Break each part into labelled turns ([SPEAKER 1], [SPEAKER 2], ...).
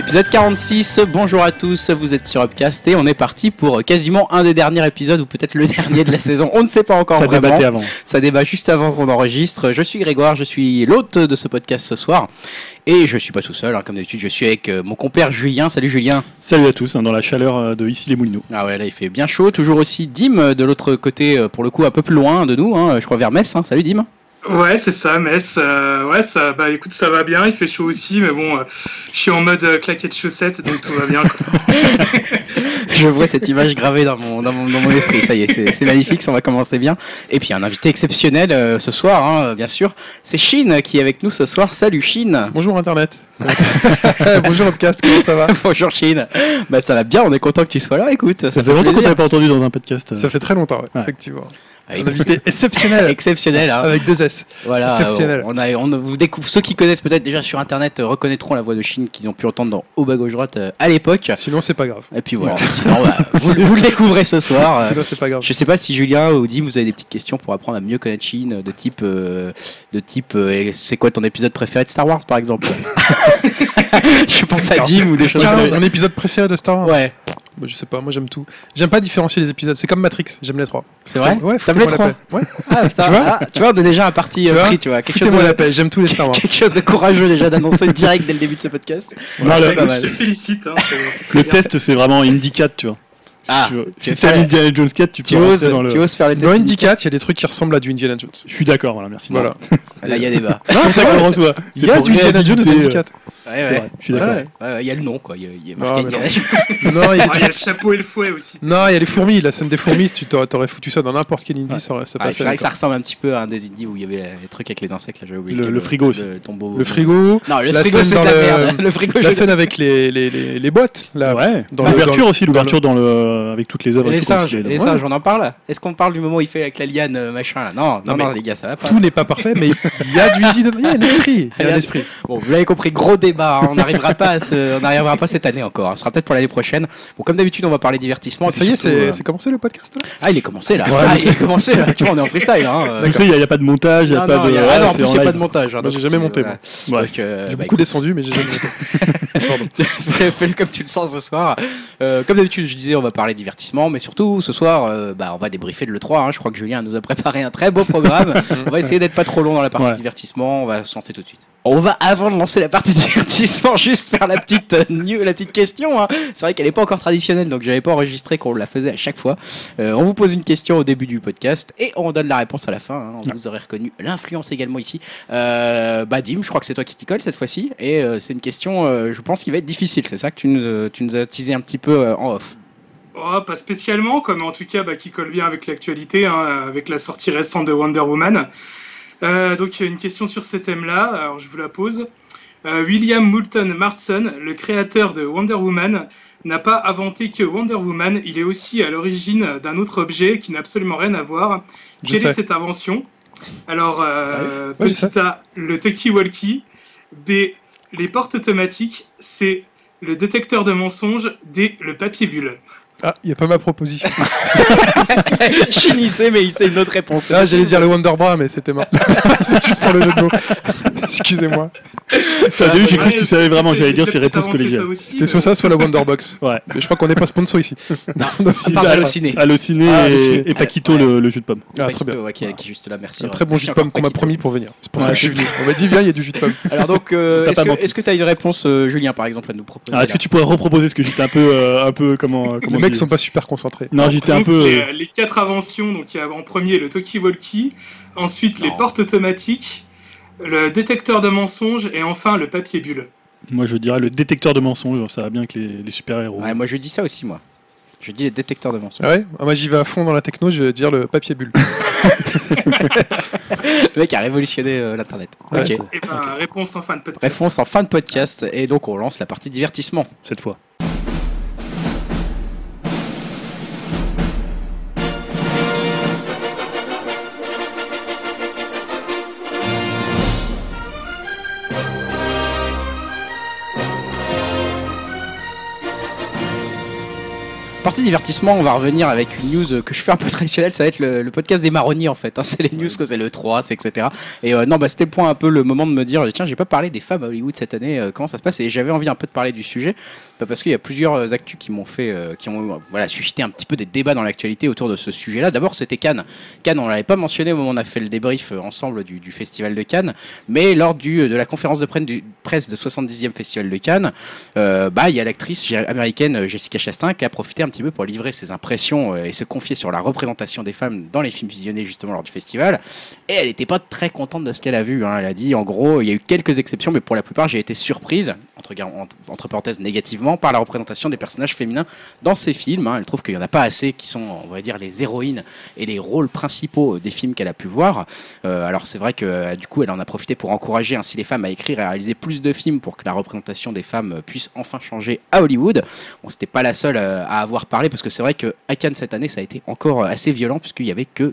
[SPEAKER 1] épisode 46. Bonjour à tous, vous êtes sur Upcast et on est parti pour quasiment un des derniers épisodes ou peut-être le dernier de la saison. On ne sait pas encore
[SPEAKER 2] Ça
[SPEAKER 1] vraiment.
[SPEAKER 2] débattait avant.
[SPEAKER 1] Ça débat juste avant qu'on enregistre. Je suis Grégoire, je suis l'hôte de ce podcast ce soir et je suis pas tout seul. hein. Comme d'habitude, je suis avec euh, mon compère Julien. Salut Julien.
[SPEAKER 2] Salut à tous, hein, dans la chaleur euh, de ici les Moulineaux.
[SPEAKER 1] Ah ouais, là il fait bien chaud. Toujours aussi Dim euh, de l'autre côté, euh, pour le coup un peu plus loin de nous. hein, je crois vers Metz. hein. Salut Dim.
[SPEAKER 3] Ouais, c'est ça, Metz. euh, ouais, ça, bah écoute, ça va bien. Il fait chaud aussi, mais bon, euh, je suis en mode euh, claquette chaussette, donc tout va bien. quoi.
[SPEAKER 1] Je vois cette image gravée dans mon, dans mon, dans mon esprit. Ça y est, c'est c'est magnifique, ça, on va commencer bien. Et puis un invité exceptionnel euh, ce soir, hein, bien sûr. C'est Chine qui est avec nous ce soir. Salut Chine.
[SPEAKER 4] Bonjour Internet. Bonjour Upcast, comment ça va
[SPEAKER 1] Bonjour Chine. Bah ça va bien, on est content que tu sois là. Écoute, ça,
[SPEAKER 2] Ça
[SPEAKER 1] fait
[SPEAKER 2] fait longtemps qu'on
[SPEAKER 1] plaisir.
[SPEAKER 2] t'avait pas entendu dans un podcast. euh.
[SPEAKER 4] Ça fait très longtemps, ouais,
[SPEAKER 2] Ouais.
[SPEAKER 4] effectivement.
[SPEAKER 1] Ah oui,
[SPEAKER 4] Un invité exceptionnel
[SPEAKER 1] Exceptionnel. hein.
[SPEAKER 4] avec deux S.
[SPEAKER 1] Voilà,
[SPEAKER 4] Euh, Exceptionnel.
[SPEAKER 1] euh, on a, on vous découvre ceux qui connaissent peut-être déjà sur internet euh, reconnaîtront la voix de Chine qu'ils ont pu entendre dans Au bas gauche droite euh, à l'époque.
[SPEAKER 4] Sinon, c'est pas grave.
[SPEAKER 1] Et puis voilà, sinon bah, vous, vous le découvrez ce soir. euh,
[SPEAKER 4] Sinon, c'est pas grave.
[SPEAKER 1] Je sais pas si Julien ou Dim, vous avez des petites questions pour apprendre à mieux connaître Chine, de type, euh, de type, euh, c'est quoi ton épisode préféré de Star Wars par exemple Je pense à Dim ou des choses comme
[SPEAKER 4] 15,
[SPEAKER 1] ça.
[SPEAKER 4] mon épisode préféré de Star Wars
[SPEAKER 1] Ouais,
[SPEAKER 4] Bah, Je sais pas, moi j'aime tout. J'aime pas différencier les épisodes, c'est comme Matrix, j'aime les trois.
[SPEAKER 1] c'est vrai.
[SPEAKER 4] Ouais,
[SPEAKER 1] T'as appelé
[SPEAKER 4] foutez-moi
[SPEAKER 1] trois.
[SPEAKER 4] la paix. Ouais,
[SPEAKER 1] Ah, putain,
[SPEAKER 4] Tu vois
[SPEAKER 1] ah, tu vois, on est déjà un parti euh,
[SPEAKER 4] Tu vois
[SPEAKER 1] pris, tu vois. Quelque chose,
[SPEAKER 4] foutez-moi la
[SPEAKER 1] de,
[SPEAKER 4] paix, j'aime tous les Star Wars.
[SPEAKER 1] quelque chose de courageux déjà d'annoncer direct dès le début de ce podcast.
[SPEAKER 2] Voilà,
[SPEAKER 1] c'est
[SPEAKER 3] Ouais,
[SPEAKER 1] pas
[SPEAKER 3] écoute,
[SPEAKER 1] mal.
[SPEAKER 3] je te félicite. Hein, c'est- c'est très
[SPEAKER 2] le
[SPEAKER 3] bien.
[SPEAKER 2] test, c'est vraiment Indy 4, tu vois. Si
[SPEAKER 1] Ah,
[SPEAKER 2] tu veux-
[SPEAKER 1] tu veux
[SPEAKER 2] si t'as
[SPEAKER 1] faire-
[SPEAKER 2] Indiana Jones 4, tu
[SPEAKER 1] Tu
[SPEAKER 2] peux
[SPEAKER 1] oses,
[SPEAKER 2] rentrer dans le.
[SPEAKER 1] tu oses faire les tests.
[SPEAKER 4] Dans Indy
[SPEAKER 1] Indica.
[SPEAKER 4] 4, il y a des trucs qui ressemblent à du Indiana Jones.
[SPEAKER 2] Je suis d'accord, voilà, merci.
[SPEAKER 4] Voilà.
[SPEAKER 1] Là, il y a débat.
[SPEAKER 2] Non, c'est ça qu'on reçoit.
[SPEAKER 4] Il y a du Indiana Jones
[SPEAKER 1] euh,
[SPEAKER 4] dans Indy 4.
[SPEAKER 1] Ouais,
[SPEAKER 2] C'est
[SPEAKER 1] ouais.
[SPEAKER 2] vrai, je suis d'accord.
[SPEAKER 4] Ouais.
[SPEAKER 1] Ouais, ouais, il y a le nom, quoi. Il y a- il y a
[SPEAKER 4] Non,
[SPEAKER 1] marqué
[SPEAKER 4] mais
[SPEAKER 1] Indiana
[SPEAKER 4] non.
[SPEAKER 1] Jones.
[SPEAKER 4] Non, il y a des
[SPEAKER 3] Ah, Il y a
[SPEAKER 4] trucs-
[SPEAKER 3] le chapeau et le fouet aussi.
[SPEAKER 4] non, il y a les fourmis, la scène des fourmis, si tu t'aurais t'aurais foutu ça dans n'importe quel Indy, ça, aurait- ça
[SPEAKER 1] Ah,
[SPEAKER 4] passait.
[SPEAKER 1] c'est vrai que ça
[SPEAKER 4] d'accord.
[SPEAKER 1] ressemble un petit peu à un des indies où il y avait les trucs avec les insectes, là, j'ai oublié.
[SPEAKER 2] Le-
[SPEAKER 1] quel-
[SPEAKER 2] le frigo aussi.
[SPEAKER 1] Le tombeau.
[SPEAKER 4] Le frigo,
[SPEAKER 1] Non, le
[SPEAKER 4] La
[SPEAKER 1] frigo,
[SPEAKER 4] scène
[SPEAKER 1] c'est de
[SPEAKER 4] dans
[SPEAKER 1] la
[SPEAKER 4] le-
[SPEAKER 1] merde. Le frigo,
[SPEAKER 4] la
[SPEAKER 1] je-
[SPEAKER 4] scène avec les, les, les, les boîtes, là.
[SPEAKER 2] Ouais.
[SPEAKER 4] Dans le-
[SPEAKER 2] l'ouverture
[SPEAKER 4] dans
[SPEAKER 2] aussi, l'ouverture dans le euh, avec toutes les œuvres. et
[SPEAKER 1] Les
[SPEAKER 2] tout,
[SPEAKER 1] singes,
[SPEAKER 2] quoi, tu
[SPEAKER 1] les
[SPEAKER 2] fais,
[SPEAKER 1] singes, on en parle Est-ce qu'on parle du moment où il fait avec la liane euh, machin là Non, non,
[SPEAKER 4] mais-
[SPEAKER 1] non, les gars, ça va pas.
[SPEAKER 4] Tout n'est pas parfait, mais il y a du Indiana Il y a un esprit. Il y a un esprit.
[SPEAKER 1] Bon, vous l'avez compris, gros débat. hein. On n'arrivera pas, à ce... on n'arrivera pas cette année encore. hein. Ce sera peut-être pour l'année prochaine. Bon, comme d'habitude, on va parler divertissement. et
[SPEAKER 4] ça
[SPEAKER 1] puis
[SPEAKER 4] y est,
[SPEAKER 1] surtout,
[SPEAKER 4] c'est
[SPEAKER 1] euh,
[SPEAKER 4] c'est commencé le podcast là
[SPEAKER 1] Ah, il est commencé là.
[SPEAKER 2] Ouais,
[SPEAKER 1] ah,
[SPEAKER 2] mais
[SPEAKER 1] il est commencé là. Tu vois, on est en freestyle. Hein.
[SPEAKER 2] ouais. Donc, ça, il n'y a, pas de montage, il n'y a
[SPEAKER 1] Non,
[SPEAKER 2] pas
[SPEAKER 1] non,
[SPEAKER 2] de.
[SPEAKER 1] il y a- ah, non, en
[SPEAKER 2] c'est
[SPEAKER 1] plus, il n'y a
[SPEAKER 2] live.
[SPEAKER 1] pas de montage. hein,
[SPEAKER 4] Moi, j'ai
[SPEAKER 1] donc,
[SPEAKER 4] jamais
[SPEAKER 1] tu-
[SPEAKER 4] monté, moi.
[SPEAKER 1] ouais.
[SPEAKER 2] Ouais.
[SPEAKER 1] Donc, euh,
[SPEAKER 4] J'ai
[SPEAKER 1] bah,
[SPEAKER 4] beaucoup
[SPEAKER 1] écoute,
[SPEAKER 4] descendu, mais j'ai jamais monté.
[SPEAKER 1] fais- Fais-le comme tu le sens ce soir. Euh, comme d'habitude, je disais, on va parler divertissement, mais surtout ce soir, euh, bah, on va débriefer de l'E3. hein. Je crois que Julien nous a préparé un très beau programme. on va essayer d'être pas trop long dans la partie
[SPEAKER 2] Ouais.
[SPEAKER 1] divertissement. On va se lancer tout de suite. On va, avant de lancer la partie divertissement, juste faire la petite, euh, new- la petite question. hein. C'est vrai qu'elle n'est pas encore traditionnelle, donc j'avais pas enregistré qu'on la faisait à chaque fois. Euh, on vous pose une question au début du podcast et on donne la réponse à la fin. hein. Vous aurez reconnu l'influence également ici. Euh, bah, Dim, je crois que c'est toi qui t'y colle cette fois-ci. Et euh, c'est une question, euh, je pense, qui va être difficile. C'est ça que tu nous, euh, tu nous as teasé un petit peu euh, en off.
[SPEAKER 3] Oh, pas spécialement, quoi, mais en tout cas, bah, qui colle bien avec l'actualité, hein, avec la sortie récente de Wonder Woman. Euh, donc, il y a une question sur ce thème-là, alors je vous la pose. Euh, William Moulton Martson, le créateur de Wonder Woman, n'a pas inventé que Wonder Woman, il est aussi à l'origine d'un autre objet qui n'a absolument rien à voir.
[SPEAKER 4] Je
[SPEAKER 3] Quelle est
[SPEAKER 4] sais.
[SPEAKER 3] cette invention Alors, euh,
[SPEAKER 4] Ouais, je
[SPEAKER 3] petit A, le talkie-walkie. B, les portes automatiques. C, le détecteur de mensonges. D, le papier bulle.
[SPEAKER 4] Ah, il y a pas ma proposition.
[SPEAKER 1] Chine, il sait, mais il sait une autre réponse.
[SPEAKER 4] Ah, j'allais dire le Wonder Bra, mais c'était mort. c'est juste pour le jeu de mots. Excusez-moi.
[SPEAKER 2] T'as vu, j'ai cru
[SPEAKER 3] Ouais,
[SPEAKER 2] que tu savais vraiment, j'allais dire
[SPEAKER 3] j'ai
[SPEAKER 2] ces
[SPEAKER 3] peut-être
[SPEAKER 2] réponses
[SPEAKER 3] avancé
[SPEAKER 2] collégiales.
[SPEAKER 3] ça aussi, euh,
[SPEAKER 4] C'était soit
[SPEAKER 3] mais-
[SPEAKER 4] ça, soit la Wonder Box.
[SPEAKER 2] Ouais.
[SPEAKER 4] Mais je crois qu'on n'est pas sponsor ici.
[SPEAKER 1] À part d'halluciner.
[SPEAKER 2] Allociné
[SPEAKER 4] Ah,
[SPEAKER 2] et,
[SPEAKER 4] Allociné.
[SPEAKER 2] et Paquito,
[SPEAKER 1] Ouais.
[SPEAKER 2] le, le jus de pomme.
[SPEAKER 4] Ah,
[SPEAKER 1] Paquito,
[SPEAKER 4] très bien.
[SPEAKER 1] ouais, qui, est- qui est juste là, merci.
[SPEAKER 4] C'est un très bon
[SPEAKER 1] Merci
[SPEAKER 4] jus de pomme
[SPEAKER 1] encore,
[SPEAKER 4] qu'on m'a
[SPEAKER 1] Paquito.
[SPEAKER 4] promis pour venir. C'est pour ça
[SPEAKER 2] Ouais.
[SPEAKER 4] que je suis venu. On m'a dit, viens, il y a du jus de pomme.
[SPEAKER 1] Alors donc, euh,
[SPEAKER 2] T'as
[SPEAKER 1] est-ce
[SPEAKER 2] pas
[SPEAKER 1] que-
[SPEAKER 2] menti.
[SPEAKER 1] est-ce que tu as une réponse, euh, Julien, par exemple, à nous proposer
[SPEAKER 4] Ah,
[SPEAKER 2] Alors, Ah, est-ce que tu pourrais reproposer ce que j'étais un peu, euh, un peu comment, euh, comment
[SPEAKER 4] Les mecs
[SPEAKER 2] dire
[SPEAKER 4] sont pas super concentrés.
[SPEAKER 2] Non, j'étais un
[SPEAKER 3] Donc,
[SPEAKER 2] peu.
[SPEAKER 3] Les,
[SPEAKER 2] euh,
[SPEAKER 3] les quatre inventions, donc il y a en premier le talkie-walkie, ensuite les
[SPEAKER 1] Non.
[SPEAKER 3] portes automatiques, le détecteur de mensonges et enfin le papier bulle.
[SPEAKER 2] moi, je dirais le détecteur de mensonges. Ça va bien avec les, les super héros.
[SPEAKER 1] Ouais, moi je dis ça aussi, moi. Je dis les détecteurs de mensonges.
[SPEAKER 4] Ah ouais Ah, Moi, j'y vais à fond dans la techno, je vais dire le papier bulle.
[SPEAKER 1] Le mec a révolutionné euh, l'internet.
[SPEAKER 4] Ouais,
[SPEAKER 1] Ok.
[SPEAKER 4] c'est-
[SPEAKER 3] Et ben, réponse en fin de podcast.
[SPEAKER 1] Réponse en fin de podcast et donc on lance la partie divertissement.
[SPEAKER 2] Cette fois.
[SPEAKER 1] partie divertissement, on va revenir avec une news euh, que je fais un peu traditionnelle. Ça va être le, le podcast des marronniers en fait. hein. c'est les news que c'est le 3, c'est etc. Et euh, non, bah c'était le point un peu le moment de me dire tiens, j'ai pas parlé des femmes à Hollywood cette année. euh, comment ça se passe Et j'avais envie un peu de parler du sujet bah, parce qu'il y a plusieurs euh, actus qui m'ont fait, euh, qui ont euh, voilà suscité un petit peu des débats dans l'actualité autour de ce sujet-là. D'abord, c'était Cannes. Cannes, on l'avait pas mentionné au moment où on a fait le débrief euh, ensemble du, du festival de Cannes, mais lors du, euh, de la conférence de presse du presse de 70e festival de Cannes, euh, bah, il y a l'actrice gé- américaine euh, Jessica Chastain qui a profité un petit peu pour livrer ses impressions euh, et se confier sur la représentation des femmes dans les films visionnés justement lors du festival. Et elle n'était pas très contente de ce qu'elle a vu. hein. Elle a dit, en gros, il y a eu quelques exceptions, mais pour la plupart, j'ai été surprise, entre, guillemets- entre- entre parenthèses négativement, par la représentation des personnages féminins dans ces films. hein. Elle trouve qu'il n'y en a pas assez qui sont, on va dire, les héroïnes et les rôles principaux euh, des films qu'elle a pu voir. Euh, alors c'est vrai que euh, du coup, elle en a profité pour encourager ainsi les femmes à écrire et à réaliser plus de films pour que la représentation des femmes euh, puisse enfin changer à Hollywood. On n'était pas la seule euh, à avoir parlé parce que c'est vrai que à Cannes cette année, ça a été encore euh, assez violent puisqu'il y avait que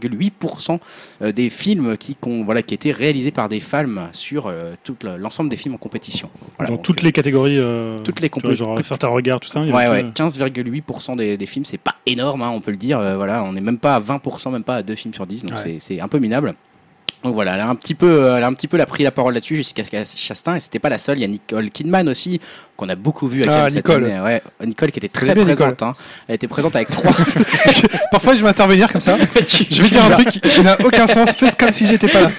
[SPEAKER 1] 15,8% euh, des films qui, qu'on- voilà, qui étaient réalisés par des femmes sur euh, tout le- l'ensemble des films en compétition. Voilà,
[SPEAKER 2] Dans
[SPEAKER 1] donc,
[SPEAKER 2] toutes les catégories. euh,
[SPEAKER 1] toutes les
[SPEAKER 2] tu vois, Genre,
[SPEAKER 1] compé-
[SPEAKER 2] certains regards, tout ça. il y a euh,
[SPEAKER 1] Ouais,
[SPEAKER 2] un
[SPEAKER 1] ouais,
[SPEAKER 2] peu-
[SPEAKER 1] 15,8% des, des films, c'est pas énorme, hein, on peut le dire. euh, voilà, on n'est même pas à 20%, même pas à 2 films sur 10, donc
[SPEAKER 2] Ouais.
[SPEAKER 1] c'est- c'est un peu minable. Donc voilà, elle a un petit peu, euh, elle a un petit peu la pris la parole là-dessus, Jessica Chastain, et c'était pas la seule. Il y a Nicole Kidman aussi, qu'on a beaucoup vu à
[SPEAKER 4] Ah,
[SPEAKER 1] Cannes cette
[SPEAKER 4] Nicole.
[SPEAKER 1] année, ouais. euh, Nicole qui était très
[SPEAKER 4] bien,
[SPEAKER 1] présente. hein. Elle était présente avec trois.
[SPEAKER 4] Parfois, je vais intervenir comme ça. Je vais dire un truc qui n'a aucun sens. Faites comme si j'étais pas là.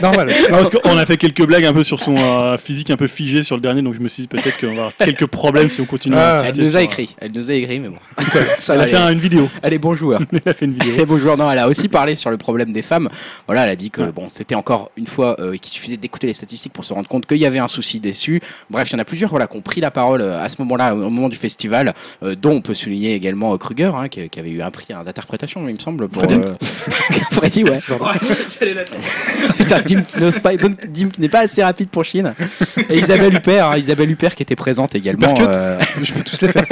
[SPEAKER 4] Normal.
[SPEAKER 2] Non, parce qu'on a fait quelques blagues un peu sur son euh, physique un peu figé sur le dernier, donc je me suis dit peut-être qu'on va avoir quelques problèmes si on continue. à
[SPEAKER 4] Ah,
[SPEAKER 1] Elle
[SPEAKER 2] insister
[SPEAKER 1] nous a
[SPEAKER 2] sur- euh,
[SPEAKER 1] écrit, elle nous a écrit, mais bon. Ça
[SPEAKER 2] Elle
[SPEAKER 1] va
[SPEAKER 2] a fait
[SPEAKER 1] aller.
[SPEAKER 2] un- une vidéo.
[SPEAKER 1] Elle est bon joueur.
[SPEAKER 2] Elle a fait une vidéo.
[SPEAKER 1] Et bonjour, non, elle a aussi parlé sur le problème des femmes. Voilà, elle a dit que bon, c'était encore une fois euh, qu'il suffisait d'écouter les statistiques pour se rendre compte qu'il y avait un souci déçu. Bref, il y en a plusieurs voilà, qui ont pris la parole euh, à ce moment-là, au moment du festival, euh, dont on peut souligner également euh, Kruger, hein, qui, qui avait eu un prix hein, d'interprétation, il me semble, pour
[SPEAKER 4] Freddy.
[SPEAKER 1] euh, Freddy, ouais.
[SPEAKER 3] Ouais, j'allais la sortir.
[SPEAKER 1] Putain, Dim qui n'ose pas, donc Dim qui n'est pas assez rapide pour Chine. Et Isabelle Huppert, hein, Isabelle Huppert qui était présente également.
[SPEAKER 4] Huppert-Cute.
[SPEAKER 1] euh,
[SPEAKER 4] Je peux tous les faire.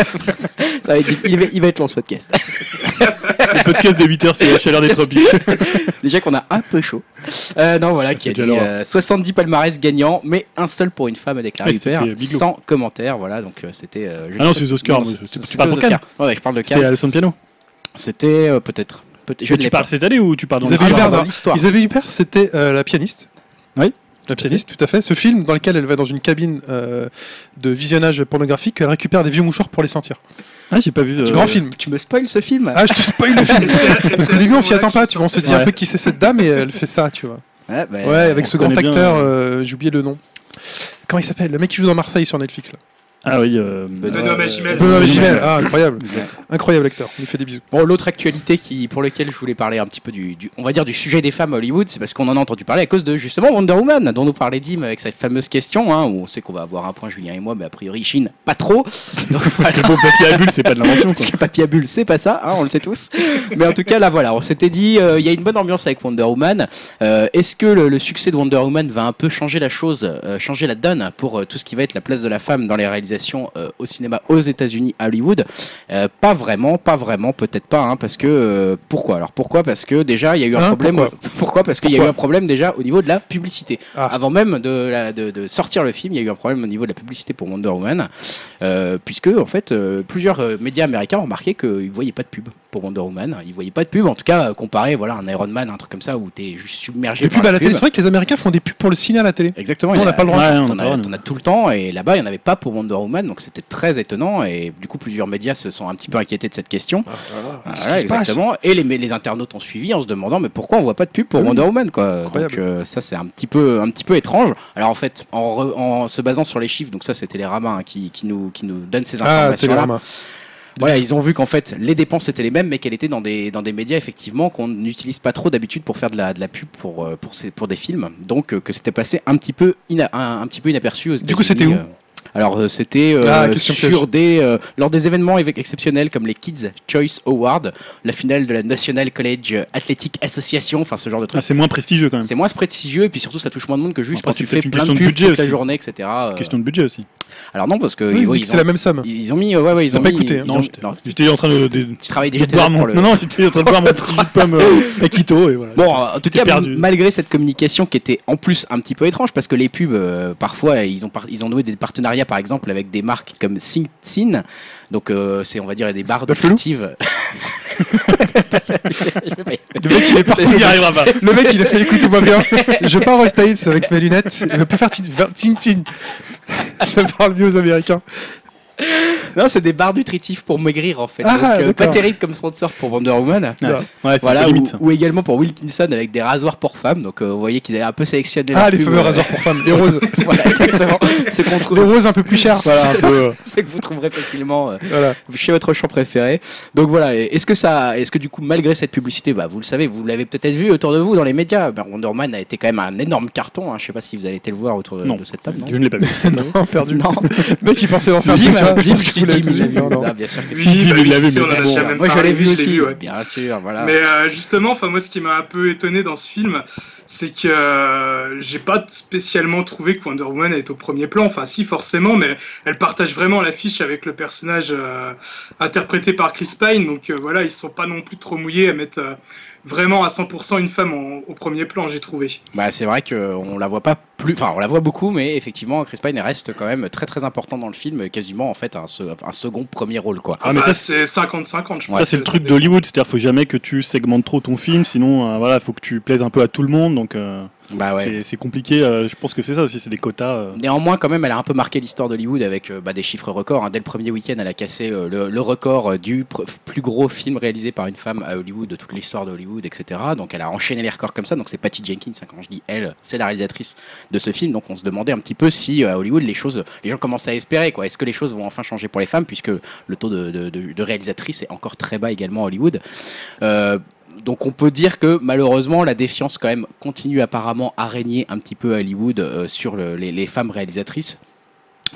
[SPEAKER 1] ça va être- il, va, il va être long ce podcast.
[SPEAKER 2] Le podcast de 8 heures sur la chaleur des tropiques.
[SPEAKER 1] Déjà qu'on a un peu chaud. Euh, non, voilà, qui a dit
[SPEAKER 2] déjà l'horreur.
[SPEAKER 1] euh, 70 palmarès gagnants, mais un seul pour une femme a déclaré
[SPEAKER 2] Et c'était
[SPEAKER 1] Huppert,
[SPEAKER 2] Bigelow.
[SPEAKER 1] sans commentaire. Voilà, donc euh, c'était. euh, je-
[SPEAKER 2] Ah non, c'est les Oscars, moi,
[SPEAKER 1] c'est-
[SPEAKER 2] c'est- tu
[SPEAKER 1] c'est
[SPEAKER 2] parles
[SPEAKER 1] aux
[SPEAKER 2] pour Cannes.
[SPEAKER 1] Oscars. Ouais, ouais, je parle de
[SPEAKER 2] C'était
[SPEAKER 1] Cannes.
[SPEAKER 2] à la leçon de piano.
[SPEAKER 1] C'était euh, peut-être. peut-être- je
[SPEAKER 2] Mais
[SPEAKER 1] ne l'ai
[SPEAKER 2] tu
[SPEAKER 1] pas.
[SPEAKER 2] parles hein. cette année ou tu parles dans
[SPEAKER 1] Ah,
[SPEAKER 4] Ils avaient
[SPEAKER 2] l'histoire
[SPEAKER 1] non, dans
[SPEAKER 4] Huppert, non.
[SPEAKER 1] l'histoire.
[SPEAKER 4] Isabelle Huppert, c'était euh, la pianiste.
[SPEAKER 2] Oui.
[SPEAKER 4] La pianiste, tout à fait. Ce film dans lequel elle va dans une cabine euh, de visionnage pornographique, elle récupère des vieux mouchoirs pour les sentir.
[SPEAKER 2] Ah, j'ai pas vu. euh,
[SPEAKER 4] Grand film.
[SPEAKER 1] Tu me spoil ce film
[SPEAKER 4] Ah, je te spoil le film. Parce
[SPEAKER 3] Est-ce
[SPEAKER 4] qu'au
[SPEAKER 3] que
[SPEAKER 4] début, on s'y
[SPEAKER 3] c'est à ce
[SPEAKER 4] attend pas.
[SPEAKER 3] moment-là
[SPEAKER 4] Tu vois, on se dit
[SPEAKER 2] Ouais.
[SPEAKER 4] un peu qui c'est cette dame et elle fait ça, tu vois.
[SPEAKER 1] Ouais, bah,
[SPEAKER 4] Ouais, avec ce grand
[SPEAKER 2] connaît bien,
[SPEAKER 4] acteur,
[SPEAKER 2] ouais.
[SPEAKER 4] euh, j'ai oublié le nom. Comment il s'appelle Le mec qui joue dans Marseille sur Netflix. Là.
[SPEAKER 2] Ah oui. euh,
[SPEAKER 3] Benoît
[SPEAKER 2] euh,
[SPEAKER 3] Magimel.
[SPEAKER 4] Benoît
[SPEAKER 2] Benoît
[SPEAKER 4] Magimel.
[SPEAKER 2] Magimel.
[SPEAKER 4] Ah, incroyable. Incroyable acteur. On lui fait des bisous.
[SPEAKER 1] Bon, l'autre actualité qui, pour laquelle je voulais parler un petit peu du, du- on va dire du sujet des femmes à Hollywood, c'est parce qu'on en a entendu parler à cause de justement Wonder Woman, dont nous parlait Dim avec sa fameuse question, hein, où on sait qu'on va avoir un point Julien et moi, mais a priori Chine pas trop. Donc voilà.
[SPEAKER 2] Le beau papier à bulles, c'est pas de l'invention. quoi.
[SPEAKER 1] Parce que papier à bulle, c'est pas ça, hein, on le sait tous. Mais en tout cas, là, voilà, on s'était dit, euh, il y a une bonne ambiance avec Wonder Woman. Euh, Est-ce que le, le succès de Wonder Woman va un peu changer la chose, euh, changer la donne pour euh, tout ce qui va être la place de la femme dans les réalisations euh, au cinéma aux États-Unis, à Hollywood Euh, Pas vraiment, pas vraiment, peut-être pas, hein, parce que euh, pourquoi Alors pourquoi Parce que déjà, il y a eu un
[SPEAKER 4] Hein,
[SPEAKER 1] problème.
[SPEAKER 4] pourquoi
[SPEAKER 1] Pourquoi Parce qu'il y a eu
[SPEAKER 4] Pourquoi
[SPEAKER 1] un problème déjà au niveau de la publicité.
[SPEAKER 4] Ah.
[SPEAKER 1] Avant même de, la- de- de sortir le film, il y a eu un problème au niveau de la publicité pour Wonder Woman. Euh, puisque en fait euh, plusieurs euh, médias américains ont remarqué qu'ils voyaient pas de pub pour Wonder Woman, ils voyaient pas de pub en tout cas euh, comparé voilà à un Iron Man un truc comme ça où t'es juste submergé
[SPEAKER 4] Les
[SPEAKER 1] par
[SPEAKER 4] pubs à bah, la télé, c'est vrai que les Américains font des pubs pour le ciné à la télé.
[SPEAKER 1] Exactement,
[SPEAKER 4] Nous,
[SPEAKER 1] il y
[SPEAKER 4] on
[SPEAKER 1] en
[SPEAKER 4] n'a
[SPEAKER 1] a-
[SPEAKER 4] pas le droit.
[SPEAKER 2] Ouais, on
[SPEAKER 1] T'en
[SPEAKER 2] a pas le
[SPEAKER 1] as,
[SPEAKER 2] droit,
[SPEAKER 1] t'en as tout le temps et là-bas il n'y en avait pas pour Wonder Woman donc c'était très étonnant et du coup plusieurs médias se sont un petit peu inquiétés de cette question. Voilà,
[SPEAKER 4] Qu'est-ce qui se passe
[SPEAKER 1] exactement. Et les, les internautes ont suivi en se demandant mais pourquoi on voit pas de pub pour
[SPEAKER 4] Ah oui.
[SPEAKER 1] Wonder Woman quoi.
[SPEAKER 4] Incroyable.
[SPEAKER 1] Donc euh, ça c'est un petit peu un petit peu étrange. Alors en fait en, re- en se basant sur les chiffres donc ça c'est Télérama hein, qui, qui nous qui nous donne ces
[SPEAKER 4] Ah,
[SPEAKER 1] informations là.
[SPEAKER 4] Télérama.
[SPEAKER 1] Voilà, ils ont vu qu'en fait les dépenses étaient les mêmes, mais qu'elles étaient dans des dans des médias effectivement qu'on n'utilise pas trop d'habitude pour faire de la de la pub pour euh, pour ces pour des films, donc euh, que c'était passé un petit peu ina- un, un petit peu inaperçu. Aux
[SPEAKER 4] Du coup,
[SPEAKER 1] États-Unis,
[SPEAKER 4] c'était où
[SPEAKER 1] euh. alors euh, c'était euh,
[SPEAKER 4] Ah, question
[SPEAKER 1] sur des euh, lors des événements éve- exceptionnels comme les Kids Choice Awards, la finale de la National College Athletic Association, enfin ce genre de
[SPEAKER 2] Ah,
[SPEAKER 1] truc.
[SPEAKER 2] c'est moins prestigieux quand même.
[SPEAKER 1] c'est moins prestigieux et puis surtout ça touche moins de monde que juste quand
[SPEAKER 2] En principe,
[SPEAKER 1] tu fais
[SPEAKER 2] c'est une
[SPEAKER 1] plein de
[SPEAKER 2] question de
[SPEAKER 1] pubs
[SPEAKER 2] budget
[SPEAKER 1] toute la
[SPEAKER 2] aussi.
[SPEAKER 1] journée, etc. euh.
[SPEAKER 2] Question de budget aussi.
[SPEAKER 1] Alors non parce que
[SPEAKER 4] Oui, ils
[SPEAKER 1] ont-
[SPEAKER 4] disaient que c'était la même somme.
[SPEAKER 1] ils ont mis euh, ouais ouais ils
[SPEAKER 4] Ils
[SPEAKER 1] ont
[SPEAKER 4] ont pas
[SPEAKER 1] mis-
[SPEAKER 4] écouté, hein.
[SPEAKER 1] ils
[SPEAKER 2] Non,
[SPEAKER 1] ont-
[SPEAKER 2] j'étais-
[SPEAKER 1] non,
[SPEAKER 2] J'étais en train de, de- de
[SPEAKER 1] tu travailles déjà
[SPEAKER 2] boire
[SPEAKER 1] tes notes
[SPEAKER 2] mon-
[SPEAKER 1] pour le-
[SPEAKER 2] Non, non, j'étais en train de boire mon petit jus de pomme euh, Akito et voilà.
[SPEAKER 1] Bon, en tout
[SPEAKER 2] T'es
[SPEAKER 1] cas,
[SPEAKER 2] perdu.
[SPEAKER 1] m- malgré cette communication qui était en plus un petit peu étrange, parce que les pubs, euh, parfois, ils ont, par- ils ont noué des partenariat par exemple avec des marques comme Think Tin, donc euh, c'est on va dire des barres de
[SPEAKER 4] Daflelou
[SPEAKER 1] créatives.
[SPEAKER 4] Le mec, il est partout.
[SPEAKER 2] Il n'y arrivera pas.
[SPEAKER 4] Le mec, il a fait écoute-moi bien. Je pars aux States avec mes lunettes. Je peux faire tin- faire Tintin. Ça parle mieux aux Américains.
[SPEAKER 1] Non, c'est des barres nutritives pour maigrir en fait.
[SPEAKER 4] Ah,
[SPEAKER 1] Donc, euh, pas
[SPEAKER 4] d'accord.
[SPEAKER 1] terrible comme sponsor pour Wonder Woman.
[SPEAKER 2] Ouais, c'est
[SPEAKER 1] Voilà,
[SPEAKER 2] un peu limite. ça.
[SPEAKER 1] ou, ou également pour Wilkinson avec des rasoirs pour femmes. Donc euh, vous voyez qu'ils avaient un peu sélectionné.
[SPEAKER 4] Ah,
[SPEAKER 1] la
[SPEAKER 4] les
[SPEAKER 1] pub,
[SPEAKER 4] fameux
[SPEAKER 1] euh,
[SPEAKER 4] rasoirs pour femmes. Les roses.
[SPEAKER 1] voilà, exactement. C'est qu'on trouve.
[SPEAKER 4] Les roses un peu plus chères.
[SPEAKER 2] Voilà, un peu. euh,
[SPEAKER 1] C'est que vous trouverez facilement euh,
[SPEAKER 4] Voilà.
[SPEAKER 1] chez votre champ préféré. Donc voilà, et est-ce que ça, est-ce que du coup, malgré cette publicité, bah, vous le savez, vous l'avez peut-être vu autour de vous dans les médias. Bah, Wonder Woman a été quand même un énorme carton. Hein. Je sais pas si vous avez été le voir autour de,
[SPEAKER 2] Non.
[SPEAKER 1] de cette table. Non,
[SPEAKER 2] Je ne l'ai pas vu.
[SPEAKER 4] Non, perdu.
[SPEAKER 1] non.
[SPEAKER 4] Le mec, il pensait lancer hein. un
[SPEAKER 1] Dim,
[SPEAKER 4] truc, tu vois,
[SPEAKER 1] Dim,
[SPEAKER 4] je pense que
[SPEAKER 1] je dis
[SPEAKER 4] vous l'avez
[SPEAKER 1] Dim,
[SPEAKER 4] tous
[SPEAKER 1] il l'a vu. Non, ah, bien sûr que
[SPEAKER 2] Si, il
[SPEAKER 4] vu. Non, non.
[SPEAKER 2] l'avait,
[SPEAKER 3] bah si,
[SPEAKER 2] mais
[SPEAKER 3] on en a
[SPEAKER 2] bon,
[SPEAKER 3] déjà
[SPEAKER 1] Bon,
[SPEAKER 3] même
[SPEAKER 1] moi je
[SPEAKER 3] parlé,
[SPEAKER 1] l'ai vu
[SPEAKER 3] je l'ai
[SPEAKER 1] aussi,
[SPEAKER 3] vu, ouais.
[SPEAKER 1] bien sûr, voilà.
[SPEAKER 3] Mais euh, justement, enfin moi, ce qui m'a un peu étonné dans ce film, c'est que euh, j'ai pas spécialement trouvé que Wonder Woman est au premier plan. Enfin, si forcément, mais elle partage vraiment l'affiche avec le personnage euh, interprété par Chris Pine. Donc euh, voilà, ils se sont pas non plus trop mouillés à mettre euh, vraiment à 100% une femme en- au premier plan, j'ai trouvé.
[SPEAKER 1] Bah, c'est vrai qu'on la voit pas plus, enfin on la voit beaucoup, mais effectivement Chris Pine reste quand même très très important dans le film, quasiment en fait un, se- un second premier rôle quoi.
[SPEAKER 2] Ah, mais
[SPEAKER 3] Bah,
[SPEAKER 2] ça,
[SPEAKER 3] c'est 50-50, je pense.
[SPEAKER 2] Ça, c'est le truc d'Hollywood, c'est-à-dire faut jamais que tu segmentes trop ton film, sinon euh, voilà, faut que tu plaises un peu à tout le monde, donc euh,
[SPEAKER 1] Bah ouais.
[SPEAKER 2] c'est- c'est compliqué. euh, je pense que c'est ça aussi, c'est des quotas. euh.
[SPEAKER 1] Néanmoins, quand même, elle a un peu marqué l'histoire d'Hollywood avec euh, bah, des chiffres records. hein. Dès le premier week-end, elle a cassé euh, le, le record euh, du pr- plus gros film réalisé par une femme à Hollywood de toute l'histoire de Hollywood, etc. Donc, elle a enchaîné les records comme ça. Donc, c'est Patty Jenkins. hein, quand je dis elle, c'est la réalisatrice de ce film. Donc, on se demandait un petit peu si euh, à Hollywood, les choses, les gens commençaient à espérer. Quoi, est-ce que les choses vont enfin changer pour les femmes, puisque le taux de, de, de- de réalisatrice est encore très bas également à Hollywood. Euh, donc on peut dire que malheureusement la défiance quand même continue apparemment à régner un petit peu à Hollywood euh, sur le- les, les femmes réalisatrices.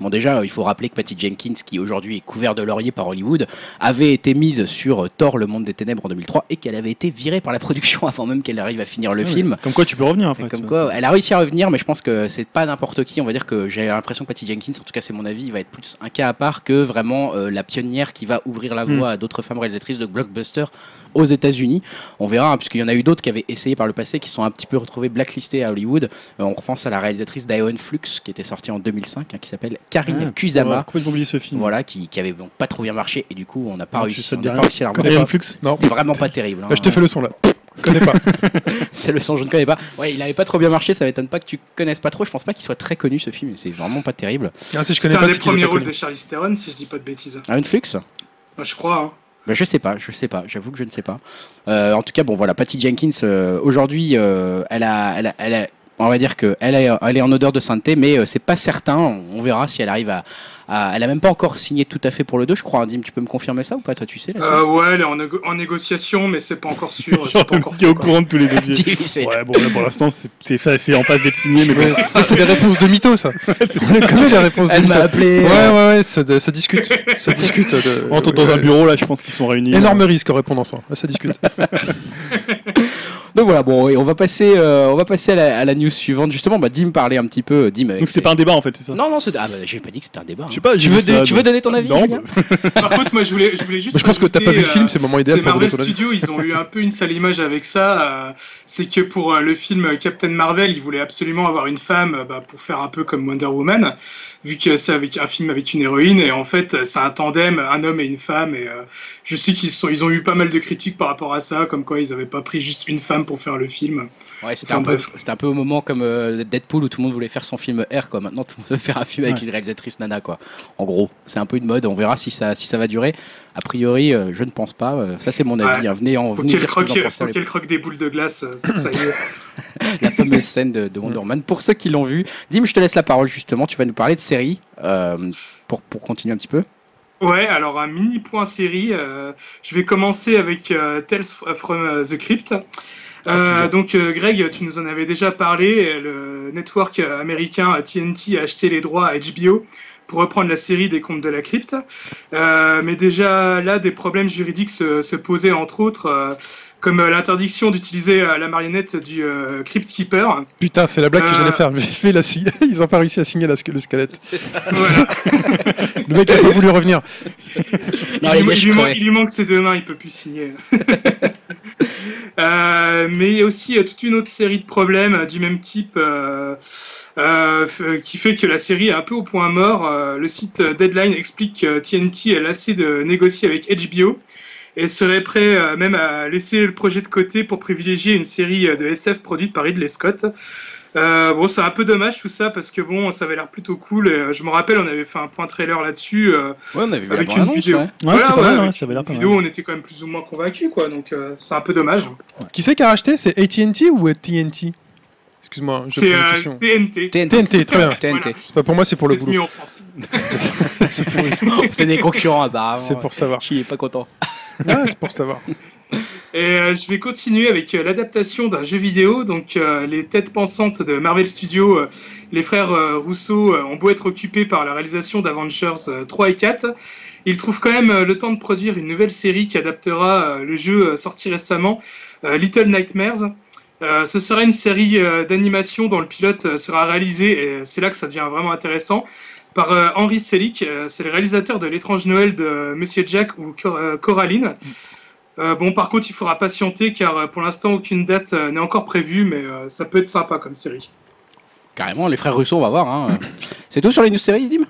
[SPEAKER 1] Bon déjà, euh, il faut rappeler que Patty Jenkins, qui aujourd'hui est couvert de laurier par Hollywood, avait été mise sur euh, Thor, le monde des ténèbres en 2003, et qu'elle avait été virée par la production avant même qu'elle arrive à finir le
[SPEAKER 2] Ah oui.
[SPEAKER 1] film.
[SPEAKER 2] Comme quoi, tu peux revenir après.
[SPEAKER 1] Et Comme
[SPEAKER 2] tu
[SPEAKER 1] quoi,
[SPEAKER 2] vois.
[SPEAKER 1] elle a réussi à revenir, mais je pense que c'est pas n'importe qui. On va dire que j'ai l'impression que Patty Jenkins, en tout cas c'est mon avis, il va être plus un cas à part que vraiment euh, la pionnière qui va ouvrir la
[SPEAKER 2] Mm.
[SPEAKER 1] voie à d'autres femmes réalisatrices de blockbusters aux États-Unis. On verra, hein, puisqu'il y en a eu d'autres qui avaient essayé par le passé, qui se sont un petit peu retrouvées blacklistées à Hollywood. Euh, on repense à la réalisatrice d'Ion Flux, qui était sortie en 2005, hein, qui s'appelle Karine
[SPEAKER 2] Ah,
[SPEAKER 1] Kusama.
[SPEAKER 2] Pourquoi j'ai oublié ce film
[SPEAKER 1] Voilà, qui, qui avait donc pas trop bien marché, et du coup on n'a pas
[SPEAKER 2] Ah, tu
[SPEAKER 1] réussi
[SPEAKER 2] sautes
[SPEAKER 1] on n'a pas
[SPEAKER 2] derrière.
[SPEAKER 1] réussi à la
[SPEAKER 2] Coréen
[SPEAKER 1] remonter.
[SPEAKER 2] Flux.
[SPEAKER 4] Non.
[SPEAKER 1] C'est vraiment pas terrible. hein.
[SPEAKER 4] Bah, je te fais le son là. Connais pas.
[SPEAKER 1] C'est le son, je ne connais pas. Ouais, il avait pas trop bien marché, ça m'étonne pas que tu connaisses pas trop. Je pense pas qu'il soit très connu ce film, c'est vraiment pas terrible.
[SPEAKER 4] Ah, si je
[SPEAKER 3] C'était
[SPEAKER 4] connais
[SPEAKER 3] un
[SPEAKER 4] pas,
[SPEAKER 3] des
[SPEAKER 4] c'est qu'il est
[SPEAKER 3] premiers
[SPEAKER 4] pas
[SPEAKER 3] rôles
[SPEAKER 4] connu.
[SPEAKER 3] de Charlize Theron, si je dis pas de bêtises.
[SPEAKER 1] Ah, une flux
[SPEAKER 3] Bah, je crois. hein.
[SPEAKER 1] Bah, je sais pas, je sais pas, j'avoue que je ne sais pas. Euh, en tout cas, bon voilà, Patty Jenkins, euh, aujourd'hui, euh, elle, a, elle, a, elle a- on va dire que elle est, elle est en odeur de sainteté, mais euh, c'est pas certain, on verra si elle arrive à, à- Elle a même pas encore signé tout à fait pour le 2, je crois, hein, Dim, tu peux me confirmer ça ou pas Toi, tu
[SPEAKER 2] Ah,
[SPEAKER 1] sais là
[SPEAKER 3] Euh, ouais, elle est en, négo- en négociation, mais c'est pas encore sûr. c'est pas encore
[SPEAKER 2] Qui est au
[SPEAKER 3] fait, quoi.
[SPEAKER 2] courant de tous les dossiers.
[SPEAKER 1] Dim, c'est-
[SPEAKER 2] Ouais, bon, là, pour l'instant, c'est- c'est ça, c'est en passe d'être signé, mais bon.
[SPEAKER 4] Ça, Ah, c'est des réponses de mythos, ça. On les connaît, les réponses de
[SPEAKER 1] Elle m'a
[SPEAKER 4] mythos.
[SPEAKER 1] appelé.
[SPEAKER 4] Ouais,
[SPEAKER 1] euh,
[SPEAKER 4] ouais, ouais, ça, ça discute. Ça discute. euh, de-
[SPEAKER 2] Entre dans
[SPEAKER 4] ouais.
[SPEAKER 2] un bureau, là, je pense qu'ils sont réunis.
[SPEAKER 4] Énorme risque en répondant ça. Ça discute.
[SPEAKER 1] Donc voilà, bon, et on va passer, euh, on va passer à, la, à la news suivante. Justement, bah, Dim parlait un petit peu. Dim avec
[SPEAKER 2] Donc, c'était
[SPEAKER 1] ses-
[SPEAKER 2] pas un débat, en fait, c'est ça
[SPEAKER 1] Non, non, c'est- ah, bah, j'ai pas dit que c'était un débat. hein.
[SPEAKER 2] Je sais pas,
[SPEAKER 1] tu,
[SPEAKER 2] j'ai
[SPEAKER 1] veux
[SPEAKER 2] vu ça,
[SPEAKER 1] tu
[SPEAKER 2] donc-
[SPEAKER 1] veux donner ton avis
[SPEAKER 2] Non,
[SPEAKER 1] Julien
[SPEAKER 3] Par contre, moi, je voulais, je voulais juste.
[SPEAKER 4] Mais je pense que t'as pas vu le
[SPEAKER 3] rajouter, euh,
[SPEAKER 4] film, c'est le moment idéal
[SPEAKER 3] C'est
[SPEAKER 4] pour donner
[SPEAKER 3] Marvel
[SPEAKER 4] ton avis.
[SPEAKER 3] Studios, ils ont eu un peu une sale image avec ça. euh, c'est que pour euh, le film Captain Marvel, ils voulaient absolument avoir une femme euh, bah, pour faire un peu comme Wonder Woman, vu que c'est avec un film avec une héroïne. Et en fait, euh, c'est un tandem, un homme et une femme. Et euh, je sais qu'ils sont, ils ont eu pas mal de critiques par rapport à ça, comme quoi ils n'avaient pas pris juste une femme pour faire le film.
[SPEAKER 1] Ouais, c'était
[SPEAKER 3] Enfin,
[SPEAKER 1] un, peu-
[SPEAKER 3] bref.
[SPEAKER 1] c'était un peu au moment comme euh, Deadpool où tout le monde voulait faire son film R, quoi. Maintenant, tout le monde veut faire un film avec
[SPEAKER 2] Ouais.
[SPEAKER 1] une réalisatrice nana, quoi. En gros, c'est un peu une mode. On verra si ça, si ça va durer. A priori, euh, je ne pense pas. Euh, ça, c'est mon avis. hein. Venez en
[SPEAKER 3] Faut
[SPEAKER 1] venez
[SPEAKER 3] qu'elle
[SPEAKER 1] dire ce que vous en
[SPEAKER 3] croque,
[SPEAKER 1] pensez,
[SPEAKER 3] faut qu'elle croque des boules de glace. euh, pour que ça y est.
[SPEAKER 1] la fameuse scène de, de Wonder Woman. Pour ceux qui l'ont vu, Dim, je te laisse la parole justement. Tu vas nous parler de série euh, pour, pour continuer un petit peu.
[SPEAKER 3] Ouais, alors un mini point série. euh, je vais commencer avec euh, Tales from the Crypt. Euh, donc euh, Greg, tu nous en avais déjà parlé. euh, Le network euh, américain TNT a acheté les droits à HBO pour reprendre la série des Contes de la Crypte. Euh, mais déjà là, des problèmes juridiques se, se posaient entre autres, euh, comme euh, l'interdiction d'utiliser euh, la marionnette du euh, Crypt Keeper.
[SPEAKER 4] Putain, c'est la blague que
[SPEAKER 3] Euh.
[SPEAKER 4] j'allais faire. Mais fais la sig- Ils n'ont pas réussi à signer la ske- le squelette.
[SPEAKER 3] Voilà.
[SPEAKER 4] Le mec a pas voulu revenir.
[SPEAKER 1] Non,
[SPEAKER 3] il,
[SPEAKER 1] les gars,
[SPEAKER 3] lui- il
[SPEAKER 1] je
[SPEAKER 3] lui
[SPEAKER 1] crevais.
[SPEAKER 3] manque, il lui manque ses deux mains, il peut plus signer. Euh, mais il y a aussi euh, toute une autre série de problèmes euh, du même type euh, euh, f- qui fait que la série est un peu au point mort. Euh, le site Deadline explique que euh, TNT est lassé de négocier avec HBO et serait prêt euh, même à laisser le projet de côté pour privilégier une série euh, de SF produite par Ridley Scott. Euh, bon, c'est un peu dommage tout ça parce que bon, ça avait l'air plutôt cool. Et, euh, je me rappelle, on avait fait un point trailer là-dessus. euh,
[SPEAKER 1] Ouais, on avait vu la
[SPEAKER 3] Avec une
[SPEAKER 1] bande-annonce,
[SPEAKER 3] vidéo.
[SPEAKER 1] ouais.
[SPEAKER 2] Ouais, c'était
[SPEAKER 3] Voilà,
[SPEAKER 2] pas mal,
[SPEAKER 3] ouais,
[SPEAKER 2] ouais, ça avait l'air pas
[SPEAKER 3] vidéo,
[SPEAKER 2] mal.
[SPEAKER 3] on était quand même plus ou moins convaincus, quoi. Donc euh, c'est un peu dommage.
[SPEAKER 4] Qui c'est qui a racheté C'est ATT ou TNT Excuse-moi, je pose
[SPEAKER 3] C'est
[SPEAKER 4] une
[SPEAKER 3] euh,
[SPEAKER 4] question.
[SPEAKER 3] TNT.
[SPEAKER 4] TNT, très bien.
[SPEAKER 1] TNT.
[SPEAKER 4] C'est pas pour moi, c'est pour le
[SPEAKER 3] Peut-être
[SPEAKER 4] boulot.
[SPEAKER 3] mieux en français.
[SPEAKER 4] C'est pour,
[SPEAKER 1] C'est des concurrents apparemment.
[SPEAKER 4] c'est pour savoir.
[SPEAKER 1] Qui est pas content.
[SPEAKER 4] Ouais, c'est pour savoir.
[SPEAKER 3] Et euh, je vais continuer avec euh, l'adaptation d'un jeu vidéo. Donc, euh, les têtes pensantes de Marvel Studios, euh, les frères euh, Rousseau, euh, ont beau être occupés par la réalisation d'Avengers euh, 3 et 4. Ils trouvent quand même euh, le temps de produire une nouvelle série qui adaptera euh, le jeu euh, sorti récemment, euh, Little Nightmares. Euh, ce sera une série euh, d'animation dont le pilote euh, sera réalisé, et euh, c'est là que ça devient vraiment intéressant, par euh, Henry Selick. Euh, c'est le réalisateur de L'étrange Noël de euh, Monsieur Jack ou Cor- euh, Coraline. Euh, bon, par contre, il faudra patienter car euh, pour l'instant, aucune date euh, n'est encore prévue, mais euh, ça peut être sympa comme série.
[SPEAKER 1] Carrément, les frères Russo, on va voir. hein. C'est tout sur les news séries, Dim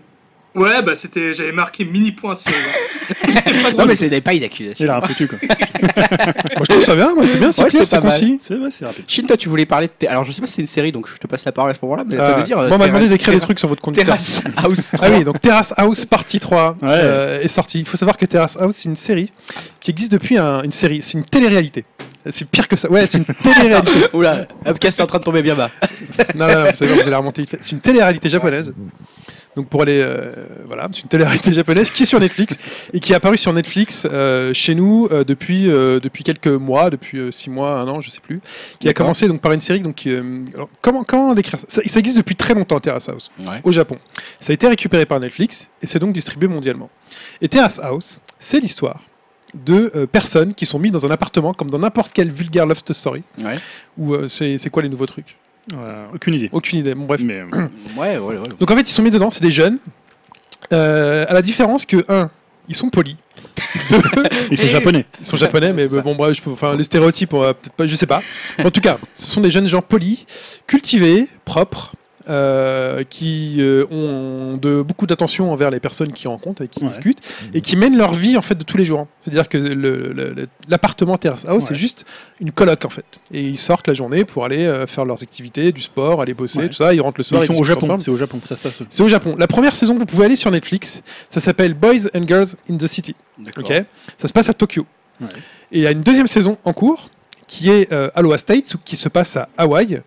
[SPEAKER 3] Ouais, bah c'était, j'avais marqué mini point série. hein. J'ai pas
[SPEAKER 1] Non,
[SPEAKER 3] de-
[SPEAKER 1] mais c'est des pailles d'accusation.
[SPEAKER 2] Il a rien foutu quoi.
[SPEAKER 4] Moi, je trouve ça bien, moi, c'est bien, c'est
[SPEAKER 1] Ouais,
[SPEAKER 4] clair,
[SPEAKER 1] c'est
[SPEAKER 4] c'est
[SPEAKER 1] pas mal.
[SPEAKER 4] concis.
[SPEAKER 2] C'est ouais, c'est rapide.
[SPEAKER 1] Shin, toi, tu voulais parler de. tes- Alors, je sais pas si c'est une série, donc je te passe la parole à ce moment-là, mais ça
[SPEAKER 4] Euh,
[SPEAKER 1] veut dire. euh,
[SPEAKER 4] moi, on m'a demandé
[SPEAKER 1] Terrace-
[SPEAKER 4] d'écrire des trucs sur votre conducteur.
[SPEAKER 1] Terrace House.
[SPEAKER 4] Ah oui, donc Terrace House partie 3
[SPEAKER 2] Ouais.
[SPEAKER 4] euh, est sortie. Il faut savoir que Terrace House, c'est une série qui existe depuis un- une série. C'est une télé-réalité. C'est pire que ça. Ouais, c'est une télé-réalité.
[SPEAKER 1] Oula, Upcast est en train de tomber bien bas.
[SPEAKER 4] non, non, non, vous savez, vous allez remonter vite fait. C'est une télé-réalité japonaise. Donc pour aller, euh, voilà, c'est une télé-réalité japonaise qui est sur Netflix et qui est apparue sur Netflix euh, chez nous euh, depuis euh, depuis quelques mois, depuis euh, six mois, un an, je sais plus, qui a
[SPEAKER 1] D'accord.
[SPEAKER 4] commencé donc par une série. Donc euh, alors, comment comment décrire ça, ça Ça existe depuis très longtemps Terrace House
[SPEAKER 1] Ouais.
[SPEAKER 4] au Japon. Ça a été récupéré par Netflix et c'est donc distribué mondialement. Et Terrace House, c'est l'histoire de euh, personnes qui sont mises dans un appartement comme dans n'importe quelle vulgaire love story.
[SPEAKER 1] Ouais.
[SPEAKER 4] Ou euh, c'est c'est quoi les nouveaux trucs
[SPEAKER 2] Voilà, aucune idée.
[SPEAKER 4] Aucune idée. Bon bref.
[SPEAKER 2] Mais euh,
[SPEAKER 1] Ouais, ouais, ouais.
[SPEAKER 4] Donc en fait, ils sont mis dedans, c'est des jeunes. Euh, à la différence que, un, ils sont polis.
[SPEAKER 2] ils sont japonais.
[SPEAKER 4] Ils sont japonais, mais
[SPEAKER 1] C'est ça.
[SPEAKER 4] bon, bref, je peux, enfin, les stéréotypes, on va peut-être pas, je sais pas. En tout cas, ce sont des jeunes gens polis, cultivés, propres, euh, qui euh, ont de, beaucoup d'attention envers les personnes qui rencontrent et qui
[SPEAKER 2] Ouais.
[SPEAKER 4] discutent, et qui mènent leur vie en fait de tous les jours. hein. C'est-à-dire que le- le- le- l'appartement Terrace House, c'est
[SPEAKER 2] Ouais.
[SPEAKER 4] juste une coloc en fait. Et ils sortent la journée pour aller euh, faire leurs activités, du sport, aller bosser,
[SPEAKER 2] Ouais.
[SPEAKER 4] tout ça. Ils rentrent le soir,
[SPEAKER 2] Ils sont au
[SPEAKER 4] discutent
[SPEAKER 2] Japon.
[SPEAKER 4] ensemble.
[SPEAKER 2] C'est au Japon. Ça se passe.
[SPEAKER 4] C'est au Japon. La première saison, vous pouvez aller sur Netflix. Ça s'appelle Boys and Girls in the City.
[SPEAKER 1] D'accord.
[SPEAKER 4] Ok. ça se passe à Tokyo.
[SPEAKER 2] Ouais.
[SPEAKER 4] Et il y a une deuxième saison en cours qui est euh, Aloha States, qui se passe à Hawaï.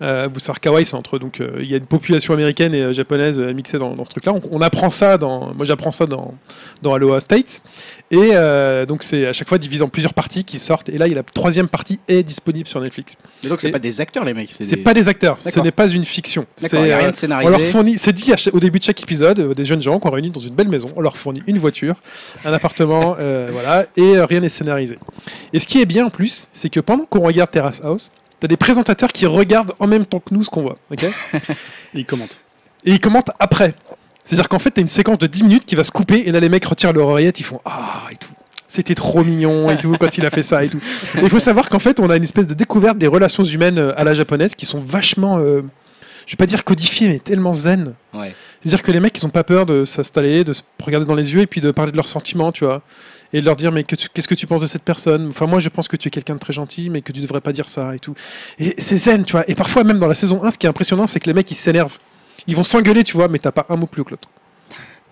[SPEAKER 4] Euh, vous savez qu'Hawaï, c'est entre. Donc, euh, il y a une population américaine et euh, japonaise euh, mixée dans, dans ce truc-là. On, on apprend ça dans. Moi, j'apprends ça dans, dans Aloha States. Et euh, donc, c'est à chaque fois divisé en plusieurs parties qui sortent. Et là, il y a la troisième partie est disponible sur Netflix.
[SPEAKER 1] Mais donc, c'est
[SPEAKER 4] Et-
[SPEAKER 1] pas des acteurs, les mecs.
[SPEAKER 4] C'est
[SPEAKER 1] des-
[SPEAKER 4] pas des acteurs, ce
[SPEAKER 1] D'accord.
[SPEAKER 4] n'est pas une fiction.
[SPEAKER 1] D'accord, y
[SPEAKER 4] C'est,
[SPEAKER 1] a rien
[SPEAKER 4] euh,
[SPEAKER 1] de
[SPEAKER 4] on leur
[SPEAKER 1] scénarisé.
[SPEAKER 4] fournit, c'est dit à cha- au début de chaque épisode, euh, des jeunes gens qu'on réunit dans une belle maison, on leur fournit une voiture, un appartement, euh, voilà, et euh, rien n'est scénarisé. Et ce qui est bien en plus, c'est que pendant qu'on regarde Terrace House, t'as des présentateurs qui regardent en même temps que nous ce qu'on voit, ok Et
[SPEAKER 2] Ils commentent.
[SPEAKER 4] ils commentent après. C'est-à-dire qu'en fait, t'as une séquence de 10 minutes qui va se couper, et là les mecs retirent leur oreillette, ils font ah et tout. C'était trop mignon et tout quand il a fait ça et tout. Et Il faut savoir qu'en fait, on a une espèce de découverte des relations humaines euh, à la japonaise qui sont vachement, euh, je vais pas dire codifiées, mais tellement zen.
[SPEAKER 1] Ouais.
[SPEAKER 4] C'est-à-dire que les mecs, ils ont pas peur de s'installer, de se regarder dans les yeux et puis de parler de leurs sentiments, tu vois. Et de leur dire, mais que tu- qu'est-ce que tu penses de cette personne Enfin, moi, je pense que tu es quelqu'un de très gentil, mais que tu devrais pas dire ça et tout. Et c'est zen, tu vois. Et parfois, même dans la saison 1, ce qui est impressionnant, c'est que les mecs, ils s'énervent. Ils vont s'engueuler, tu vois, mais t'as pas un mot plus haut que l'autre.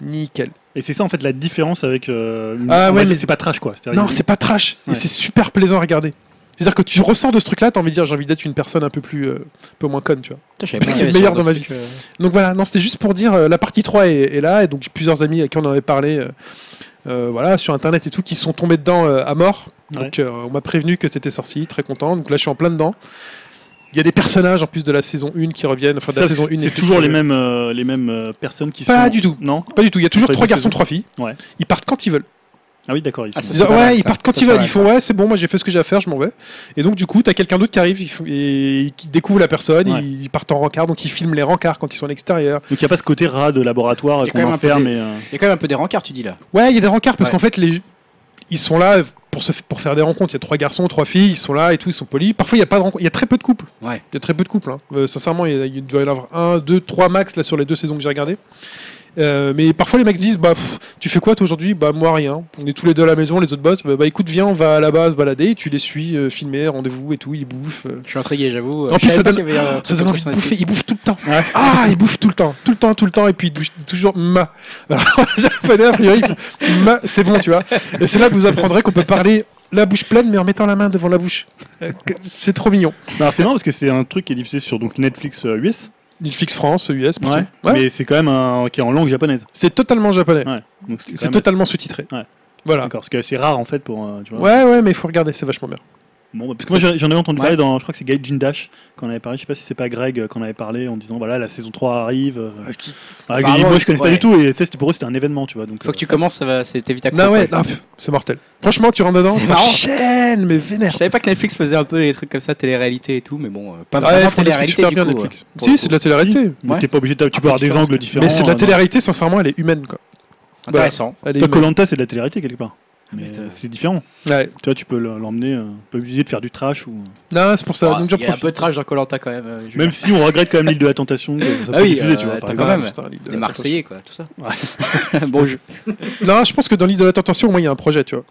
[SPEAKER 4] Nickel.
[SPEAKER 2] Et c'est ça en fait la différence avec. euh, une-
[SPEAKER 4] Ah
[SPEAKER 2] on
[SPEAKER 4] ouais,
[SPEAKER 2] va dire
[SPEAKER 4] mais-
[SPEAKER 2] que c'est pas trash quoi. C'est-à-dire
[SPEAKER 4] Non,
[SPEAKER 2] que-
[SPEAKER 4] c'est pas trash.
[SPEAKER 2] Ouais.
[SPEAKER 4] Et c'est super plaisant à regarder. C'est-à-dire que tu ressens de ce truc-là, t'as envie de dire, j'ai envie d'être une personne un peu plus, euh, un peu moins conne, tu vois.
[SPEAKER 1] Putain, je savais pas
[SPEAKER 4] C'est
[SPEAKER 1] qu'il y
[SPEAKER 4] le
[SPEAKER 1] avait
[SPEAKER 4] meilleur
[SPEAKER 1] ce genre
[SPEAKER 4] dans ma
[SPEAKER 1] de
[SPEAKER 4] vie.
[SPEAKER 1] truc, euh.
[SPEAKER 4] Donc voilà, non, c'était juste pour dire, euh, la partie 3 est, est là, et donc j'ai plusieurs amis à qui on en avait parlé, euh, euh, voilà, sur internet et tout, qui sont tombés dedans euh, à mort. Donc euh, on m'a prévenu que c'était sorti, très content, donc là je suis en plein dedans. Il y a des personnages en plus de la saison 1 qui reviennent, enfin de la
[SPEAKER 2] Ça,
[SPEAKER 4] saison 1
[SPEAKER 2] c'est- C'est toujours les mêmes, euh, les mêmes euh, personnes qui sont.
[SPEAKER 4] Pas du tout.
[SPEAKER 2] Non
[SPEAKER 4] Pas du tout, il y a toujours
[SPEAKER 2] Après
[SPEAKER 4] trois
[SPEAKER 2] deux
[SPEAKER 4] garçons,
[SPEAKER 2] saisons.
[SPEAKER 4] trois filles.
[SPEAKER 2] Ouais.
[SPEAKER 4] Ils partent quand ils veulent.
[SPEAKER 2] Ah oui, d'accord. ils
[SPEAKER 1] Ah, ça,
[SPEAKER 2] sont-
[SPEAKER 4] Ils disent,
[SPEAKER 1] c'est pas
[SPEAKER 4] ouais,
[SPEAKER 1] mal,
[SPEAKER 4] ils
[SPEAKER 1] ça.
[SPEAKER 4] partent
[SPEAKER 1] Ça,
[SPEAKER 4] quand
[SPEAKER 1] c'est
[SPEAKER 4] ils veulent.
[SPEAKER 1] pas
[SPEAKER 4] Ils
[SPEAKER 1] mal,
[SPEAKER 4] font ouais, c'est bon, moi j'ai fait ce que j'ai à faire, je m'en vais. Et donc du coup, t'as quelqu'un d'autre qui arrive ils font- et qui découvre la personne,
[SPEAKER 2] Ouais.
[SPEAKER 4] ils partent en rencard, donc ils filment les rencarts quand ils sont à l'extérieur.
[SPEAKER 2] Donc il n'y a pas ce côté rat de
[SPEAKER 1] Il
[SPEAKER 2] laboratoire
[SPEAKER 1] y a
[SPEAKER 2] qu'on
[SPEAKER 1] quand même un peu
[SPEAKER 2] enferme
[SPEAKER 1] des-
[SPEAKER 2] et. euh,
[SPEAKER 1] Il y a quand même un peu des rencards, tu dis là.
[SPEAKER 4] Ouais, il y a des rencarts parce
[SPEAKER 1] Ouais.
[SPEAKER 4] qu'en fait les ils sont là pour, se, pour faire des rencontres. Il y a trois garçons, trois filles, ils sont là et tout, ils sont polis. Parfois, il y a pas de rencontre. Il y a très peu de couples.
[SPEAKER 1] Ouais.
[SPEAKER 4] Il y a très peu de couples. hein. Euh, sincèrement, il, y a- il doit y en avoir un, deux, trois max là sur les deux saisons que j'ai regardées. Euh, mais parfois les mecs disent bah pff, tu fais quoi toi aujourd'hui bah moi rien on est tous les deux à la maison les autres bossent bah, bah, écoute viens on va à la base balader et tu les suis euh, filmer rendez-vous et tout ils bouffent euh.
[SPEAKER 1] Je suis intrigué, j'avoue.
[SPEAKER 4] En plus,
[SPEAKER 1] Je savais
[SPEAKER 4] ça
[SPEAKER 1] pas
[SPEAKER 4] donne-
[SPEAKER 1] qu'il y avait un
[SPEAKER 4] ça
[SPEAKER 1] truc
[SPEAKER 4] donne
[SPEAKER 1] comme
[SPEAKER 4] envie
[SPEAKER 1] sur
[SPEAKER 4] de
[SPEAKER 1] Netflix.
[SPEAKER 4] bouffer ils bouffent tout le temps ah ils bouffent tout le temps tout le temps tout le temps et puis ils disent toujours ma alors les japonais a priori ils font ma c'est bon tu vois et c'est là que vous apprendrez qu'on peut parler la bouche pleine mais en mettant la main devant la bouche Euh, que- c'est trop mignon
[SPEAKER 2] Non, c'est marrant parce que c'est un truc qui est diffusé sur donc Netflix euh, US.
[SPEAKER 4] Netflix France US partout. Ouais.
[SPEAKER 2] Mais c'est quand même un qui est en langue japonaise.
[SPEAKER 4] c'est totalement japonais
[SPEAKER 2] Ouais. Donc quand
[SPEAKER 4] c'est
[SPEAKER 2] même
[SPEAKER 4] totalement sous-titré
[SPEAKER 2] Ouais. assez-
[SPEAKER 4] voilà
[SPEAKER 2] D'accord, parce que c'est rare en fait pour. euh, tu vois.
[SPEAKER 4] ouais ouais mais il faut regarder c'est vachement bien
[SPEAKER 2] Bon, bah, parce que moi j'en j'en avais entendu
[SPEAKER 1] Ouais.
[SPEAKER 2] parler dans, je crois que c'est Gaijin Dash quand on avait parlé, je sais pas si c'est pas Greg euh, qu'on avait parlé en disant voilà la saison 3 arrive. euh, Ah,
[SPEAKER 1] Apparemment,
[SPEAKER 2] moi je connais pas
[SPEAKER 1] ouais.
[SPEAKER 2] du tout et tu sais, c'était pour eux c'était un événement tu vois donc. euh,
[SPEAKER 1] Faut que tu commences, ça va, c'est t'évites à
[SPEAKER 4] non
[SPEAKER 1] couper,
[SPEAKER 4] ouais
[SPEAKER 1] quoi.
[SPEAKER 4] non, pff, c'est mortel franchement tu rentres dedans
[SPEAKER 1] C'est marrant.
[SPEAKER 4] t'enchaînes mais
[SPEAKER 1] Je
[SPEAKER 4] vénère
[SPEAKER 1] savais pas que Netflix faisait un peu les trucs comme ça, télé-réalité et tout, mais bon, euh, pas
[SPEAKER 4] Ouais,
[SPEAKER 1] vraiment
[SPEAKER 4] ils font des
[SPEAKER 1] télé-réalité
[SPEAKER 4] trucs super
[SPEAKER 1] du
[SPEAKER 4] bien
[SPEAKER 1] coup. euh,
[SPEAKER 4] Netflix.
[SPEAKER 1] ouais. Pour le
[SPEAKER 4] si c'est de la télé-réalité
[SPEAKER 2] euh, mais
[SPEAKER 1] Ouais. Ah,
[SPEAKER 2] t'es pas obligé de- tu
[SPEAKER 1] Un
[SPEAKER 2] peux
[SPEAKER 1] peu
[SPEAKER 2] avoir des
[SPEAKER 1] différent.
[SPEAKER 2] angles différents.
[SPEAKER 4] mais c'est de la
[SPEAKER 2] euh,
[SPEAKER 4] télé-réalité sincèrement elle est humaine quoi
[SPEAKER 1] coup. Intéressant.
[SPEAKER 4] Elle est
[SPEAKER 2] dans- Toi,
[SPEAKER 4] humaine.
[SPEAKER 2] Colanta c'est de la télé-réalité quelque part. Mais
[SPEAKER 1] Mais,
[SPEAKER 2] euh,
[SPEAKER 1] euh,
[SPEAKER 2] c'est différent.
[SPEAKER 4] Ouais.
[SPEAKER 2] Tu vois tu peux le- l'emmener, euh, pas obligé de faire du trash ou. euh,
[SPEAKER 4] Non, c'est pour ça.
[SPEAKER 1] Ah,
[SPEAKER 4] donc, j'en
[SPEAKER 1] Il y a un
[SPEAKER 4] profite.
[SPEAKER 1] peu de trash dans Colanta quand même. euh, je-
[SPEAKER 2] Même si on regrette quand même l'île de la tentation. que ça
[SPEAKER 1] Ah
[SPEAKER 2] peut
[SPEAKER 1] oui,
[SPEAKER 2] diffuser,
[SPEAKER 1] euh,
[SPEAKER 2] tu vois, par
[SPEAKER 1] t'as
[SPEAKER 2] exemple.
[SPEAKER 1] quand même.
[SPEAKER 4] putain, l'île de
[SPEAKER 1] Les
[SPEAKER 4] la
[SPEAKER 1] Marseillais, quoi, tout ça. bon, je...
[SPEAKER 4] Tentation. Non, je pense que dans l'île de la tentation, au moins, il y a un projet, tu vois.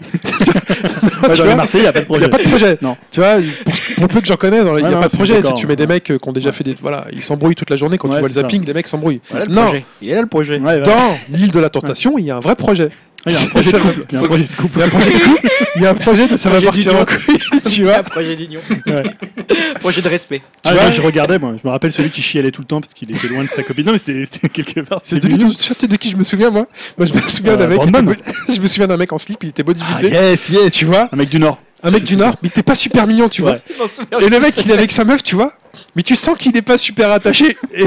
[SPEAKER 2] Ouais,
[SPEAKER 4] Tu
[SPEAKER 2] dans
[SPEAKER 4] vois
[SPEAKER 2] les Marseillais, il n'y a pas de
[SPEAKER 4] il
[SPEAKER 2] projet.
[SPEAKER 4] n'y a pas de projet.
[SPEAKER 2] Non.
[SPEAKER 4] Tu vois, pour, pour peu que j'en connais, dans les- il
[SPEAKER 2] Ouais,
[SPEAKER 4] n'y
[SPEAKER 2] non,
[SPEAKER 4] a pas de
[SPEAKER 2] je suis
[SPEAKER 4] projet. Si
[SPEAKER 2] d'accord,
[SPEAKER 4] tu mets des
[SPEAKER 2] ouais.
[SPEAKER 4] mecs euh, qui ont déjà fait des. Voilà, ils s'embrouillent toute la journée quand
[SPEAKER 2] Ouais,
[SPEAKER 4] tu vois
[SPEAKER 2] c'est ça.
[SPEAKER 4] les zappings, les mecs s'embrouillent.
[SPEAKER 1] Voilà le
[SPEAKER 4] Non.
[SPEAKER 1] projet. Il est là le projet.
[SPEAKER 2] Ouais, ouais.
[SPEAKER 4] Dans l'île de la tentation, il y a un vrai projet.
[SPEAKER 2] Il y a un projet de couple. Il y a un projet de couple. Ah,
[SPEAKER 4] Il y a un projet de couple, il y a un projet de ça va
[SPEAKER 1] Projet
[SPEAKER 4] partir en couille, tu vois.
[SPEAKER 1] projet d'union.
[SPEAKER 2] Ouais.
[SPEAKER 1] projet de respect.
[SPEAKER 2] Ah,
[SPEAKER 4] Tu
[SPEAKER 2] moi,
[SPEAKER 4] vois
[SPEAKER 2] je regardais, moi. Je me rappelle celui qui chialait tout le temps parce qu'il était loin de sa copine. Non, mais c'était c'était quelque part.
[SPEAKER 4] C'est celui
[SPEAKER 2] mignon.
[SPEAKER 4] dont- tu sais de qui je me souviens, moi Moi, je me souviens d'un
[SPEAKER 2] Euh,
[SPEAKER 4] mec. il
[SPEAKER 2] Brandman.
[SPEAKER 4] était beau- Je me souviens d'un mec en slip, il était
[SPEAKER 2] Ah,
[SPEAKER 4] bodybuildé.
[SPEAKER 2] yes, yes.
[SPEAKER 4] Tu vois,
[SPEAKER 2] Un mec du Nord.
[SPEAKER 4] un mec du Nord, mais il était pas super mignon, tu vois.
[SPEAKER 2] Ouais.
[SPEAKER 4] Et le mec, il est avec sa meuf, tu vois. Mais tu sens qu'il n'est pas super attaché. Et,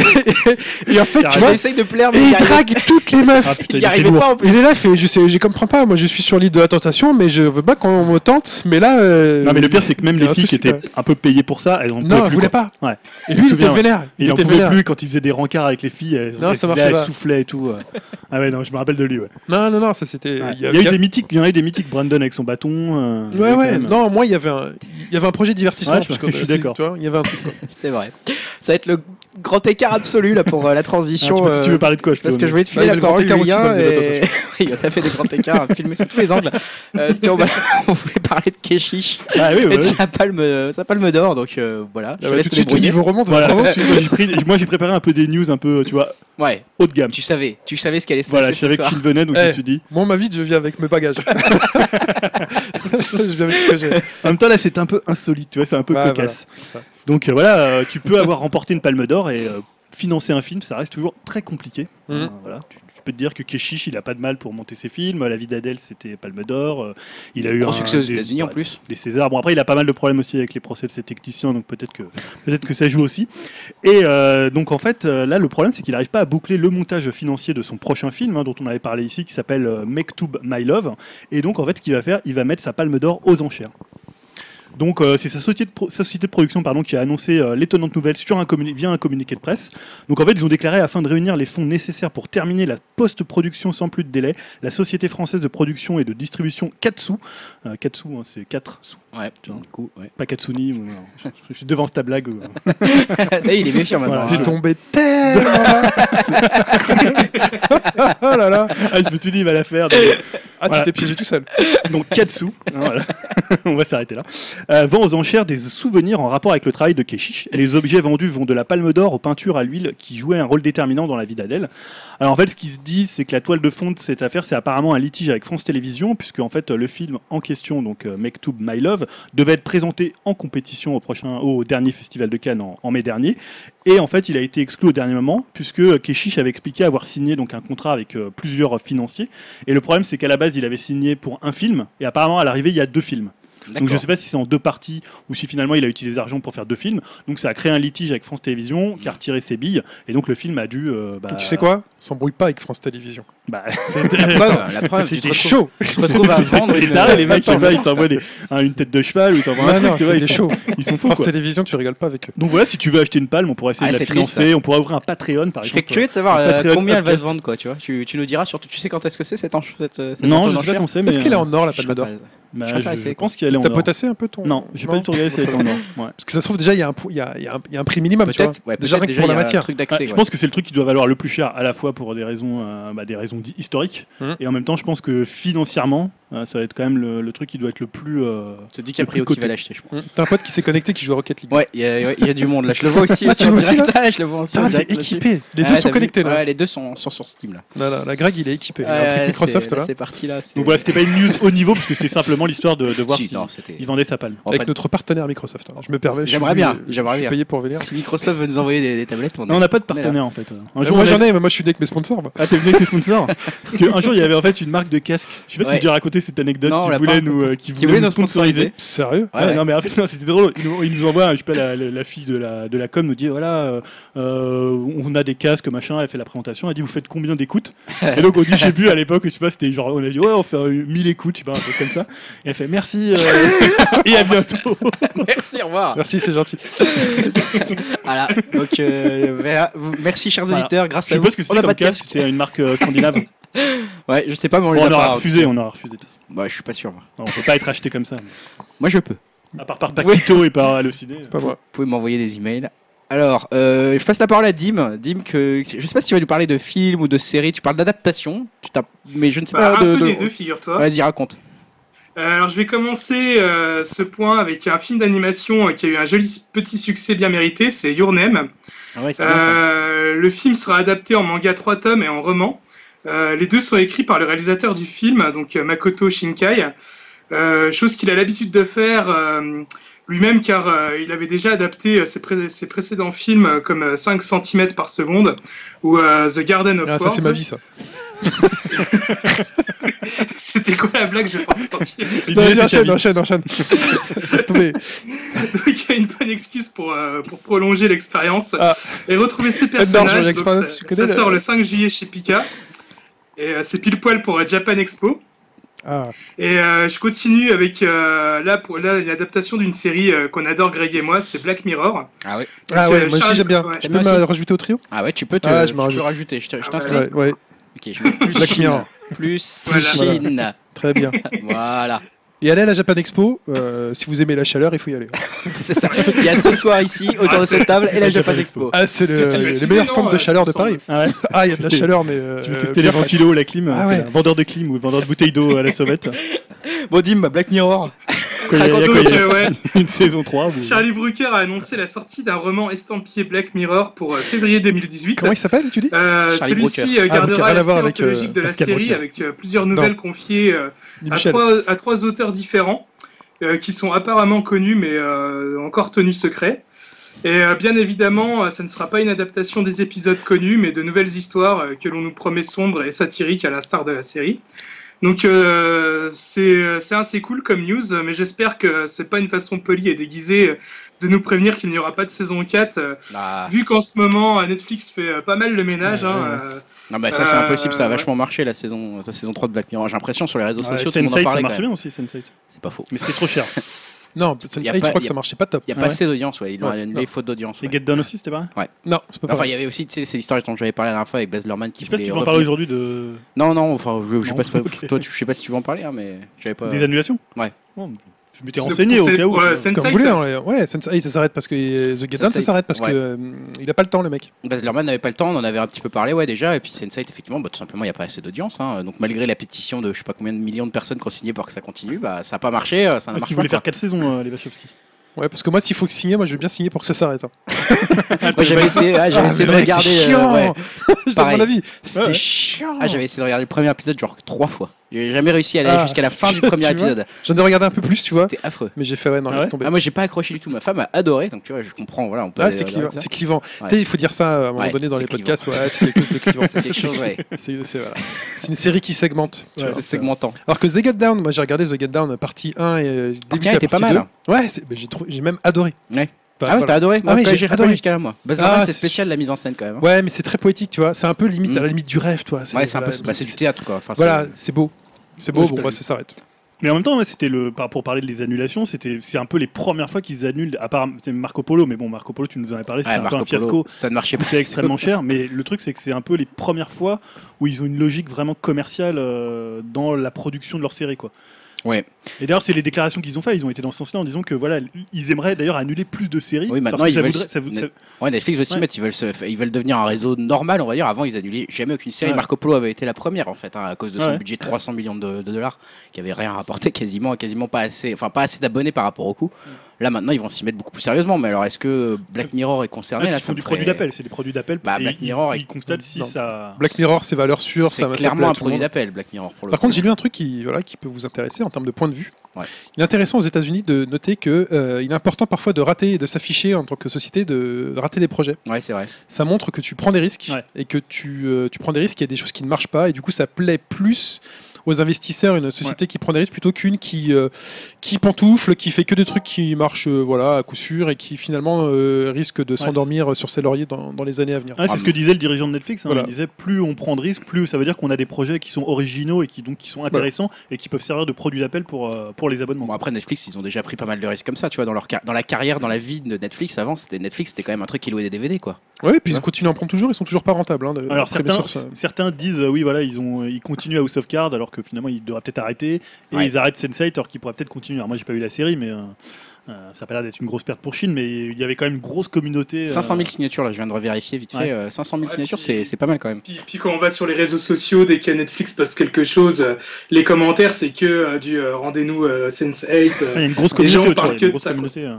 [SPEAKER 4] et- et en fait, tu
[SPEAKER 1] Il
[SPEAKER 4] vois.
[SPEAKER 1] essaye Ah, de plaire,
[SPEAKER 4] Et
[SPEAKER 1] mais il
[SPEAKER 4] il
[SPEAKER 1] y arrive-
[SPEAKER 4] drague toutes les
[SPEAKER 2] Ah,
[SPEAKER 4] meufs.
[SPEAKER 2] putain,
[SPEAKER 1] il
[SPEAKER 2] il
[SPEAKER 1] n'y
[SPEAKER 2] était
[SPEAKER 1] arrivait
[SPEAKER 2] lourd.
[SPEAKER 1] pas en plus.
[SPEAKER 4] Il est là, il fait, je sais, j'y comprends pas. Moi, je suis sur l'île de la tentation, mais je veux pas qu'on me tente. Mais là. euh,
[SPEAKER 2] Non, mais le pire, c'est que même
[SPEAKER 4] il y a
[SPEAKER 2] les
[SPEAKER 4] un
[SPEAKER 2] filles qui
[SPEAKER 4] souci,
[SPEAKER 2] étaient
[SPEAKER 4] quoi.
[SPEAKER 2] un peu payées pour ça, elles en
[SPEAKER 4] Euh, Non,
[SPEAKER 2] pouvaient
[SPEAKER 4] elle
[SPEAKER 2] plus.
[SPEAKER 4] voulait
[SPEAKER 2] quoi.
[SPEAKER 4] pas.
[SPEAKER 2] Ouais.
[SPEAKER 4] Et
[SPEAKER 2] Je me
[SPEAKER 4] lui, il était
[SPEAKER 2] souviens, ouais.
[SPEAKER 4] vénère.
[SPEAKER 2] Et Il en
[SPEAKER 4] était
[SPEAKER 2] pouvait
[SPEAKER 4] vénère.
[SPEAKER 2] plus quand il faisait des rencards avec les filles. Elles
[SPEAKER 4] Non, ça
[SPEAKER 2] elles-
[SPEAKER 4] marchait
[SPEAKER 2] elles
[SPEAKER 4] pas.
[SPEAKER 2] soufflaient et tout. euh. Ah ouais, non, je me rappelle de lui. Ouais.
[SPEAKER 4] Non, non, non, ça c'était.
[SPEAKER 2] Ouais.
[SPEAKER 4] il
[SPEAKER 2] Il
[SPEAKER 4] y
[SPEAKER 2] y
[SPEAKER 4] a-
[SPEAKER 2] a eu des mythiques. Il y en a eu des mythiques. Brandon avec son bâton. euh, il y a
[SPEAKER 4] Ouais,
[SPEAKER 2] quand
[SPEAKER 4] ouais.
[SPEAKER 2] même-
[SPEAKER 4] Non, moi, il y avait un, il y avait un projet de divertissement.
[SPEAKER 2] Ouais, je-
[SPEAKER 4] parce que,
[SPEAKER 2] je suis
[SPEAKER 4] c'est-
[SPEAKER 2] d'accord.
[SPEAKER 4] Tu vois, il y avait un truc. quoi.
[SPEAKER 1] C'est vrai. Ça va être le grand écart absolu là pour euh, la
[SPEAKER 2] Ah,
[SPEAKER 1] transition.
[SPEAKER 2] tu, penses que tu veux
[SPEAKER 1] euh,
[SPEAKER 2] parler de quoi
[SPEAKER 1] Parce que je voulais te
[SPEAKER 4] Ah, il
[SPEAKER 1] filer
[SPEAKER 4] y
[SPEAKER 1] la
[SPEAKER 4] avait le grand
[SPEAKER 1] parole,
[SPEAKER 4] écart aussi dans
[SPEAKER 1] Julien.
[SPEAKER 4] le débat,
[SPEAKER 1] Et... il a fait des grands écarts, filmé sous tous les angles. Euh, C'était au balade, on voulait parler de Keshish
[SPEAKER 2] Ah oui,
[SPEAKER 1] et de
[SPEAKER 2] oui.
[SPEAKER 1] sa palme, euh, sa palme d'or. Donc euh, voilà, je
[SPEAKER 4] Ah
[SPEAKER 1] te
[SPEAKER 4] bah,
[SPEAKER 1] laisse
[SPEAKER 4] tout de
[SPEAKER 1] te
[SPEAKER 4] suite, le
[SPEAKER 1] débrouiller.
[SPEAKER 4] niveau remonte.
[SPEAKER 2] Voilà,
[SPEAKER 4] vraiment.
[SPEAKER 2] moi j'ai pris- moi, j'ai préparé un peu des news un peu, tu vois,
[SPEAKER 1] Ouais,
[SPEAKER 2] haut de gamme.
[SPEAKER 1] tu savais, tu savais ce qu'allait se
[SPEAKER 2] Voilà,
[SPEAKER 1] passer
[SPEAKER 2] je savais
[SPEAKER 1] ce soir.
[SPEAKER 2] qu'il venait, donc
[SPEAKER 4] Eh.
[SPEAKER 2] je me suis dit.
[SPEAKER 4] Moi, ma vie, je viens avec mes bagages. je viens avec ce que j'ai.
[SPEAKER 2] En même temps, là, c'est un peu insolite, tu vois, c'est un peu
[SPEAKER 4] Ouais,
[SPEAKER 2] cocasse.
[SPEAKER 4] voilà, c'est ça.
[SPEAKER 2] Donc euh, voilà, euh, tu peux avoir remporté une palme d'or et euh, financer un film, ça reste toujours très compliqué.
[SPEAKER 4] Mhm.
[SPEAKER 2] Euh, voilà, tu, tu peux te dire que Keshish, il a pas de mal pour monter ses films. La vie d'Adèle, c'était palme d'or. Euh, il a eu
[SPEAKER 1] Gros
[SPEAKER 2] un
[SPEAKER 1] succès aux
[SPEAKER 2] des- bah,
[SPEAKER 1] États-Unis en
[SPEAKER 2] ouais,
[SPEAKER 1] plus.
[SPEAKER 2] des Césars. Bon, après, il a pas mal de problèmes aussi avec les procès de ses techniciens, donc peut-être que, peut que ça joue aussi. Et euh, donc, en fait, euh, là, le problème, c'est qu'il n'arrive pas à boucler le montage financier de son prochain film, hein, dont on avait parlé ici, qui s'appelle euh, Mektoub My Love. Et donc, en fait, ce qu'il va faire, il va mettre sa palme d'or aux enchères. Donc, euh, c'est sa société de, pro- sa société de production pardon, qui a annoncé euh, l'étonnante nouvelle sur un communi- via un communiqué de presse. Donc, en fait, ils ont déclaré, afin de réunir les fonds nécessaires pour terminer la post-production sans plus de délai, la société française de production et de distribution Katsu, euh, Katsu, hein, c'est 4 sous,
[SPEAKER 1] Ouais, du coup, ouais.
[SPEAKER 2] pas Katsuni. ou- je, euh, je suis devant ta blague. euh, ou-
[SPEAKER 1] T'as vu, il est méfiant maintenant.
[SPEAKER 2] Voilà.
[SPEAKER 4] T'es
[SPEAKER 1] hein.
[SPEAKER 4] tombé tellement bas. Oh là là
[SPEAKER 2] Ah, je me suis dit, il va la faire.
[SPEAKER 4] Ah,
[SPEAKER 2] Voilà.
[SPEAKER 4] tu t'es piégé tout seul.
[SPEAKER 2] Donc, 4 sous. hein, voilà. On va s'arrêter là. Euh, vend aux enchères des souvenirs en rapport avec le travail de Keshish. Et les objets vendus vont de la palme d'or aux peintures à l'huile qui jouaient un rôle déterminant dans la vie d'Adèle. Alors, en fait, ce qui se dit, c'est que la toile de fond de cette affaire, c'est apparemment un litige avec France Télévisions, puisque, en fait, le film en question, donc euh, Mektoub My Love, devait être présenté en compétition au, prochain, au dernier Festival de Cannes en- en mai dernier. Et en fait, il a été exclu au dernier moment, puisque euh, Keshish avait expliqué avoir signé donc un contrat avec euh, plusieurs euh, financiers. Et le problème, c'est qu'à la base, il avait signé pour un film, et apparemment, à l'arrivée, il y a deux films. Donc je
[SPEAKER 1] D'accord.
[SPEAKER 2] ne sais pas si c'est en deux parties ou si finalement il a utilisé l'argent pour faire deux films. Donc ça a créé un litige avec France Télévisions qui a retiré ses billes et donc le film a dû. euh, bah,
[SPEAKER 4] Et tu sais quoi S'embrouille pas avec France Télévisions.
[SPEAKER 2] bah,
[SPEAKER 1] La preuve, la preuve, tu te
[SPEAKER 4] C'était
[SPEAKER 1] retrouves-
[SPEAKER 4] chaud.
[SPEAKER 1] tu te retrouves à vendre
[SPEAKER 2] C'est
[SPEAKER 1] une.
[SPEAKER 2] taré, Ah, les mecs,
[SPEAKER 4] Attends,
[SPEAKER 2] là, ils t'envoient des- hein, une tête de cheval ou ils t'envoient un
[SPEAKER 4] Non,
[SPEAKER 2] truc,
[SPEAKER 4] non,
[SPEAKER 2] tu vois,
[SPEAKER 4] c'était
[SPEAKER 2] ils sont-
[SPEAKER 4] chaud.
[SPEAKER 2] Ils sont fous.
[SPEAKER 4] France
[SPEAKER 2] quoi.
[SPEAKER 4] Télévisions, tu rigoles pas avec eux.
[SPEAKER 2] Donc voilà, si tu veux acheter une palme, on pourrait essayer
[SPEAKER 1] Ah,
[SPEAKER 2] de la
[SPEAKER 1] c'est triste,
[SPEAKER 2] financer, on pourrait ouvrir un Patreon par
[SPEAKER 1] Je serais
[SPEAKER 2] exemple.
[SPEAKER 1] curieux de savoir
[SPEAKER 2] Un
[SPEAKER 1] euh,
[SPEAKER 2] Patreon
[SPEAKER 1] combien elle va
[SPEAKER 2] podcast.
[SPEAKER 1] se vendre, quoi, tu vois. Tu, tu nous diras surtout, tu sais quand est-ce que c'est cette, enche- cette, euh, cette
[SPEAKER 2] Non,
[SPEAKER 1] vente aux
[SPEAKER 2] je sais pas
[SPEAKER 1] enchères
[SPEAKER 2] qu'on sait, mais.
[SPEAKER 4] Est-ce qu'elle est
[SPEAKER 2] euh,
[SPEAKER 4] en or, la
[SPEAKER 1] Je suis
[SPEAKER 4] palme d'or
[SPEAKER 1] intéressé.
[SPEAKER 2] bah,
[SPEAKER 1] euh, je suis
[SPEAKER 2] je-
[SPEAKER 1] intéressé,
[SPEAKER 2] je
[SPEAKER 1] quoi.
[SPEAKER 2] pense qu'elle est en
[SPEAKER 4] T'as
[SPEAKER 2] or.
[SPEAKER 4] potassé un peu ton.
[SPEAKER 2] Non, j'ai pas du tout regardé si elle était en or. Ouais.
[SPEAKER 4] Parce que ça se trouve, déjà, il y, a un pou- il y a, il y a un- il y a un prix minimum. tu
[SPEAKER 1] Peut-être,
[SPEAKER 4] vois.
[SPEAKER 1] ouais,
[SPEAKER 4] déjà,
[SPEAKER 1] peut-être
[SPEAKER 4] rien que
[SPEAKER 1] déjà,
[SPEAKER 4] pour
[SPEAKER 1] il y a
[SPEAKER 4] la
[SPEAKER 1] un
[SPEAKER 4] matière.
[SPEAKER 1] truc
[SPEAKER 2] Ah,
[SPEAKER 1] d'accès.
[SPEAKER 2] je
[SPEAKER 1] ouais.
[SPEAKER 2] pense que c'est le truc qui doit valoir le plus cher, à la fois pour des raisons, euh, bah, des raisons dites historiques,
[SPEAKER 1] Hum.
[SPEAKER 4] Mhm.
[SPEAKER 2] et en même temps, je pense que financièrement, euh, ça va être quand même le, le truc qui doit être le plus. euh,
[SPEAKER 1] Je te dis DiCaprio
[SPEAKER 2] plus
[SPEAKER 1] qui va l'acheter, je pense.
[SPEAKER 4] T'as un pote qui s'est connecté qui joue à Rocket League.
[SPEAKER 1] Ouais, il y, a- ouais, il y a du monde là. Je le vois aussi.
[SPEAKER 4] Ah, tu
[SPEAKER 1] sur
[SPEAKER 4] vois aussi,
[SPEAKER 1] direct. Ah, je le vois aussi. en
[SPEAKER 4] Putain, t'es
[SPEAKER 1] direct là-dessus.
[SPEAKER 4] équipé. Les
[SPEAKER 1] Ah,
[SPEAKER 4] deux
[SPEAKER 1] ouais,
[SPEAKER 4] sont
[SPEAKER 1] t'as vu
[SPEAKER 4] connectés là.
[SPEAKER 1] Ouais, les deux sont sont sur Steam là.
[SPEAKER 4] Là, là, là, Greg, il est équipé. Il a un truc
[SPEAKER 1] Ouais,
[SPEAKER 4] Microsoft
[SPEAKER 1] c'est-
[SPEAKER 4] là.
[SPEAKER 1] C'est parti là. c'est-
[SPEAKER 2] Donc voilà, c'était pas une news haut niveau, parce que c'était simplement l'histoire de, de voir
[SPEAKER 1] Si,
[SPEAKER 2] s'il
[SPEAKER 1] non, c'était.
[SPEAKER 2] il vendait sa palme.
[SPEAKER 1] en
[SPEAKER 4] Avec
[SPEAKER 1] fait,
[SPEAKER 4] notre partenaire Microsoft. Alors, je me permets. je suis
[SPEAKER 1] J'aimerais
[SPEAKER 4] venu,
[SPEAKER 1] bien,
[SPEAKER 4] euh,
[SPEAKER 1] j'aimerais
[SPEAKER 4] je suis
[SPEAKER 1] bien.
[SPEAKER 4] payé pour venir.
[SPEAKER 1] Si Microsoft veut nous envoyer des, des tablettes, on
[SPEAKER 2] Non, on n'a pas de
[SPEAKER 1] on est là.
[SPEAKER 2] partenaire en fait. Un
[SPEAKER 4] Euh,
[SPEAKER 2] jour,
[SPEAKER 4] moi
[SPEAKER 2] on a-
[SPEAKER 4] j'en ai, mais moi je suis venu avec mes sponsors. moi.
[SPEAKER 2] Ah, t'es venu avec tes sponsors Parce que un jour, il y avait en fait une marque de casque. Je sais pas si
[SPEAKER 1] Ouais.
[SPEAKER 2] j'ai déjà raconté cette anecdote
[SPEAKER 1] Non, on
[SPEAKER 2] qui,
[SPEAKER 1] l'a
[SPEAKER 2] voulait
[SPEAKER 1] pas
[SPEAKER 2] nous, euh, qui
[SPEAKER 1] Qui
[SPEAKER 2] voulait
[SPEAKER 1] voulait
[SPEAKER 2] nous
[SPEAKER 1] nous sponsoriser.
[SPEAKER 2] sponsoriser.
[SPEAKER 4] Sérieux
[SPEAKER 1] Ouais,
[SPEAKER 2] Ouais,
[SPEAKER 1] ouais.
[SPEAKER 2] Non, mais en fait, non, c'était drôle. Il nous, il nous envoie, hein, je sais pas, la, la- la fille de la, de la com nous dit voilà, euh, euh, on a des casques, machin. Elle fait la présentation. Elle dit vous faites combien d'écoutes Et donc, on dit, je sais plus, à l'époque, je sais pas, c'était genre, on a dit ouais, on fait euh, 1000 écoutes, je sais pas, un truc comme ça. Et elle fait merci euh, et à bientôt.
[SPEAKER 1] Merci, au revoir.
[SPEAKER 4] Ah. Merci, c'est gentil.
[SPEAKER 1] Voilà. Donc, euh, voilà. Vous- merci, chers
[SPEAKER 2] Voilà.
[SPEAKER 1] auditeurs. Grâce à
[SPEAKER 2] Je sais
[SPEAKER 1] vous,
[SPEAKER 2] pas ce que
[SPEAKER 1] on
[SPEAKER 2] c'était
[SPEAKER 1] n'a pas
[SPEAKER 2] comme
[SPEAKER 1] de
[SPEAKER 2] casque,
[SPEAKER 1] casque.
[SPEAKER 2] c'était une marque euh, scandinave.
[SPEAKER 1] Ouais, je sais pas, mais on les
[SPEAKER 2] Bon,
[SPEAKER 1] a
[SPEAKER 2] on aura
[SPEAKER 1] pas.
[SPEAKER 2] refusé, on aura refusé. de toute façon.
[SPEAKER 1] Bah, je suis pas sûr. Moi,
[SPEAKER 2] Non, on peut pas être acheté comme ça.
[SPEAKER 1] Moi, je peux.
[SPEAKER 2] À part par Paquito et par Allociné.
[SPEAKER 4] Pas moi.
[SPEAKER 1] Vous pouvez m'envoyer des emails. Alors, euh, je passe la parole à Dim. Dim, que je sais pas si tu vas nous parler de films ou de séries. Tu parles d'adaptation, tu t'as- mais je ne sais
[SPEAKER 3] Bah,
[SPEAKER 1] pas.
[SPEAKER 3] un
[SPEAKER 1] Ah, de,
[SPEAKER 3] peu
[SPEAKER 1] de-
[SPEAKER 3] des deux, figure-toi.
[SPEAKER 1] Vas-y, raconte.
[SPEAKER 3] Euh, Alors je vais commencer euh, ce point avec un film d'animation euh, qui a eu un joli petit succès bien mérité, c'est Your Name.
[SPEAKER 1] Ah ouais, c'est bien, ça.
[SPEAKER 3] Euh, le film sera adapté en manga 3 tomes et en roman. Euh, les deux sont écrits par le réalisateur du film, donc euh, Makoto Shinkai, Euh, chose qu'il a l'habitude de faire euh, lui-même car euh, il avait déjà adapté euh, ses, pré- ses précédents films euh, comme euh, 5 cm par seconde ou euh, The Garden of
[SPEAKER 4] Ah, ça
[SPEAKER 3] Words.
[SPEAKER 4] c'est ma vie ça.
[SPEAKER 3] C'était quoi la blague, je pense
[SPEAKER 2] Il
[SPEAKER 4] Non,
[SPEAKER 2] disait,
[SPEAKER 4] Vas-y,
[SPEAKER 2] c'est
[SPEAKER 4] enchaîne,
[SPEAKER 2] ta vie.
[SPEAKER 4] enchaîne, enchaîne. Laisse tomber.
[SPEAKER 3] Donc, il y a une bonne excuse pour, euh, pour prolonger l'expérience
[SPEAKER 4] Ah.
[SPEAKER 3] et retrouver ses
[SPEAKER 4] Edward, je vois
[SPEAKER 3] personnages. Donc,
[SPEAKER 4] l'expérience,
[SPEAKER 3] ça
[SPEAKER 4] tu connais
[SPEAKER 3] ça
[SPEAKER 4] le-
[SPEAKER 3] sort le 5 juillet chez Pika. Et euh, c'est pile poil pour euh, Japan Expo.
[SPEAKER 4] Ah,
[SPEAKER 3] Et euh, je continue avec euh, là, pour, là, une adaptation d'une série euh, qu'on adore, Greg et moi, c'est Black Mirror.
[SPEAKER 1] Ah ouais.
[SPEAKER 3] Donc,
[SPEAKER 4] Ah ouais, moi aussi,
[SPEAKER 3] Charles-
[SPEAKER 4] j'aime bien.
[SPEAKER 3] ouais.
[SPEAKER 4] tu
[SPEAKER 1] Moi
[SPEAKER 4] peux
[SPEAKER 1] aussi.
[SPEAKER 4] me rajouter au trio
[SPEAKER 1] Ah ouais, tu peux te,
[SPEAKER 4] Ah, je me
[SPEAKER 1] tu peux
[SPEAKER 4] rajoute.
[SPEAKER 1] rajouter. Je te- je
[SPEAKER 3] Ah
[SPEAKER 1] t'inscris.
[SPEAKER 4] Ouais, ouais.
[SPEAKER 1] Ok, je mets plus
[SPEAKER 4] Black
[SPEAKER 1] Chine.
[SPEAKER 4] Mirror.
[SPEAKER 1] Plus
[SPEAKER 3] Voilà.
[SPEAKER 1] Chine.
[SPEAKER 4] Très bien.
[SPEAKER 1] Voilà.
[SPEAKER 4] Et allez à la Japan Expo. euh, si vous aimez la chaleur, il faut y aller.
[SPEAKER 1] C'est ça. Il y a ce soir ici, autour de cette table, et la Japan Expo.
[SPEAKER 4] Ah, c'est
[SPEAKER 3] C'est
[SPEAKER 4] le-
[SPEAKER 3] climatisé,
[SPEAKER 4] les meilleurs stands
[SPEAKER 3] non,
[SPEAKER 4] de
[SPEAKER 3] euh,
[SPEAKER 4] chaleur de
[SPEAKER 3] ensemble.
[SPEAKER 4] Paris.
[SPEAKER 2] Ah ouais.
[SPEAKER 4] Ah, il y a de la
[SPEAKER 2] C'était-
[SPEAKER 4] chaleur, mais. euh,
[SPEAKER 2] Tu veux tester les
[SPEAKER 4] bien faite.
[SPEAKER 2] ventilos, la clim,
[SPEAKER 4] Ah
[SPEAKER 2] c'est
[SPEAKER 4] ouais.
[SPEAKER 2] un vendeur de clim ou vendeur de bouteilles d'eau à la sauvette.
[SPEAKER 1] Bon, Dim,
[SPEAKER 2] bah,
[SPEAKER 1] Black Mirror.
[SPEAKER 2] Quoi, il y a- il y a quoi, il y a
[SPEAKER 3] Donc, euh, ouais,
[SPEAKER 2] Une saison 3. vous-
[SPEAKER 3] Charlie Brooker a annoncé la sortie d'un roman estampillé Black Mirror pour euh, février 2018.
[SPEAKER 4] Comment il s'appelle, tu dis
[SPEAKER 3] Euh,
[SPEAKER 1] Charlie
[SPEAKER 3] Celui-ci euh,
[SPEAKER 4] Ah, Brooker, rien
[SPEAKER 3] gardera
[SPEAKER 4] à voir
[SPEAKER 3] l'aspect
[SPEAKER 4] avec, euh,
[SPEAKER 3] anthologique de la
[SPEAKER 4] Pascal
[SPEAKER 3] série
[SPEAKER 4] Brooker.
[SPEAKER 3] avec euh, plusieurs nouvelles confiées euh, à
[SPEAKER 4] Michel.
[SPEAKER 3] trois, à trois auteurs différents euh, qui sont apparemment connus mais euh, encore tenus secrets. Et euh, bien évidemment, euh, ça ne sera pas une adaptation des épisodes connus, mais de nouvelles histoires euh, que l'on nous promet sombres et satiriques à la star de la série. Donc euh, c'est c'est assez cool comme news, mais j'espère que c'est pas une façon polie et déguisée euh, de nous prévenir qu'il n'y aura pas de saison 4, euh,
[SPEAKER 1] Ah.
[SPEAKER 3] vu qu'en ce moment euh, Netflix fait euh, pas mal le ménage.
[SPEAKER 4] Ouais,
[SPEAKER 3] hein,
[SPEAKER 4] ouais, ouais.
[SPEAKER 3] euh,
[SPEAKER 1] Non, bah ça, c'est impossible. Ça a
[SPEAKER 3] Euh, ouais.
[SPEAKER 1] vachement marché la saison, la saison 3 de Black Mirror. J'ai l'impression sur les réseaux
[SPEAKER 2] Ouais,
[SPEAKER 1] sociaux, tout le monde en
[SPEAKER 2] Sense8, ça
[SPEAKER 1] parlait.
[SPEAKER 2] marche
[SPEAKER 1] quand même.
[SPEAKER 2] bien aussi, Sense8.
[SPEAKER 1] C'est pas faux.
[SPEAKER 2] Mais c'était trop cher.
[SPEAKER 4] Non, c'est le
[SPEAKER 1] Y a
[SPEAKER 4] Hey, je
[SPEAKER 1] pas-
[SPEAKER 4] crois que
[SPEAKER 1] y a-
[SPEAKER 4] ça marchait pas top.
[SPEAKER 1] Il n'y a
[SPEAKER 2] Ah
[SPEAKER 1] pas
[SPEAKER 2] ouais.
[SPEAKER 1] assez d'audience, ouais. Ils l'ont
[SPEAKER 4] Ouais,
[SPEAKER 1] annulé faute d'audience.
[SPEAKER 2] Et
[SPEAKER 1] ouais.
[SPEAKER 2] Get Down aussi, c'était pas
[SPEAKER 4] Non, c'est pas
[SPEAKER 1] Enfin, il
[SPEAKER 4] pareil.
[SPEAKER 1] y avait aussi, tu sais, c'est l'histoire dont j'avais parlé la dernière fois avec Baz Luhrmann
[SPEAKER 2] Je
[SPEAKER 1] qui
[SPEAKER 2] sais pas si tu
[SPEAKER 1] voulait
[SPEAKER 2] vas en parler
[SPEAKER 1] revenir.
[SPEAKER 2] aujourd'hui de...
[SPEAKER 1] Non, non, enfin, je, je sais
[SPEAKER 2] Non,
[SPEAKER 1] pas, si-
[SPEAKER 2] ok.
[SPEAKER 1] toi, tu- je sais pas si tu veux en parler, hein, mais j'avais pas.
[SPEAKER 2] des annulations.
[SPEAKER 1] Ouais.
[SPEAKER 2] Bon, je m'étais
[SPEAKER 3] C'est-
[SPEAKER 2] renseigné au
[SPEAKER 3] c'est-
[SPEAKER 2] cas où. euh, tu vois.
[SPEAKER 3] ouais, Sense8,
[SPEAKER 4] Comme vous voulez, hein, ouais, Sense8, ça s'arrête parce que euh, The Get Down, ça
[SPEAKER 1] Sense8,
[SPEAKER 4] s'arrête parce
[SPEAKER 1] ouais.
[SPEAKER 4] que euh, il a pas le temps, le mec.
[SPEAKER 1] Baz Luhrmann n'avait pas le temps, on en avait un petit peu parlé, ouais, déjà. Et puis Sense8, effectivement, bah, tout simplement, il n'y a pas assez d'audience. hein. Donc, malgré la pétition de je sais pas combien de millions de personnes qui ont signé pour que ça continue, bah, ça n'a pas marché, euh, ça ne
[SPEAKER 2] Parce
[SPEAKER 1] marche
[SPEAKER 2] qu'ils
[SPEAKER 1] pas.
[SPEAKER 2] voulaient faire 4 saisons, euh, les Wachowski.
[SPEAKER 4] Ouais, parce que moi, s'il faut que signer, moi, je veux bien signer pour que ça s'arrête. hein.
[SPEAKER 1] quoi. Moi, j'avais essayé, ah, j'avais
[SPEAKER 4] Ah,
[SPEAKER 1] essayé de
[SPEAKER 4] mais mec,
[SPEAKER 1] regarder.
[SPEAKER 4] C'est
[SPEAKER 1] euh, ouais.
[SPEAKER 4] chiant. Je donne
[SPEAKER 1] Pareil.
[SPEAKER 4] mon avis. C'était
[SPEAKER 2] Ouais, ouais.
[SPEAKER 4] chiant.
[SPEAKER 1] Ah, j'avais essayé de regarder le premier épisode, genre trois fois. J'ai jamais réussi à aller
[SPEAKER 4] Ah,
[SPEAKER 1] jusqu'à la fin
[SPEAKER 4] tu-
[SPEAKER 1] du premier
[SPEAKER 4] tu vois,
[SPEAKER 1] épisode.
[SPEAKER 4] J'en ai regardé un peu plus, tu vois.
[SPEAKER 1] C'était affreux.
[SPEAKER 4] Mais j'ai fait, ouais, non,
[SPEAKER 2] Ah
[SPEAKER 4] laisse
[SPEAKER 2] ouais
[SPEAKER 4] tomber.
[SPEAKER 1] Ah, moi j'ai pas accroché du tout, ma femme a adoré, donc tu vois, je comprends, voilà, on peut
[SPEAKER 4] Ah,
[SPEAKER 1] aller
[SPEAKER 4] c'est clivant.
[SPEAKER 1] regarder ça.
[SPEAKER 4] C'est clivant.
[SPEAKER 1] Ouais.
[SPEAKER 4] Tu sais, il faut dire ça euh, à un moment
[SPEAKER 1] Ouais,
[SPEAKER 4] donné dans
[SPEAKER 1] c'est
[SPEAKER 4] les
[SPEAKER 1] clivant.
[SPEAKER 4] podcasts. Ouais, c'est quelque chose de clivant.
[SPEAKER 1] C'est quelque chose, ouais.
[SPEAKER 4] C'est c'est- voilà. C'est une série qui segmente. tu
[SPEAKER 2] Ouais,
[SPEAKER 4] vois.
[SPEAKER 1] C'est segmentant.
[SPEAKER 4] Alors que The Get Down, moi j'ai regardé The Get Down partie 1 et euh, début
[SPEAKER 1] tiens,
[SPEAKER 4] de la
[SPEAKER 1] était pas
[SPEAKER 4] partie
[SPEAKER 1] mal, hein.
[SPEAKER 4] 2. Ouais, c'est- mais j'ai trouvé- j'ai même adoré.
[SPEAKER 1] Ouais.
[SPEAKER 4] Enfin,
[SPEAKER 1] ah ouais,
[SPEAKER 4] voilà.
[SPEAKER 1] t'as adoré Moi,
[SPEAKER 4] Ah ouais,
[SPEAKER 1] quand
[SPEAKER 4] j'ai
[SPEAKER 1] j'ai
[SPEAKER 4] adoré.
[SPEAKER 1] adoré jusqu'à là, moi. Baz Luhrmann,
[SPEAKER 4] Ah,
[SPEAKER 1] c'est
[SPEAKER 4] c'est
[SPEAKER 1] spécial la mise en scène quand même. hein.
[SPEAKER 4] Ouais, mais c'est très poétique, tu vois. C'est un peu limite
[SPEAKER 1] Mm.
[SPEAKER 4] à la limite du rêve, toi.
[SPEAKER 1] Ouais, c'est un peu
[SPEAKER 4] voilà,
[SPEAKER 1] bah, c'est du théâtre quoi. Enfin, c'est-
[SPEAKER 4] Voilà, c'est beau. C'est beau,
[SPEAKER 2] Moi, j'ai
[SPEAKER 4] bon,
[SPEAKER 2] pas
[SPEAKER 4] bah,
[SPEAKER 2] vu.
[SPEAKER 4] ça s'arrête.
[SPEAKER 2] Mais en même temps, ouais, c'était le par- pour parler des annulations, c'était c'est un peu les premières fois qu'ils annulent. À part c'est Marco Polo, mais bon Marco Polo, tu nous en as parlé,
[SPEAKER 1] Ouais,
[SPEAKER 2] c'était un peu un
[SPEAKER 1] Marco
[SPEAKER 2] fiasco.
[SPEAKER 1] Polo, ça ne marchait pas.
[SPEAKER 2] C'était extrêmement cher, mais le truc c'est que c'est un peu les premières fois où ils ont une logique vraiment commerciale euh, dans la production de leur série, quoi.
[SPEAKER 1] Ouais.
[SPEAKER 2] Et d'ailleurs, c'est les déclarations qu'ils ont fait. Ils ont été dans ce sens-là en disant que voilà, ils aimeraient d'ailleurs annuler plus de séries.
[SPEAKER 1] Oui, maintenant, ils
[SPEAKER 2] parce que ça
[SPEAKER 1] veulent- Ah
[SPEAKER 2] voudrait- ça vou- ça-
[SPEAKER 1] Ouais, Netflix veut s'y
[SPEAKER 2] Ouais.
[SPEAKER 1] mettre, ils veulent, se- ils veulent devenir un réseau normal, on va dire. Avant, ils annulaient jamais aucune série.
[SPEAKER 2] Ouais.
[SPEAKER 1] Marco Polo avait été la première, en fait, hein, à cause de son
[SPEAKER 2] Ouais.
[SPEAKER 1] budget de 300 millions de, de dollars, qui avait rien rapporté quasiment, quasiment pas assez, enfin, pas assez d'abonnés par rapport au coût. Là, maintenant, ils vont s'y mettre beaucoup plus sérieusement. Mais alors, est-ce que Black Mirror est concerné
[SPEAKER 2] Ah,
[SPEAKER 1] là,
[SPEAKER 2] c'est
[SPEAKER 1] ça
[SPEAKER 2] du
[SPEAKER 1] me
[SPEAKER 2] produit
[SPEAKER 1] ferait-
[SPEAKER 2] d'appel, c'est des produits d'appel.
[SPEAKER 1] Bah,
[SPEAKER 2] et
[SPEAKER 1] Black
[SPEAKER 2] ils,
[SPEAKER 1] Mirror,
[SPEAKER 2] ils constatent si
[SPEAKER 4] non.
[SPEAKER 2] ça.
[SPEAKER 4] Black Mirror, c'est valeur sûre.
[SPEAKER 1] C'est
[SPEAKER 4] ça, ça plaît à
[SPEAKER 1] clairement un
[SPEAKER 4] tout le
[SPEAKER 1] produit
[SPEAKER 4] monde.
[SPEAKER 1] d'appel, Black Mirror. Pour le
[SPEAKER 4] Par
[SPEAKER 1] coup.
[SPEAKER 4] contre, j'ai lu un truc qui, voilà, qui peut vous intéresser en termes de point de vue.
[SPEAKER 1] Ouais.
[SPEAKER 4] Il est intéressant aux États-Unis de noter que euh, il est important parfois de rater, et de s'afficher en tant que société, de, de rater des projets.
[SPEAKER 1] ouais, c'est vrai.
[SPEAKER 4] Ça montre que tu prends des risques
[SPEAKER 2] Ouais.
[SPEAKER 4] et que tu, euh, tu prends des risques. Il y a des choses qui ne marchent pas et du coup, ça plaît plus aux investisseurs une société qui prend des risques plutôt qu'une qui euh, qui pantoufle, qui fait que des trucs qui marchent, euh, voilà, à coup sûr et qui finalement euh, risque de s'endormir sur ses lauriers dans, dans les années à venir.
[SPEAKER 2] Ah, c'est ce que disait le dirigeant de Netflix. hein.
[SPEAKER 4] Voilà.
[SPEAKER 2] Il disait plus on prend de risques, plus ça veut dire qu'on a des projets qui sont originaux et qui donc qui sont intéressants et qui peuvent servir de produits d'appel pour euh, pour les abonnements.
[SPEAKER 1] Bon, après Netflix, ils ont déjà pris pas mal de risques comme ça, tu vois, dans leur car- dans la carrière, dans la vie de Netflix. Avant, c'était Netflix, c'était quand même un truc qui louait des DVD, quoi.
[SPEAKER 4] Ouais, et puis
[SPEAKER 1] Ouais.
[SPEAKER 4] ils continuent à en prendre toujours. Ils sont toujours pas rentables. hein, de-
[SPEAKER 3] Euh,
[SPEAKER 2] Alors
[SPEAKER 4] d'après mes
[SPEAKER 2] certains,
[SPEAKER 4] sources.
[SPEAKER 2] certains disent euh, oui voilà ils ont ils continuent House of Cards alors que finalement ils devraient peut-être arrêter et
[SPEAKER 1] Ouais.
[SPEAKER 2] ils arrêtent Sense8 alors qu'ils pourraient peut-être continuer. Alors moi j'ai pas eu la série mais euh, euh, ça a pas l'air d'être une grosse perte pour Chine mais il y avait quand même une grosse communauté. euh,
[SPEAKER 1] 500 000 signatures, là, je viens de revérifier vite fait.
[SPEAKER 2] Ouais.
[SPEAKER 1] euh, 500 000
[SPEAKER 3] Ouais,
[SPEAKER 1] signatures,
[SPEAKER 3] puis-
[SPEAKER 1] c'est c'est pas mal quand même.
[SPEAKER 3] Puis, puis quand on va sur les réseaux sociaux, dès que Netflix poste quelque chose, euh, les commentaires, c'est que euh, du euh, rendez-nous euh, Sense8.
[SPEAKER 2] Il
[SPEAKER 3] euh.
[SPEAKER 2] y a une grosse
[SPEAKER 3] Les gens
[SPEAKER 2] communauté autour. il y
[SPEAKER 3] parlent
[SPEAKER 2] a
[SPEAKER 3] que
[SPEAKER 2] une
[SPEAKER 3] de
[SPEAKER 2] grosse
[SPEAKER 3] ça, quoi.
[SPEAKER 2] communauté, euh,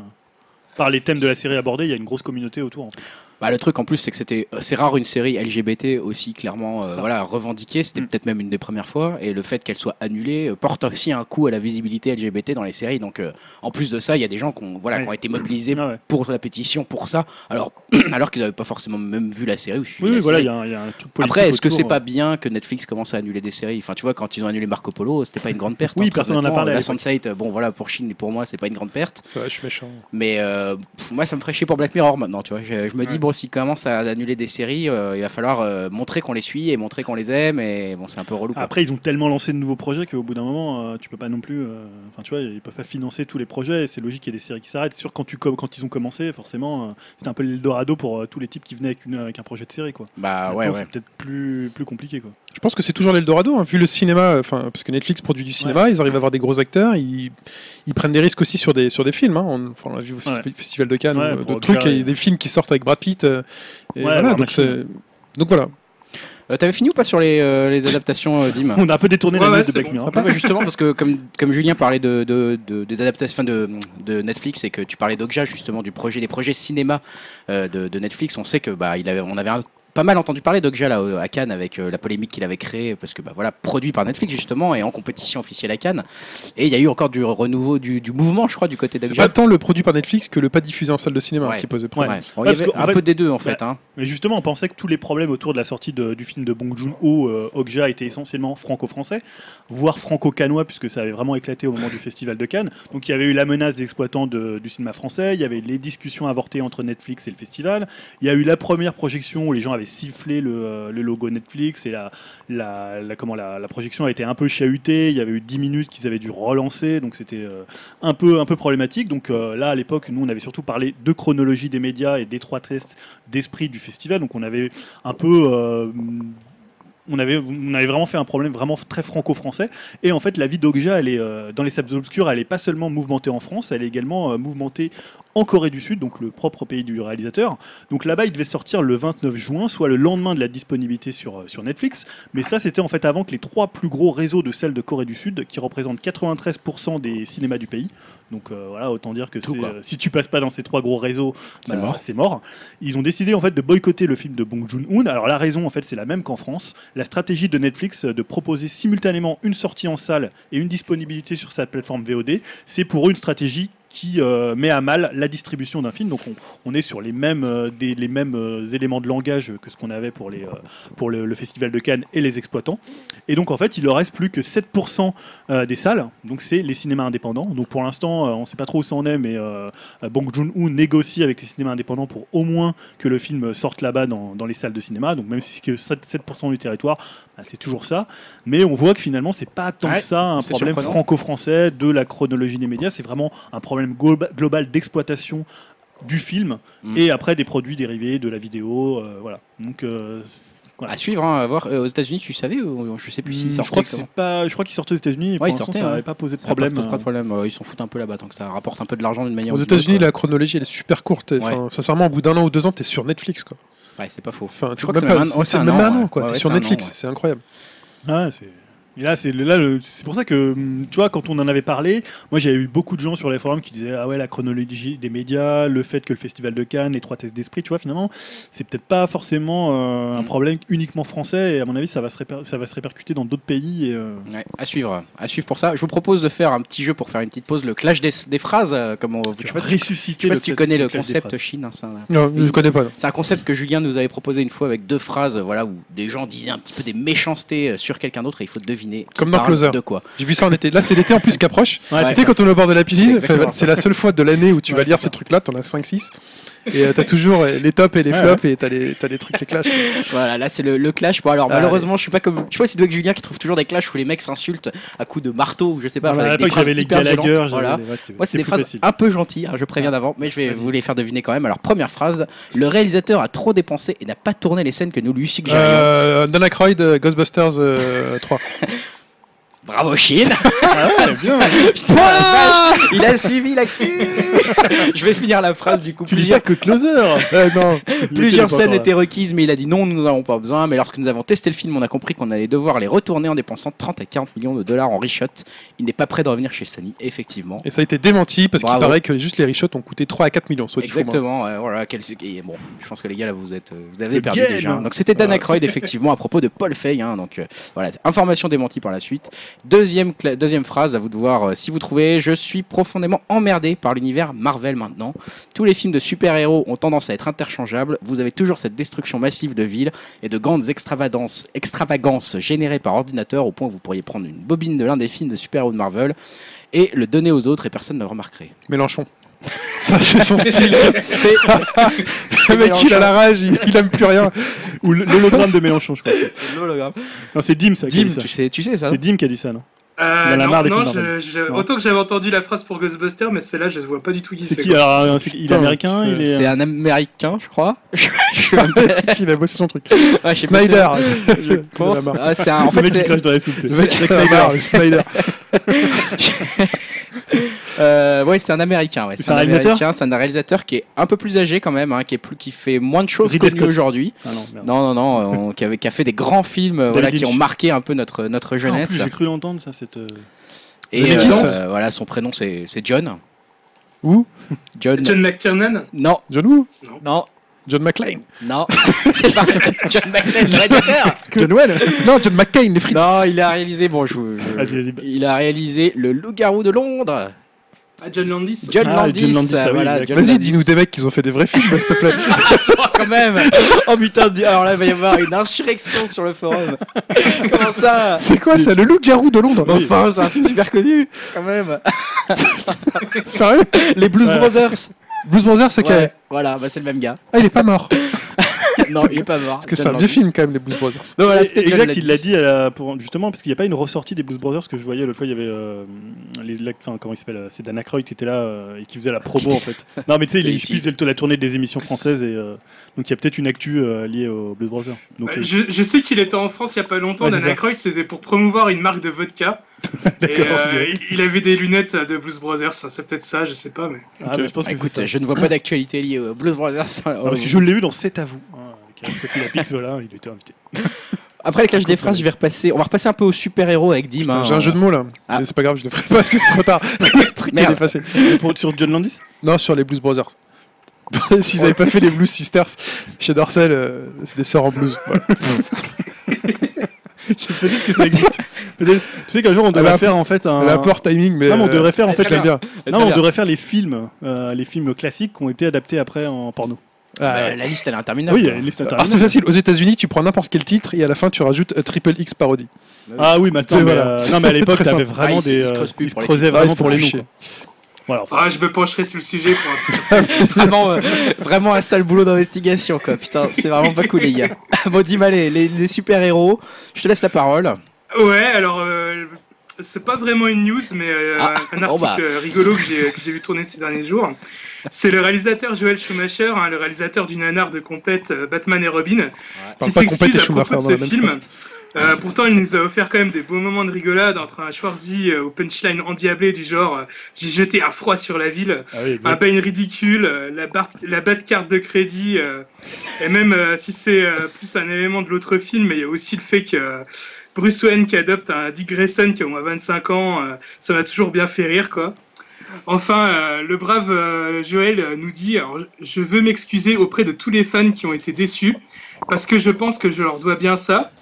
[SPEAKER 2] Par les thèmes de la série abordée, il y a une grosse communauté autour. en fait.
[SPEAKER 1] Bah, le truc en plus, c'est que c'était, euh, c'est rare une série LGBT aussi clairement euh,
[SPEAKER 2] Ça.
[SPEAKER 1] voilà, revendiquée. C'était
[SPEAKER 2] Mm.
[SPEAKER 1] peut-être même une des premières fois. Et le fait qu'elle soit annulée euh, porte aussi un coup à la visibilité LGBT dans les séries. Donc euh, en plus de ça, il y a des gens qui ont, voilà, qui
[SPEAKER 2] Ouais.
[SPEAKER 1] ont été mobilisés
[SPEAKER 2] Ah ouais.
[SPEAKER 1] pour la pétition, pour ça, alors, alors qu'ils n'avaient pas forcément même vu la série. Ou suivi
[SPEAKER 2] Oui,
[SPEAKER 1] la
[SPEAKER 2] oui, voilà,
[SPEAKER 1] série.
[SPEAKER 2] il y, a un- il y a un truc politique
[SPEAKER 1] Après, est-ce que
[SPEAKER 2] autour,
[SPEAKER 1] c'est
[SPEAKER 2] euh.
[SPEAKER 1] pas bien que Netflix commence à annuler des séries Enfin, tu vois, quand ils ont annulé Marco Polo, c'était pas une grande perte.
[SPEAKER 2] Oui,
[SPEAKER 1] hein, très
[SPEAKER 2] personne en a
[SPEAKER 1] honnêtement.
[SPEAKER 2] parlé à
[SPEAKER 1] La
[SPEAKER 2] l'époque.
[SPEAKER 1] Sunset, euh, bon, voilà, pour Chine et pour moi, c'est pas une grande perte.
[SPEAKER 4] Ça va, je suis méchant.
[SPEAKER 1] Mais euh, pff, moi, ça me ferait chier pour Black Mirror maintenant, tu vois. Je, je me dis,
[SPEAKER 3] Ouais.
[SPEAKER 1] bon, s'ils commencent à annuler des séries, euh, il va falloir euh, montrer qu'on les suit et montrer qu'on les aime. Et bon, c'est un peu relou. quoi.
[SPEAKER 2] Après, ils ont tellement lancé de nouveaux projets qu'au bout d'un moment, euh, tu peux pas non plus. euh, Enfin, tu vois, ils peuvent pas financer tous les projets. et C'est logique qu'il y ait des séries qui s'arrêtent. C'est sûr, quand, tu com- quand ils ont commencé, forcément, euh, c'était un peu l'Eldorado pour euh, tous les types qui venaient avec, une- avec un projet de série, quoi.
[SPEAKER 1] bah
[SPEAKER 2] Maintenant,
[SPEAKER 1] ouais,
[SPEAKER 2] C'est
[SPEAKER 1] ouais.
[SPEAKER 2] peut-être plus, plus compliqué, quoi.
[SPEAKER 4] Je pense que c'est toujours l'Eldorado, hein, vu le cinéma, enfin, parce que Netflix produit du cinéma, ils arrivent à avoir des gros acteurs, ils, ils prennent des risques aussi sur des, sur des films. hein. On, enfin, on l'a vu au fes-
[SPEAKER 2] Ouais.
[SPEAKER 4] Festival de Cannes,
[SPEAKER 2] Ouais,
[SPEAKER 4] euh,
[SPEAKER 2] pour
[SPEAKER 4] d'autres trucs,
[SPEAKER 2] Oscar,
[SPEAKER 4] et
[SPEAKER 2] ouais.
[SPEAKER 4] des films qui sortent avec Brad Pitt. euh, et
[SPEAKER 2] Ouais,
[SPEAKER 4] voilà,
[SPEAKER 2] War
[SPEAKER 4] donc,
[SPEAKER 2] Machine.
[SPEAKER 4] c'est- donc voilà.
[SPEAKER 1] Euh, T'avais fini ou pas sur les, euh, les adaptations, euh, Dim
[SPEAKER 2] On a un peu détourné
[SPEAKER 3] Ouais,
[SPEAKER 2] la
[SPEAKER 3] ouais,
[SPEAKER 2] note de
[SPEAKER 3] c'est
[SPEAKER 2] Black
[SPEAKER 3] bon,
[SPEAKER 2] Mirror.
[SPEAKER 1] Ah, bah, justement, parce que comme, comme Julien parlait de, de- de- des adaptations enfin, de, de Netflix et que tu parlais d'Okja, justement, du projet, des projets cinéma euh, de, de Netflix, on sait que bah, il avait, on avait un- pas mal entendu parler d'Okja là, au- à Cannes avec euh, la polémique qu'il avait créée, parce que bah, voilà, produit par Netflix justement et en compétition officielle à Cannes. Et il y a eu encore du renouveau du, du mouvement, je crois, du côté
[SPEAKER 4] C'est
[SPEAKER 1] d'Okja.
[SPEAKER 4] pas tant le produit par Netflix que le pas diffusé en salle de cinéma
[SPEAKER 1] Ouais.
[SPEAKER 4] qui pose
[SPEAKER 1] Ouais.
[SPEAKER 4] problème.
[SPEAKER 1] Bon, il y
[SPEAKER 2] parce
[SPEAKER 1] avait
[SPEAKER 2] qu'en
[SPEAKER 1] un
[SPEAKER 2] fait- bah,
[SPEAKER 1] peu des deux en fait. hein.
[SPEAKER 2] Mais justement, on pensait que tous les problèmes autour de la sortie de- du film de Bong Joon-ho, euh, Okja, étaient essentiellement franco-français, voire franco-canois, puisque ça avait vraiment éclaté au moment du Festival de Cannes. Donc il y avait eu la menace d'exploitants de- du cinéma français, il y avait les discussions avortées entre Netflix et le festival, il y a eu la première projection où les gens avaient sifflé le, euh, le logo Netflix et la, la, la- comment, la, la projection a été un peu chahutée, il y avait eu 10 minutes qu'ils avaient dû relancer, donc c'était euh, un, peu, un peu problématique. Donc euh, là, à l'époque, nous, on avait surtout parlé de chronologie des médias et d'étroitesse d'esprit du festival. Donc on avait un peu. euh, on avait, on avait vraiment fait un problème vraiment très franco-français. Et en fait, la vie d'Ogja, elle est, euh, dans les sables obscurs, elle est pas seulement mouvementée en France, elle est également euh, mouvementée en Corée du Sud, donc le propre pays du réalisateur. Donc là-bas, il devait sortir le 29 juin, soit le lendemain de la disponibilité sur, euh, sur Netflix. Mais ça, c'était en fait avant que les trois plus gros réseaux de salles de Corée du Sud, qui représentent 93% des cinémas du pays, Donc euh, voilà, autant dire que
[SPEAKER 1] Tout,
[SPEAKER 2] c'est,
[SPEAKER 1] quoi.
[SPEAKER 2] euh, si tu passes pas dans ces trois gros réseaux,
[SPEAKER 1] C'est
[SPEAKER 2] bah,
[SPEAKER 1] mort.
[SPEAKER 2] c'est mort. Ils ont décidé en fait de boycotter le film de Bong Joon-ho. Alors la raison en fait c'est la même qu'en France. La stratégie de Netflix euh, de proposer simultanément une sortie en salle et une disponibilité sur sa plateforme VOD, c'est pour eux une stratégie qui euh, met à mal la distribution d'un film. Donc on, on est sur les mêmes, euh, des- les mêmes euh, éléments de langage que ce qu'on avait pour, les, euh, pour le, le Festival de Cannes et les exploitants. Et donc en fait il leur reste plus que 7% euh, des salles. Donc c'est les cinémas indépendants. Donc pour l'instant euh, on ne sait pas trop où ça en est, mais euh, euh, Bong Joon-ho négocie avec les cinémas indépendants pour au moins que le film sorte là-bas dans, dans les salles de cinéma. Donc même si c'est que 7%, 7% du territoire, bah, c'est toujours ça. Mais on voit que finalement, c'est pas tant
[SPEAKER 1] Ouais,
[SPEAKER 2] que ça un
[SPEAKER 1] c'est
[SPEAKER 2] problème
[SPEAKER 1] surprenant.
[SPEAKER 2] franco-français de la chronologie des médias. C'est vraiment un problème globa- global d'exploitation du film
[SPEAKER 1] Mm.
[SPEAKER 2] et après des produits dérivés de la vidéo. euh, voilà. Donc euh,
[SPEAKER 1] À suivre, hein, à voir. Euh, aux États-Unis, tu savais ou je sais plus s'ils
[SPEAKER 2] hmm,
[SPEAKER 1] sortent
[SPEAKER 2] je crois que c'est pas. Je crois qu'ils sortent aux États-Unis. et pour
[SPEAKER 1] ils
[SPEAKER 2] l'instant,
[SPEAKER 1] sortaient,
[SPEAKER 2] ça
[SPEAKER 1] ouais.
[SPEAKER 2] n'avait pas posé de
[SPEAKER 1] problème.
[SPEAKER 2] problème.
[SPEAKER 1] Ça pose pas de problème. Euh, ils s'en foutent un peu là-bas tant que ça rapporte un peu de l'argent d'une manière
[SPEAKER 4] Aux
[SPEAKER 1] ou d'une autre,
[SPEAKER 4] États-Unis, la chronologie elle est super courte. et, enfin, Sincèrement, au bout d'un an ou deux ans, t'es sur Netflix quoi.
[SPEAKER 1] Ouais, c'est pas faux.
[SPEAKER 4] Enfin,
[SPEAKER 1] crois
[SPEAKER 4] t'es
[SPEAKER 1] que c'est
[SPEAKER 4] même pas-
[SPEAKER 1] même un- ouais,
[SPEAKER 4] c'est
[SPEAKER 1] c'est
[SPEAKER 4] même
[SPEAKER 1] un
[SPEAKER 4] un
[SPEAKER 1] an,
[SPEAKER 4] an
[SPEAKER 1] ouais.
[SPEAKER 4] quoi.
[SPEAKER 1] Ouais,
[SPEAKER 4] T'es
[SPEAKER 1] ouais,
[SPEAKER 4] sur
[SPEAKER 1] c'est un an,
[SPEAKER 4] Netflix,
[SPEAKER 1] ouais.
[SPEAKER 4] c'est incroyable.
[SPEAKER 2] Ah, c'est. Et là, c'est là, le- c'est pour ça que hum, tu vois, quand on en avait parlé, moi j'avais eu beaucoup de gens sur les forums qui disaient ah ouais la chronologie des médias, le fait que le festival de Cannes, étroitesse d'esprit, tu vois finalement, c'est peut-être pas forcément euh, un
[SPEAKER 1] Mm.
[SPEAKER 2] problème uniquement français et à mon avis ça va se réper- ça va se répercuter dans d'autres pays. Et, euh,
[SPEAKER 1] Ouais, à suivre, à suivre pour ça. Je vous propose de faire un petit jeu pour faire une petite pause, le clash des, des phrases. euh, Comme on, je sais pas si-
[SPEAKER 2] ressusciter.
[SPEAKER 1] je sais pas
[SPEAKER 2] le
[SPEAKER 1] si tu
[SPEAKER 2] fait-
[SPEAKER 1] connais le
[SPEAKER 2] clash des
[SPEAKER 1] concept
[SPEAKER 2] phrases.
[SPEAKER 1] Chine. hein, c'est un-
[SPEAKER 4] Non, je connais pas. non.
[SPEAKER 1] c'est un concept que Julien nous avait proposé une fois avec deux phrases, euh, voilà, où des gens disaient un petit peu des méchancetés euh, sur quelqu'un d'autre et il faut deviner. qui
[SPEAKER 4] Comme dans
[SPEAKER 1] parle
[SPEAKER 4] Closer.
[SPEAKER 1] De quoi
[SPEAKER 4] J'ai vu ça en été. Là, c'est l'été en plus qui approche.
[SPEAKER 2] Ouais,
[SPEAKER 4] Tu sais, quand on est au bord de la
[SPEAKER 1] C'est
[SPEAKER 4] piscine,
[SPEAKER 1] exactement
[SPEAKER 4] enfin, c'est la seule fois de l'année où tu
[SPEAKER 2] Ouais,
[SPEAKER 4] vas lire
[SPEAKER 2] c'est
[SPEAKER 4] ces
[SPEAKER 2] ça.
[SPEAKER 4] trucs-là, t'en as 5-6. Et euh, t'as toujours euh, les tops et les
[SPEAKER 2] Ouais,
[SPEAKER 4] flops, et t'as les, t'as les trucs, les clashs.
[SPEAKER 1] Voilà, là c'est le, le clash. Bon, alors
[SPEAKER 4] Ah,
[SPEAKER 1] malheureusement, je suis pas comme. Je sais pas si c'est toi que Julien qui trouve toujours des clashs où les mecs s'insultent à coups de marteau ou je sais pas.
[SPEAKER 2] Ah,
[SPEAKER 1] enfin,
[SPEAKER 2] à
[SPEAKER 1] avec des
[SPEAKER 2] l'époque,
[SPEAKER 1] phrases
[SPEAKER 2] j'avais les
[SPEAKER 1] hyper
[SPEAKER 2] Gallagher,
[SPEAKER 1] violentes,
[SPEAKER 2] j'avais
[SPEAKER 1] voilà.
[SPEAKER 2] les- ouais, c'était-
[SPEAKER 1] Moi, c'est
[SPEAKER 2] c'était
[SPEAKER 1] des
[SPEAKER 2] plus
[SPEAKER 1] phrases
[SPEAKER 2] facile.
[SPEAKER 1] un peu gentilles, hein, je préviens d'avant, mais je vais
[SPEAKER 2] Vas-y.
[SPEAKER 1] vous les faire deviner quand même. Alors, première phrase le réalisateur a trop dépensé et n'a pas tourné les scènes que nous lui suggérions.
[SPEAKER 4] Euh, Dan Aykroyd, euh, Ghostbusters euh, 3.
[SPEAKER 1] Bravo, Chine
[SPEAKER 2] Ah ouais, bien.
[SPEAKER 1] Putain, la vache, Il a suivi l'actu Je vais finir la phrase du coup.
[SPEAKER 2] Tu lis
[SPEAKER 1] Plusieurs,
[SPEAKER 2] pas que Closer.
[SPEAKER 4] Euh, non,
[SPEAKER 1] plusieurs
[SPEAKER 2] Il était pas
[SPEAKER 1] scènes
[SPEAKER 2] encore là.
[SPEAKER 1] étaient requises, mais il a dit non, nous n'en avons pas besoin. Mais lorsque nous avons testé le film, on a compris qu'on allait devoir les retourner en dépensant 30 à 40 millions de dollars en reshot. Il n'est pas prêt de revenir chez Sony, effectivement.
[SPEAKER 4] et ça a été démenti parce qu'il
[SPEAKER 1] Bravo.
[SPEAKER 4] paraît que juste les richottes ont coûté 3 à 4 millions, soit dit chaudement.
[SPEAKER 1] Exactement. euh, voilà, quel- et bon, je pense que les gars là, vous êtes, euh, vous avez
[SPEAKER 2] Le
[SPEAKER 1] perdu
[SPEAKER 2] game.
[SPEAKER 1] déjà. hein. Donc c'était Dan
[SPEAKER 2] Ah.
[SPEAKER 1] Aykroyd effectivement à propos de Paul Fay. hein. donc euh, voilà, information démentie par la suite. Deuxième cla- deuxième phrase à vous de voir euh, si vous trouvez. Je suis profondément emmerdé par l'univers Marvel maintenant. Tous les films de super héros ont tendance à être interchangeables. Vous avez toujours cette destruction massive de villes et de grandes extravagances, extravagances générées par ordinateur au point que vous pourriez prendre une bobine de l'un des films de super héros de Marvel et le donner aux autres et personne ne le remarquerait.
[SPEAKER 4] Mélenchon. Ça, c'est son style.
[SPEAKER 1] C'est
[SPEAKER 4] Le mec, il a la rage, il, il aime plus rien.
[SPEAKER 2] Ou le- l'hologramme de Mélenchon, je crois. Non, c'est Dim, ça. qui a
[SPEAKER 1] Dim,
[SPEAKER 2] dit ça.
[SPEAKER 1] tu sais, tu sais ça.
[SPEAKER 2] C'est Dim qui a dit ça, non
[SPEAKER 3] Euh,
[SPEAKER 2] Il y en a
[SPEAKER 3] non,
[SPEAKER 2] marre des
[SPEAKER 3] non,
[SPEAKER 2] films
[SPEAKER 3] je-
[SPEAKER 2] Marvel.
[SPEAKER 3] je-
[SPEAKER 2] Non.
[SPEAKER 3] autant que j'avais entendu la phrase pour Ghostbusters, mais celle-là, je ne vois pas du tout qui
[SPEAKER 2] C'est
[SPEAKER 3] c'est.
[SPEAKER 2] qui
[SPEAKER 3] quoi.
[SPEAKER 2] alors, c'est- Il est
[SPEAKER 4] Putain,
[SPEAKER 2] américain,
[SPEAKER 4] c'est-
[SPEAKER 2] il est. euh,
[SPEAKER 1] C'est un américain, je crois. Je- je-
[SPEAKER 4] il a bossé son truc.
[SPEAKER 1] ouais, je sais pas si-
[SPEAKER 4] Snyder.
[SPEAKER 1] Je pense.
[SPEAKER 4] Il en a marre.
[SPEAKER 1] Ah, c'est un- en
[SPEAKER 2] le
[SPEAKER 1] fait,
[SPEAKER 2] mec qui
[SPEAKER 1] c'est
[SPEAKER 2] crache dans la soupe.
[SPEAKER 4] Le mec, il en a marre, le Snyder.
[SPEAKER 1] euh, ouais, c'est un américain. Ouais,
[SPEAKER 2] C'est un réalisateur
[SPEAKER 1] américain. C'est un réalisateur qui est un peu plus âgé quand même, hein, qui est plus, qui fait moins de choses
[SPEAKER 2] Ridley
[SPEAKER 1] connues
[SPEAKER 2] Scott.
[SPEAKER 1] aujourd'hui.
[SPEAKER 2] Ah non, merde.
[SPEAKER 1] Non, non, non, on- qui, avait, qui a fait des grands films, euh, voilà,
[SPEAKER 2] David
[SPEAKER 1] qui ont
[SPEAKER 2] Lynch.
[SPEAKER 1] marqué un peu notre notre
[SPEAKER 2] Ah, en plus,
[SPEAKER 1] jeunesse.
[SPEAKER 2] j'ai cru l'entendre ça, cette. euh,
[SPEAKER 1] Et
[SPEAKER 4] David
[SPEAKER 1] euh,
[SPEAKER 4] Lynch.
[SPEAKER 1] euh, voilà, son prénom c'est c'est John.
[SPEAKER 4] Où
[SPEAKER 2] euh,
[SPEAKER 1] John.
[SPEAKER 3] John McTiernan
[SPEAKER 1] Non,
[SPEAKER 4] John Woo
[SPEAKER 1] non,
[SPEAKER 4] John McClane.
[SPEAKER 1] non. c'est pas John McClane, le réalisateur.
[SPEAKER 4] John Well Non, John McCain, les frites.
[SPEAKER 1] Non, il a réalisé. Bon, je, vous- je-
[SPEAKER 2] Vas-y, bah. vas-y.
[SPEAKER 1] il a réalisé le Loup-garou de Londres.
[SPEAKER 3] Ah, John Landis
[SPEAKER 1] John
[SPEAKER 2] Ah,
[SPEAKER 1] Landis.
[SPEAKER 2] John Landis, ah oui,
[SPEAKER 1] voilà,
[SPEAKER 2] exact.
[SPEAKER 1] John
[SPEAKER 4] Vas-y,
[SPEAKER 1] Landis.
[SPEAKER 4] dis-nous des mecs qui ont fait des vrais films, s'il te plaît.
[SPEAKER 1] Oh, quand même. Oh putain, dis- alors là, il va y avoir une insurrection sur le forum. Comment ça
[SPEAKER 4] C'est quoi ça, le loup-garou de Londres
[SPEAKER 2] Oui.
[SPEAKER 1] Enfin, c'est un film super connu, quand même.
[SPEAKER 4] Sérieux
[SPEAKER 1] Les Blues
[SPEAKER 2] Ouais.
[SPEAKER 1] Brothers.
[SPEAKER 4] Blues Brothers, ok.
[SPEAKER 1] Ouais, voilà, bah, c'est le même gars.
[SPEAKER 4] Ah, il est pas mort. Parce
[SPEAKER 1] Non, il est pas mort.
[SPEAKER 4] que c'est
[SPEAKER 1] John
[SPEAKER 4] un vieux
[SPEAKER 1] Landis.
[SPEAKER 4] film, quand même, les Blues Brothers.
[SPEAKER 1] Donc voilà,
[SPEAKER 2] Et-
[SPEAKER 1] c'était John
[SPEAKER 2] exact, il l'a
[SPEAKER 1] Landis.
[SPEAKER 2] dit à la- pour, justement parce qu'il n'y a pas une ressortie des Blues Brothers que je voyais l'autre fois. Il y avait euh, les, la- enfin, comment il s'appelle euh, C'est Dan Aykroyd qui était là euh, et qui faisait la promo en fait. Non, mais tu sais, il,
[SPEAKER 1] Qui
[SPEAKER 2] il
[SPEAKER 1] était ici.
[SPEAKER 2] faisait le- la tournée des émissions françaises et euh, donc il y a peut-être une actu euh, liée aux Blues Brothers. Donc
[SPEAKER 3] Euh,
[SPEAKER 2] euh,
[SPEAKER 3] je, je sais qu'il était en France il n'y a pas longtemps,
[SPEAKER 2] Ouais, c'est
[SPEAKER 3] Dan
[SPEAKER 2] ça.
[SPEAKER 3] Aykroyd, c'était pour promouvoir une marque de vodka. et euh, il- il avait des lunettes euh, de Blues Brothers, ça, c'est peut-être ça, je sais pas. Mais...
[SPEAKER 2] ah, bah, je pense
[SPEAKER 1] Bah,
[SPEAKER 2] que c'est
[SPEAKER 1] écoute,
[SPEAKER 2] ça.
[SPEAKER 1] je ne vois pas d'actualité liée aux Blues Brothers.
[SPEAKER 2] euh, Ah, parce que je l'ai eu dans C'est à vous. hein, avec, euh, Sophie Lapix, voilà, il était invité.
[SPEAKER 1] Après le clash des phrases, je vais repasser. On va repasser un peu au super-héros avec Dim. hein.
[SPEAKER 4] J'ai un jeu de mots là.
[SPEAKER 1] Ah.
[SPEAKER 4] Mais C'est pas grave, je le ferai pas parce que c'est trop tard. le truc est
[SPEAKER 1] Merde.
[SPEAKER 4] dépassé.
[SPEAKER 2] Pour- sur John Landis
[SPEAKER 4] Non, sur les Blues Brothers. S'ils avaient pas fait les Blues Sisters chez Dorsel, euh, c'est des sœurs en blues. Voilà.
[SPEAKER 2] Peut-être que ça existe. Peut-être- Tu sais qu'un jour on
[SPEAKER 4] Elle a-
[SPEAKER 2] devrait faire en fait un.
[SPEAKER 4] Elle a un peu timing, mais.
[SPEAKER 2] Ah. Non, mais on
[SPEAKER 4] euh,
[SPEAKER 2] devrait faire en fait
[SPEAKER 4] je l'aime bien.
[SPEAKER 1] Très
[SPEAKER 2] Non,
[SPEAKER 1] bien.
[SPEAKER 2] on devrait faire les films, euh, les films classiques qui ont été adaptés après en porno.
[SPEAKER 4] Ah,
[SPEAKER 1] Bah, La liste, elle est interminable.
[SPEAKER 2] Oui, il y a une liste
[SPEAKER 4] Alors ah, c'est
[SPEAKER 2] interminable.
[SPEAKER 4] facile, aux États-Unis, tu prends n'importe quel titre et à la fin tu rajoutes euh, Triple X parodie.
[SPEAKER 2] Ah oui, maintenant,
[SPEAKER 4] Tu sais,
[SPEAKER 2] mais,
[SPEAKER 4] voilà.
[SPEAKER 2] euh, non, mais à l'époque,
[SPEAKER 4] Très
[SPEAKER 2] t'avais
[SPEAKER 4] simple.
[SPEAKER 1] Ah,
[SPEAKER 2] vraiment
[SPEAKER 1] ils se-
[SPEAKER 2] des.
[SPEAKER 1] ils se
[SPEAKER 2] euh,
[SPEAKER 1] creusent plus
[SPEAKER 2] ils se
[SPEAKER 1] pour les
[SPEAKER 2] creusaient
[SPEAKER 4] films. Ah, ils
[SPEAKER 2] vraiment
[SPEAKER 4] se
[SPEAKER 2] pour les
[SPEAKER 4] font
[SPEAKER 2] noms.
[SPEAKER 4] chier.
[SPEAKER 2] quoi. Voilà, enfin,
[SPEAKER 3] Ah, je me pencherai sur le sujet pour un
[SPEAKER 1] vraiment, euh, vraiment un sale boulot d'investigation, quoi. Putain, c'est vraiment pas cool, les gars. Bon, Dim, allez, les, les super-héros, je te laisse la parole.
[SPEAKER 3] Ouais, alors euh, c'est pas vraiment une news, mais euh,
[SPEAKER 1] Ah,
[SPEAKER 3] un
[SPEAKER 1] bon
[SPEAKER 3] article
[SPEAKER 1] bah.
[SPEAKER 3] euh, rigolo que j'ai que j'ai vu tourner ces derniers jours. C'est le réalisateur Joel Schumacher, hein, le réalisateur du nanar de compète euh, Batman et Robin,
[SPEAKER 4] Enfin,
[SPEAKER 3] qui
[SPEAKER 4] pas compète
[SPEAKER 3] s'excuse
[SPEAKER 4] et
[SPEAKER 3] à propos de
[SPEAKER 4] Schumacher dans la
[SPEAKER 3] ce
[SPEAKER 4] même
[SPEAKER 3] film.
[SPEAKER 4] phrase.
[SPEAKER 3] Euh, pourtant, il nous a offert quand même des beaux moments de rigolade entre un Schwarzy euh, au punchline endiablé du genre euh, J'ai jeté un froid sur la ville »,
[SPEAKER 2] ah oui,
[SPEAKER 3] un
[SPEAKER 2] exact.
[SPEAKER 3] bain ridicule, euh, la, bar- la bas de carte de crédit, euh, et même euh, si c'est euh, plus un élément de l'autre film, mais il y a aussi le fait que euh, Bruce Wayne qui adopte un Dick Grayson qui a au moins 25 ans, euh, ça m'a toujours bien fait rire, quoi. Enfin, euh, le brave euh, Joël euh, nous dit alors, Je veux m'excuser auprès de tous les fans qui ont été déçus, parce que je pense que je leur dois bien ça.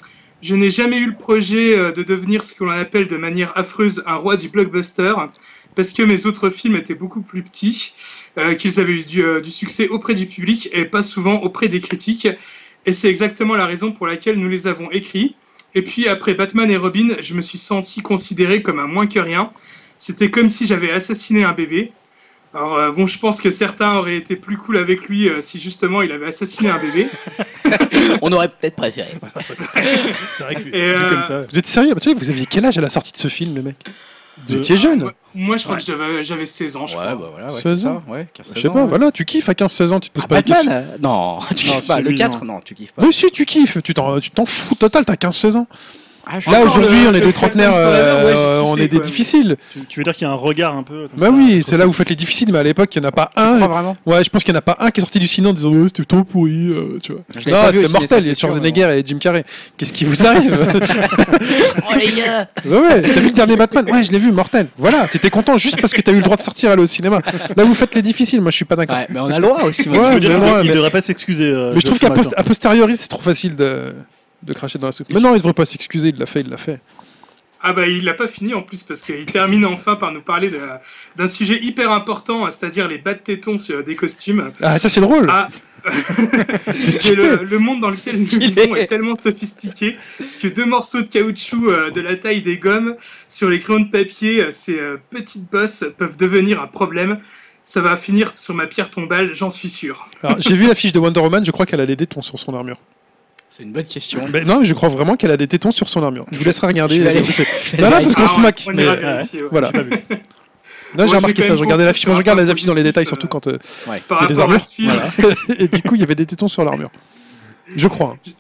[SPEAKER 3] Je n'ai jamais eu le projet euh, de devenir ce que l'on appelle de manière affreuse un roi du blockbuster, parce que mes autres films étaient beaucoup plus petits, euh, qu'ils avaient eu du, euh, du succès auprès du public et pas souvent auprès des critiques. Et c'est exactement la raison pour laquelle nous les avons écrits. Et puis après Batman et Robin, je me suis senti considéré comme un moins que rien. C'était comme si j'avais assassiné un bébé. Alors euh, bon, je pense que certains auraient été plus cool avec lui euh, si justement il avait assassiné un bébé.
[SPEAKER 1] On aurait peut-être préféré.
[SPEAKER 2] C'est vrai que vu
[SPEAKER 3] Et, euh,
[SPEAKER 2] comme ça.
[SPEAKER 4] Vous êtes sérieux Tu sais, Vous aviez quel âge à la sortie de ce film, le mec Vous
[SPEAKER 2] Deux.
[SPEAKER 4] étiez jeune
[SPEAKER 3] Ouais, Moi, je crois
[SPEAKER 1] Ouais.
[SPEAKER 3] que j'avais- j'avais 16 ans, je crois.
[SPEAKER 1] bah, voilà,
[SPEAKER 4] 16 ans.
[SPEAKER 1] Ouais, 15
[SPEAKER 4] Je sais pas, voilà, tu kiffes à 15-16 ans, tu te poses
[SPEAKER 1] Ah,
[SPEAKER 4] pas la question.
[SPEAKER 1] Batman Non, tu
[SPEAKER 2] Non,
[SPEAKER 1] kiffes pas. Le
[SPEAKER 2] celui,
[SPEAKER 1] 4 Non, tu kiffes pas.
[SPEAKER 4] Mais si, tu kiffes, tu t'en tu t'en fous total, t'as 15-16 ans.
[SPEAKER 1] Ah, je-
[SPEAKER 4] Là
[SPEAKER 3] Encore
[SPEAKER 4] aujourd'hui,
[SPEAKER 3] le-
[SPEAKER 4] on est
[SPEAKER 3] le
[SPEAKER 4] des trentenaires,
[SPEAKER 3] Batman Forever, ouais, j'ai
[SPEAKER 4] euh,
[SPEAKER 3] kiffé,
[SPEAKER 4] on est des
[SPEAKER 3] quoi.
[SPEAKER 4] difficiles.
[SPEAKER 2] Tu, tu veux dire qu'il y a un regard un peu. comme
[SPEAKER 4] Bah
[SPEAKER 2] ça,
[SPEAKER 4] oui,
[SPEAKER 2] entre-
[SPEAKER 4] c'est là où vous faites les difficiles, mais à l'époque, il n'y en a pas
[SPEAKER 1] je
[SPEAKER 4] un.
[SPEAKER 1] crois vraiment.
[SPEAKER 4] Ouais, je pense qu'il n'y en a pas un qui est sorti du cinéma en disant Ouais, c'était trop pourri, euh, tu vois.
[SPEAKER 1] Je l'ai pas vu
[SPEAKER 4] Non, c'était
[SPEAKER 1] au ciné, ça,
[SPEAKER 4] mortel, il y a
[SPEAKER 1] c'est sûr,
[SPEAKER 4] Schwarzenegger et Jim Carrey. Qu'est-ce qui vous arrive
[SPEAKER 1] Oh les gars
[SPEAKER 4] Ouais, ouais, t'as vu le dernier Batman Ouais, je l'ai vu, mortel. Voilà, t'étais content juste parce que t'as eu le droit de sortir aller au cinéma. Là, vous faites les difficiles, moi je suis pas d'accord.
[SPEAKER 1] Ouais, mais on a le droit aussi. moi.
[SPEAKER 4] Ouais,
[SPEAKER 2] Je veux dire,
[SPEAKER 4] mais non,
[SPEAKER 2] il
[SPEAKER 4] mais-
[SPEAKER 2] ne devrait pas s'excuser. euh,
[SPEAKER 4] Mais je
[SPEAKER 2] Joel
[SPEAKER 4] trouve qu'à
[SPEAKER 2] Schumacher.
[SPEAKER 4] post- à posteriori, c'est trop facile de, de cracher dans la soupe. Mais non, il devrait pas s'excuser, il l'a fait, il l'a fait.
[SPEAKER 3] Ah bah il n'a pas fini en plus parce qu'il termine enfin par nous parler de- d'un sujet hyper important, c'est-à-dire les bas de tétons sur des costumes.
[SPEAKER 4] Ah, ça c'est drôle
[SPEAKER 3] Ah.
[SPEAKER 4] C'est
[SPEAKER 3] Et
[SPEAKER 4] stylé
[SPEAKER 3] le, le monde dans lequel nous
[SPEAKER 1] Stylé.
[SPEAKER 3] vivons est tellement sophistiqué que deux morceaux de caoutchouc euh, de la taille des gommes sur les crayons de papier, euh, ces euh, petites bosses peuvent devenir un problème. Ça va finir sur ma pierre tombale, j'en suis sûr.
[SPEAKER 4] Alors, J'ai vu l'affiche de Wonder Woman, je crois qu'elle a des tétons sur son armure.
[SPEAKER 1] C'est une bonne question.
[SPEAKER 4] Mais non, mais je crois vraiment qu'elle a des tétons sur son armure. Je vous laisserai regarder.
[SPEAKER 1] Je vais aller-
[SPEAKER 4] Non, non, parce qu'on
[SPEAKER 3] Ah,
[SPEAKER 4] se moque.
[SPEAKER 3] on
[SPEAKER 4] mais- euh,
[SPEAKER 3] ira vérifier, ouais.
[SPEAKER 4] Voilà.
[SPEAKER 2] J'ai pas vu.
[SPEAKER 4] Là,
[SPEAKER 3] Moi, je
[SPEAKER 4] j'ai
[SPEAKER 3] vais
[SPEAKER 4] remarqué
[SPEAKER 3] quand
[SPEAKER 4] ça.
[SPEAKER 3] même
[SPEAKER 4] je regardais
[SPEAKER 3] confier
[SPEAKER 4] l'affiche. Moi,
[SPEAKER 3] sur un
[SPEAKER 4] je regarde
[SPEAKER 3] point
[SPEAKER 4] les affiches dans les
[SPEAKER 3] positif,
[SPEAKER 4] détails,
[SPEAKER 3] euh,
[SPEAKER 4] surtout quand. euh,
[SPEAKER 3] Par
[SPEAKER 4] Il y a des
[SPEAKER 3] rapport à
[SPEAKER 4] armures.
[SPEAKER 3] ce film,
[SPEAKER 4] Et du coup, il y avait des tétons sur l'armure. Je crois. hein.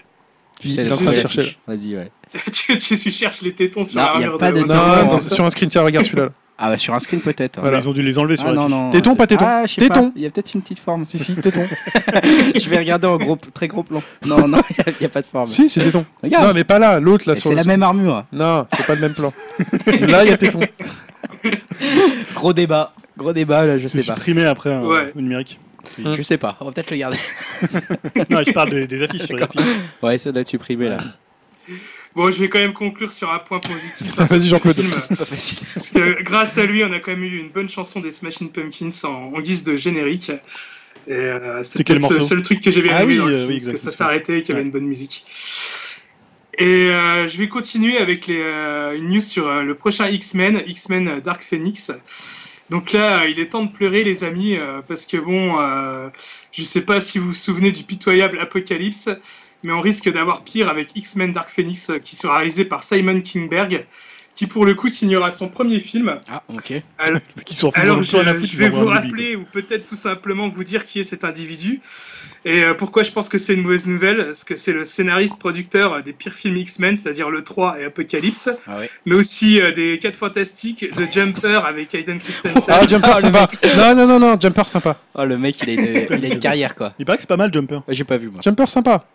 [SPEAKER 4] Il
[SPEAKER 1] C'est
[SPEAKER 4] est
[SPEAKER 1] la
[SPEAKER 4] en train de
[SPEAKER 1] première
[SPEAKER 4] chercher.
[SPEAKER 1] fiche. Vas-y, ouais.
[SPEAKER 3] tu, tu- tu cherches les tétons sur
[SPEAKER 1] Non, y a
[SPEAKER 3] l'armure
[SPEAKER 1] pas
[SPEAKER 3] de
[SPEAKER 1] de-
[SPEAKER 4] Non,
[SPEAKER 3] Wonder Woman,
[SPEAKER 4] non,
[SPEAKER 3] c'est ça
[SPEAKER 4] sur un screenshot, regarde celui-là.
[SPEAKER 1] Ah bah sur un screen peut-être.
[SPEAKER 4] Voilà.
[SPEAKER 2] Ils ont dû les enlever sur
[SPEAKER 1] Ah
[SPEAKER 2] la
[SPEAKER 1] non,
[SPEAKER 2] fiche.
[SPEAKER 1] non.
[SPEAKER 4] Téton,
[SPEAKER 1] c'est-
[SPEAKER 4] pas téton.
[SPEAKER 1] Ah, je sais pas.
[SPEAKER 4] Téton.
[SPEAKER 1] Il y a peut-être une petite forme.
[SPEAKER 4] Si, si, tétons.
[SPEAKER 1] je vais regarder en gros, très gros plan. Non, non, il n'y a, pas de forme.
[SPEAKER 4] si, c'est tétons.
[SPEAKER 1] Regarde,
[SPEAKER 4] Non, mais pas là, l'autre là
[SPEAKER 1] Et
[SPEAKER 4] sur
[SPEAKER 1] c'est
[SPEAKER 4] le-
[SPEAKER 1] la même armure.
[SPEAKER 4] Non, c'est pas le même plan. là, il y a tétons.
[SPEAKER 1] Gros débat. Gros débat, là, je
[SPEAKER 2] C'est
[SPEAKER 1] sais pas.
[SPEAKER 2] supprimé après hein,
[SPEAKER 3] Ouais.
[SPEAKER 2] au numérique.
[SPEAKER 1] Je sais pas. On va peut-être le garder.
[SPEAKER 2] Non, je parle des, des affiches sur les affiches.
[SPEAKER 1] Ouais, ça doit être supprimé là.
[SPEAKER 3] Bon, je vais quand même conclure sur un point positif.
[SPEAKER 4] Vas-y, Jean-Claude.
[SPEAKER 3] Film,
[SPEAKER 1] Pas facile.
[SPEAKER 3] parce que grâce à lui, on a quand même eu une bonne chanson des Smashing Pumpkins en, en guise de générique. Et euh,
[SPEAKER 2] C'est
[SPEAKER 3] c'était
[SPEAKER 2] quel
[SPEAKER 3] peut-être le
[SPEAKER 2] morceau
[SPEAKER 3] seul truc que j'ai bien
[SPEAKER 2] Ah
[SPEAKER 3] aimé
[SPEAKER 2] oui,
[SPEAKER 3] dans le
[SPEAKER 2] euh,
[SPEAKER 3] film,
[SPEAKER 2] oui,
[SPEAKER 3] parce que
[SPEAKER 2] exact,
[SPEAKER 3] ça
[SPEAKER 2] c'est ça.
[SPEAKER 3] s'arrêtait et qu'il y avait
[SPEAKER 2] Ouais.
[SPEAKER 3] une bonne musique. Et euh, je vais continuer avec les, euh, une news sur euh, le prochain X-Men, X-Men euh, Dark Phoenix. Donc là, euh, il est temps de pleurer, les amis, euh, parce que bon, euh, je sais pas si vous vous souvenez du pitoyable Apocalypse, mais on risque d'avoir pire avec X-Men Dark Phoenix, euh, qui sera réalisé par Simon Kingberg, qui pour le coup signera son premier film.
[SPEAKER 1] Ah, ok.
[SPEAKER 2] Qui sont
[SPEAKER 3] Alors, je, je vais vous rappeler, ou peut-être tout simplement vous dire qui est cet individu. Et euh, pourquoi je pense que c'est une mauvaise nouvelle Parce que c'est le scénariste producteur euh, des pires films X-Men, c'est-à-dire le 3 et Apocalypse,
[SPEAKER 1] Ah ouais.
[SPEAKER 3] mais aussi euh, des 4 Fantastiques, de Jumper avec Hayden Christensen.
[SPEAKER 4] Ah, Jumper
[SPEAKER 1] le
[SPEAKER 4] sympa. Non, non, non, non, Jumper sympa.
[SPEAKER 1] Oh, le mec, il a une, il a une carrière quoi.
[SPEAKER 2] Il paraît que c'est pas mal, Jumper.
[SPEAKER 1] Ouais, J'ai pas vu moi.
[SPEAKER 4] Jumper sympa.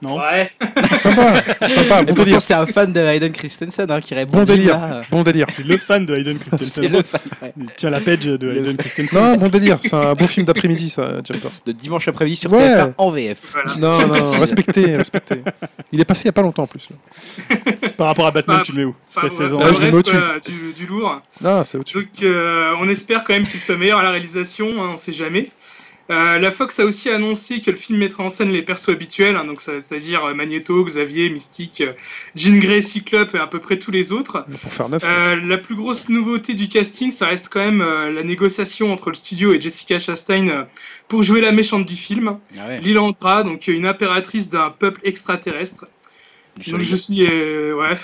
[SPEAKER 2] Non
[SPEAKER 3] Ouais.
[SPEAKER 4] Sympa, sympa, bon
[SPEAKER 1] Et pourtant,
[SPEAKER 4] délire.
[SPEAKER 1] c'est un fan de Hayden Christensen hein, qui répond
[SPEAKER 4] Bon
[SPEAKER 1] là,
[SPEAKER 4] délire,
[SPEAKER 1] euh,
[SPEAKER 4] bon délire.
[SPEAKER 2] C'est le fan de Hayden
[SPEAKER 1] C'est
[SPEAKER 2] Christensen.
[SPEAKER 1] le fan ouais.
[SPEAKER 2] Tiens, la page de
[SPEAKER 1] Le
[SPEAKER 2] Hayden Christensen.
[SPEAKER 4] Non, bon délire, c'est un bon film d'après-midi, ça, Jumpers.
[SPEAKER 1] de dimanche après-midi sur
[SPEAKER 4] Ouais.
[SPEAKER 1] TF1 en VF.
[SPEAKER 3] Voilà.
[SPEAKER 4] Non, non, non, respectez, respectez. Il est passé il n'y a pas longtemps en plus. là.
[SPEAKER 2] Par rapport à Batman,
[SPEAKER 3] Pas-
[SPEAKER 2] tu le mets où
[SPEAKER 3] Enfin,
[SPEAKER 2] C'était
[SPEAKER 3] bref,
[SPEAKER 2] saison.
[SPEAKER 4] Ouais, Ah, je l'ai mis
[SPEAKER 3] bref,
[SPEAKER 4] au-dessus.
[SPEAKER 3] euh, du, du lourd.
[SPEAKER 4] Non, c'est au-dessus.
[SPEAKER 3] Donc euh, on espère quand même qu'il soit meilleur à la réalisation, hein, on sait jamais. Euh, la Fox a aussi annoncé que le film mettrait en scène les persos habituels, hein, donc ça- c'est-à-dire euh, Magneto, Xavier, Mystique, euh, Jean Grey, Cyclope et à peu près tous les autres.
[SPEAKER 4] Pour faire neuf.
[SPEAKER 3] Euh, la plus grosse nouveauté du casting, ça reste quand même euh, la négociation entre le studio et Jessica Chastain euh, pour jouer la méchante du film,
[SPEAKER 1] Ah ouais,
[SPEAKER 3] Lilandra, donc euh, une impératrice d'un peuple extraterrestre.
[SPEAKER 1] du
[SPEAKER 3] donc
[SPEAKER 1] soleil.
[SPEAKER 3] je suis, euh, ouais,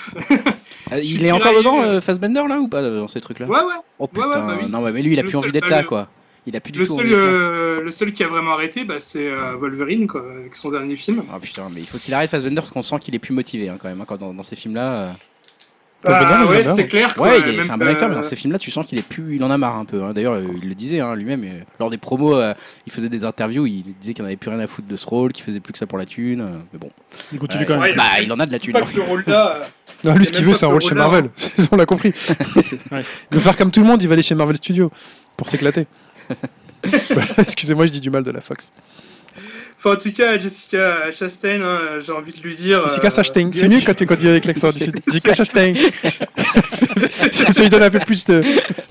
[SPEAKER 1] Ah,
[SPEAKER 3] je
[SPEAKER 1] Il
[SPEAKER 3] suis
[SPEAKER 1] est encore
[SPEAKER 3] tiraillé,
[SPEAKER 1] dedans,
[SPEAKER 3] euh,
[SPEAKER 1] euh, Fassbender, là, ou pas, euh, dans ces trucs-là
[SPEAKER 3] ouais, ouais.
[SPEAKER 1] Oh
[SPEAKER 3] ouais,
[SPEAKER 1] putain,
[SPEAKER 3] bah oui.
[SPEAKER 1] non, ouais, mais lui, il a
[SPEAKER 3] Le
[SPEAKER 1] plus envie
[SPEAKER 3] seul-
[SPEAKER 1] d'être
[SPEAKER 3] bah,
[SPEAKER 1] là,
[SPEAKER 3] le-
[SPEAKER 1] quoi. Il a plus du
[SPEAKER 3] Le
[SPEAKER 1] tout
[SPEAKER 3] seul,
[SPEAKER 1] envie d'être là.
[SPEAKER 3] euh, le seul qui a vraiment arrêté, bah, c'est euh, Wolverine, quoi, avec son dernier film.
[SPEAKER 1] Ah putain, mais il faut qu'il arrête Fassbender parce qu'on sent qu'il est plus motivé hein, quand même. hein, quand dans, dans ces films-là. euh.
[SPEAKER 3] Bah,
[SPEAKER 4] Wolverine,
[SPEAKER 3] ouais,
[SPEAKER 4] j'aime bien.
[SPEAKER 3] c'est clair. quoi,
[SPEAKER 1] Ouais, il est-
[SPEAKER 3] même,
[SPEAKER 1] c'est un bon acteur, mais
[SPEAKER 3] euh,
[SPEAKER 1] dans ces films-là, tu sens qu'il est plus, il en a marre un peu. hein. D'ailleurs, euh, il le disait hein, lui-même euh, lors des promos, euh, il faisait des interviews, il disait qu'il n'en avait plus rien à foutre de ce rôle, qu'il faisait plus que ça pour la thune. euh, mais bon,
[SPEAKER 2] Il continue
[SPEAKER 1] Ouais.
[SPEAKER 2] quand même.
[SPEAKER 3] Ouais,
[SPEAKER 1] bah il en a de la thune.
[SPEAKER 3] Pas que le rôle-là. euh,
[SPEAKER 4] Non, lui, ce
[SPEAKER 3] c'est
[SPEAKER 4] qu'il
[SPEAKER 3] même
[SPEAKER 4] veut,
[SPEAKER 3] pas
[SPEAKER 4] c'est un
[SPEAKER 3] que
[SPEAKER 4] rôle
[SPEAKER 3] le
[SPEAKER 4] chez
[SPEAKER 3] roller,
[SPEAKER 4] Marvel. On l'a compris.
[SPEAKER 2] Ouais.
[SPEAKER 4] Il veut faire comme tout le monde, il va aller chez Marvel Studios pour s'éclater. Bah, Excusez-moi, je dis du mal de la Fox.
[SPEAKER 3] Enfin, en tout cas, Jessica Chastain, hein, j'ai envie de lui dire.
[SPEAKER 4] Jessica
[SPEAKER 3] euh,
[SPEAKER 4] Chastain, c'est mieux quand tu quand tu dis avec l'accent. du sud. Jessica Chastain. ça, ça lui donne un peu plus de,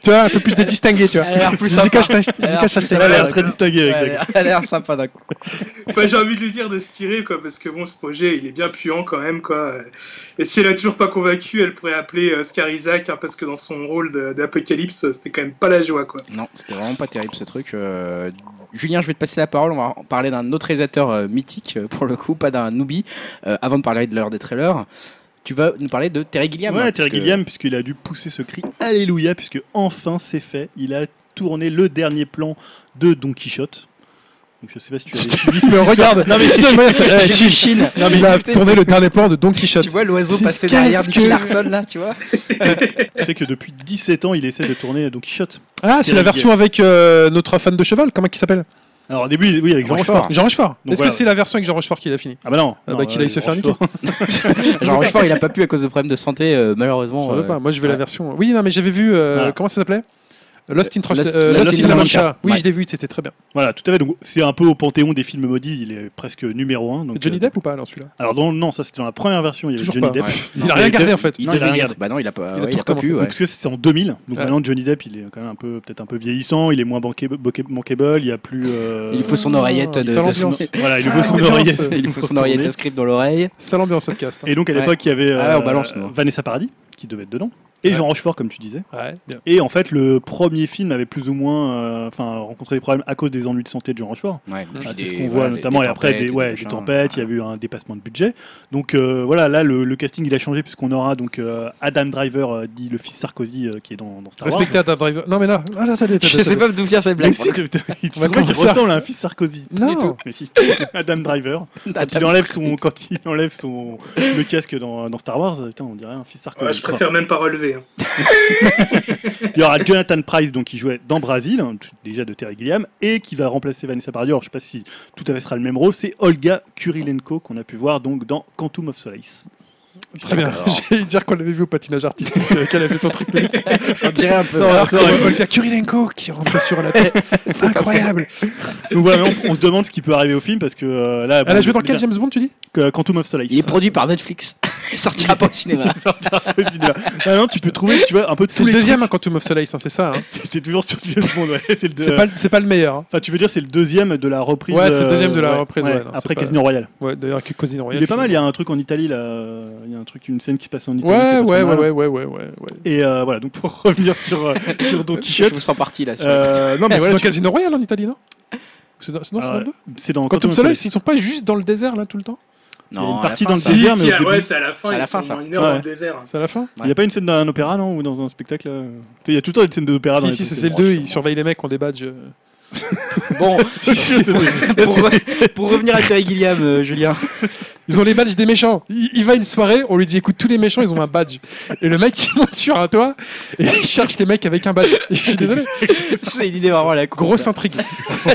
[SPEAKER 4] tu vois, un peu plus de distingué, tu vois.
[SPEAKER 1] Elle a l'air plus
[SPEAKER 4] Jessica
[SPEAKER 1] sympa.
[SPEAKER 4] Chastain.
[SPEAKER 1] Elle a l'air
[SPEAKER 4] Jessica
[SPEAKER 1] plus
[SPEAKER 4] Chastain.
[SPEAKER 1] sympa.
[SPEAKER 2] Elle a l'air
[SPEAKER 1] Ouais,
[SPEAKER 2] très
[SPEAKER 1] ouais.
[SPEAKER 2] distinguée
[SPEAKER 1] Elle
[SPEAKER 2] avec
[SPEAKER 1] a
[SPEAKER 2] la
[SPEAKER 1] l'air- elle a l'air sympa d'un coup.
[SPEAKER 3] enfin, j'ai envie de lui dire de se tirer, quoi, parce que bon, ce projet, il est bien puant quand même, quoi. Et si elle a toujours pas convaincu, elle pourrait appeler euh, Scar Isaac, hein, parce que dans son rôle de- d'Apocalypse, euh, c'était quand même pas la joie, quoi.
[SPEAKER 1] Non, c'était vraiment pas terrible ce truc. Euh, Julien, je vais te passer la parole. On va en parler d'un autre réalisateur euh, mythique, euh, pour le coup, pas d'un newbie. Euh, avant de parler de l'heure des trailers, tu vas nous parler de Terry Gilliam. hein,
[SPEAKER 2] Ouais, Terry
[SPEAKER 1] puisque-
[SPEAKER 2] Gilliam, puisqu'il a dû pousser ce cri Alléluia, puisque enfin c'est fait. Il a tourné le dernier plan de Don Quichotte. Donc je sais pas si tu as suivi.
[SPEAKER 4] Mais regarde,
[SPEAKER 2] Non, mais-
[SPEAKER 4] putain, moi, eh,
[SPEAKER 1] J'ai vu Chine.
[SPEAKER 4] Non, mais il a tourné le dernier plan de Don Quichotte.
[SPEAKER 1] Tu vois l'oiseau
[SPEAKER 4] C'est-
[SPEAKER 1] passer
[SPEAKER 4] qu'est-ce
[SPEAKER 1] derrière Nicky
[SPEAKER 4] que-
[SPEAKER 1] Larson là, tu vois
[SPEAKER 2] tu sais que depuis 17 ans, il essaie de tourner Don Quichotte.
[SPEAKER 4] Ah, c'est la version avec euh, notre fan de cheval, comment il s'appelle
[SPEAKER 2] Alors au début, oui, avec Jean
[SPEAKER 1] Rochefort.
[SPEAKER 2] Rochefort.
[SPEAKER 4] Jean Rochefort.
[SPEAKER 2] Donc
[SPEAKER 4] Est-ce
[SPEAKER 2] voilà.
[SPEAKER 4] que c'est la version avec Jean Rochefort qui l'a fini
[SPEAKER 2] Ah bah non,
[SPEAKER 4] Ah
[SPEAKER 2] non,
[SPEAKER 4] bah, qu'il
[SPEAKER 1] euh,
[SPEAKER 4] aille se faire
[SPEAKER 2] Rochefort.
[SPEAKER 1] Jean Rochefort, il a pas pu à cause de problèmes de santé, euh, malheureusement.
[SPEAKER 4] J'en veux
[SPEAKER 1] euh,
[SPEAKER 4] pas. Moi, je veux la version. Oui, non, mais j'avais vu. euh,
[SPEAKER 2] Voilà.
[SPEAKER 4] Comment ça s'appelait Lost in, Tra-
[SPEAKER 1] Lost-
[SPEAKER 4] euh,
[SPEAKER 1] Lost
[SPEAKER 4] Lost
[SPEAKER 1] in
[SPEAKER 4] in La
[SPEAKER 1] La
[SPEAKER 4] Mancha.
[SPEAKER 1] Mancha.
[SPEAKER 4] Oui,
[SPEAKER 1] Ouais.
[SPEAKER 4] je l'ai vu, c'était très bien.
[SPEAKER 2] Voilà, tout à fait. Donc c'est un peu au panthéon des films maudits. Il est presque numéro 1 Donc,
[SPEAKER 4] Johnny
[SPEAKER 2] euh,
[SPEAKER 4] Depp ou pas alors celui-là
[SPEAKER 2] Alors non, non, ça c'était dans la première version. Il y avait
[SPEAKER 4] Toujours
[SPEAKER 2] Johnny
[SPEAKER 4] pas.
[SPEAKER 2] Depp.
[SPEAKER 1] Ouais.
[SPEAKER 4] Il a rien
[SPEAKER 2] mais
[SPEAKER 4] gardé
[SPEAKER 2] Johnny-
[SPEAKER 4] en fait.
[SPEAKER 1] Il
[SPEAKER 2] Non, il
[SPEAKER 1] devait
[SPEAKER 2] a
[SPEAKER 1] y
[SPEAKER 2] rien
[SPEAKER 1] être. Bah non, il a pas,
[SPEAKER 4] Il a
[SPEAKER 1] ouais,
[SPEAKER 4] tout
[SPEAKER 1] il a pas pu.
[SPEAKER 4] recommencé.
[SPEAKER 1] ouais.
[SPEAKER 2] Donc, parce que c'était en 2000, donc
[SPEAKER 4] Ouais.
[SPEAKER 2] maintenant Johnny Depp il est quand même un peu peut-être un peu vieillissant, il est moins banqué- boqué- manquable, il y a plus. euh,
[SPEAKER 1] Il faut son oreillette. euh,
[SPEAKER 4] Ça
[SPEAKER 1] de- de-
[SPEAKER 4] l'ambiance.
[SPEAKER 2] Voilà, il
[SPEAKER 4] Ça,
[SPEAKER 2] faut son
[SPEAKER 4] l'ambiance.
[SPEAKER 2] oreillette.
[SPEAKER 1] Il faut son oreillette inscrite dans l'oreille.
[SPEAKER 4] C'est l'ambiance podcast. hein.
[SPEAKER 2] Et donc à
[SPEAKER 1] Ouais.
[SPEAKER 2] l'époque il y avait euh,
[SPEAKER 1] Ah ouais, on balance, nous.
[SPEAKER 2] Vanessa Paradis qui devait être dedans et
[SPEAKER 4] Ouais.
[SPEAKER 2] Jean Rochefort comme tu disais.
[SPEAKER 4] Ouais, bien.
[SPEAKER 2] Et en fait le premier film avait plus ou moins, euh, enfin rencontré des problèmes à cause des ennuis de santé de Jean Rochefort.
[SPEAKER 1] Ouais,
[SPEAKER 4] Ah,
[SPEAKER 1] puis
[SPEAKER 2] Ah, c'est
[SPEAKER 1] des-
[SPEAKER 2] ce qu'on voit
[SPEAKER 1] voilà, des-
[SPEAKER 2] notamment,
[SPEAKER 1] des
[SPEAKER 2] et après
[SPEAKER 1] tempêtes
[SPEAKER 2] des, ouais, des
[SPEAKER 1] machins.
[SPEAKER 2] tempêtes, il y a eu un dépassement de budget. Donc euh, voilà, là le, le casting il a changé puisqu'on aura donc euh, Adam Driver, euh, dit le fils Sarkozy, euh, qui est dans, dans Star Wars.
[SPEAKER 4] Respecté Adam Driver. Non, mais là, ah, là, attendez, attendez,
[SPEAKER 1] Je sais
[SPEAKER 4] attendez.
[SPEAKER 1] pas d'où vient cette
[SPEAKER 2] Mais
[SPEAKER 1] blague.
[SPEAKER 2] si, tu- tu- tu
[SPEAKER 4] va
[SPEAKER 2] trouves pas qu'il
[SPEAKER 4] commencer à-
[SPEAKER 2] ressemble à un fils Sarkozy.
[SPEAKER 4] Non.
[SPEAKER 2] Du tout. Mais si, Adam Driver.
[SPEAKER 1] Ah,
[SPEAKER 2] Quand il
[SPEAKER 1] Attends.
[SPEAKER 2] enlève son, quand il enlève son le casque dans, dans Star Wars, putain, on dirait un fils Sarkozy.
[SPEAKER 3] Ouais, je préfère même pas relever. hein.
[SPEAKER 2] Enfin, il y aura Jonathan Price donc qui jouait dans Brazil, hein, tout- déjà de Terry Gilliam, et qui va remplacer Vanessa Paradis. Alors, je sais pas si tout à fait sera le même rôle. C'est Olga Kurilenko qu'on a pu voir donc dans Quantum of Solace.
[SPEAKER 4] Très bien.
[SPEAKER 1] Alors.
[SPEAKER 4] J'allais dire qu'on l'avait vu au patinage artistique, euh, qu'elle a fait son truc.
[SPEAKER 1] On dirait un peu.
[SPEAKER 4] Olga Kurilenko qui rentre sur la piste. C'est incroyable.
[SPEAKER 2] Donc voilà, on, on se demande ce qui peut arriver au film parce que euh, là.
[SPEAKER 4] Elle
[SPEAKER 2] bon,
[SPEAKER 4] a joué dans quel
[SPEAKER 2] déjà,
[SPEAKER 4] James Bond, tu dis
[SPEAKER 2] que Quantum of Solace.
[SPEAKER 1] Il est produit par Netflix. Il sortira pas au cinéma.
[SPEAKER 2] Le cinéma. Ah non, tu peux trouver, tu vois, un peu de
[SPEAKER 4] C'est
[SPEAKER 2] tous
[SPEAKER 4] le
[SPEAKER 2] les
[SPEAKER 4] deuxième, hein, Quantum of Solace, hein, c'est ça. hein.
[SPEAKER 2] trucs. T'es toujours sur James Bond, ouais. C'est le deux- euh,
[SPEAKER 4] C'est pas, le- c'est pas le meilleur. hein.
[SPEAKER 2] Enfin, tu veux dire, c'est le deuxième de la reprise.
[SPEAKER 4] Ouais, c'est le deuxième de la
[SPEAKER 2] euh,
[SPEAKER 4] reprise, ouais, non, c'est
[SPEAKER 2] après
[SPEAKER 4] pas-
[SPEAKER 2] Casino Royale.
[SPEAKER 4] Ouais, d'ailleurs, avec Cosine Royale.
[SPEAKER 2] Il est pas mal, il y a un truc en Italie, là. euh, Il y a un truc, une scène qui se passe en Italie. hein.
[SPEAKER 4] Ouais,
[SPEAKER 2] c'est pas
[SPEAKER 4] ouais, ouais,
[SPEAKER 2] trop mal.
[SPEAKER 4] ouais, ouais, ouais, ouais. ouais.
[SPEAKER 2] Et euh, voilà, donc pour revenir sur, euh, sur Don
[SPEAKER 1] Je vous
[SPEAKER 2] Quichotte.
[SPEAKER 1] sens parti là. sur-
[SPEAKER 2] euh, non,
[SPEAKER 4] Ah,
[SPEAKER 2] mais
[SPEAKER 4] c'est
[SPEAKER 2] voilà,
[SPEAKER 4] dans
[SPEAKER 2] tu-
[SPEAKER 4] Casino Royale en Italie, non C'est dans, c'est dans- c'est dans
[SPEAKER 2] Ah,
[SPEAKER 4] le deux
[SPEAKER 2] c'est dans
[SPEAKER 4] Quantum
[SPEAKER 2] Quantum of
[SPEAKER 4] Solace,
[SPEAKER 2] Solace.
[SPEAKER 4] ils sont pas juste dans le désert là tout le temps
[SPEAKER 1] Non,
[SPEAKER 2] il y a une
[SPEAKER 1] à la
[SPEAKER 2] partie
[SPEAKER 1] fin,
[SPEAKER 2] dans le
[SPEAKER 1] ça-
[SPEAKER 2] désert, mais
[SPEAKER 3] Si, si,
[SPEAKER 2] au
[SPEAKER 3] ah,
[SPEAKER 2] début-
[SPEAKER 3] ouais, c'est à la fin,
[SPEAKER 1] À
[SPEAKER 3] ils
[SPEAKER 1] la fin,
[SPEAKER 3] sont
[SPEAKER 1] ça.
[SPEAKER 3] une heure dans
[SPEAKER 2] Ouais.
[SPEAKER 3] le désert. hein.
[SPEAKER 4] C'est à la fin
[SPEAKER 2] Il n'y a pas une scène dans un opéra, non Ou dans un spectacle euh Tu sais, Il y a tout le temps une scène d'opéra dans
[SPEAKER 4] Si,
[SPEAKER 2] les
[SPEAKER 4] si, c'est c'est
[SPEAKER 2] trucs.
[SPEAKER 4] le 2,
[SPEAKER 1] sûrement.
[SPEAKER 4] ils surveillent les mecs, on des badges.
[SPEAKER 1] Bon, pour, pour revenir à Terry Gilliam, euh, Julien.
[SPEAKER 4] Ils ont les badges des méchants. Il, il va à une soirée, on lui dit écoute, tous les méchants, ils ont un badge. Et le mec, il monte sur un toit et il cherche les mecs avec un badge. Je suis désolé.
[SPEAKER 1] C'est une idée vraiment à la con.
[SPEAKER 4] Grosse intrigue.
[SPEAKER 2] Non,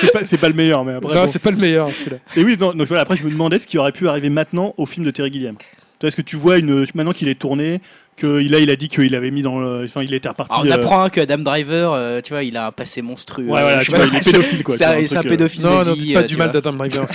[SPEAKER 2] c'est pas, c'est pas le meilleur, mais après.
[SPEAKER 4] Non,
[SPEAKER 2] bon.
[SPEAKER 4] c'est pas le meilleur celui-là.
[SPEAKER 2] Et oui, non, donc voilà, après, je me demandais ce qui aurait pu arriver maintenant au film de Terry Gilliam. Tu vois, Est-ce que tu vois une maintenant qu'il est tourné, que là il a dit qu'il avait mis dans, le... enfin il était reparti.
[SPEAKER 1] Alors, on
[SPEAKER 2] euh,
[SPEAKER 1] apprend hein, que Adam Driver, euh, tu vois, il a un passé monstrueux.
[SPEAKER 2] Ouais, voilà,
[SPEAKER 1] Je
[SPEAKER 2] tu
[SPEAKER 1] sais
[SPEAKER 2] vois,
[SPEAKER 1] pas
[SPEAKER 2] il est
[SPEAKER 1] si c'est-
[SPEAKER 2] pédophile quoi.
[SPEAKER 1] c'est
[SPEAKER 2] tu vois,
[SPEAKER 1] un,
[SPEAKER 2] un
[SPEAKER 1] c'est un
[SPEAKER 2] truc, euh,
[SPEAKER 1] pédophile.
[SPEAKER 4] Non, non,
[SPEAKER 1] nazi,
[SPEAKER 4] dites pas
[SPEAKER 1] euh,
[SPEAKER 4] du
[SPEAKER 1] tu
[SPEAKER 4] mal
[SPEAKER 1] vois.
[SPEAKER 4] d'Adam Driver.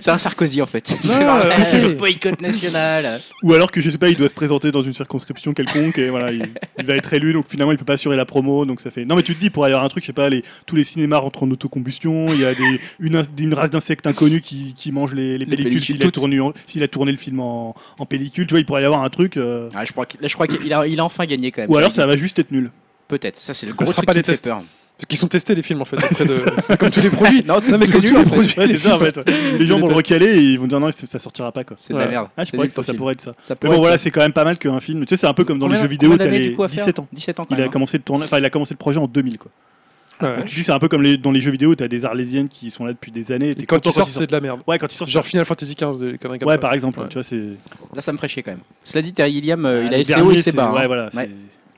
[SPEAKER 1] C'est un Sarkozy en fait. C'est
[SPEAKER 4] Non,
[SPEAKER 1] vrai,
[SPEAKER 4] mais-
[SPEAKER 1] le boycott national.
[SPEAKER 2] euh, Ou alors que je sais pas, il doit se présenter dans une circonscription quelconque et voilà, il, il va être élu donc finalement il peut pas assurer la promo donc ça fait. Non mais tu te dis pour avoir un truc, je sais pas, les, tous les cinémas rentrent en autocombustion, il y a des, une, ins- une race d'insectes inconnus qui, qui mangent les, les pellicules
[SPEAKER 1] pellicules
[SPEAKER 2] s'il a,
[SPEAKER 1] toutes.
[SPEAKER 2] tourné en- s'il a tourné le film en, en pellicule, tu vois, il pourrait y avoir un truc. euh,
[SPEAKER 1] Ah, je crois qu'il là, je crois qu'il a, il a enfin gagné quand même.
[SPEAKER 2] Ou alors ça va juste être nul.
[SPEAKER 1] Peut-être. Ça, c'est le gros
[SPEAKER 4] sera
[SPEAKER 1] truc
[SPEAKER 4] pas
[SPEAKER 1] qui
[SPEAKER 4] des
[SPEAKER 1] me fait
[SPEAKER 4] tests.
[SPEAKER 1] peur.
[SPEAKER 4] Parce qu'ils sont testés les films en fait. C'est de- c'est comme tous les produits.
[SPEAKER 1] Non, c'est
[SPEAKER 4] mais
[SPEAKER 1] tout
[SPEAKER 4] comme
[SPEAKER 1] nul,
[SPEAKER 4] tous les
[SPEAKER 1] en fait.
[SPEAKER 4] produits.
[SPEAKER 2] Ouais, c'est ça en fait. Les gens vont le recaler et ils vont dire non, ça sortira pas quoi.
[SPEAKER 1] C'est de la
[SPEAKER 4] Ouais.
[SPEAKER 1] merde.
[SPEAKER 2] Ah, je
[SPEAKER 1] C'est
[SPEAKER 2] pourrais
[SPEAKER 1] nul,
[SPEAKER 2] que ça,
[SPEAKER 1] ton
[SPEAKER 2] ça
[SPEAKER 1] film.
[SPEAKER 2] pourrait être ça.
[SPEAKER 1] Ça
[SPEAKER 2] Mais
[SPEAKER 1] pourrait
[SPEAKER 2] bon,
[SPEAKER 1] être
[SPEAKER 2] voilà,
[SPEAKER 1] ça.
[SPEAKER 2] c'est quand même pas mal qu'un film. Tu sais, c'est un peu comme dans les
[SPEAKER 1] Combien-
[SPEAKER 2] jeux vidéo,
[SPEAKER 1] combien
[SPEAKER 2] t'as
[SPEAKER 1] d'années,
[SPEAKER 2] les
[SPEAKER 1] du coup, à faire
[SPEAKER 2] 17 ans.
[SPEAKER 1] 17 ans quand
[SPEAKER 2] Il a
[SPEAKER 1] même. hein.
[SPEAKER 2] commencé le tourna- enfin, il a commencé le projet en 2000 quoi.
[SPEAKER 4] Ouais.
[SPEAKER 2] Donc, Tu dis c'est un peu comme les- dans les jeux vidéo, t'as des arlésiennes qui sont là depuis des années.
[SPEAKER 4] Et
[SPEAKER 2] t'es
[SPEAKER 4] quand
[SPEAKER 2] content
[SPEAKER 4] ils sortent,
[SPEAKER 2] sortent.
[SPEAKER 4] c'est de la merde.
[SPEAKER 2] Ouais, quand ils sortent.
[SPEAKER 4] Genre Final Fantasy XV, des conneries comme
[SPEAKER 2] ouais,
[SPEAKER 4] ça.
[SPEAKER 2] par exemple,
[SPEAKER 4] Ouais.
[SPEAKER 2] tu vois, c'est.
[SPEAKER 1] Là, ça me ferait chier quand même. Cela dit, Terry Gilliam, euh, il
[SPEAKER 2] Ah,
[SPEAKER 1] a
[SPEAKER 2] le
[SPEAKER 1] essayé haut
[SPEAKER 2] dernier,
[SPEAKER 1] et c'est
[SPEAKER 2] c'est-
[SPEAKER 1] bas. hein.
[SPEAKER 2] Ouais, voilà.
[SPEAKER 1] Ouais.
[SPEAKER 2] c'est-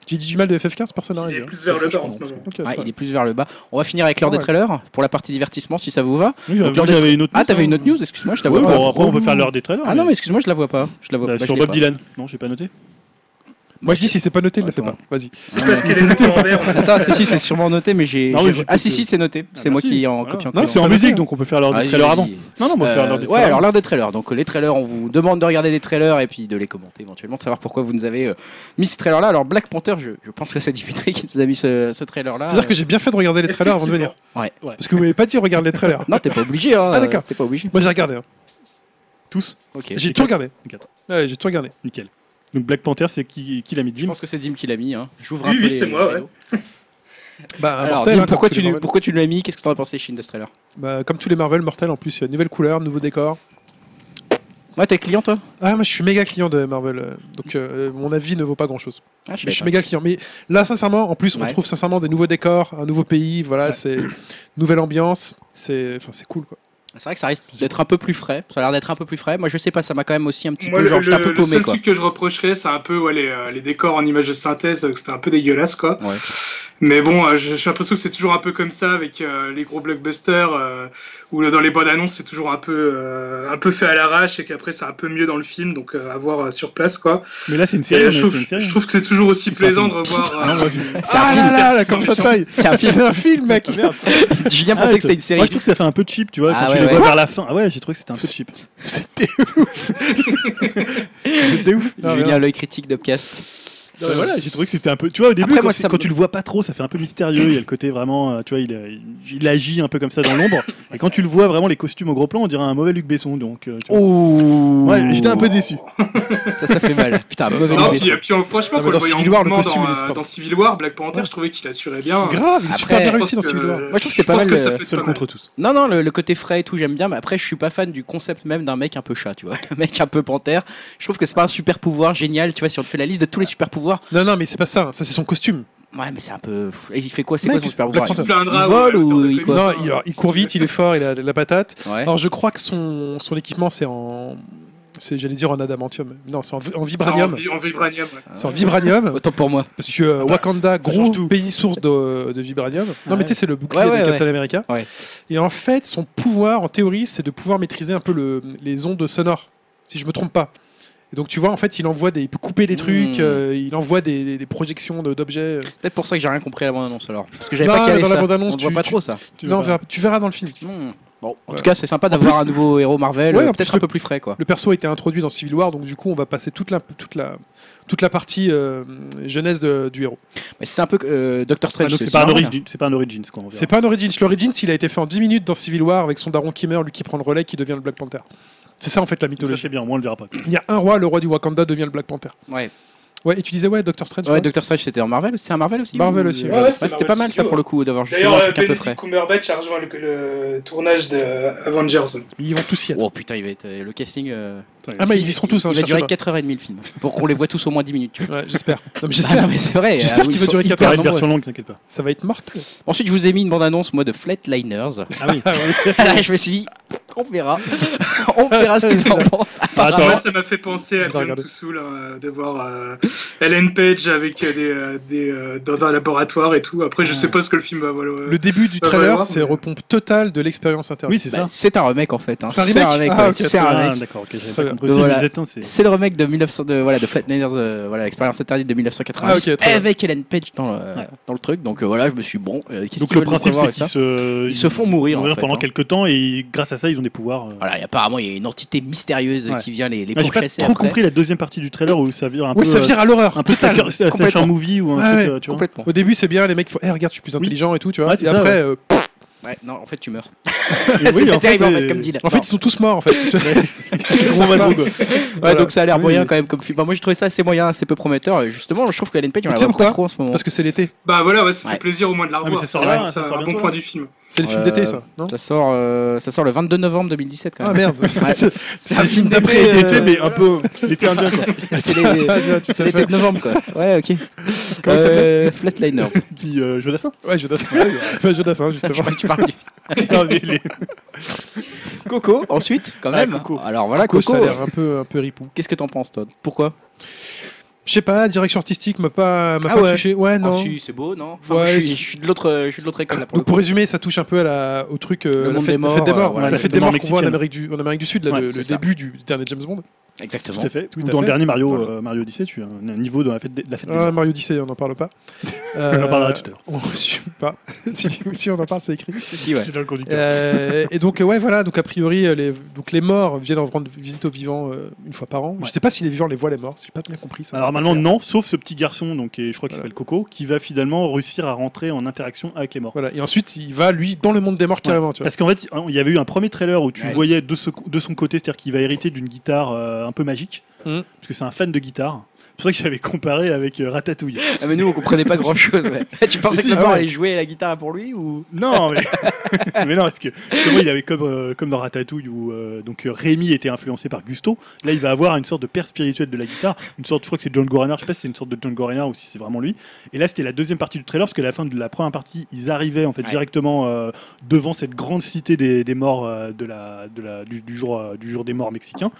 [SPEAKER 4] J'ai dit du mal de FF15, personne n'a rien
[SPEAKER 3] Il
[SPEAKER 4] dit.
[SPEAKER 3] est
[SPEAKER 4] hein.
[SPEAKER 3] plus vers le bas en ce
[SPEAKER 4] Ok,
[SPEAKER 3] moment.
[SPEAKER 1] Ouais,
[SPEAKER 4] attends.
[SPEAKER 1] il est plus vers le bas. On va finir avec l'heure
[SPEAKER 4] Ouais.
[SPEAKER 1] des trailers pour la partie divertissement si ça vous va.
[SPEAKER 2] Oui, j'avais-
[SPEAKER 1] Donc, l'heure
[SPEAKER 2] Euh, moi, j'avais une autre.
[SPEAKER 1] Ah, t'avais
[SPEAKER 2] news,
[SPEAKER 1] une
[SPEAKER 2] hein.
[SPEAKER 1] autre news, excuse-moi, je t'avoue.
[SPEAKER 2] Ouais, bon, après, on peut faire l'heure des trailers.
[SPEAKER 1] Ah non, mais excuse-moi, je la vois pas. Je la vois
[SPEAKER 2] Là,
[SPEAKER 1] pas, je
[SPEAKER 2] Sur
[SPEAKER 1] l'ai
[SPEAKER 2] Bob
[SPEAKER 1] pas.
[SPEAKER 2] Dylan. Non, j'ai pas noté.
[SPEAKER 4] Moi je dis si c'est pas noté, il le fait
[SPEAKER 2] Attends.
[SPEAKER 4] pas. Vas-y.
[SPEAKER 3] C'est parce qu'elle est montée en l'air.
[SPEAKER 1] Attends, si, si, c'est sûrement noté, mais j'ai.
[SPEAKER 2] Non, mais
[SPEAKER 1] j'ai-
[SPEAKER 2] j'ai-
[SPEAKER 1] Ah, si, si, c'est noté. C'est moi
[SPEAKER 2] merci.
[SPEAKER 1] qui est en
[SPEAKER 2] Voilà.
[SPEAKER 1] copie en
[SPEAKER 2] Non,
[SPEAKER 1] couleur.
[SPEAKER 2] c'est en
[SPEAKER 4] Ah,
[SPEAKER 2] musique, donc on peut faire l'heure
[SPEAKER 1] Ah,
[SPEAKER 2] des
[SPEAKER 1] vas-y,
[SPEAKER 2] trailers
[SPEAKER 1] vas-y.
[SPEAKER 2] avant. Non, non, on peut faire
[SPEAKER 1] Euh,
[SPEAKER 2] l'heure des
[SPEAKER 1] ouais,
[SPEAKER 2] trailers.
[SPEAKER 1] alors l'heure des trailers. Donc euh, les trailers, on vous demande de regarder des trailers et puis de les commenter éventuellement, de savoir pourquoi vous nous avez euh, mis ce trailer-là. Alors Black Panther, je, je pense que c'est Dimitri qui nous a mis ce, ce trailer-là.
[SPEAKER 4] C'est-à-dire que j'ai bien fait de regarder les trailers avant de venir.
[SPEAKER 1] Ah. Ouais.
[SPEAKER 4] Parce que vous m'avez pas dit regarde les trailers.
[SPEAKER 1] Non, t'es pas obligé. Hein,
[SPEAKER 4] Ah, d'accord.
[SPEAKER 1] T'es pas obligé.
[SPEAKER 4] Moi j'ai regardé. hein.
[SPEAKER 2] Tous.
[SPEAKER 1] Ok.
[SPEAKER 4] J'ai tout regardé.
[SPEAKER 2] Quatre.
[SPEAKER 4] Ouais, j'ai tout regardé.
[SPEAKER 2] Nickel. Donc Black Panther, c'est qui qui l'a mis
[SPEAKER 1] Je
[SPEAKER 2] Jim
[SPEAKER 1] pense que c'est Dim qui l'a mis. Hein. J'ouvre un
[SPEAKER 3] Oui,
[SPEAKER 1] peu
[SPEAKER 3] oui,
[SPEAKER 1] les-
[SPEAKER 3] c'est moi,
[SPEAKER 1] les
[SPEAKER 3] ouais.
[SPEAKER 1] rideaux.
[SPEAKER 4] Bah,
[SPEAKER 1] Alors,
[SPEAKER 4] mortel.
[SPEAKER 1] Dim,
[SPEAKER 4] hein, comme
[SPEAKER 1] pourquoi,
[SPEAKER 4] tous
[SPEAKER 1] tu,
[SPEAKER 4] les
[SPEAKER 1] nous-
[SPEAKER 4] Marvel.
[SPEAKER 1] pourquoi tu nous l'as mis Qu'est-ce que t'en as pensé, Chine, de ce trailer
[SPEAKER 4] Bah, comme tous les Marvel, mortel en plus. Il y a nouvelle couleur, nouveau décor.
[SPEAKER 1] Ouais, t'es client, toi
[SPEAKER 4] Ah, moi je suis méga client de Marvel. euh, Donc euh, mon avis ne vaut pas grand chose.
[SPEAKER 1] Ah, je
[SPEAKER 4] Mais je suis
[SPEAKER 1] savais
[SPEAKER 4] méga client. Mais là, sincèrement, en plus, on
[SPEAKER 1] Ouais.
[SPEAKER 4] trouve sincèrement des nouveaux décors, un nouveau pays. Voilà, c'est nouvelle ambiance. C'est enfin, c'est cool quoi.
[SPEAKER 1] pas. C'est vrai que ça risque d'être un peu plus frais. Ça a l'air d'être un peu plus frais. Moi, je sais pas, ça m'a quand même aussi un petit
[SPEAKER 3] Moi,
[SPEAKER 1] peu.
[SPEAKER 3] le,
[SPEAKER 1] Genre, j'étais un
[SPEAKER 3] le-
[SPEAKER 1] peu
[SPEAKER 3] le
[SPEAKER 1] paumé,
[SPEAKER 3] seul
[SPEAKER 1] quoi.
[SPEAKER 3] truc que je reprocherais, c'est un peu ouais, les, euh, les décors en images de synthèse, euh, que c'était un peu dégueulasse, quoi.
[SPEAKER 1] Ouais.
[SPEAKER 3] Mais bon, euh, j'ai j'ai l'impression que c'est toujours un peu comme ça avec euh, les gros blockbusters, euh, où là, dans les bonnes annonces, c'est toujours un peu, euh, un peu fait à l'arrache et qu'après, c'est un peu mieux dans le film, donc euh, à voir euh, sur place, quoi.
[SPEAKER 2] Mais là, c'est une
[SPEAKER 3] Et,
[SPEAKER 2] série.
[SPEAKER 3] euh,
[SPEAKER 2] mais
[SPEAKER 3] je,
[SPEAKER 2] c'est
[SPEAKER 3] trouve,
[SPEAKER 2] une série.
[SPEAKER 3] je trouve que c'est toujours aussi
[SPEAKER 2] C'est un
[SPEAKER 3] plaisant de
[SPEAKER 2] film.
[SPEAKER 3] revoir.
[SPEAKER 2] Ah,
[SPEAKER 3] euh,
[SPEAKER 2] moi,
[SPEAKER 1] C'est un
[SPEAKER 4] ah
[SPEAKER 1] film.
[SPEAKER 4] là là, là, comme ça taille
[SPEAKER 1] C'est un film.
[SPEAKER 4] C'est un film, mec
[SPEAKER 2] je- Merde.
[SPEAKER 1] Julien
[SPEAKER 2] Ah,
[SPEAKER 1] pensait
[SPEAKER 2] ouais,
[SPEAKER 1] que c'était une série.
[SPEAKER 2] Moi, je trouve que ça fait un peu cheap, tu vois,
[SPEAKER 1] Ah
[SPEAKER 2] quand
[SPEAKER 1] ouais,
[SPEAKER 2] tu les
[SPEAKER 1] ouais.
[SPEAKER 2] vois
[SPEAKER 1] Quoi
[SPEAKER 2] vers la fin. Ah ouais, j'ai trouvé que c'était un peu cheap.
[SPEAKER 4] C'était ouf C'était ouf Non, mais
[SPEAKER 1] Julien, l'œil critique d'Opcast.
[SPEAKER 2] Ouais, voilà, j'ai trouvé que c'était un peu. Tu vois, au début,
[SPEAKER 1] Après,
[SPEAKER 2] quand,
[SPEAKER 1] moi,
[SPEAKER 2] c'est-
[SPEAKER 1] ça me-
[SPEAKER 2] quand tu le vois pas trop, ça fait un peu mystérieux. Il y a le côté vraiment, euh, tu vois, il, euh, il, il agit un peu comme ça dans l'ombre. Et quand tu le vois vraiment, les costumes au gros plan, on dirait un mauvais Luc Besson. Donc, euh, tu vois.
[SPEAKER 1] Ouh.
[SPEAKER 2] ouais, j'étais un peu déçu.
[SPEAKER 1] Ça, ça fait mal. Putain, mauvais
[SPEAKER 3] Non,
[SPEAKER 1] bébé.
[SPEAKER 3] puis, puis euh, franchement,
[SPEAKER 4] Ah,
[SPEAKER 3] quand
[SPEAKER 4] mais
[SPEAKER 3] je
[SPEAKER 4] dans
[SPEAKER 3] voyais en
[SPEAKER 4] Civil War, le
[SPEAKER 3] mouvement
[SPEAKER 4] costume, il est
[SPEAKER 3] dans, euh,
[SPEAKER 4] sport.
[SPEAKER 3] dans Civil War, Black Panther, je trouvais qu'il assurait bien. hein.
[SPEAKER 4] Grave, il est super
[SPEAKER 1] Ah. Après,
[SPEAKER 4] bien
[SPEAKER 1] je
[SPEAKER 4] réussi dans
[SPEAKER 3] pense
[SPEAKER 4] ce
[SPEAKER 3] que-
[SPEAKER 4] film-là.
[SPEAKER 1] Moi, je trouve que c'est pas
[SPEAKER 3] pense
[SPEAKER 1] mal,
[SPEAKER 3] que ça
[SPEAKER 1] euh,
[SPEAKER 3] peut être
[SPEAKER 2] Seul
[SPEAKER 3] pas mal.
[SPEAKER 2] contre tous.
[SPEAKER 1] Non, non, le, le côté frais et tout, j'aime bien, mais après, je suis pas fan du concept même d'un mec un peu chat, tu vois. Le mec un peu panthère, je trouve que c'est pas un super pouvoir génial, tu vois. Si on te fait la liste de tous les super pouvoirs,
[SPEAKER 4] Non, non, mais c'est pas ça, ça c'est son costume.
[SPEAKER 1] ouais, mais c'est un peu. Et il fait quoi C'est
[SPEAKER 4] Mec,
[SPEAKER 1] quoi son super pouvoir
[SPEAKER 4] Black
[SPEAKER 3] Tu te
[SPEAKER 1] il-
[SPEAKER 3] plaindras,
[SPEAKER 1] Il
[SPEAKER 3] ouais,
[SPEAKER 1] vole
[SPEAKER 3] à hauteur
[SPEAKER 1] ou
[SPEAKER 3] de
[SPEAKER 1] il
[SPEAKER 3] Colin.
[SPEAKER 1] Quoi
[SPEAKER 4] non, il, alors, il court vite, il est fort, il a de la patate.
[SPEAKER 1] Ouais.
[SPEAKER 4] Alors je crois que son, son équipement c'est en. c'est- J'allais dire en adamantium. Non, c'est en, vi- en
[SPEAKER 3] Ça, en
[SPEAKER 4] vibranium.
[SPEAKER 3] vi- En vibranium. ouais.
[SPEAKER 4] C'est en vibranium,
[SPEAKER 1] Autant pour moi.
[SPEAKER 4] parce que euh, Wakanda, gros
[SPEAKER 2] change tout.
[SPEAKER 4] pays source de, de vibranium. Non,
[SPEAKER 1] Ouais.
[SPEAKER 4] mais tu sais, c'est le bouclier
[SPEAKER 1] Ouais, ouais,
[SPEAKER 4] de Captain America.
[SPEAKER 1] Ouais.
[SPEAKER 4] Et en fait, son pouvoir, en théorie, c'est de pouvoir maîtriser un peu le, les ondes sonores, si je me trompe pas. Et donc, tu vois, en fait, il envoie des, il peut couper des trucs,
[SPEAKER 1] Hmm.
[SPEAKER 4] euh, il envoie des, des- des projections de- d'objets. euh.
[SPEAKER 1] Peut-être pour ça que j'ai rien compris à la bande-annonce alors. Parce que j'avais
[SPEAKER 4] Non,
[SPEAKER 1] pas calé
[SPEAKER 4] mais Bah, dans la
[SPEAKER 1] ça.
[SPEAKER 4] bande-annonce,
[SPEAKER 1] On voit
[SPEAKER 4] tu-
[SPEAKER 1] pas
[SPEAKER 4] tu-
[SPEAKER 1] trop ça.
[SPEAKER 2] Tu
[SPEAKER 4] Non, on
[SPEAKER 2] vois.
[SPEAKER 4] verra- tu verras dans le film.
[SPEAKER 1] Hmm. Bon, en
[SPEAKER 4] Ouais.
[SPEAKER 1] tout cas, c'est sympa d'avoir
[SPEAKER 4] plus-
[SPEAKER 1] un nouveau héros Marvel,
[SPEAKER 4] Ouais,
[SPEAKER 1] euh,
[SPEAKER 4] en
[SPEAKER 1] peut-être
[SPEAKER 4] plus,
[SPEAKER 1] un peu plus frais, quoi.
[SPEAKER 4] Le perso a été introduit dans Civil War, donc du coup, on va passer toute la, toute la, toute la partie euh, jeunesse de- du héros.
[SPEAKER 1] Mais c'est un peu euh, Doctor
[SPEAKER 2] Ah,
[SPEAKER 1] Strange.
[SPEAKER 2] donc,
[SPEAKER 1] c'est hein.
[SPEAKER 2] c'est pas, un
[SPEAKER 1] aussi Marvel.
[SPEAKER 2] origin- c'est pas un Origins, quoi. on verra.
[SPEAKER 4] C'est pas un Origins. L'Origins, il a été fait en 10 minutes dans Civil War avec son daron qui meurt, lui qui prend le relais, qui devient le Black Panther. C'est ça en fait la
[SPEAKER 2] Donc Ça,
[SPEAKER 4] mythologie.
[SPEAKER 2] c'est bien, au moins, on le verra pas.
[SPEAKER 4] Il y a un roi, le roi du Wakanda devient le Black Panther.
[SPEAKER 1] Ouais.
[SPEAKER 4] Ouais, et tu disais, ouais, Doctor Strange.
[SPEAKER 1] Ouais,
[SPEAKER 4] non
[SPEAKER 1] Doctor Strange, c'était en Marvel C'est un Marvel aussi
[SPEAKER 4] Marvel
[SPEAKER 1] ou-
[SPEAKER 4] aussi,
[SPEAKER 1] Ouais,
[SPEAKER 4] ouais.
[SPEAKER 3] Ouais, c'est
[SPEAKER 1] c'était
[SPEAKER 3] Marvel
[SPEAKER 1] pas mal ça
[SPEAKER 3] Studio.
[SPEAKER 1] pour le coup d'avoir justement
[SPEAKER 3] D'ailleurs,
[SPEAKER 1] un
[SPEAKER 3] euh,
[SPEAKER 1] truc un peu
[SPEAKER 3] Benedict
[SPEAKER 1] frais.
[SPEAKER 3] Cumberbatch a rejoint le, le tournage de Avengers.
[SPEAKER 4] Ils vont tous y être.
[SPEAKER 1] Oh putain, il va être euh, le casting. euh,
[SPEAKER 4] Ah, mais ils y seront tous, hein,
[SPEAKER 1] Il va
[SPEAKER 4] cherche
[SPEAKER 1] durer
[SPEAKER 4] pas.
[SPEAKER 1] 4h30 le film. Pour qu'on les voit tous au moins 10 minutes. tu vois.
[SPEAKER 4] Ouais, j'espère.
[SPEAKER 1] Ah
[SPEAKER 4] Non, mais
[SPEAKER 1] non,
[SPEAKER 4] j'espère.
[SPEAKER 1] mais c'est vrai.
[SPEAKER 4] J'espère
[SPEAKER 1] ah oui,
[SPEAKER 4] qu'il
[SPEAKER 1] ils
[SPEAKER 4] va
[SPEAKER 1] sont
[SPEAKER 4] durer
[SPEAKER 1] hyper
[SPEAKER 2] Il y aura une
[SPEAKER 1] nombreux.
[SPEAKER 2] version longue, t'inquiète pas.
[SPEAKER 4] Ça va être mortel.
[SPEAKER 1] Ensuite, je vous ai mis une bande-annonce, moi, de Flatliners.
[SPEAKER 2] Ah oui.
[SPEAKER 1] Là, je me suis dit, on verra. on verra ce qu'ils en pensent.
[SPEAKER 2] Attends.
[SPEAKER 3] Ah, Moi, ça m'a fait penser à
[SPEAKER 4] Je dois
[SPEAKER 3] Beyond
[SPEAKER 4] regarder.
[SPEAKER 3] Two Souls, hein, de voir euh, Ellen Page avec euh, des, euh, des, euh, dans un laboratoire et tout. Après, je sais pas ce que le film va valoir.
[SPEAKER 4] Le début du
[SPEAKER 3] Ouais, ouais,
[SPEAKER 4] trailer,
[SPEAKER 3] ouais,
[SPEAKER 4] c'est
[SPEAKER 3] mais-
[SPEAKER 4] repompe totale de l'expérience interview.
[SPEAKER 2] Ah Oui, c'est
[SPEAKER 1] Bah,
[SPEAKER 2] ça.
[SPEAKER 1] c'est un remake en fait. hein.
[SPEAKER 4] C'est un
[SPEAKER 1] C'est un
[SPEAKER 4] remake
[SPEAKER 1] remake.
[SPEAKER 4] Ah,
[SPEAKER 1] ouais,
[SPEAKER 4] ok,
[SPEAKER 1] c'est un
[SPEAKER 4] très
[SPEAKER 2] Ah,
[SPEAKER 1] remake.
[SPEAKER 2] d'accord, ok, j'avais
[SPEAKER 4] Très
[SPEAKER 2] pas
[SPEAKER 4] bien.
[SPEAKER 2] compris. aussi,
[SPEAKER 1] Voilà.
[SPEAKER 2] vous êtes un, c'est-
[SPEAKER 1] C'est le remake de 1900 de voilà de Flatliners euh, voilà expérience interdite de 1990
[SPEAKER 4] Ah, ok, très bien.
[SPEAKER 1] avec Ellen Page dans le,
[SPEAKER 2] Ouais.
[SPEAKER 1] dans le truc donc euh, voilà je me suis dit, bon euh, qu'est-ce
[SPEAKER 2] Donc
[SPEAKER 1] qu'ils
[SPEAKER 2] le
[SPEAKER 1] veulent nous
[SPEAKER 2] principe,
[SPEAKER 1] savoir avec
[SPEAKER 2] c'est qu'ils
[SPEAKER 1] ça
[SPEAKER 2] se...
[SPEAKER 1] ils se font mourir, en fait,
[SPEAKER 2] pendant
[SPEAKER 1] hein.
[SPEAKER 2] quelques temps et grâce à ça, ils ont des pouvoirs. euh.
[SPEAKER 1] voilà et apparemment il y a une entité mystérieuse euh,
[SPEAKER 2] Ouais.
[SPEAKER 1] qui vient les les
[SPEAKER 2] Ah, J'ai pas
[SPEAKER 1] pourchasser
[SPEAKER 2] trop
[SPEAKER 1] après.
[SPEAKER 2] compris la deuxième partie du trailer où ça vire un peu.
[SPEAKER 4] Oui, ça vire à l'horreur.
[SPEAKER 2] euh, Un peu
[SPEAKER 4] totale.
[SPEAKER 2] slasher- slasher
[SPEAKER 1] complètement.
[SPEAKER 2] movie ou un
[SPEAKER 4] Ah
[SPEAKER 2] truc,
[SPEAKER 4] ouais,
[SPEAKER 2] euh, tu vois.
[SPEAKER 1] complètement
[SPEAKER 4] Au début, c'est bien, les mecs font Eh, regarde, je suis plus intelligent et tout, tu vois.
[SPEAKER 2] Ouais,
[SPEAKER 4] et
[SPEAKER 2] c'est ça,
[SPEAKER 4] après,
[SPEAKER 2] ouais.
[SPEAKER 4] euh,
[SPEAKER 1] ouais non en fait tu meurs
[SPEAKER 2] Et
[SPEAKER 1] c'est
[SPEAKER 2] oui,
[SPEAKER 1] pas terrible en fait
[SPEAKER 2] euh,
[SPEAKER 1] comme dit là
[SPEAKER 4] en fait,
[SPEAKER 1] Non.
[SPEAKER 4] ils sont tous morts, en fait.
[SPEAKER 2] Gros
[SPEAKER 4] Ça
[SPEAKER 2] Van
[SPEAKER 4] part.
[SPEAKER 2] Gogh.
[SPEAKER 1] Ouais,
[SPEAKER 4] voilà.
[SPEAKER 1] donc ça a l'air
[SPEAKER 4] Oui,
[SPEAKER 1] moyen
[SPEAKER 4] oui.
[SPEAKER 1] quand même comme film Enfin, moi j'ai trouvé ça assez moyen assez peu prometteur et justement je trouve que Ellen Page on
[SPEAKER 4] Mais
[SPEAKER 1] la
[SPEAKER 4] tu sais
[SPEAKER 1] voit pas
[SPEAKER 4] pourquoi
[SPEAKER 1] trop en ce moment
[SPEAKER 4] Parce que c'est l'été.
[SPEAKER 3] Bah voilà, ouais, ça
[SPEAKER 1] Ouais.
[SPEAKER 3] fait plaisir au moins de la
[SPEAKER 2] mais
[SPEAKER 3] revoir.
[SPEAKER 2] ça sort
[SPEAKER 3] C'est
[SPEAKER 2] là,
[SPEAKER 3] vrai,
[SPEAKER 2] ça
[SPEAKER 3] c'est
[SPEAKER 2] sort
[SPEAKER 3] un bon
[SPEAKER 2] bientôt, hein.
[SPEAKER 3] point
[SPEAKER 2] là.
[SPEAKER 3] du film.
[SPEAKER 4] C'est le film
[SPEAKER 1] Euh,
[SPEAKER 4] d'été, ça. Non
[SPEAKER 1] ça sort euh, ça sort le 22 novembre 2017 quand
[SPEAKER 4] Ah
[SPEAKER 1] même
[SPEAKER 4] merde.
[SPEAKER 1] Ouais.
[SPEAKER 4] C'est-
[SPEAKER 1] c'est un film d'après
[SPEAKER 2] L'été,
[SPEAKER 1] euh,
[SPEAKER 2] mais un peu. L'été indien, quoi.
[SPEAKER 1] c'est les-
[SPEAKER 4] Ah, tu vois, tu
[SPEAKER 1] c'est
[SPEAKER 4] sais
[SPEAKER 1] l'été
[SPEAKER 4] faire.
[SPEAKER 1] de novembre quoi ouais ok
[SPEAKER 4] Comment il s'appelle
[SPEAKER 1] Euh, Flatliners
[SPEAKER 2] Qui, euh, Jonathan
[SPEAKER 4] Ouais, Jodas. Ouais, Jodas, hein, justement.
[SPEAKER 1] tu parles du
[SPEAKER 2] Non, mais les-
[SPEAKER 1] Coco, ensuite, quand
[SPEAKER 2] Ah,
[SPEAKER 1] même.
[SPEAKER 2] Coco.
[SPEAKER 1] Alors voilà,
[SPEAKER 4] Coco,
[SPEAKER 1] Coco.
[SPEAKER 4] ça a l'air un peu, un peu ripou.
[SPEAKER 1] Qu'est-ce que t'en penses, toi Pourquoi
[SPEAKER 4] Je sais pas, direction artistique m'a pas, m'a
[SPEAKER 1] Ah
[SPEAKER 4] pas
[SPEAKER 1] ouais.
[SPEAKER 4] touché. Ouais, non.
[SPEAKER 1] Ah, si, c'est beau, non Enfin,
[SPEAKER 4] Ouais,
[SPEAKER 1] moi, je, suis,
[SPEAKER 4] c'est-
[SPEAKER 1] je suis de l'autre, je suis de l'autre école là pour
[SPEAKER 4] Donc
[SPEAKER 1] le coup.
[SPEAKER 4] pour résumer, ça touche un peu à la, au truc euh,
[SPEAKER 1] Le
[SPEAKER 4] la
[SPEAKER 1] monde
[SPEAKER 4] fête
[SPEAKER 1] des
[SPEAKER 4] la
[SPEAKER 1] morts,
[SPEAKER 4] fête des morts,
[SPEAKER 1] euh, voilà,
[SPEAKER 4] la fête des
[SPEAKER 2] exactement,
[SPEAKER 4] morts qu'on voit en
[SPEAKER 2] mexicaine.
[SPEAKER 4] Amérique du, en Amérique du Sud, là,
[SPEAKER 2] Ouais,
[SPEAKER 4] le,
[SPEAKER 1] c'est
[SPEAKER 4] le
[SPEAKER 1] ça.
[SPEAKER 4] début du dernier James Bond.
[SPEAKER 1] Exactement.
[SPEAKER 2] Tout à fait.
[SPEAKER 4] Tout
[SPEAKER 2] Ou
[SPEAKER 4] à
[SPEAKER 2] dans le
[SPEAKER 4] fait.
[SPEAKER 2] dernier Mario,
[SPEAKER 1] Voilà.
[SPEAKER 2] euh, Mario Odyssey, tu as un un niveau dans la fête de la fête. des
[SPEAKER 4] Ah,
[SPEAKER 2] morts.
[SPEAKER 4] Mario Odyssey, on n'en parle pas. Euh,
[SPEAKER 2] On en parlera tout à l'heure.
[SPEAKER 4] On reçut pas. si, si on en parle, c'est écrit.
[SPEAKER 1] Si, si, ouais.
[SPEAKER 2] C'est dans le conducteur.
[SPEAKER 4] Euh, et donc euh, ouais, voilà. Donc a priori, euh, les, donc les morts viennent en rendre visite aux vivants euh, une fois par an. Je sais pas si les vivants les voient les morts. J'ai pas bien compris ça.
[SPEAKER 2] Alors
[SPEAKER 4] C'est pas
[SPEAKER 2] maintenant
[SPEAKER 4] clair.
[SPEAKER 2] non, sauf ce petit garçon, donc et je crois qu'il
[SPEAKER 4] Voilà.
[SPEAKER 2] s'appelle Coco, qui va finalement réussir à rentrer en interaction avec les morts.
[SPEAKER 4] Voilà. Et ensuite, il va lui dans le monde des morts carrément. Tu vois.
[SPEAKER 2] Parce qu'en fait, il y avait eu un premier trailer où tu
[SPEAKER 1] Ouais.
[SPEAKER 2] voyais de, ce- de son côté, c'est-à-dire qu'il va hériter d'une guitare euh, un peu magique,
[SPEAKER 4] Mhm.
[SPEAKER 2] parce que c'est un fan de guitare. C'est pour ça que j'avais comparé avec euh, Ratatouille.
[SPEAKER 1] Ah, mais nous, on comprenait pas grand chose. tu pensais que
[SPEAKER 2] Si,
[SPEAKER 4] ah
[SPEAKER 1] le mort
[SPEAKER 2] ouais.
[SPEAKER 1] allait jouer la guitare pour lui ou
[SPEAKER 2] Non, mais, mais non, parce que justement, il avait comme, euh, comme dans Ratatouille où euh, donc euh, Rémi était influencé par Gusto. Là, il va avoir une sorte de père spirituel de la guitare, une sorte, je crois que c'est John Gorenard, je sais pas si c'est une sorte de John Gorenard ou si c'est vraiment lui. Et là, c'était la deuxième partie du trailer parce que à la fin de la première partie, ils arrivaient en fait
[SPEAKER 1] Ouais.
[SPEAKER 2] directement euh, devant cette grande cité des, des morts euh, de la, de la, du, du jour, euh, du jour des morts mexicains.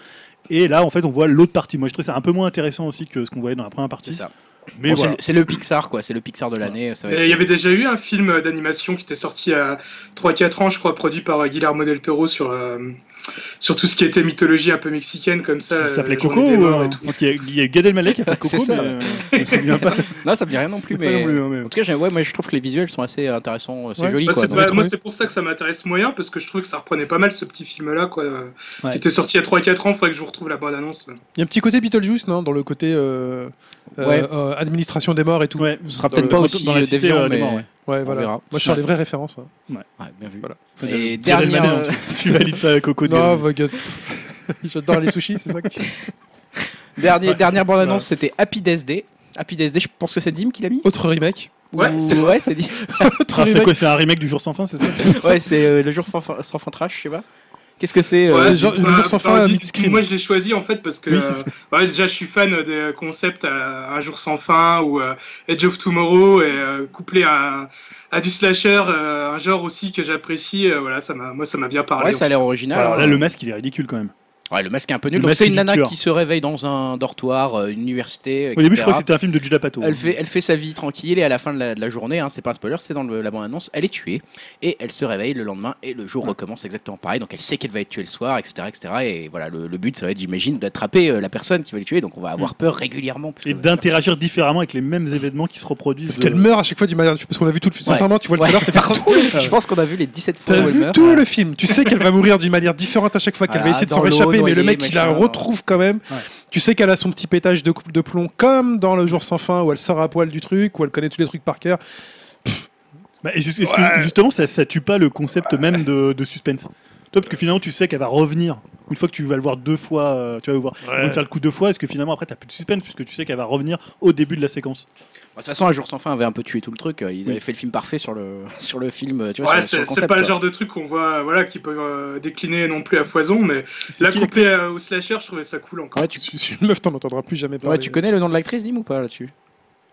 [SPEAKER 2] Et là, en fait, on voit l'autre partie. Moi, je trouve ça un peu moins intéressant aussi que ce qu'on voyait dans la première partie.
[SPEAKER 1] C'est ça.
[SPEAKER 2] Mais
[SPEAKER 1] Bon, c'est
[SPEAKER 2] voilà.
[SPEAKER 1] le- C'est le Pixar, quoi. C'est le Pixar de l'année. ça va
[SPEAKER 3] Et
[SPEAKER 1] être-
[SPEAKER 3] Euh, Il y avait déjà eu un film d'animation qui était sorti à 3-4 ans, je crois, produit par euh, Guillermo del Toro sur, euh, sur tout ce qui était mythologie un peu mexicaine, comme ça.
[SPEAKER 2] Ça
[SPEAKER 3] euh,
[SPEAKER 2] s'appelait
[SPEAKER 3] la
[SPEAKER 2] Coco
[SPEAKER 3] journée des
[SPEAKER 2] ou,
[SPEAKER 3] morts et
[SPEAKER 2] euh,
[SPEAKER 3] tout.
[SPEAKER 2] Parce qu'il y a- il y a eu Gad Elmaleh qui a fait
[SPEAKER 1] C'est
[SPEAKER 2] Coco,
[SPEAKER 1] ça,
[SPEAKER 2] mais
[SPEAKER 1] ouais.
[SPEAKER 2] euh, je me souviens pas.
[SPEAKER 1] Non, ça me dit rien non plus,
[SPEAKER 2] Pas non
[SPEAKER 1] mais.
[SPEAKER 2] plus, hein, mais-
[SPEAKER 1] En tout cas, j'ai- ouais, moi je trouve que les visuels sont assez intéressants, euh, c'est
[SPEAKER 4] Ouais.
[SPEAKER 1] joli
[SPEAKER 3] Bah,
[SPEAKER 1] quoi.
[SPEAKER 3] c'est-
[SPEAKER 1] donc-
[SPEAKER 3] bah,
[SPEAKER 4] trouvé.
[SPEAKER 3] moi, c'est pour ça que ça m'intéresse moyen, parce que je trouvais que ça reprenait pas mal ce petit film-là, quoi. euh,
[SPEAKER 2] Ouais.
[SPEAKER 3] Qui était sorti à 3-4 ans, faudrait que je vous retrouve la bonne annonce. là.
[SPEAKER 4] Il y a un petit côté Beetlejuice, non, dans le côté euh, euh,
[SPEAKER 1] Ouais.
[SPEAKER 4] euh, administration des morts et tout.
[SPEAKER 2] Ouais,
[SPEAKER 4] Dans
[SPEAKER 2] ce
[SPEAKER 1] sera
[SPEAKER 4] le-
[SPEAKER 1] peut-être pas
[SPEAKER 2] dans
[SPEAKER 1] aussi
[SPEAKER 2] la
[SPEAKER 1] euh,
[SPEAKER 2] cité,
[SPEAKER 1] déviant,
[SPEAKER 2] euh,
[SPEAKER 1] mais.
[SPEAKER 2] des morts,
[SPEAKER 1] Ouais,
[SPEAKER 2] ouais.
[SPEAKER 4] Ouais, voilà.
[SPEAKER 1] verra.
[SPEAKER 4] Moi, je suis les vraies références. hein.
[SPEAKER 1] bien vu.
[SPEAKER 4] Voilà.
[SPEAKER 1] Et
[SPEAKER 2] Gad Elmaleh,
[SPEAKER 1] dernière.
[SPEAKER 2] non,
[SPEAKER 1] euh,
[SPEAKER 2] tu- tu valides pas Coco.
[SPEAKER 4] Non,
[SPEAKER 1] bah,
[SPEAKER 2] Dylan.
[SPEAKER 4] va- gueule. Pff, j'adore les sushis, c'est ça que tu...
[SPEAKER 1] Dernier,
[SPEAKER 2] Ouais.
[SPEAKER 1] euh, Dernière bande-annonce, c'était Happy Death Day. Happy Death Day, je pense que c'est Dim qui l'a mis
[SPEAKER 4] Autre remake.
[SPEAKER 3] Ouais,
[SPEAKER 1] Ou-
[SPEAKER 3] c'est-
[SPEAKER 1] ouais, c'est Dim.
[SPEAKER 4] Autre
[SPEAKER 2] Ah, c'est
[SPEAKER 4] remake.
[SPEAKER 2] quoi C'est un remake du jour sans fin, c'est ça
[SPEAKER 1] Ouais, c'est euh, le jour fin- fin- sans fin trash, je sais pas. Qu'est-ce que c'est euh,
[SPEAKER 4] Ouais. genre- le jour sans fin,
[SPEAKER 3] parodie-
[SPEAKER 4] Mid Scream.
[SPEAKER 3] Moi, je l'ai choisi en fait parce que euh, ouais, déjà, je suis fan des concepts euh, Un jour sans fin ou euh, Edge of Tomorrow et euh, couplé à, à du slasher, euh, un genre aussi que j'apprécie. euh, voilà, ça m'a, moi, ça m'a bien parlé.
[SPEAKER 1] Ouais, ça a l'air original.
[SPEAKER 2] Alors
[SPEAKER 1] hein.
[SPEAKER 2] là, le masque, il est ridicule quand même.
[SPEAKER 1] Ouais, le masque est un peu nul.
[SPEAKER 2] le
[SPEAKER 1] Donc,
[SPEAKER 2] masque
[SPEAKER 1] c'est une
[SPEAKER 2] du
[SPEAKER 1] nana
[SPEAKER 2] tueur.
[SPEAKER 1] qui se réveille dans un dortoir, euh, une université.
[SPEAKER 2] Au début, je
[SPEAKER 1] etc.
[SPEAKER 2] crois que c'était un film de Judd Pato.
[SPEAKER 1] Elle fait, elle fait sa vie tranquille et à la fin de la, de la journée, hein, c'est pas un spoiler, c'est dans le- la bande-annonce, elle est tuée et elle se réveille le lendemain et le jour recommence exactement pareil. Donc elle sait qu'elle va être tuée le soir, etc. etc. et voilà, le, le but, ça va être, j'imagine, d'attraper euh, la personne qui va le tuer. Donc on va
[SPEAKER 4] Mm.
[SPEAKER 1] avoir peur régulièrement. puisque-
[SPEAKER 2] Et d'interagir différemment avec les mêmes événements qui se reproduisent. euh,
[SPEAKER 4] Parce qu'elle meurt à chaque fois du manière. Parce qu'on a vu tout le film.
[SPEAKER 1] Ouais.
[SPEAKER 4] Sincèrement, tu vois le
[SPEAKER 1] Ouais.
[SPEAKER 4] trailer, t'es partout.
[SPEAKER 1] Je pense qu'on a vu les 17 fois
[SPEAKER 4] T'as
[SPEAKER 1] où elle
[SPEAKER 4] vu
[SPEAKER 1] meurt.
[SPEAKER 4] tout le film. Tu sais qu'elle va mourir d'une manière différente à chaque fois, qu'elle
[SPEAKER 1] Voilà,
[SPEAKER 4] va essayer de s'en
[SPEAKER 1] Ah, dans l'eau,
[SPEAKER 4] réchapper, mais
[SPEAKER 1] noyée,
[SPEAKER 4] le mec, il la
[SPEAKER 1] machin.
[SPEAKER 4] retrouve quand même.
[SPEAKER 2] Ouais.
[SPEAKER 4] Tu sais qu'elle a son petit pétage de, coupe de plomb, comme dans Le Jour sans fin, où elle sort à poil du truc, où elle connaît tous les trucs par cœur.
[SPEAKER 2] Bah, et ju- est-ce que, justement, ça, ça tue pas le concept même de, de suspense. Toi, parce que finalement, tu sais qu'elle va revenir. Une fois que tu vas le voir deux fois, euh, tu vas le voir, ils vont te faire le coup deux fois. Est-ce que finalement, après, t'as plus de suspense puisque tu sais qu'elle va revenir au début de la séquence
[SPEAKER 1] De toute façon, Un jour sans fin avait un peu tué tout le truc. Ils avaient
[SPEAKER 2] Oui.
[SPEAKER 1] fait le film parfait sur le, sur le film. Tu vois,
[SPEAKER 3] Ouais,
[SPEAKER 1] sur- sur
[SPEAKER 3] c'est,
[SPEAKER 1] le
[SPEAKER 3] c'est
[SPEAKER 1] concept,
[SPEAKER 3] pas le
[SPEAKER 1] quoi.
[SPEAKER 3] genre de truc qu'on voit, voilà, qui peut euh, décliner non plus à foison, mais
[SPEAKER 2] C'est
[SPEAKER 3] là,
[SPEAKER 2] qui
[SPEAKER 3] couplé euh, au slasher, je trouvais ça cool encore.
[SPEAKER 1] Ouais, tu,
[SPEAKER 4] Je suis une meuf, t'en entendras plus jamais
[SPEAKER 1] ouais,
[SPEAKER 4] parler.
[SPEAKER 1] tu connais le nom de l'actrice, Dim, ou pas là-dessus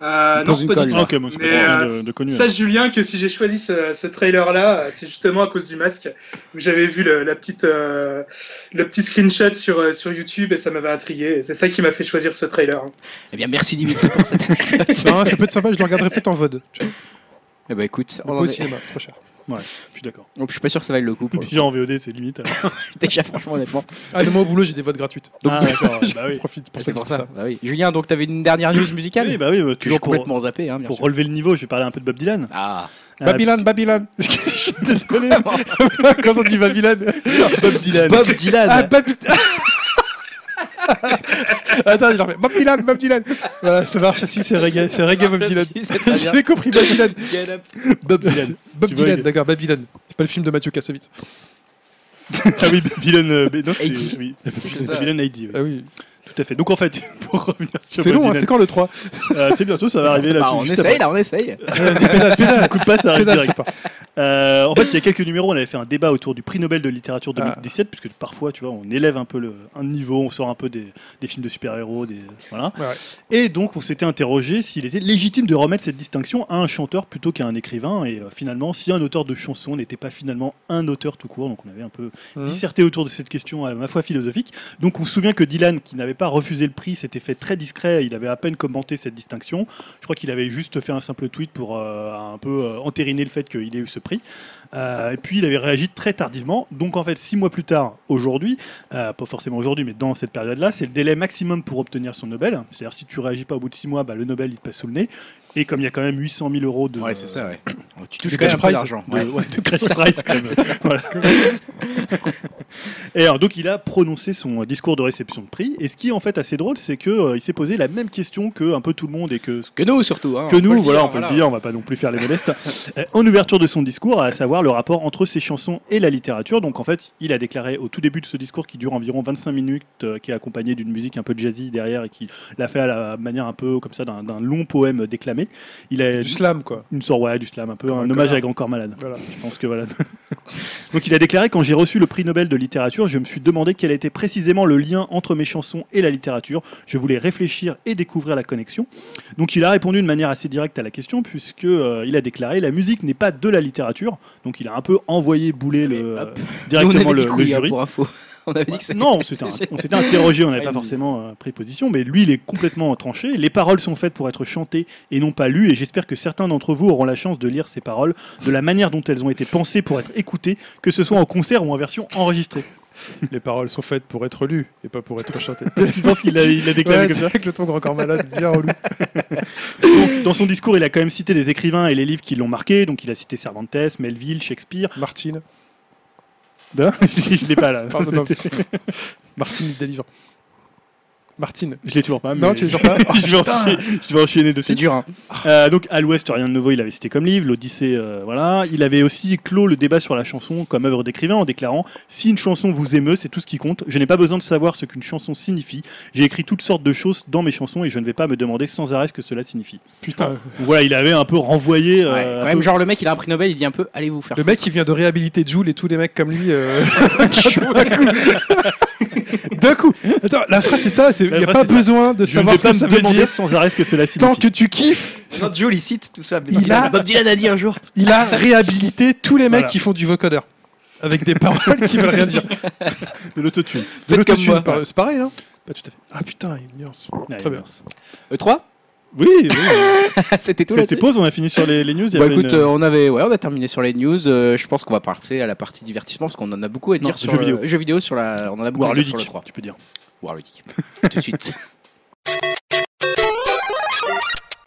[SPEAKER 3] Euh,
[SPEAKER 1] Il
[SPEAKER 3] non,
[SPEAKER 1] pose
[SPEAKER 3] pas
[SPEAKER 1] une colle,
[SPEAKER 3] du tout.
[SPEAKER 1] là.
[SPEAKER 2] Ah, ok, moi je
[SPEAKER 3] Mais,
[SPEAKER 2] connais rien
[SPEAKER 3] euh,
[SPEAKER 2] de, de connu.
[SPEAKER 3] Sache Julien que si j'ai choisi ce, ce trailer-là, euh, c'est justement à cause du masque. J'avais vu le, la petite, euh, le petit screenshot sur, euh, sur YouTube et ça m'avait intrigué. Et C'est ça qui m'a fait choisir ce trailer. hein.
[SPEAKER 1] Eh bien, merci Dimitri pour cette anecdote.
[SPEAKER 4] Non, ça peut être sympa, je le regarderai peut-être en VOD. Tu vois,
[SPEAKER 1] eh ben, écoute,
[SPEAKER 4] mais
[SPEAKER 1] on
[SPEAKER 4] pas
[SPEAKER 1] en
[SPEAKER 4] au
[SPEAKER 1] est-
[SPEAKER 4] cinéma, c'est trop cher.
[SPEAKER 2] Je suis d'accord.
[SPEAKER 1] Donc, je suis pas sûr que ça vaille le coup. pour le
[SPEAKER 2] Déjà en VOD, c'est limite. alors.
[SPEAKER 1] coup. Déjà, franchement, honnêtement.
[SPEAKER 4] Ah, non, moi au boulot, j'ai des votes gratuites. Donc,
[SPEAKER 2] Ah, d'accord,
[SPEAKER 4] je
[SPEAKER 2] bah oui.
[SPEAKER 4] profite pour
[SPEAKER 1] C'est
[SPEAKER 4] ça.
[SPEAKER 1] pour
[SPEAKER 4] pour
[SPEAKER 1] ça. Bah oui. Julien, donc, t'avais une dernière news musicale
[SPEAKER 2] Oui, bah oui, bah,
[SPEAKER 1] que j'ai
[SPEAKER 2] toujours pour,
[SPEAKER 1] complètement zappé, hein, bien
[SPEAKER 2] pour
[SPEAKER 1] sûr.
[SPEAKER 2] relever le niveau, je vais parler un peu de Bob Dylan.
[SPEAKER 1] Ah,
[SPEAKER 2] Ah,
[SPEAKER 4] Babylone, Babylone. je suis désolé. Quand on dit Babylone.
[SPEAKER 2] Bob Dylan.
[SPEAKER 1] Bob Dylan.
[SPEAKER 4] Ah,
[SPEAKER 2] bah.
[SPEAKER 4] Babylone. Attends, je le remets. Bob Dylan, Bob Dylan. Voilà, ça marche aussi, c'est reggae, c'est
[SPEAKER 1] Ah,
[SPEAKER 4] reggae Bob Dylan.
[SPEAKER 1] C'est très bien.
[SPEAKER 4] J'avais compris Babylone.
[SPEAKER 1] Get up.
[SPEAKER 2] Bob Dylan.
[SPEAKER 4] Bob
[SPEAKER 2] Tu vois,
[SPEAKER 4] Dylan,
[SPEAKER 2] il-
[SPEAKER 4] d'accord, Babylone. C'est pas le film de Mathieu Kassovitz.
[SPEAKER 2] Ah oui, Bob Dylan. euh, mais non, c'est-
[SPEAKER 1] 80.
[SPEAKER 2] oui.
[SPEAKER 1] Si, c'est ça.
[SPEAKER 2] Bob Dylan 80, oui.
[SPEAKER 4] Ah oui.
[SPEAKER 2] Tout à fait. Donc en fait, pour revenir sur
[SPEAKER 4] C'est
[SPEAKER 2] Bob
[SPEAKER 4] long, hein,
[SPEAKER 2] Dylan,
[SPEAKER 4] c'est quand le 3
[SPEAKER 2] euh, c'est bientôt, ça va arriver là.
[SPEAKER 1] Bah,
[SPEAKER 2] tout
[SPEAKER 1] on
[SPEAKER 2] juste
[SPEAKER 1] essaye,
[SPEAKER 2] après.
[SPEAKER 1] là, on essaye.
[SPEAKER 4] Vas-y, pédale,
[SPEAKER 2] Si tu
[SPEAKER 4] pédale.
[SPEAKER 2] me coupes pas, ça arrive
[SPEAKER 4] Pédale,
[SPEAKER 2] Ah, direct.
[SPEAKER 4] c'est pas.
[SPEAKER 2] Euh, en fait, il y a quelques numéros, on avait fait un débat autour du prix Nobel de littérature
[SPEAKER 4] Ah.
[SPEAKER 2] 2017, puisque parfois, tu vois, on élève un peu le, un niveau, on sort un peu des, des films de super-héros, des voilà.
[SPEAKER 4] Ouais, ouais.
[SPEAKER 2] Et donc, on s'était interrogé s'il était légitime de remettre cette distinction à un chanteur plutôt qu'à un écrivain, et euh, finalement, si un auteur de chansons n'était pas finalement un auteur tout court, donc on avait un peu
[SPEAKER 1] Hein
[SPEAKER 4] Mhm.
[SPEAKER 2] disserté autour de cette question à ma foi philosophique. Donc on se souvient que Dylan, qui n'avait pas refusé le prix, s'était fait très discret, il avait à peine commenté cette distinction. Je crois qu'il avait juste fait un simple tweet pour euh, un peu euh, entériner le fait qu'il ait eu ce prix. Euh, et puis il avait réagi très tardivement. Donc en fait, six mois plus tard, aujourd'hui, euh, pas forcément aujourd'hui, mais dans cette période-là, c'est le délai maximum pour obtenir son Nobel. C'est-à-dire si tu réagis pas au bout de six mois, bah, le Nobel il te passe sous le nez. Et comme il y a quand même 800 000 euros de,
[SPEAKER 1] Ouais, c'est ça, ouais. Oh, Tu touches
[SPEAKER 4] du
[SPEAKER 1] quand même un
[SPEAKER 4] cash
[SPEAKER 1] peu
[SPEAKER 4] prize.
[SPEAKER 1] d'argent.
[SPEAKER 2] de,
[SPEAKER 1] Ouais.
[SPEAKER 2] ouais, de Chris Price, quand même. Voilà. et alors, donc, il a prononcé son euh, discours de réception de prix. Et ce qui est en fait assez drôle, c'est que euh, il s'est posé la même question que un peu tout le monde et que
[SPEAKER 1] Que nous, surtout. hein,
[SPEAKER 2] que
[SPEAKER 1] on peut
[SPEAKER 2] nous,
[SPEAKER 1] le
[SPEAKER 2] voilà,
[SPEAKER 1] dire,
[SPEAKER 2] on peut le dire, on va pas non plus faire les modestes. Euh, en ouverture de son discours, à savoir le rapport entre ses chansons et la littérature. Donc en fait, il a déclaré au tout début de ce discours qui dure environ 25 minutes, euh, qui est accompagné d'une musique un peu jazzy derrière et qui l'a fait à la manière un peu comme ça d'un d'un long poème déclamé. Il a
[SPEAKER 4] Du slam, quoi.
[SPEAKER 2] une sorte ouais, du slam, un peu
[SPEAKER 4] Comme
[SPEAKER 2] un
[SPEAKER 4] un
[SPEAKER 2] hommage
[SPEAKER 4] connard.
[SPEAKER 2] à Grand Corps Malade.
[SPEAKER 4] Voilà.
[SPEAKER 2] Je pense que voilà. Donc il a déclaré quand j'ai reçu le prix Nobel de littérature, je me suis demandé quel était précisément le lien entre mes chansons et la littérature. Je voulais réfléchir et découvrir la connexion. Donc il a répondu de manière assez directe à la question puisque euh, il a déclaré la musique n'est pas de la littérature. Donc il a un peu envoyé bouler le
[SPEAKER 1] Mais
[SPEAKER 2] euh,
[SPEAKER 1] hop. Nous, on avait
[SPEAKER 2] directement le,
[SPEAKER 1] dit
[SPEAKER 2] le
[SPEAKER 1] couille, hein,
[SPEAKER 2] jury.
[SPEAKER 1] pour info. On avait dit que c'était-
[SPEAKER 2] Non, on s'était-
[SPEAKER 1] c'est-
[SPEAKER 2] on s'était interrogé, on n'avait
[SPEAKER 1] Ah,
[SPEAKER 2] pas
[SPEAKER 1] il-
[SPEAKER 2] forcément euh, pris position, mais lui, il est complètement tranché. Les paroles sont faites pour être chantées et non pas lues, et j'espère que certains d'entre vous auront la chance de lire ces paroles de la manière dont elles ont été pensées pour être écoutées, que ce soit en concert ou en version enregistrée.
[SPEAKER 4] Les paroles sont faites pour être lues et pas pour être chantées.
[SPEAKER 2] tu penses qu'il a, il a déclaré
[SPEAKER 4] Ouais,
[SPEAKER 2] comme ça
[SPEAKER 4] avec le ton grand corps malade, bien relou.
[SPEAKER 2] Donc, Dans son discours, il a quand même cité des écrivains et les livres qui l'ont marqué, donc il a cité Cervantes, Melville, Shakespeare.
[SPEAKER 4] Martine.
[SPEAKER 2] Non, je l'ai pas là.
[SPEAKER 4] Pardon, non.
[SPEAKER 2] C'était-
[SPEAKER 4] Martine du Délivre. Martine.
[SPEAKER 2] Je l'ai toujours pas. Ah,
[SPEAKER 4] Non,
[SPEAKER 2] mais-
[SPEAKER 4] tu le jures pas Oh,
[SPEAKER 2] je, vais enchaîner, je vais enchaîner dessus.
[SPEAKER 1] C'est dur, hein.
[SPEAKER 2] Euh, donc à l'Ouest, rien de nouveau, il avait cité comme livre, l'Odyssée, euh, voilà. Il avait aussi clos le débat sur la chanson comme œuvre d'écrivain en déclarant Si une chanson vous émeut, c'est tout ce qui compte. Je n'ai pas besoin de savoir ce qu'une chanson signifie. J'ai écrit toutes sortes de choses dans mes chansons et je ne vais pas me demander sans arrêt ce que cela signifie.
[SPEAKER 4] Putain.
[SPEAKER 2] Donc voilà, il avait un peu renvoyé. euh,
[SPEAKER 1] Ouais,
[SPEAKER 2] un
[SPEAKER 1] quand même,
[SPEAKER 2] peu-
[SPEAKER 1] genre, le mec, il a un prix Nobel, il dit un peu, allez vous faire.
[SPEAKER 4] Le mec, il vient de réhabiliter Jules et tous les mecs comme lui. euh, D'un coup. Attends, la phrase, c'est ça. Il
[SPEAKER 2] La
[SPEAKER 4] n'y a
[SPEAKER 2] phrase,
[SPEAKER 4] pas
[SPEAKER 2] c'est ça.
[SPEAKER 4] besoin de
[SPEAKER 2] je ne vais
[SPEAKER 4] savoir ce
[SPEAKER 2] pas
[SPEAKER 4] que
[SPEAKER 2] me
[SPEAKER 4] ça veut
[SPEAKER 2] demander
[SPEAKER 4] dire.
[SPEAKER 2] sans arrêt ce que cela
[SPEAKER 4] Tant
[SPEAKER 2] signifie.
[SPEAKER 4] que tu kiffes,
[SPEAKER 1] Non, Joel, il cite tout ça.
[SPEAKER 4] Il a-
[SPEAKER 1] Bob Dylan a dit un jour.
[SPEAKER 4] il a réhabilité tous les mecs
[SPEAKER 2] Voilà.
[SPEAKER 4] qui font du vocodeur. Avec des paroles qui veulent rien dire.
[SPEAKER 2] De l'autotune.
[SPEAKER 4] De
[SPEAKER 1] Faites comme
[SPEAKER 4] l'autotune,
[SPEAKER 1] moi.
[SPEAKER 4] par- C'est pareil, hein. non
[SPEAKER 2] Pas tout à fait.
[SPEAKER 4] Ah putain, il y a une nuance.
[SPEAKER 2] Ouais,
[SPEAKER 4] Très bien.
[SPEAKER 2] mince.
[SPEAKER 1] E 3
[SPEAKER 2] Oui, oui.
[SPEAKER 1] C'était tout
[SPEAKER 2] C'était
[SPEAKER 1] là-dessus.
[SPEAKER 2] pause, on a fini sur les, les news. il y
[SPEAKER 1] Bah
[SPEAKER 2] avait
[SPEAKER 1] écoute,
[SPEAKER 2] une-
[SPEAKER 1] euh, on avait, ouais, on a terminé sur les news. Euh, je pense qu'on va partir à la partie divertissement parce qu'on en a beaucoup à dire
[SPEAKER 2] Non,
[SPEAKER 1] sur
[SPEAKER 2] jeux
[SPEAKER 1] le-
[SPEAKER 2] vidéo.
[SPEAKER 1] jeux vidéo sur la, on en a beaucoup
[SPEAKER 2] War
[SPEAKER 1] à dire sur le
[SPEAKER 2] ludique,
[SPEAKER 1] 3.
[SPEAKER 2] tu peux dire.
[SPEAKER 1] War ludique. tout de suite.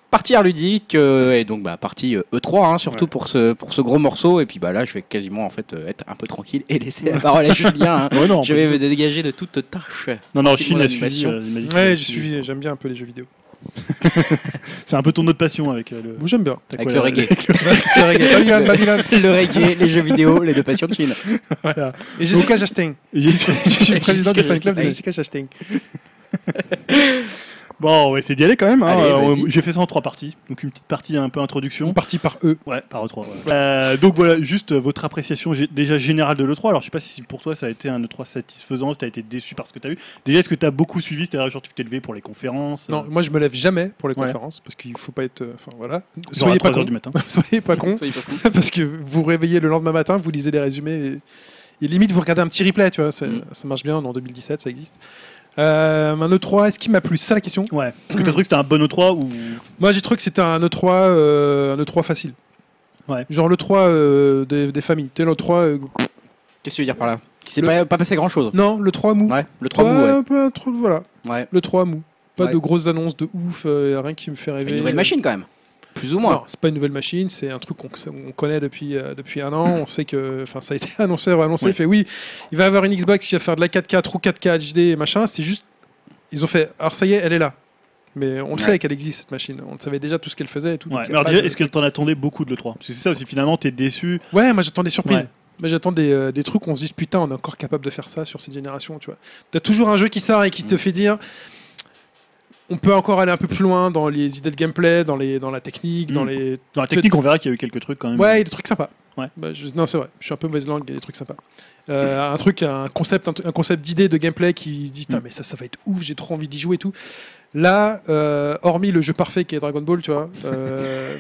[SPEAKER 1] Partie art ludique euh, et donc bah partie euh, E3 hein, surtout
[SPEAKER 4] Ouais.
[SPEAKER 1] pour ce pour ce gros morceau et puis bah là je vais quasiment en fait euh, être un peu tranquille et laisser la parole à Julien. hein.
[SPEAKER 2] Ouais, non,
[SPEAKER 1] Je
[SPEAKER 2] pas
[SPEAKER 1] vais
[SPEAKER 2] du
[SPEAKER 1] me dégager de toute tâche.
[SPEAKER 2] tout. non, non,
[SPEAKER 1] film
[SPEAKER 2] Chine a suivi.
[SPEAKER 1] d'animation.
[SPEAKER 2] euh, il m'a dit qu'il
[SPEAKER 4] Ouais,
[SPEAKER 2] avait
[SPEAKER 4] j'ai
[SPEAKER 2] suivi.
[SPEAKER 4] suivi, j'aime bien un peu les jeux vidéo.
[SPEAKER 2] C'est un peu ton autre passion avec euh, le.
[SPEAKER 4] Bon, j'aime bien.
[SPEAKER 1] Avec le reggae.
[SPEAKER 4] Le reggae. Babylone, Babylone.
[SPEAKER 1] le reggae, les jeux vidéo, les deux passions de Chine.
[SPEAKER 4] Et Jessica Chastain.
[SPEAKER 2] J'ai-
[SPEAKER 4] Je suis président du
[SPEAKER 1] Jessica
[SPEAKER 4] fan club
[SPEAKER 1] Chastain.
[SPEAKER 4] de Jessica Chastain.
[SPEAKER 2] Bon, on va essayer d'y aller quand même. hein.
[SPEAKER 1] Allez,
[SPEAKER 2] Euh,
[SPEAKER 1] vas-y.
[SPEAKER 2] J'ai fait ça en trois parties. Donc une petite partie un peu introduction.
[SPEAKER 4] On partit par E. eux.
[SPEAKER 2] Ouais, par E3. ouais. Euh, donc voilà, juste euh, votre appréciation gé- déjà générale de l'E3. Alors je sais pas si pour toi ça a été un E3 satisfaisant, si t'as été déçu par ce que t'as vu. Déjà, est-ce que t'as beaucoup suivi C'est-à-dire, genre, tu t'es levé pour les conférences euh,
[SPEAKER 1] euh,
[SPEAKER 4] Non, moi je me lève jamais pour les
[SPEAKER 2] Ouais.
[SPEAKER 4] conférences parce qu'il faut pas être. euh, Enfin voilà.
[SPEAKER 2] Soyez
[SPEAKER 4] Soyez pas, con.
[SPEAKER 2] du matin.
[SPEAKER 4] Soyez pas con.
[SPEAKER 1] Soyez pas fous.
[SPEAKER 4] parce que vous vous réveillez le lendemain matin, vous lisez les résumés et, et limite vous regardez un petit replay, tu vois, ça,
[SPEAKER 1] Mm.
[SPEAKER 4] ça marche bien, on est en 2017, ça existe. Euh, un E3, est-ce qu'il m'a plu C'est ça la question.
[SPEAKER 2] Ouais. Est-ce que t'as trouvé que c'était un bon E3 ou
[SPEAKER 4] Moi j'ai trouvé que c'était un E3, euh, un E3 facile.
[SPEAKER 2] Ouais.
[SPEAKER 4] Genre l'E3 euh, des, des familles. Tu sais, l'E3. euh,
[SPEAKER 1] Qu'est-ce que tu veux dire par là Il s'est
[SPEAKER 4] Le-
[SPEAKER 1] pas, pas passé grand chose.
[SPEAKER 4] Non, l'E3 mou.
[SPEAKER 1] Ouais, le 3
[SPEAKER 4] Ouais,
[SPEAKER 1] mots,
[SPEAKER 4] un peu un truc, voilà.
[SPEAKER 1] ouais. ouais.
[SPEAKER 4] L'E3 mou. Pas
[SPEAKER 1] Ouais.
[SPEAKER 4] de grosses annonces de ouf, euh, rien qui me fait rêver.
[SPEAKER 1] Une nouvelle machine quand même. Plus ou moins.
[SPEAKER 4] Non, c'est pas une nouvelle machine, c'est un truc qu'on on connaît depuis, euh, depuis un an. On sait que, enfin, ça a été annoncé, annoncé.
[SPEAKER 2] Ouais.
[SPEAKER 4] Il fait oui, il va avoir une Xbox qui va faire de la 4K True 4K HD et machin. C'est juste, ils ont fait. Alors ça y est, elle est là. Mais on le
[SPEAKER 1] Ouais.
[SPEAKER 4] sait qu'elle existe cette machine. On savait déjà tout ce qu'elle faisait et tout.
[SPEAKER 2] Ouais.
[SPEAKER 4] Donc,
[SPEAKER 2] Mais
[SPEAKER 4] y a
[SPEAKER 2] alors
[SPEAKER 4] pas
[SPEAKER 2] déjà,
[SPEAKER 4] de-
[SPEAKER 2] est-ce que t'en attendais beaucoup de l'E3 Parce que c'est ça aussi, finalement, t'es déçu.
[SPEAKER 4] Ouais, moi j'attends des surprises.
[SPEAKER 2] Ouais.
[SPEAKER 4] Moi j'attends des, euh, des trucs où on se dit putain, on est encore capable de faire ça sur cette génération, tu vois. T'as toujours un jeu qui sort et qui
[SPEAKER 2] Mm.
[SPEAKER 4] te fait dire on peut encore aller un peu plus loin dans les idées de gameplay, dans, les, dans la technique, dans
[SPEAKER 2] Mm.
[SPEAKER 4] les.
[SPEAKER 2] Dans la technique, on verra qu'il y a eu quelques trucs quand même.
[SPEAKER 4] Ouais, il y a des trucs sympas.
[SPEAKER 2] Hein, Ouais.
[SPEAKER 4] Bah, je- non, c'est vrai. Je suis un peu mauvaise langue, il y a des trucs sympas. Euh, un truc, un concept, un, tru- un concept d'idée de gameplay qui dit putain,
[SPEAKER 2] Mm.
[SPEAKER 4] mais ça, ça va être ouf, j'ai trop envie d'y jouer et tout. Là, euh, hormis le jeu parfait qui est Dragon Ball, tu vois, euh,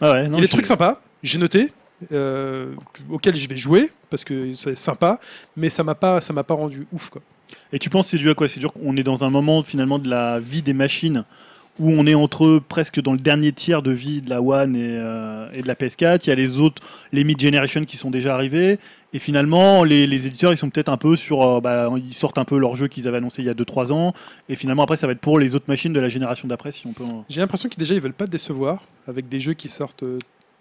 [SPEAKER 2] Ah ouais, non,
[SPEAKER 4] il y a des
[SPEAKER 2] je-
[SPEAKER 4] trucs sympas. J'ai noté. euh, auxquels je vais jouer parce que c'est sympa mais ça m'a pas ça m'a pas rendu ouf quoi
[SPEAKER 2] Et tu penses que c'est dû à quoi C'est dur qu'on est dans un moment finalement de la vie des machines où on est entre presque dans le dernier tiers de vie de la One et, euh, et de la PS4. Il y a les autres, les mid-generation qui sont déjà arrivés. Et finalement, les, les éditeurs, ils sont peut-être un peu sur. euh, bah, ils sortent un peu leurs jeux qu'ils avaient annoncés il y a 2-3 ans. Et finalement, après, ça va être pour les autres machines de la génération d'après, si on peut. en-
[SPEAKER 4] j'ai l'impression qu'ils déjà ils veulent pas te décevoir avec des jeux qui sortent euh,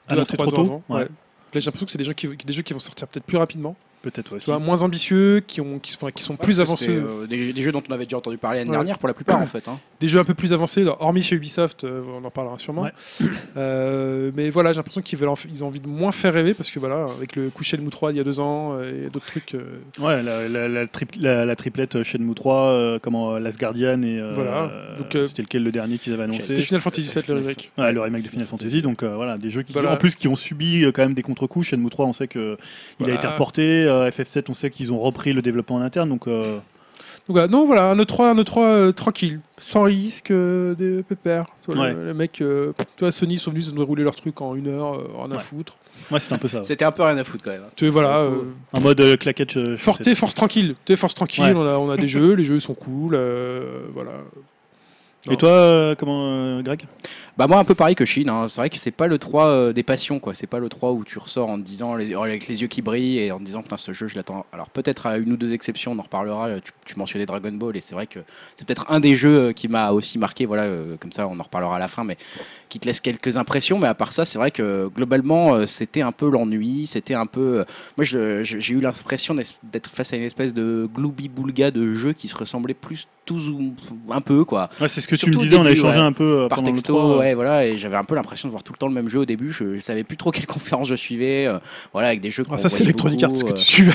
[SPEAKER 4] deux à
[SPEAKER 2] Annoncés
[SPEAKER 4] trois
[SPEAKER 2] Ah trop
[SPEAKER 4] ans
[SPEAKER 2] tôt,
[SPEAKER 4] avant.
[SPEAKER 2] ouais.
[SPEAKER 4] Ouais. là j'ai l'impression que c'est des jeux qui des jeux qui vont sortir peut-être plus rapidement
[SPEAKER 2] Peut-être ouais,
[SPEAKER 4] tu
[SPEAKER 2] si.
[SPEAKER 4] vois, moins ambitieux, qui, ont, qui, sont, qui sont
[SPEAKER 1] Parce
[SPEAKER 4] plus
[SPEAKER 1] que
[SPEAKER 4] avancés,
[SPEAKER 1] c'était, euh, des, des jeux dont on avait déjà entendu parler l'année
[SPEAKER 4] Ouais.
[SPEAKER 1] dernière pour la plupart en fait. hein.
[SPEAKER 4] des jeux un peu plus avancés, alors, hormis chez Ubisoft, euh, on en parlera sûrement.
[SPEAKER 2] Ouais.
[SPEAKER 4] Euh, mais voilà, j'ai l'impression qu'ils veulent, en- ils ont envie de moins faire rêver parce que voilà, avec le coucher de Mou 3 il y a deux ans euh, et d'autres trucs, euh,
[SPEAKER 2] Ouais, la, la- la tripl- la- la triplette euh, Shenmue 3, euh, comment, euh, Last Guardian et. euh,
[SPEAKER 4] Voilà.
[SPEAKER 2] euh,
[SPEAKER 4] Donc, euh,
[SPEAKER 2] C'était lequel le dernier qu'ils avaient annoncé
[SPEAKER 4] c'était Final Fantasy VII le remake.
[SPEAKER 2] Ouais, le remake de Final Fantasy, donc euh, voilà, des jeux qui
[SPEAKER 4] Voilà.
[SPEAKER 2] en plus qui ont subi euh, quand même des contre-coups. Shenmue 3, on sait que il
[SPEAKER 4] Voilà.
[SPEAKER 2] a été reporté. euh, FF7, on sait qu'ils ont repris le développement en interne, donc euh,
[SPEAKER 4] Donc voilà, non, voilà, un E3, un E3 euh, tranquille, sans risque, euh, des pépères. Tu vois,
[SPEAKER 2] Ouais.
[SPEAKER 4] le, le mec, euh, pff, tu vois, Sony, ils sont venus, ils ont déroulé leur truc en une heure, euh, en un
[SPEAKER 2] Ouais.
[SPEAKER 4] foutre.
[SPEAKER 2] ouais, c'est un peu ça. ouais.
[SPEAKER 1] C'était un peu rien à foutre quand même. hein.
[SPEAKER 4] Tu vois, voilà,
[SPEAKER 1] Pour le coup,
[SPEAKER 4] euh,
[SPEAKER 2] Un mode euh, claquette. euh,
[SPEAKER 4] Forte,
[SPEAKER 2] chaussette.
[SPEAKER 4] force tranquille. Tu sais, force tranquille,
[SPEAKER 2] Ouais.
[SPEAKER 4] on, a, on a des jeux, les jeux sont cool. euh, voilà.
[SPEAKER 2] Et toi, euh, comment, euh, Greg
[SPEAKER 1] Bah moi un peu pareil que Chine, hein. c'est vrai que c'est pas le 3 euh, des passions quoi, c'est pas le 3 où tu ressors en te disant les- oh, avec les yeux qui brillent et en te disant putain ce jeu je l'attends. Alors peut-être à une ou deux exceptions, on en reparlera, euh, tu, tu mentionnais Dragon Ball et c'est vrai que c'est peut-être un des jeux euh, qui m'a aussi marqué, voilà, euh, comme ça on en reparlera à la fin mais qui te laisse quelques impressions mais à part ça, c'est vrai que globalement euh, c'était un peu l'ennui, c'était un peu euh, moi je- je- j'ai eu l'impression d'es- d'être face à une espèce de gloubi-boulga de jeux qui se ressemblaient plus tous ou un peu quoi
[SPEAKER 2] Ouais, c'est ce que tu
[SPEAKER 1] Surtout
[SPEAKER 2] me
[SPEAKER 1] au
[SPEAKER 2] disais. on a
[SPEAKER 1] début,
[SPEAKER 2] échangé
[SPEAKER 1] ouais.
[SPEAKER 2] un peu euh,
[SPEAKER 1] par
[SPEAKER 2] pendant le
[SPEAKER 1] texto,
[SPEAKER 2] tour, euh,
[SPEAKER 1] ouais, voilà, et j'avais un peu l'impression de voir tout le temps le même jeu au début. Je, je savais plus trop quelle conférence je suivais, euh, voilà, avec des jeux.
[SPEAKER 4] Ah,
[SPEAKER 1] qu'on
[SPEAKER 4] ça, c'est
[SPEAKER 1] voyait
[SPEAKER 4] Electronic Arts,
[SPEAKER 1] beaucoup,
[SPEAKER 4] ce que
[SPEAKER 1] euh,
[SPEAKER 4] tu suivais.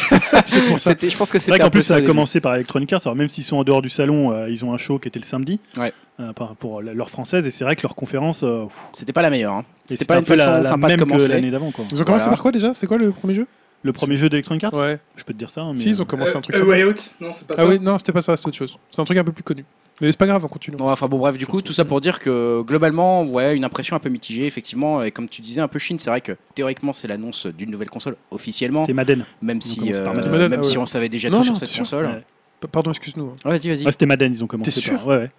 [SPEAKER 4] c'est pour ça.
[SPEAKER 1] c'était- Je pense que c'était
[SPEAKER 2] C'est vrai qu'en
[SPEAKER 1] un peu
[SPEAKER 2] plus, ça a
[SPEAKER 1] les-
[SPEAKER 2] commencé par Electronic Arts. Alors, même s'ils sont en dehors du salon, euh, ils ont un show qui était le samedi
[SPEAKER 1] Ouais.
[SPEAKER 2] euh, par- pour la- leur française. Et c'est vrai que leur conférence, euh, pff,
[SPEAKER 1] C'était pas la meilleure. hein.
[SPEAKER 2] et
[SPEAKER 1] C'était pas
[SPEAKER 2] un
[SPEAKER 1] une
[SPEAKER 2] peu
[SPEAKER 1] façon
[SPEAKER 2] la, la
[SPEAKER 1] sympa
[SPEAKER 2] même
[SPEAKER 1] de
[SPEAKER 2] que
[SPEAKER 1] commencer.
[SPEAKER 2] l'année d'avant. quoi.
[SPEAKER 4] Ils ont commencé
[SPEAKER 1] Voilà.
[SPEAKER 4] par quoi déjà C'est quoi le premier jeu
[SPEAKER 2] Le premier jeu d'Electronic Arts,
[SPEAKER 4] Ouais.
[SPEAKER 2] je peux te dire ça. hein, mais,
[SPEAKER 4] Si, ils
[SPEAKER 2] euh,
[SPEAKER 4] ont commencé un truc.
[SPEAKER 3] Euh,
[SPEAKER 4] sympa.
[SPEAKER 3] Way Out Non, c'est pas
[SPEAKER 4] Ah
[SPEAKER 3] ça.
[SPEAKER 4] oui, non, c'était pas ça, c'était autre chose. C'est un truc un peu plus connu. Mais c'est pas grave, on continue.
[SPEAKER 1] Non, enfin bon, bref, du coup, tout ça pour dire que globalement, ouais, une impression un peu mitigée, effectivement. Et comme tu disais, un peu Chine, c'est vrai que théoriquement, c'est l'annonce d'une nouvelle console officiellement,
[SPEAKER 2] C'était Madden.
[SPEAKER 1] même
[SPEAKER 2] Ils ont
[SPEAKER 1] si,
[SPEAKER 2] commencé par
[SPEAKER 1] euh,
[SPEAKER 2] Madden.
[SPEAKER 1] même
[SPEAKER 4] Ah ouais.
[SPEAKER 1] si on savait déjà
[SPEAKER 4] Non,
[SPEAKER 1] tout
[SPEAKER 4] non,
[SPEAKER 1] sur cette
[SPEAKER 4] t'es sûr.
[SPEAKER 1] console.
[SPEAKER 2] Ouais.
[SPEAKER 4] P- Pardon, excuse-nous. hein.
[SPEAKER 1] Ouais, vas-y, vas-y.
[SPEAKER 2] Ouais, Ah, c'était Madden, ils ont commencé.
[SPEAKER 4] T'es
[SPEAKER 2] par-
[SPEAKER 4] sûr
[SPEAKER 2] ouais, ouais.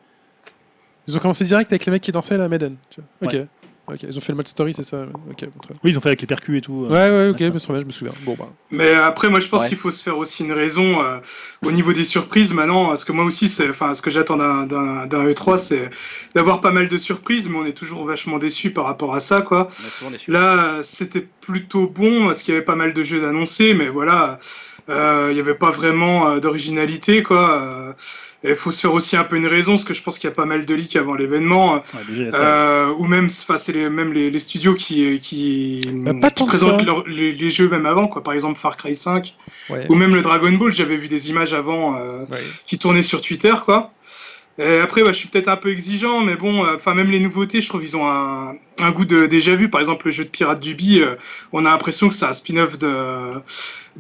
[SPEAKER 4] Ils ont commencé direct avec les mecs qui dansaient là à Madden. tu vois. Ok.
[SPEAKER 2] Ouais.
[SPEAKER 4] Ok, ils ont fait le mode story, c'est ça. Ok, bon, très bien.
[SPEAKER 2] Oui, ils ont fait avec les percus et tout. euh.
[SPEAKER 4] Ouais, ouais, ok,
[SPEAKER 2] c'est ça.
[SPEAKER 4] mais c'est bien, je me souviens. Bon, bah.
[SPEAKER 3] Mais après, moi, je pense
[SPEAKER 1] Ouais.
[SPEAKER 3] qu'il faut se faire aussi une raison euh, au niveau des surprises maintenant. Parce que moi aussi, c'est, enfin, ce que j'attends d'un, d'un, d'un E3, c'est d'avoir pas mal de surprises, mais on est toujours vachement déçu par rapport à ça, quoi.
[SPEAKER 1] On a souvent déçu.
[SPEAKER 3] Là, euh, c'était plutôt bon parce qu'il y avait pas mal de jeux d'annoncés, mais voilà, euh, il n'y avait pas vraiment euh, d'originalité, quoi. Il faut se faire aussi un peu une raison, parce que je pense qu'il y a pas mal de leaks avant l'événement,
[SPEAKER 2] Ouais, déjà, il y a ça.
[SPEAKER 3] euh, ou même, enfin, c'est les, même les, les studios qui, qui,
[SPEAKER 4] Bah, pas tant
[SPEAKER 3] qui
[SPEAKER 4] que ça.
[SPEAKER 3] présentent leurs- les, les jeux même avant, quoi. Par exemple, Far Cry 5,
[SPEAKER 4] Ouais. Bah,
[SPEAKER 3] ou même le Dragon Ball, j'avais vu des images avant euh,
[SPEAKER 4] Ouais.
[SPEAKER 3] qui tournaient sur Twitter, quoi. Euh, après, bah, je suis peut-être un peu exigeant, mais bon, euh, enfin même les nouveautés, je trouve ils ont un, un goût de déjà vu. Par exemple, le jeu de Pirates du Bi, euh, on a l'impression que c'est un spin-off de,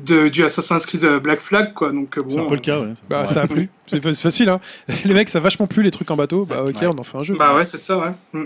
[SPEAKER 3] de- du Assassin's Creed Black Flag, quoi. Donc euh,
[SPEAKER 2] C'est
[SPEAKER 3] bon.
[SPEAKER 2] un peu le
[SPEAKER 3] euh,
[SPEAKER 2] cas, ouais.
[SPEAKER 4] Bah, ça a plu. C'est fa- c'est facile, hein. Les mecs, ça a vachement plu les trucs en bateau. Bah, ok,
[SPEAKER 1] Ouais.
[SPEAKER 4] on en fait un jeu.
[SPEAKER 3] Bah ouais, c'est ça, ouais. Mm.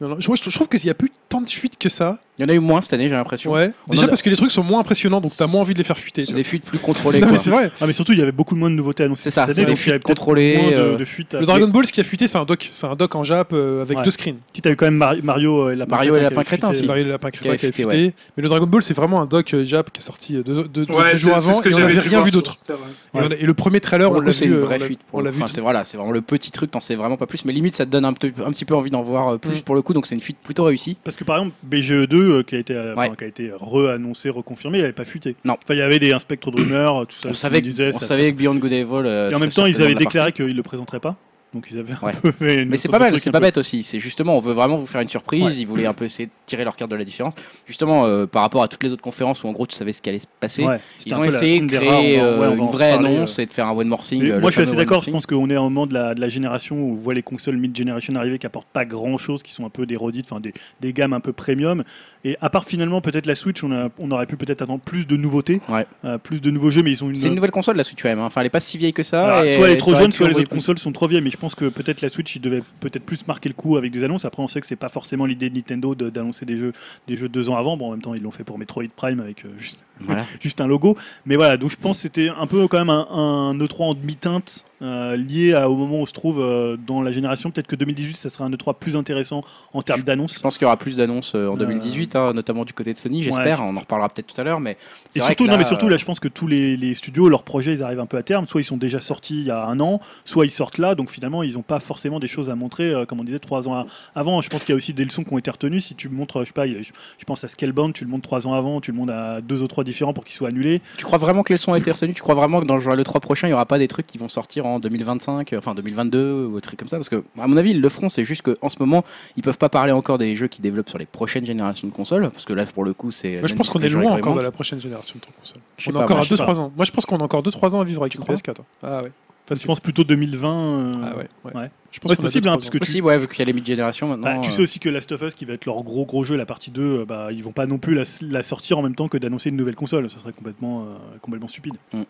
[SPEAKER 4] Non, non, je, moi, je- je trouve qu'il n'y a plus tant de fuites que ça.
[SPEAKER 1] Il y en a eu moins cette année, j'ai l'impression.
[SPEAKER 4] Ouais.
[SPEAKER 1] On en
[SPEAKER 4] Déjà
[SPEAKER 1] a-
[SPEAKER 4] parce que les trucs sont moins impressionnants, donc t'as moins envie de les faire fuiter.
[SPEAKER 1] C'est
[SPEAKER 4] tu
[SPEAKER 1] des fuites plus
[SPEAKER 4] vois.
[SPEAKER 1] contrôlées.
[SPEAKER 4] Non,
[SPEAKER 1] quoi.
[SPEAKER 4] mais c'est vrai.
[SPEAKER 2] Ah, mais surtout, il y avait beaucoup moins de nouveautés
[SPEAKER 1] C'est
[SPEAKER 2] annoncées
[SPEAKER 1] ça,
[SPEAKER 2] cette
[SPEAKER 1] c'est
[SPEAKER 2] année,
[SPEAKER 1] des
[SPEAKER 2] donc il y avait
[SPEAKER 1] fuites
[SPEAKER 2] peut-être
[SPEAKER 1] contrôlées.
[SPEAKER 2] moins de,
[SPEAKER 1] euh,
[SPEAKER 2] de fuites. à-
[SPEAKER 4] Le Dragon Ball, ce qui a fuité, c'est un doc. C'est un doc en Jap euh, avec
[SPEAKER 2] Ouais.
[SPEAKER 4] deux screens.
[SPEAKER 2] Tu t'as eu quand même Mari- Mario et la
[SPEAKER 1] Mario et hein, Lapin Crétin
[SPEAKER 4] C'est
[SPEAKER 1] Si.
[SPEAKER 4] Mario le Lapin
[SPEAKER 1] Qui avait
[SPEAKER 4] Crétin qui a fuité.
[SPEAKER 1] fuité,
[SPEAKER 4] Mais le Dragon Ball, c'est vraiment un doc euh, Jap qui est sorti euh, deux, deux- deux-
[SPEAKER 3] Ouais, c'est-
[SPEAKER 4] deux
[SPEAKER 3] c'est
[SPEAKER 4] jours avant
[SPEAKER 3] ce que
[SPEAKER 4] et on
[SPEAKER 3] j'avais
[SPEAKER 4] n'avait
[SPEAKER 3] cru
[SPEAKER 4] rien
[SPEAKER 3] voir
[SPEAKER 4] vu
[SPEAKER 3] sur
[SPEAKER 4] d'autre.
[SPEAKER 3] Twitter, ouais.
[SPEAKER 4] Et, on a- et le premier trailer,
[SPEAKER 1] Pour
[SPEAKER 4] on
[SPEAKER 1] le
[SPEAKER 4] l'a
[SPEAKER 1] coup, c'est
[SPEAKER 4] vu.
[SPEAKER 1] une
[SPEAKER 4] euh,
[SPEAKER 1] vraie
[SPEAKER 4] on l'a-
[SPEAKER 1] fuite. pour
[SPEAKER 4] on
[SPEAKER 1] le
[SPEAKER 4] l'a
[SPEAKER 1] coup.
[SPEAKER 4] vu
[SPEAKER 1] Enfin, c'est voilà, c'est vraiment le petit truc. tant- C'est vraiment pas plus, mais limite, ça te donne un, petit- un petit peu envie d'en voir euh, plus
[SPEAKER 4] Mm.
[SPEAKER 1] pour le coup. Donc c'est une fuite plutôt réussie.
[SPEAKER 2] Parce que par exemple, BGE2, euh, qui a été, euh, enfin,
[SPEAKER 1] Ouais.
[SPEAKER 2] qui a été re-annoncé, reconfirmé, il n'avait pas fuité.
[SPEAKER 1] Non.
[SPEAKER 2] Enfin, il y avait des un spectre de rumeurs, euh, tout ça.
[SPEAKER 1] On
[SPEAKER 2] tout
[SPEAKER 1] savait,
[SPEAKER 2] le monde disait,
[SPEAKER 1] on
[SPEAKER 2] ça-
[SPEAKER 1] savait que Beyond Good and Evil. euh,
[SPEAKER 2] Et en
[SPEAKER 1] serait
[SPEAKER 2] même temps,
[SPEAKER 1] certainement
[SPEAKER 2] ils avaient
[SPEAKER 1] de la partie.
[SPEAKER 2] déclaré qu'ils ne le présenteraient pas. Donc ils avaient un
[SPEAKER 1] Ouais.
[SPEAKER 2] peu fait une
[SPEAKER 1] Mais c'est
[SPEAKER 2] sorte
[SPEAKER 1] pas
[SPEAKER 2] de
[SPEAKER 1] mal,
[SPEAKER 2] truc
[SPEAKER 1] c'est
[SPEAKER 2] un
[SPEAKER 1] pas
[SPEAKER 2] peu-
[SPEAKER 1] bête aussi. C'est justement, on veut vraiment vous faire une surprise.
[SPEAKER 2] Ouais.
[SPEAKER 1] Ils voulaient un peu essayer de tirer leur carte de la différence. Justement, euh, par rapport à toutes les autres conférences où en gros tu savais ce qui allait se passer,
[SPEAKER 2] Ouais, c'était
[SPEAKER 1] ils
[SPEAKER 2] un
[SPEAKER 1] ont
[SPEAKER 2] peu la-
[SPEAKER 1] essayé
[SPEAKER 2] une
[SPEAKER 1] de
[SPEAKER 2] des
[SPEAKER 1] créer
[SPEAKER 2] rares, on va-
[SPEAKER 1] euh,
[SPEAKER 2] ouais, on va
[SPEAKER 1] une
[SPEAKER 2] en
[SPEAKER 1] vraie
[SPEAKER 2] reparler, euh.
[SPEAKER 1] annonce et de faire un one morsing.
[SPEAKER 2] Mais
[SPEAKER 1] euh, le
[SPEAKER 2] moi je suis assez
[SPEAKER 1] fameux one
[SPEAKER 2] d'accord, je
[SPEAKER 1] morsing.
[SPEAKER 2] pense qu'on est au moment de la, de la génération où on voit les consoles mid-generation arriver qui apportent pas grand chose, qui sont un peu des redites, enfin des, des gammes un peu premium. Et à part finalement peut-être la Switch, on, a- on aurait pu peut-être attendre plus de nouveautés,
[SPEAKER 1] Ouais.
[SPEAKER 2] euh, plus de nouveaux jeux, mais ils ont une.
[SPEAKER 1] C'est une nouvelle console la Switch quand même. hein. Enfin, elle est pas si vieille que ça.
[SPEAKER 2] Alors,
[SPEAKER 1] et
[SPEAKER 2] soit elle est trop
[SPEAKER 1] ça aurait
[SPEAKER 2] jeune,
[SPEAKER 1] pu
[SPEAKER 2] soit les
[SPEAKER 1] envoyer
[SPEAKER 2] autres
[SPEAKER 1] plus.
[SPEAKER 2] consoles sont trop vieilles, mais je pense que peut-être la Switch, il devait peut-être plus marquer le coup avec des annonces. Après, on sait que c'est pas forcément l'idée de Nintendo de- d'annoncer des jeux, des jeux deux ans avant. Bon, en même temps, ils l'ont fait pour Metroid Prime avec euh, juste
[SPEAKER 1] Voilà.
[SPEAKER 2] juste un logo. Mais voilà, donc je pense que c'était un peu quand même un, un E3 en demi-teinte euh, lié à, au moment où on se trouve euh, dans la génération. Peut-être que 2018, ça sera un E3 plus intéressant en termes
[SPEAKER 1] Je
[SPEAKER 2] d'annonces.
[SPEAKER 1] pense qu'il y aura plus d'annonces euh, en
[SPEAKER 2] Euh,
[SPEAKER 1] 2018, hein, notamment du côté de Sony, j'espère.
[SPEAKER 2] ouais.
[SPEAKER 1] On en reparlera peut-être tout à l'heure, mais c'est
[SPEAKER 2] Et
[SPEAKER 1] vrai
[SPEAKER 2] surtout,
[SPEAKER 1] que
[SPEAKER 2] non,
[SPEAKER 1] là, euh,
[SPEAKER 2] mais surtout, là, je pense que tous les, les studios, leurs projets, ils arrivent un peu à terme. Soit ils sont déjà sortis il y a un an, soit ils sortent là. Donc finalement, ils n'ont pas forcément des choses à montrer, euh, comme on disait, trois ans à- avant. Je pense qu'il y a aussi des leçons qui ont été retenues. Si tu montres, je sais pas, il y a- je, je pense à Scalebound, tu le montres trois ans avant, tu le montres à deux ou trois différents pour qu'ils soient annulés.
[SPEAKER 1] Tu crois vraiment que les leçons ont été retenues Tu crois vraiment que dans le 3 prochain, il n'y aura pas des trucs qui vont sortir en 2025, euh, enfin 2022 ou des trucs comme ça Parce que, à mon avis, ils le feront. C'est juste qu'en ce moment, ils peuvent pas parler encore des jeux qui développent sur les prochaines générations de consoles. Parce que là, pour le coup, c'est.
[SPEAKER 4] Moi, je pense qu'on est loin encore de la prochaine génération de trucs consoles. On a encore
[SPEAKER 2] moi, je sais
[SPEAKER 4] 2-3 ans. Moi, je pense qu'on a encore 2-3 ans à vivre avec
[SPEAKER 1] Tu
[SPEAKER 4] une
[SPEAKER 1] crois
[SPEAKER 4] PS4. hein. Ah ouais.
[SPEAKER 2] Je pense plutôt 2020. euh,
[SPEAKER 4] Ah ouais. ouais.
[SPEAKER 2] Ouais.
[SPEAKER 4] Je
[SPEAKER 2] Ouais,
[SPEAKER 4] qu'on a
[SPEAKER 2] c'est possible,
[SPEAKER 4] deux,
[SPEAKER 2] hein,
[SPEAKER 4] trois
[SPEAKER 2] parce
[SPEAKER 4] ans.
[SPEAKER 2] que tu,
[SPEAKER 1] Possible, ouais, vu qu'il y a les mid-générations maintenant. euh,
[SPEAKER 2] Bah,
[SPEAKER 4] euh.
[SPEAKER 2] tu sais aussi que Last of Us, qui va être leur gros gros jeu, la partie 2, euh, bah, ils vont pas non plus la, la sortir en même temps que d'annoncer une nouvelle console. Ça serait complètement, euh, complètement stupide.
[SPEAKER 1] Mm.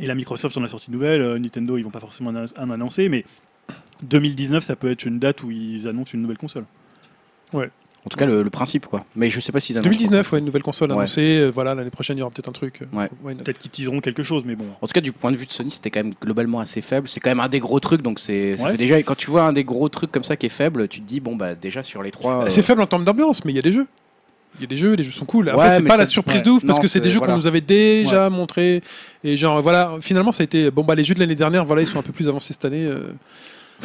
[SPEAKER 2] Et la Microsoft en a sorti une nouvelle, euh, Nintendo, ils vont pas forcément en, en annoncer, mais 2019, ça peut être une date où ils annoncent une nouvelle console.
[SPEAKER 1] En tout cas, le, le principe, quoi. Mais je sais pas s'ils annoncent.
[SPEAKER 4] 2019, ouais, une nouvelle console
[SPEAKER 1] Ouais.
[SPEAKER 4] annoncée. euh, Voilà, l'année prochaine, il y aura peut-être un truc. euh,
[SPEAKER 1] Ouais.
[SPEAKER 4] why not.
[SPEAKER 2] Peut-être qu'ils teaseront quelque chose, mais bon.
[SPEAKER 1] En tout cas, du point de vue de Sony, c'était quand même globalement assez faible. C'est quand même un des gros trucs, donc c'est ça
[SPEAKER 2] Ouais.
[SPEAKER 1] fait déjà. Quand tu vois un des gros trucs comme ça qui est faible, tu te dis bon bah déjà sur les trois. euh,
[SPEAKER 4] C'est faible en termes d'ambiance, mais il y a des jeux. Il y a des jeux, les jeux sont cool. Après,
[SPEAKER 1] Ouais,
[SPEAKER 4] c'est
[SPEAKER 1] mais
[SPEAKER 4] pas la
[SPEAKER 1] c'est-
[SPEAKER 4] surprise
[SPEAKER 1] ouais.
[SPEAKER 4] de ouf parce
[SPEAKER 1] Non,
[SPEAKER 4] que c'est des
[SPEAKER 1] c'est-
[SPEAKER 4] jeux
[SPEAKER 1] voilà.
[SPEAKER 4] qu'on nous avait déjà montrés. Et genre, voilà, finalement, ça a été. Bon, bah, les jeux de l'année dernière, voilà, ils sont un peu plus avancés cette année. euh.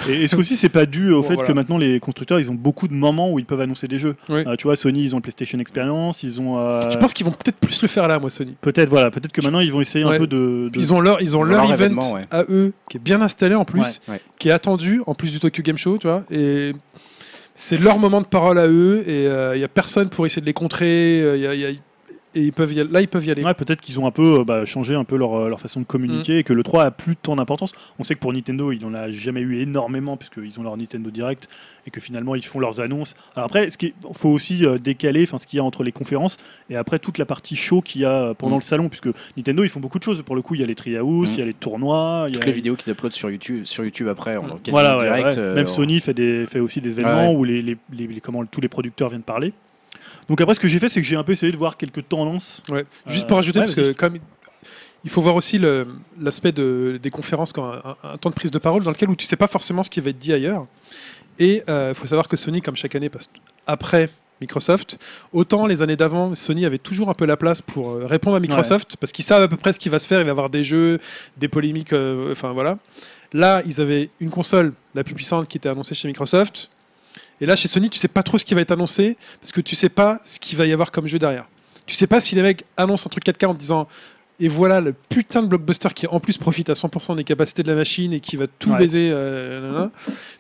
[SPEAKER 2] Et est-ce qu'aussi c'est pas dû au
[SPEAKER 4] Bon,
[SPEAKER 2] fait
[SPEAKER 4] voilà.
[SPEAKER 2] que maintenant les constructeurs ils ont beaucoup de moments où ils peuvent annoncer des jeux
[SPEAKER 4] Oui.
[SPEAKER 2] Euh, Tu vois, Sony ils ont le PlayStation Experience, ils ont. euh,
[SPEAKER 4] Je pense qu'ils vont peut-être plus le faire là, moi, Sony.
[SPEAKER 2] Peut-être voilà, peut-être que maintenant ils vont essayer
[SPEAKER 4] Ouais.
[SPEAKER 2] un peu de. de-
[SPEAKER 4] Ils ont leur, ils
[SPEAKER 1] Ils
[SPEAKER 4] ont
[SPEAKER 1] ont
[SPEAKER 4] leur,
[SPEAKER 1] leur
[SPEAKER 4] event
[SPEAKER 1] événement, ouais.
[SPEAKER 4] à eux, qui est bien installé en plus,
[SPEAKER 2] Ouais,
[SPEAKER 1] ouais.
[SPEAKER 4] qui est attendu, en plus du Tokyo Game Show, tu vois. Et c'est leur moment de parole à eux, et il n'y a personne pour essayer de les contrer. euh, y a- y a- et ils peuvent y aller- là, ils peuvent y aller.
[SPEAKER 2] Ouais, peut-être qu'ils ont un peu euh, bah, changé un peu leur, euh, leur façon de
[SPEAKER 1] Mm.
[SPEAKER 2] communiquer et que le 3 a plus tant d'importance. On sait que pour Nintendo, il n'en a jamais eu énormément puisqu'ils ont leur Nintendo Direct et que finalement ils font leurs annonces. Alors après, ce qu'il faut aussi euh, décaler, enfin ce qu'il y a entre les conférences et après toute la partie show qu'il y a euh, pendant
[SPEAKER 1] Mm.
[SPEAKER 2] le salon, puisque Nintendo ils font beaucoup de choses. Pour le coup, il y a les treehouse,
[SPEAKER 1] Mm.
[SPEAKER 2] il y a les tournois, il y
[SPEAKER 1] Toutes
[SPEAKER 2] a
[SPEAKER 1] les vidéos qu'ils uploadent sur YouTube, sur YouTube après, en quasi
[SPEAKER 2] Voilà, ouais,
[SPEAKER 1] direct.
[SPEAKER 2] ouais.
[SPEAKER 1] euh,
[SPEAKER 2] même
[SPEAKER 1] on-
[SPEAKER 2] Sony fait, des, fait aussi des événements
[SPEAKER 1] Ouais.
[SPEAKER 2] où les, les- les- les- comment, tous les producteurs viennent parler. Donc après, ce que j'ai fait, c'est que j'ai un peu essayé de voir quelques tendances.
[SPEAKER 4] Ouais. Juste
[SPEAKER 2] Euh,
[SPEAKER 4] pour ajouter,
[SPEAKER 2] ouais,
[SPEAKER 4] parce que
[SPEAKER 2] vas-y.
[SPEAKER 4] comme il faut voir aussi le- l'aspect de, des conférences, quand un, un- un temps de prise de parole dans lequel où tu sais pas forcément ce qui va être dit ailleurs. Et il faut savoir que Sony, comme chaque année, passe après Microsoft. Autant les années d'avant, Sony avait toujours un peu la place pour euh, répondre à Microsoft parce qu'ils savent à peu près ce qui va se faire. Il va y avoir des jeux, des polémiques, euh, enfin voilà. Là, ils avaient une console la plus puissante qui était annoncée chez Microsoft. Et là, chez Sony, tu sais pas trop ce qui va être annoncé parce que tu sais pas ce qu'il va y avoir comme jeu derrière. Tu sais pas si les mecs annoncent un truc 4K en te disant et voilà le putain de blockbuster qui en plus profite à 100% des capacités de la machine et qui va tout
[SPEAKER 2] Ouais.
[SPEAKER 4] baiser. euh, nanana.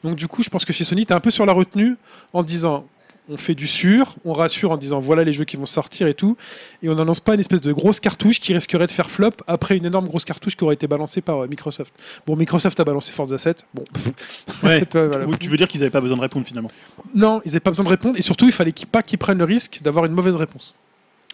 [SPEAKER 4] Donc du coup, je pense que chez Sony, tu es un peu sur la retenue en disant on fait du sûr, on rassure en disant voilà les jeux qui vont sortir et tout, et on n'annonce pas une espèce de grosse cartouche qui risquerait de faire flop après une énorme grosse cartouche qui aurait été balancée par euh, Microsoft. Bon, Microsoft a balancé Forza 7, bon.
[SPEAKER 2] Ouais.
[SPEAKER 4] Toi, voilà.
[SPEAKER 2] Ou Eh, tu veux dire qu'ils n'avaient pas besoin de répondre finalement
[SPEAKER 4] Non, ils n'avaient pas besoin de répondre, et surtout, il fallait qu'ils- pas qu'ils prennent le risque d'avoir une mauvaise réponse.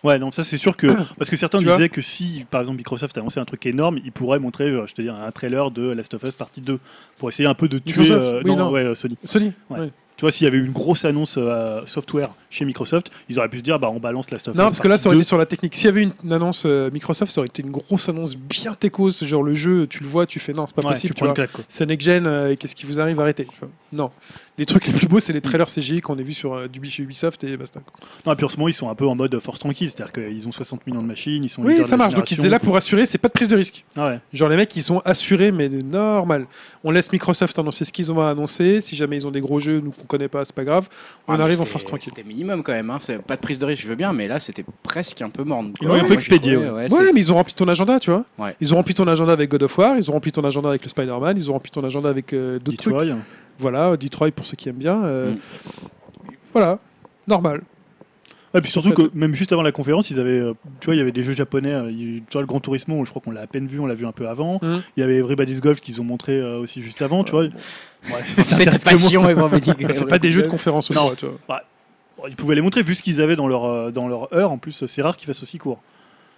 [SPEAKER 2] Ouais, donc ça c'est sûr que. Parce que certains
[SPEAKER 4] Tu vois
[SPEAKER 2] disaient que si, par exemple, Microsoft annonçait un truc énorme, ils pourraient montrer, euh, je te dis, un trailer de Last of Us partie 2 pour essayer un peu de tuer.
[SPEAKER 4] Microsoft, oui,
[SPEAKER 2] non,
[SPEAKER 4] non.
[SPEAKER 2] ouais, euh, Sony.
[SPEAKER 4] Sony
[SPEAKER 2] Ouais.
[SPEAKER 4] ouais.
[SPEAKER 2] Tu vois, s'il y avait eu une grosse annonce euh, software chez Microsoft, ils auraient pu se dire, bah on balance Last of Us.
[SPEAKER 4] Non, parce que là, ça
[SPEAKER 2] partie
[SPEAKER 4] aurait été sur la technique. S'il y avait une, une annonce euh, Microsoft, ça aurait été une grosse annonce bien techos, genre le jeu, tu le vois, tu fais non, c'est pas
[SPEAKER 2] 2. Ouais,
[SPEAKER 4] possible.
[SPEAKER 2] tu
[SPEAKER 4] tu
[SPEAKER 2] prends
[SPEAKER 4] vois.
[SPEAKER 2] une claque quoi.
[SPEAKER 4] C'est next gen, euh, et qu'est-ce qui vous arrive Arrêtez. tu vois. Non. Les trucs les plus beaux, c'est les trailers CGI qu'on a vus sur euh, Dubi- chez Ubisoft et basta. quoi.
[SPEAKER 2] Non, et puis en ce moment, ils sont un peu en mode euh, force tranquille, c'est-à-dire qu'ils ont 60 millions de machines, ils sont
[SPEAKER 4] Oui,
[SPEAKER 2] leaders de
[SPEAKER 4] ça
[SPEAKER 2] la
[SPEAKER 4] marche. Donc ils étaient là
[SPEAKER 2] génération.
[SPEAKER 4] pour assurer, c'est pas de prise de risque.
[SPEAKER 2] Ah ouais.
[SPEAKER 4] Genre les mecs, ils sont assurés, mais normal. On laisse Microsoft annoncer ce qu'ils ont à annoncer. Si jamais ils ont des gros jeux, nous qu'on connaît pas, c'est pas grave. On
[SPEAKER 1] Ah, mais
[SPEAKER 4] arrive en
[SPEAKER 1] c'était-
[SPEAKER 4] force tranquille.
[SPEAKER 1] C'était minimum quand même, hein. c'est pas de prise de risque, je veux bien, mais là c'était presque un peu morne.
[SPEAKER 2] Ils
[SPEAKER 1] quoi.
[SPEAKER 2] l'ont un peu
[SPEAKER 1] Moi, j'ai
[SPEAKER 2] expédié,
[SPEAKER 1] trouvé, ouais,
[SPEAKER 4] Ouais,
[SPEAKER 1] c'est-
[SPEAKER 4] mais ils ont rempli ton agenda, tu vois.
[SPEAKER 1] Ouais.
[SPEAKER 4] Ils ont rempli ton agenda avec God of War, ils ont rempli ton agenda avec le Spider-Man, ils ont rempli ton agenda avec euh, d'autres trucs.
[SPEAKER 2] Detroit. hein.
[SPEAKER 4] Voilà, Detroit pour ceux qui aiment bien. euh,
[SPEAKER 1] Mm.
[SPEAKER 4] Voilà, normal.
[SPEAKER 2] Ouais, Ah, puis surtout
[SPEAKER 4] En fait-
[SPEAKER 2] que même juste avant la conférence, ils avaient, euh, tu vois, il y avait des jeux japonais. euh, il- Tu vois, le Grand Turismo, je crois qu'on l'a à peine vu, on l'a vu un peu avant.
[SPEAKER 4] Mhm.
[SPEAKER 2] Il y avait Everybody's Golf qu'ils ont montré euh, aussi juste avant, tu vois. Ouais, ça
[SPEAKER 1] Cette
[SPEAKER 2] intéresse que moi.
[SPEAKER 1] passion est vraiment
[SPEAKER 4] C'est pas des jeux de conférence,
[SPEAKER 2] Non.
[SPEAKER 4] non. tu vois.
[SPEAKER 2] Ils pouvaient les montrer vu ce qu'ils avaient dans leur, euh, dans leur heure. En plus, c'est rare qu'ils fassent aussi court.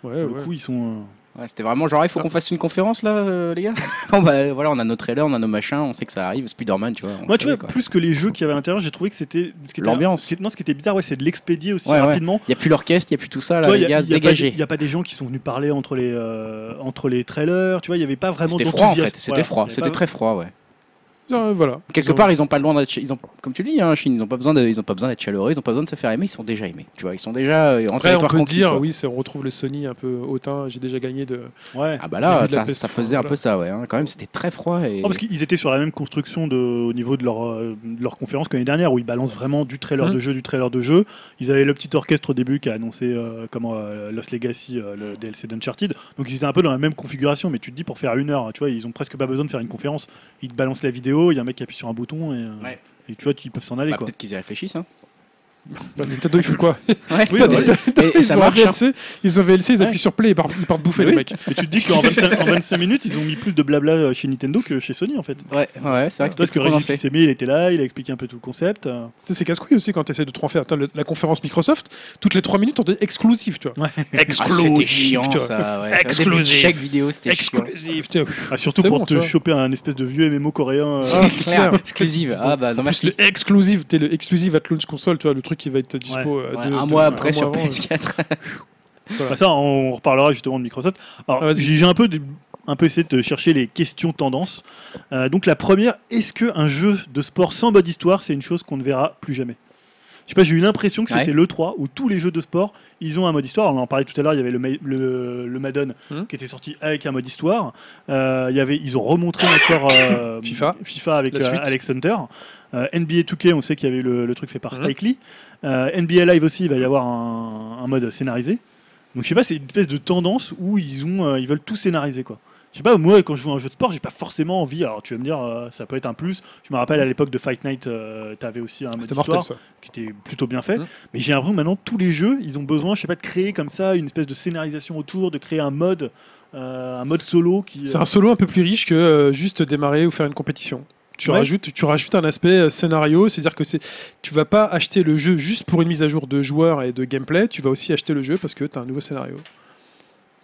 [SPEAKER 4] Ouais,
[SPEAKER 2] Pour
[SPEAKER 4] ouais.
[SPEAKER 2] le coup, ils sont. euh,
[SPEAKER 1] Ouais, c'était vraiment genre,
[SPEAKER 2] Ah.
[SPEAKER 1] il faut qu'on fasse une conférence là, euh, les gars. bon, bah voilà, on a nos trailers, on a nos machins, on sait que ça arrive. Spider-Man, tu vois. on
[SPEAKER 2] Moi, tu
[SPEAKER 1] savait,
[SPEAKER 2] vois,
[SPEAKER 1] quoi.
[SPEAKER 2] plus que les jeux qu'il y avait à l'intérieur, j'ai trouvé que c'était. ce qui était-
[SPEAKER 1] L'ambiance.
[SPEAKER 2] ce qui- Non, ce qui était bizarre, ouais, c'est de l'expédier aussi
[SPEAKER 1] Ouais, ouais.
[SPEAKER 2] rapidement.
[SPEAKER 1] Il n'y a plus l'orchestre, il n'y a plus tout ça, là,
[SPEAKER 2] Tu vois,
[SPEAKER 1] les
[SPEAKER 2] il y a-
[SPEAKER 1] gars,
[SPEAKER 2] il y a pas des-
[SPEAKER 1] dégagez.
[SPEAKER 2] il y a pas des gens qui sont venus parler entre les, euh, entre les trailers. Tu vois, il n'y avait pas vraiment
[SPEAKER 1] C'était froid en fait,
[SPEAKER 2] d'enthousiasme.
[SPEAKER 1] c'était
[SPEAKER 2] Voilà. Il y
[SPEAKER 1] froid,
[SPEAKER 2] avait
[SPEAKER 1] c'était
[SPEAKER 2] pas-
[SPEAKER 1] très froid, ouais.
[SPEAKER 4] Euh, voilà.
[SPEAKER 1] Quelque
[SPEAKER 4] Ils ont-
[SPEAKER 1] part, ils ont pas le droit d'être, ils ont, comme tu le dis, hein, Chine, ils ont pas besoin de- ils ont pas besoin d'être chaleureux, ils ont pas besoin de se faire aimer, ils sont déjà aimés. Tu vois, ils sont déjà euh, en
[SPEAKER 4] Après, on
[SPEAKER 1] territoire
[SPEAKER 4] peut
[SPEAKER 1] conquis,
[SPEAKER 4] dire,
[SPEAKER 1] quoi.
[SPEAKER 4] oui, c'est- on retrouve le Sony un peu hautain. J'ai déjà gagné de.
[SPEAKER 2] Ouais.
[SPEAKER 1] Ah bah
[SPEAKER 4] début
[SPEAKER 1] là,
[SPEAKER 4] de la
[SPEAKER 1] ça,
[SPEAKER 4] peste,
[SPEAKER 1] ça
[SPEAKER 4] enfin,
[SPEAKER 1] faisait un
[SPEAKER 4] voilà.
[SPEAKER 1] peu ça, ouais. hein. Quand même, c'était très froid et.
[SPEAKER 2] Non, parce qu'ils étaient sur la même construction de, au niveau de leur, euh, de leur conférence que l'année dernière, où ils balancent vraiment du trailer
[SPEAKER 1] Hum.
[SPEAKER 4] Mhm.
[SPEAKER 2] de jeu, du trailer de jeu. Ils avaient le petit orchestre au début qui a annoncé euh, comment euh, Lost Legacy, euh, le DLC d'Uncharted. Donc ils étaient un peu dans la même configuration, mais tu te dis pour faire une heure, hein, tu vois, ils ont presque pas besoin de faire une conférence. Ils te balancent la vidéo, il y a un mec qui appuie sur un bouton et, euh,
[SPEAKER 1] Ouais.
[SPEAKER 2] et tu vois, tu- ils peuvent s'en aller
[SPEAKER 1] Bah,
[SPEAKER 2] quoi.
[SPEAKER 1] peut-être qu'ils y réfléchissent, hein.
[SPEAKER 4] Nintendo, ils font quoi
[SPEAKER 1] Ouais,
[SPEAKER 2] Oui,
[SPEAKER 1] ça-
[SPEAKER 2] ouais.
[SPEAKER 1] et- et ça
[SPEAKER 4] ils, ont un
[SPEAKER 1] marche. hein.
[SPEAKER 4] VLC, ils ont VLC, ils
[SPEAKER 2] Ouais.
[SPEAKER 4] appuient sur play, ils partent, ils partent bouffer,
[SPEAKER 2] Mais
[SPEAKER 4] les
[SPEAKER 2] oui.
[SPEAKER 4] mecs.
[SPEAKER 2] Mais tu te dis qu'en 25, en 25 minutes, ils ont mis plus de blabla euh, chez Nintendo que chez Sony en fait.
[SPEAKER 1] Ouais, ouais, c'est vrai que
[SPEAKER 2] Parce
[SPEAKER 1] c'était
[SPEAKER 2] que
[SPEAKER 1] plus
[SPEAKER 2] Régis
[SPEAKER 1] prononcé.
[SPEAKER 2] Fils-Aimé, il était là, il a expliqué un peu tout le concept. euh.
[SPEAKER 4] Tu sais, C'est casse-couille aussi quand tu essaies de te faire. Attends, le- la conférence Microsoft, toutes les 3 minutes, on te dit exclusive, tu vois.
[SPEAKER 1] Ah, c'était chiant,
[SPEAKER 4] tu vois.
[SPEAKER 1] ça, ouais. Au début de
[SPEAKER 4] Exclusif.
[SPEAKER 1] Chaque vidéo, c'était chiant.
[SPEAKER 4] Exclusive, tu vois.
[SPEAKER 2] Ah, surtout
[SPEAKER 4] C'est
[SPEAKER 2] pour
[SPEAKER 4] bon, tu
[SPEAKER 2] te
[SPEAKER 4] vois.
[SPEAKER 2] choper un espèce de vieux MMO coréen. euh,
[SPEAKER 4] Ah, c'est
[SPEAKER 1] C'est clair,
[SPEAKER 4] clair.
[SPEAKER 1] exclusive. Ah bah non,
[SPEAKER 4] Plus le exclusive, t'es le exclusive at launch console, tu vois, le truc qui va être dispo euh,
[SPEAKER 1] Ouais,
[SPEAKER 4] deux-
[SPEAKER 1] un
[SPEAKER 4] deux-
[SPEAKER 1] mois après sur
[SPEAKER 4] avant, euh.
[SPEAKER 1] PS4.
[SPEAKER 2] Bah ça, on reparlera justement de Microsoft. Alors,
[SPEAKER 4] Ah, vas-y.
[SPEAKER 2] j'ai j'ai un peu, de- un peu essayé de chercher les questions tendances. Euh, donc, la première, est-ce que un jeu de sport sans mode histoire, c'est une chose qu'on ne verra plus jamais Je sais pas, j'ai eu l'impression que
[SPEAKER 1] Ouais.
[SPEAKER 2] c'était l'E3 où tous les jeux de sport, ils ont un mode histoire. On en parlait tout à l'heure, il y avait le, Ma- le, le Madden
[SPEAKER 4] Mhm.
[SPEAKER 2] qui était sorti avec un mode histoire. Euh, il y avait, ils ont remontré encore euh,
[SPEAKER 4] FIFA.
[SPEAKER 2] FIFA avec
[SPEAKER 4] La
[SPEAKER 2] euh,
[SPEAKER 4] suite.
[SPEAKER 2] Alex Hunter. Euh, NBA 2K, on sait qu'il y avait le, le truc fait par
[SPEAKER 4] Mhm.
[SPEAKER 2] Spike Lee. Euh, NBA Live aussi, il va y avoir un, un mode scénarisé. Donc je sais pas, c'est une espèce de tendance où ils ont, euh, ils veulent tout scénariser quoi. Je sais pas, moi quand je joue à un jeu de sport, j'ai pas forcément envie. Alors tu vas me dire, euh, ça peut être un plus. Je me rappelle à l'époque de Fight Night, euh, t'avais aussi un mode
[SPEAKER 4] C'était
[SPEAKER 2] histoire
[SPEAKER 4] mortel, ça.
[SPEAKER 2] qui était plutôt bien fait.
[SPEAKER 4] Mhm.
[SPEAKER 2] Mais j'ai l'impression que maintenant tous les jeux, ils ont besoin, je sais pas, de créer comme ça une espèce de scénarisation autour, de créer un mode, euh, un mode solo qui.
[SPEAKER 4] C'est un solo un peu plus riche que euh, juste démarrer ou faire une compétition. Tu,
[SPEAKER 2] Ouais.
[SPEAKER 4] rajoutes, tu rajoutes un aspect euh, scénario, c'est-à-dire que c'est, tu vas pas acheter le jeu juste pour une mise à jour de joueurs et de gameplay, tu vas aussi acheter le jeu parce que tu as un nouveau scénario.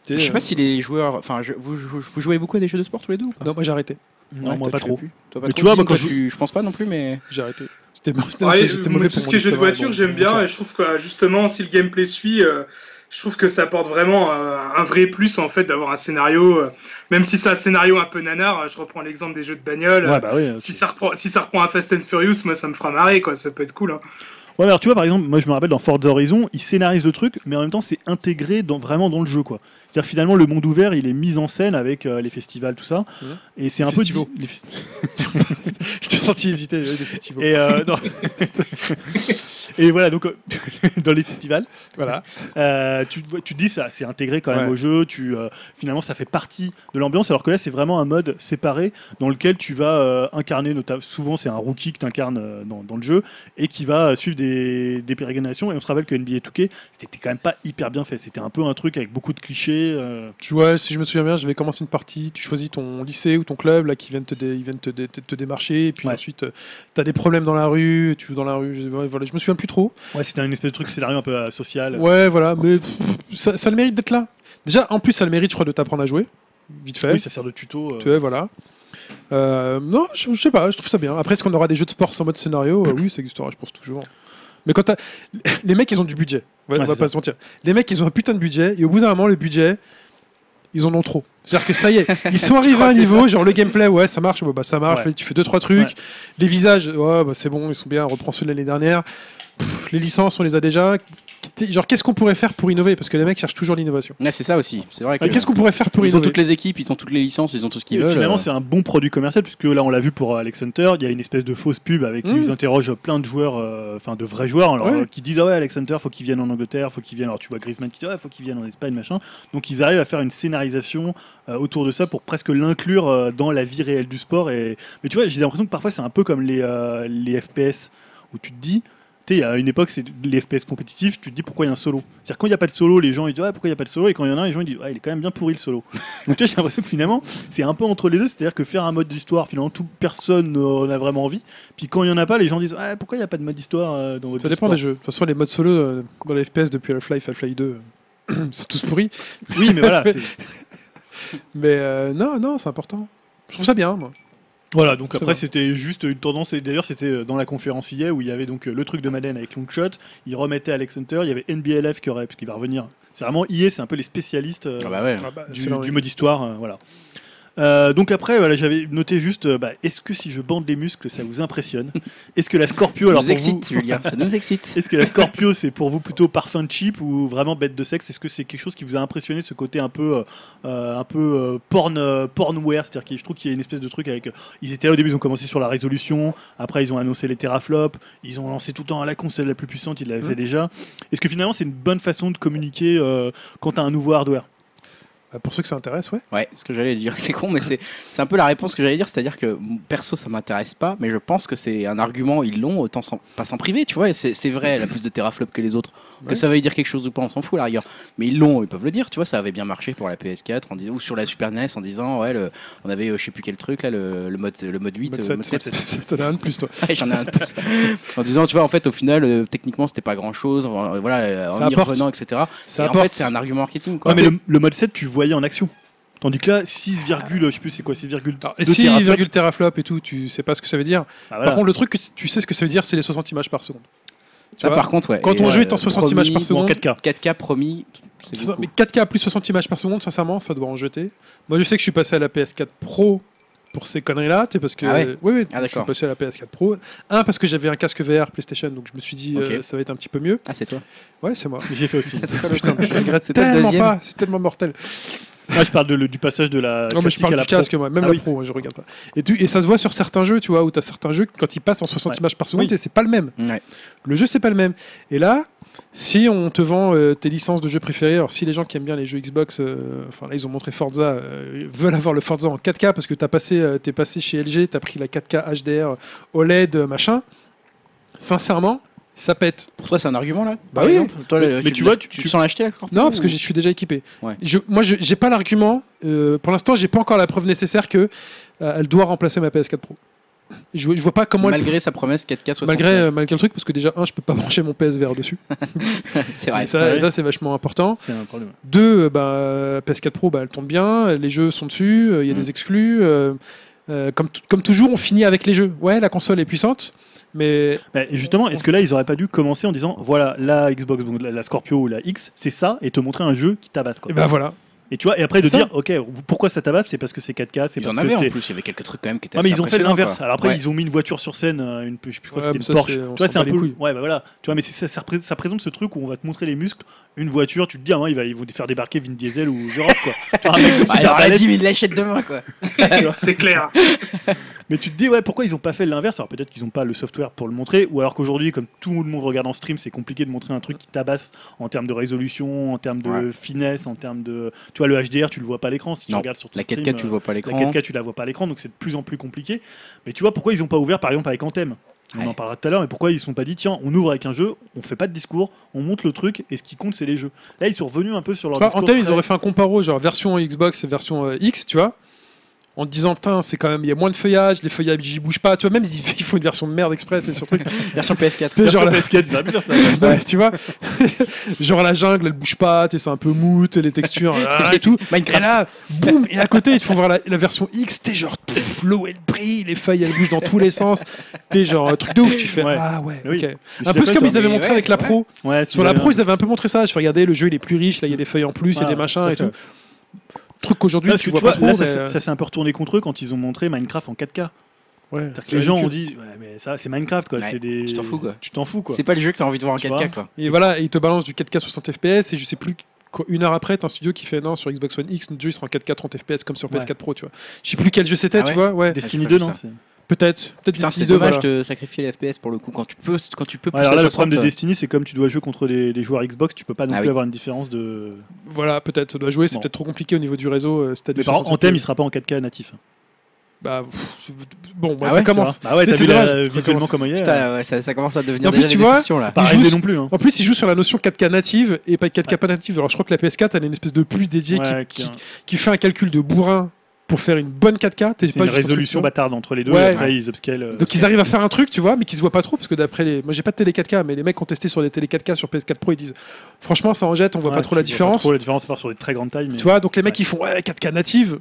[SPEAKER 1] Je sais pas si les joueurs. Enfin, je- vous, vous- vous jouez beaucoup à des jeux de sport tous les deux ou pas
[SPEAKER 4] euh, Non, moi j'ai arrêté.
[SPEAKER 2] euh, Non,
[SPEAKER 1] Ouais,
[SPEAKER 2] moi
[SPEAKER 1] toi,
[SPEAKER 2] pas
[SPEAKER 1] tu
[SPEAKER 2] trop.
[SPEAKER 1] fais plus. Toi, pas
[SPEAKER 2] Mais
[SPEAKER 1] trop,
[SPEAKER 2] tu vois, moi,
[SPEAKER 1] Dim,
[SPEAKER 2] quand
[SPEAKER 1] toi,
[SPEAKER 2] je-
[SPEAKER 1] tu- je pense pas non plus, mais.
[SPEAKER 4] J'ai arrêté. C'était, c'était-
[SPEAKER 3] Ouais, euh,
[SPEAKER 4] j'étais
[SPEAKER 3] moi,
[SPEAKER 4] mauvais
[SPEAKER 3] tout
[SPEAKER 4] pour
[SPEAKER 3] ce
[SPEAKER 4] mon
[SPEAKER 3] qui est jeu de
[SPEAKER 4] histoire, euh,
[SPEAKER 3] voiture,
[SPEAKER 4] bon.
[SPEAKER 3] j'aime bien. Et je trouve que justement, si le gameplay suit, euh, je trouve que ça apporte vraiment euh, un vrai plus en fait d'avoir un scénario. euh, même si c'est un scénario un peu nanar, euh, je reprends l'exemple des jeux de bagnole.
[SPEAKER 2] Ouais, bah oui.
[SPEAKER 3] Si ça, reprend, si ça reprend un Fast and Furious, moi ça me fera marrer, quoi. ça peut être cool. hein.
[SPEAKER 2] Ouais, mais alors tu vois, par exemple, moi je me rappelle dans Forza Horizon, ils scénarisent le truc, mais en même temps c'est intégré dans, vraiment dans le jeu, quoi. C'est-à-dire finalement le monde ouvert, il est mis en scène avec euh, les festivals, tout ça,
[SPEAKER 4] Mhm.
[SPEAKER 2] et c'est un
[SPEAKER 4] Festivaux.
[SPEAKER 2] peu di- les fes-
[SPEAKER 4] Je t'ai senti hésiter, euh, des festivals.
[SPEAKER 2] Et, euh, non. Et voilà, donc euh, dans les festivals,
[SPEAKER 4] Voilà.
[SPEAKER 2] euh, tu, te- tu te dis ça, c'est intégré quand même
[SPEAKER 4] Ouais.
[SPEAKER 2] au jeu. Tu, euh, finalement, ça fait partie de l'ambiance. Alors que là, c'est vraiment un mode séparé dans lequel tu vas euh, incarner, notamment, souvent c'est un rookie que tu incarnes dans, dans le jeu et qui va euh, suivre des, des pérégrinations. Et on se rappelle que NBA 2K, c'était quand même pas hyper bien fait. C'était un peu un truc avec beaucoup de clichés. euh,
[SPEAKER 4] Tu vois, si je me souviens bien, j'avais commencé une partie, tu choisis ton lycée ou ton club, là, qui viennent te, dé- ils viennent te, dé- te- te démarcher, et puis
[SPEAKER 2] Ouais.
[SPEAKER 4] ensuite, tu as des problèmes dans la rue, tu joues dans la rue, je, ouais, voilà, je me souviens plus trop.
[SPEAKER 2] Ouais, c'était une espèce de truc scénario un peu euh, social.
[SPEAKER 4] Ouais, voilà, mais pff, ça, ça a le mérite d'être là. Déjà, en plus, ça a le mérite, je crois, de t'apprendre à jouer, vite fait.
[SPEAKER 2] Oui, ça sert de tuto. euh.
[SPEAKER 4] Tu vois, voilà. Euh, non, je, je sais pas, je trouve ça bien. Après, est-ce qu'on aura des jeux de sport sans mode scénario Euh, Oui, ça existera, je pense toujours. Mais quand t'as- les mecs, ils ont du budget. On va-
[SPEAKER 2] Ouais,
[SPEAKER 4] on va
[SPEAKER 2] c'est
[SPEAKER 4] pas se mentir. Les mecs, ils ont un putain de budget et au bout d'un moment, le budget, ils en ont trop. C'est-à-dire que ça y est, ils sont arrivés à
[SPEAKER 1] crois
[SPEAKER 4] un
[SPEAKER 1] que c'est
[SPEAKER 4] niveau, genre le gameplay, ouais, ça marche, ouais, bah ça marche.
[SPEAKER 2] Ouais.
[SPEAKER 4] Tu fais deux trois trucs.
[SPEAKER 2] Ouais.
[SPEAKER 4] Les visages, ouais, bah, c'est bon, ils sont bien. On reprend ceux de l'année dernière. Pff, les licences, on les a déjà. T'sais, Genre, qu'est-ce qu'on pourrait faire pour innover Parce que les mecs cherchent toujours l'innovation.
[SPEAKER 1] Ouais, c'est ça aussi. C'est vrai que.
[SPEAKER 4] Alors, Qu'est-ce qu'on pourrait faire pour
[SPEAKER 1] ils ont
[SPEAKER 4] innover
[SPEAKER 1] toutes les équipes, ils ont toutes les licences, ils ont tout ce qu'ils
[SPEAKER 2] Et
[SPEAKER 1] veulent.
[SPEAKER 2] finalement,
[SPEAKER 1] euh.
[SPEAKER 2] c'est un bon produit commercial puisque là, on l'a vu pour euh, Alex Hunter, il y a une espèce de fausse pub avec
[SPEAKER 4] Mm.
[SPEAKER 2] ils interrogent plein de joueurs, euh, enfin de vrais joueurs, alors,
[SPEAKER 4] Ouais.
[SPEAKER 2] euh, qui disent ah ouais Alex Hunter, faut qu'il vienne en Angleterre, faut qu'il vienne. Alors tu vois Griezmann qui dit ouais, faut qu'il vienne en Espagne machin. Donc ils arrivent à faire une scénarisation euh, autour de ça pour presque l'inclure euh, dans la vie réelle du sport. Et mais tu vois, j'ai l'impression que parfois c'est un peu comme les euh, les FPS où tu te dis tu sais, à une époque, c'est les FPS compétitifs, tu te dis pourquoi il y a un solo. C'est-à-dire, quand il n'y a pas de solo, les gens ils disent ah, pourquoi il n'y a pas de solo, et quand il y en a un, les gens ils disent ah, il est quand même bien pourri le solo. Donc, tu vois, j'ai l'impression que finalement, c'est un peu entre les deux, c'est-à-dire que faire un mode d'histoire, finalement, toute personne n'en a vraiment envie. Puis quand il n'y en a pas, les gens disent ah, pourquoi il n'y a pas de mode d'histoire euh, dans votre
[SPEAKER 4] Ça dépend
[SPEAKER 2] sport
[SPEAKER 4] des jeux. De toute façon, les modes solo euh, dans les FPS depuis Half-Life, Half-Life 2, euh, c'est tous pourris.
[SPEAKER 2] Oui, mais voilà. c'est-
[SPEAKER 4] Mais euh, non, non, c'est important. Je trouve ça bien, moi.
[SPEAKER 2] voilà, donc
[SPEAKER 4] Ça
[SPEAKER 2] après,
[SPEAKER 4] va.
[SPEAKER 2] c'était juste une tendance. Et d'ailleurs, c'était euh, dans la conférence hier où il y avait donc euh, le truc de Madden avec Longshot, il remettait Alex Hunter, il y avait NBLF qui aurait, parce qu'il va revenir. C'est vraiment IE, c'est un peu les spécialistes. euh,
[SPEAKER 1] Ah bah ouais.
[SPEAKER 2] du, du mode histoire, euh, voilà. Euh, donc après, voilà, j'avais noté juste, euh, bah, est-ce que si je bande les muscles, ça vous impressionne Est-ce que la Scorpio,
[SPEAKER 1] Ça
[SPEAKER 2] alors
[SPEAKER 1] nous
[SPEAKER 2] pour
[SPEAKER 1] excite,
[SPEAKER 2] vous,
[SPEAKER 1] Julien, ça nous excite.
[SPEAKER 2] est-ce que la Scorpio, c'est pour vous plutôt parfum cheap ou vraiment bête de sexe Est-ce que c'est quelque chose qui vous a impressionné, ce côté un peu, euh, euh, un peu euh, porn, euh, pornware C'est-à-dire que je trouve qu'il y a une espèce de truc avec. euh, Ils étaient là au début, ils ont commencé sur la résolution. Après, ils ont annoncé les teraflops. Ils ont lancé tout le temps à la console la plus puissante. Ils l'avaient
[SPEAKER 4] Mhm.
[SPEAKER 2] fait déjà. Est-ce que finalement, c'est une bonne façon de communiquer euh, quand t'as un nouveau hardware
[SPEAKER 4] Bah, Pour ceux que ça intéresse, ouais.
[SPEAKER 1] Ouais, ce que j'allais dire, c'est con, mais c'est c'est un peu la réponse que j'allais dire, c'est-à-dire que m- perso ça m'intéresse pas, mais je pense que c'est un argument, ils l'ont, autant s'en- pas s'en priver, tu vois, et c'est c'est vrai, elle a plus de teraflop que les autres. Que
[SPEAKER 4] Ouais.
[SPEAKER 1] ça veuille dire quelque chose ou pas, on s'en fout à la rigueur. Mais ils l'ont, ils peuvent le dire, tu vois, ça avait bien marché pour la PS4 en disant, ou sur la Super NES en disant, ouais, le- on avait euh, je sais plus quel truc là, le, le mode, le mode 8,
[SPEAKER 4] Mode
[SPEAKER 1] euh,
[SPEAKER 4] sept,
[SPEAKER 1] mode 7,
[SPEAKER 4] sept, sept, T'en as un de plus, toi.
[SPEAKER 1] Ouais, j'en ai un de plus. en disant, tu vois, en fait, au final, euh, techniquement, c'était pas grand chose. Voilà, euh,
[SPEAKER 4] Ça
[SPEAKER 1] en y
[SPEAKER 4] apporte.
[SPEAKER 1] revenant, etc.
[SPEAKER 4] Ça
[SPEAKER 1] Et en
[SPEAKER 4] apporte.
[SPEAKER 1] fait, c'est un argument marketing, quoi.
[SPEAKER 2] Ouais, mais le, le mode 7, tu voyais en action. Tandis que là, 6, je sais plus c'est quoi, 6,2
[SPEAKER 4] Ah. Alors, et
[SPEAKER 2] teraflops.
[SPEAKER 4] 6, virgule teraflop et tout, tu sais pas ce que ça veut dire.
[SPEAKER 2] Ah, voilà.
[SPEAKER 4] Par contre, le truc que tu sais ce que ça veut dire, c'est les 60 images par seconde. Tu
[SPEAKER 1] Ça,
[SPEAKER 4] vois
[SPEAKER 1] par contre, ouais.
[SPEAKER 4] Quand
[SPEAKER 1] Et,
[SPEAKER 4] ton
[SPEAKER 1] euh,
[SPEAKER 4] jeu est en 60
[SPEAKER 1] promis,
[SPEAKER 4] images par
[SPEAKER 2] Ou en
[SPEAKER 4] seconde,
[SPEAKER 2] 4K.
[SPEAKER 1] 4K promis, c'est
[SPEAKER 4] c'est ça,
[SPEAKER 1] beaucoup.
[SPEAKER 4] mais 4K plus 60 images par seconde, sincèrement, ça doit en jeter. Moi, je sais que je suis passé à la PS4 Pro pour ces conneries-là, tu sais, parce que.
[SPEAKER 1] Ah ouais
[SPEAKER 4] euh, oui, oui,
[SPEAKER 1] Ah,
[SPEAKER 4] je suis
[SPEAKER 1] d'accord.
[SPEAKER 4] passé à la PS4 Pro. Un, parce que j'avais un casque VR PlayStation, donc je me suis dit,
[SPEAKER 1] Ok.
[SPEAKER 4] euh, ça va être un petit peu mieux.
[SPEAKER 1] Ah, c'est toi.
[SPEAKER 4] Ouais, c'est moi.
[SPEAKER 2] J'ai fait aussi.
[SPEAKER 1] C'est toi
[SPEAKER 4] Putain, je regrette
[SPEAKER 1] C'est toi le
[SPEAKER 4] tellement
[SPEAKER 1] deuxième.
[SPEAKER 4] pas, c'est tellement mortel.
[SPEAKER 2] Moi, je parle de le- du passage de la.
[SPEAKER 4] Non, mais
[SPEAKER 2] euh, classique
[SPEAKER 4] je
[SPEAKER 2] à
[SPEAKER 4] parle
[SPEAKER 2] la
[SPEAKER 4] du casque, moi, même
[SPEAKER 2] Ah
[SPEAKER 4] la
[SPEAKER 2] oui.
[SPEAKER 4] pro, hein, je regarde pas. Et, tu- et ça se voit sur certains jeux, tu vois, où tu as certains jeux, quand ils passent en 60
[SPEAKER 2] Ouais.
[SPEAKER 4] images par seconde,
[SPEAKER 2] Oui.
[SPEAKER 4] et c'est pas le même.
[SPEAKER 1] Ouais.
[SPEAKER 4] Le jeu, c'est pas le même. Et là, si on te vend euh, tes licences de jeux préférés, alors si les gens qui aiment bien les jeux Xbox, euh, enfin là, ils ont montré Forza, euh, veulent avoir le Forza en 4K parce que t'as passé, euh, t'es passé chez LG, t'as pris la 4K HDR OLED, euh, machin. Sincèrement, ça pète.
[SPEAKER 1] Pour toi, c'est un argument, là
[SPEAKER 4] Bah
[SPEAKER 1] par
[SPEAKER 4] oui.
[SPEAKER 1] exemple Toi, le-
[SPEAKER 2] Mais- mais tu
[SPEAKER 1] le-
[SPEAKER 2] vois, tu-
[SPEAKER 1] tu
[SPEAKER 2] tu-
[SPEAKER 1] sens l'acheter, là, Scorpio,
[SPEAKER 4] Non, parce que
[SPEAKER 1] ou-
[SPEAKER 4] je suis déjà équipé.
[SPEAKER 1] Ouais.
[SPEAKER 4] Je- moi, je j'ai pas l'argument. euh, pour l'instant, j'ai pas encore la preuve nécessaire que euh, elle doit remplacer ma PS4 Pro. Je, vois- je vois pas comment elle-
[SPEAKER 1] Malgré sa promesse 4K 60.
[SPEAKER 4] malgré, euh, malgré le truc, parce que déjà, un, je peux pas brancher mon PSVR dessus.
[SPEAKER 1] c'est vrai.
[SPEAKER 4] Et ça,
[SPEAKER 2] Ouais.
[SPEAKER 4] ça, c'est vachement important.
[SPEAKER 2] C'est un problème.
[SPEAKER 4] Deux, euh, bah, euh, PS4 Pro, bah, elle tombe bien, les jeux sont dessus, euh, il y a
[SPEAKER 1] Mm.
[SPEAKER 4] des exclus. euh, euh, comme, t- comme toujours, on finit avec les jeux. Ouais, la console est puissante, mais
[SPEAKER 2] Mais justement, est-ce que là, ils auraient pas dû commencer en disant voilà, la Xbox, donc la, la Scorpio ou la X, c'est ça, et te montrer un jeu qui tabasse quoi.
[SPEAKER 4] eh ben voilà.
[SPEAKER 2] Et tu vois, et après de
[SPEAKER 4] C'est ça.
[SPEAKER 2] dire ok, pourquoi ça tabasse C'est parce que c'est 4K, c'est
[SPEAKER 1] Ils
[SPEAKER 2] parce
[SPEAKER 1] en
[SPEAKER 2] que
[SPEAKER 1] avaient en
[SPEAKER 2] c'est.
[SPEAKER 1] plus, il y avait quelques trucs quand même qui étaient
[SPEAKER 2] Ah mais
[SPEAKER 1] assez
[SPEAKER 2] ils ont fait
[SPEAKER 1] impressionnants,
[SPEAKER 2] l'inverse.
[SPEAKER 1] quoi.
[SPEAKER 2] Alors après
[SPEAKER 1] Ouais.
[SPEAKER 2] ils ont mis une voiture sur scène, euh, une, je crois
[SPEAKER 4] Ouais,
[SPEAKER 2] que
[SPEAKER 4] mais
[SPEAKER 2] c'était
[SPEAKER 4] ça,
[SPEAKER 2] une Porsche.
[SPEAKER 4] c'est-
[SPEAKER 2] Tu
[SPEAKER 4] on
[SPEAKER 2] vois
[SPEAKER 4] s'en
[SPEAKER 2] c'est un
[SPEAKER 4] bat les
[SPEAKER 2] peu, ouais
[SPEAKER 4] couilles.
[SPEAKER 2] bah voilà. Tu vois mais c'est- ça, ça, repré- ça présente ce truc où on va te montrer les muscles, une voiture, tu te dis ah ouais, il va ils vont faire débarquer Vin Diesel ou The Rock quoi. Tu vois, un mec
[SPEAKER 1] Bah, alors, elle a
[SPEAKER 2] balèze.
[SPEAKER 1] dit, mais il l'achète demain, quoi.
[SPEAKER 3] C'est clair.
[SPEAKER 2] Mais tu te dis, ouais, pourquoi ils n'ont pas fait l'inverse Alors peut-être qu'ils n'ont pas le software pour le montrer, ou alors qu'aujourd'hui, comme tout le monde regarde en stream, c'est compliqué de montrer un truc qui tabasse en termes de résolution, en termes de
[SPEAKER 1] Ouais.
[SPEAKER 2] finesse, en termes de. Tu vois, le HDR, tu le vois pas à l'écran. Si tu
[SPEAKER 1] Non,
[SPEAKER 2] regardes sur ton
[SPEAKER 1] La
[SPEAKER 2] stream,
[SPEAKER 1] 4K, tu le vois pas à
[SPEAKER 2] la
[SPEAKER 1] l'écran.
[SPEAKER 2] 4K, tu la vois pas à l'écran, donc c'est de plus en plus compliqué. Mais tu vois, pourquoi ils n'ont pas ouvert, par exemple, avec Anthem On
[SPEAKER 1] Ouais.
[SPEAKER 2] en parlera tout à l'heure, mais pourquoi ils ne sont pas dit, tiens, on ouvre avec un jeu, on fait pas de discours, on monte le truc, et ce qui compte, c'est les jeux. Là, ils sont revenus un peu sur leur
[SPEAKER 4] Tu vois,
[SPEAKER 2] discours.
[SPEAKER 4] en thème, ils
[SPEAKER 2] très-
[SPEAKER 4] auraient fait un comparo, genre version Xbox et version euh, X, tu vois. En te disant, putain, c'est quand même, il y a moins de feuillage, les feuillages, ils bougent pas, tu vois. Même, ils disent, il faut une version de merde exprès, t'es sur truc.
[SPEAKER 1] Version PS4.
[SPEAKER 4] T'es
[SPEAKER 2] Version
[SPEAKER 4] genre la-
[SPEAKER 2] PS4, ça va bien, ça.
[SPEAKER 4] Non, mais tu vois, genre la jungle, elle bouge pas, t'es c'est un peu mou, t'es les textures, ah, et tout. Et
[SPEAKER 1] Minecraft.
[SPEAKER 4] là, boum, et à côté, ils te font voir la, la version X, t'es genre, pff, l'eau elle brille, les feuilles elles bougent dans tous les sens, t'es genre, un truc de ouf, tu fais,
[SPEAKER 2] Ouais.
[SPEAKER 4] ah ouais,
[SPEAKER 2] Oui.
[SPEAKER 4] ok.
[SPEAKER 2] Je
[SPEAKER 4] Un peu
[SPEAKER 2] sais
[SPEAKER 4] ce
[SPEAKER 2] pas,
[SPEAKER 4] comme
[SPEAKER 2] toi.
[SPEAKER 4] ils avaient
[SPEAKER 1] Mais
[SPEAKER 4] montré
[SPEAKER 1] ouais,
[SPEAKER 4] avec la
[SPEAKER 1] ouais.
[SPEAKER 4] pro.
[SPEAKER 2] Ouais, tu
[SPEAKER 4] Sur la
[SPEAKER 2] l'avais
[SPEAKER 4] pro,
[SPEAKER 2] un
[SPEAKER 4] ils avaient un peu montré ça, je fais, regardez, le jeu il est plus riche, là il y a des feuilles en plus, il y a
[SPEAKER 2] Voilà,
[SPEAKER 4] des machins
[SPEAKER 2] tout à
[SPEAKER 4] et
[SPEAKER 2] fait.
[SPEAKER 4] tout. Truc qu'aujourd'hui
[SPEAKER 2] Là,
[SPEAKER 4] tu
[SPEAKER 2] parce
[SPEAKER 4] vois
[SPEAKER 2] que
[SPEAKER 4] pas
[SPEAKER 2] tu vois,
[SPEAKER 4] trop.
[SPEAKER 2] là, ça
[SPEAKER 4] mais,
[SPEAKER 2] s'est-
[SPEAKER 4] euh,
[SPEAKER 2] ça s'est un peu retourné contre eux quand ils ont montré Minecraft en 4K.
[SPEAKER 4] ouais,
[SPEAKER 2] Parce que
[SPEAKER 4] c'est
[SPEAKER 2] les gens ont
[SPEAKER 4] ridicule.
[SPEAKER 2] dit, ouais, mais ça, c'est Minecraft quoi.
[SPEAKER 1] Ouais,
[SPEAKER 2] c'est des...
[SPEAKER 1] tu t'en fous, quoi.
[SPEAKER 2] Tu t'en fous quoi.
[SPEAKER 1] C'est pas le jeu que t'as envie de voir en
[SPEAKER 2] Tu
[SPEAKER 1] 4K, quoi.
[SPEAKER 4] Et voilà, et ils te balancent du 4K 60 FPS et je sais plus quoi, une heure après, t'as un studio qui fait non sur Xbox One X, notre jeu il sera en 4K 30 FPS comme sur
[SPEAKER 2] Ouais.
[SPEAKER 4] PS4 Pro, tu vois. Je sais plus quel jeu c'était,
[SPEAKER 1] Ah
[SPEAKER 4] tu
[SPEAKER 1] ouais
[SPEAKER 4] vois, ouais.
[SPEAKER 2] Destiny
[SPEAKER 1] Ah, j'ai
[SPEAKER 2] 2,
[SPEAKER 1] pas
[SPEAKER 2] non
[SPEAKER 1] vu
[SPEAKER 2] c'est-
[SPEAKER 4] Peut-être, peut-être
[SPEAKER 1] Putain, c'est
[SPEAKER 4] Destiny 2,
[SPEAKER 1] dommage
[SPEAKER 4] voilà.
[SPEAKER 1] de sacrifier les FPS pour le coup. Quand tu peux, quand tu peux
[SPEAKER 2] Ouais,
[SPEAKER 1] pousser
[SPEAKER 2] Alors là,
[SPEAKER 1] à
[SPEAKER 2] le
[SPEAKER 1] 60,
[SPEAKER 2] problème de Destiny, c'est comme tu dois jouer contre des, des joueurs Xbox, tu peux pas non
[SPEAKER 1] Ah
[SPEAKER 2] plus
[SPEAKER 1] oui.
[SPEAKER 2] avoir une différence de.
[SPEAKER 4] Voilà, peut-être, ça doit jouer, c'est
[SPEAKER 2] Bon.
[SPEAKER 4] peut-être trop compliqué au niveau du réseau. euh, si t'as du
[SPEAKER 2] Mais par contre,
[SPEAKER 4] 60
[SPEAKER 2] en thème,
[SPEAKER 4] FPS.
[SPEAKER 2] il sera pas en 4K natif.
[SPEAKER 4] Bah, pff, bon, bah,
[SPEAKER 1] Ah
[SPEAKER 4] ça
[SPEAKER 1] ouais, tu
[SPEAKER 4] commence.
[SPEAKER 2] Tu vois Bah ouais,
[SPEAKER 4] Mais
[SPEAKER 2] t'as
[SPEAKER 4] c'est
[SPEAKER 2] vu
[SPEAKER 4] dommage,
[SPEAKER 2] là,
[SPEAKER 4] ça
[SPEAKER 2] euh, visuellement
[SPEAKER 4] commence.
[SPEAKER 2] comme hier. euh,
[SPEAKER 1] Putain, ouais, ça, ça commence à devenir
[SPEAKER 4] En plus,
[SPEAKER 1] déjà
[SPEAKER 4] tu
[SPEAKER 1] des
[SPEAKER 4] vois,
[SPEAKER 1] déceptions, là.
[SPEAKER 2] Pas
[SPEAKER 4] ils
[SPEAKER 2] arrivé
[SPEAKER 4] jouent-
[SPEAKER 2] non plus. hein.
[SPEAKER 4] En plus, il joue sur la notion 4K native et pas 4K pas native. Alors, je crois que la PS4, elle a une espèce de plus dédiée qui-
[SPEAKER 2] Ouais,
[SPEAKER 4] qui,
[SPEAKER 2] qui-
[SPEAKER 4] qui fait un calcul de bourrin pour faire une bonne 4K. t'es
[SPEAKER 2] C'est une
[SPEAKER 4] pas juste un truc,
[SPEAKER 2] résolution
[SPEAKER 4] tu vois.
[SPEAKER 2] bâtarde entre les deux.
[SPEAKER 4] Ouais.
[SPEAKER 2] et Après, ils upscale. euh,
[SPEAKER 4] Donc, ils arrivent à faire un truc, tu vois, mais qui se voit pas trop parce que d'après les. Moi, j'ai pas de télé 4K, mais les mecs qui ont testé sur des télé 4K sur PS4 Pro, ils disent franchement, ça en jette, on voit
[SPEAKER 2] ouais,
[SPEAKER 4] pas trop
[SPEAKER 2] tu
[SPEAKER 4] la
[SPEAKER 2] vois
[SPEAKER 4] différence.
[SPEAKER 2] trop la différence, à part sur des très grandes tailles. mais-
[SPEAKER 4] Tu vois, donc les mecs, ils font ouais, 4K native.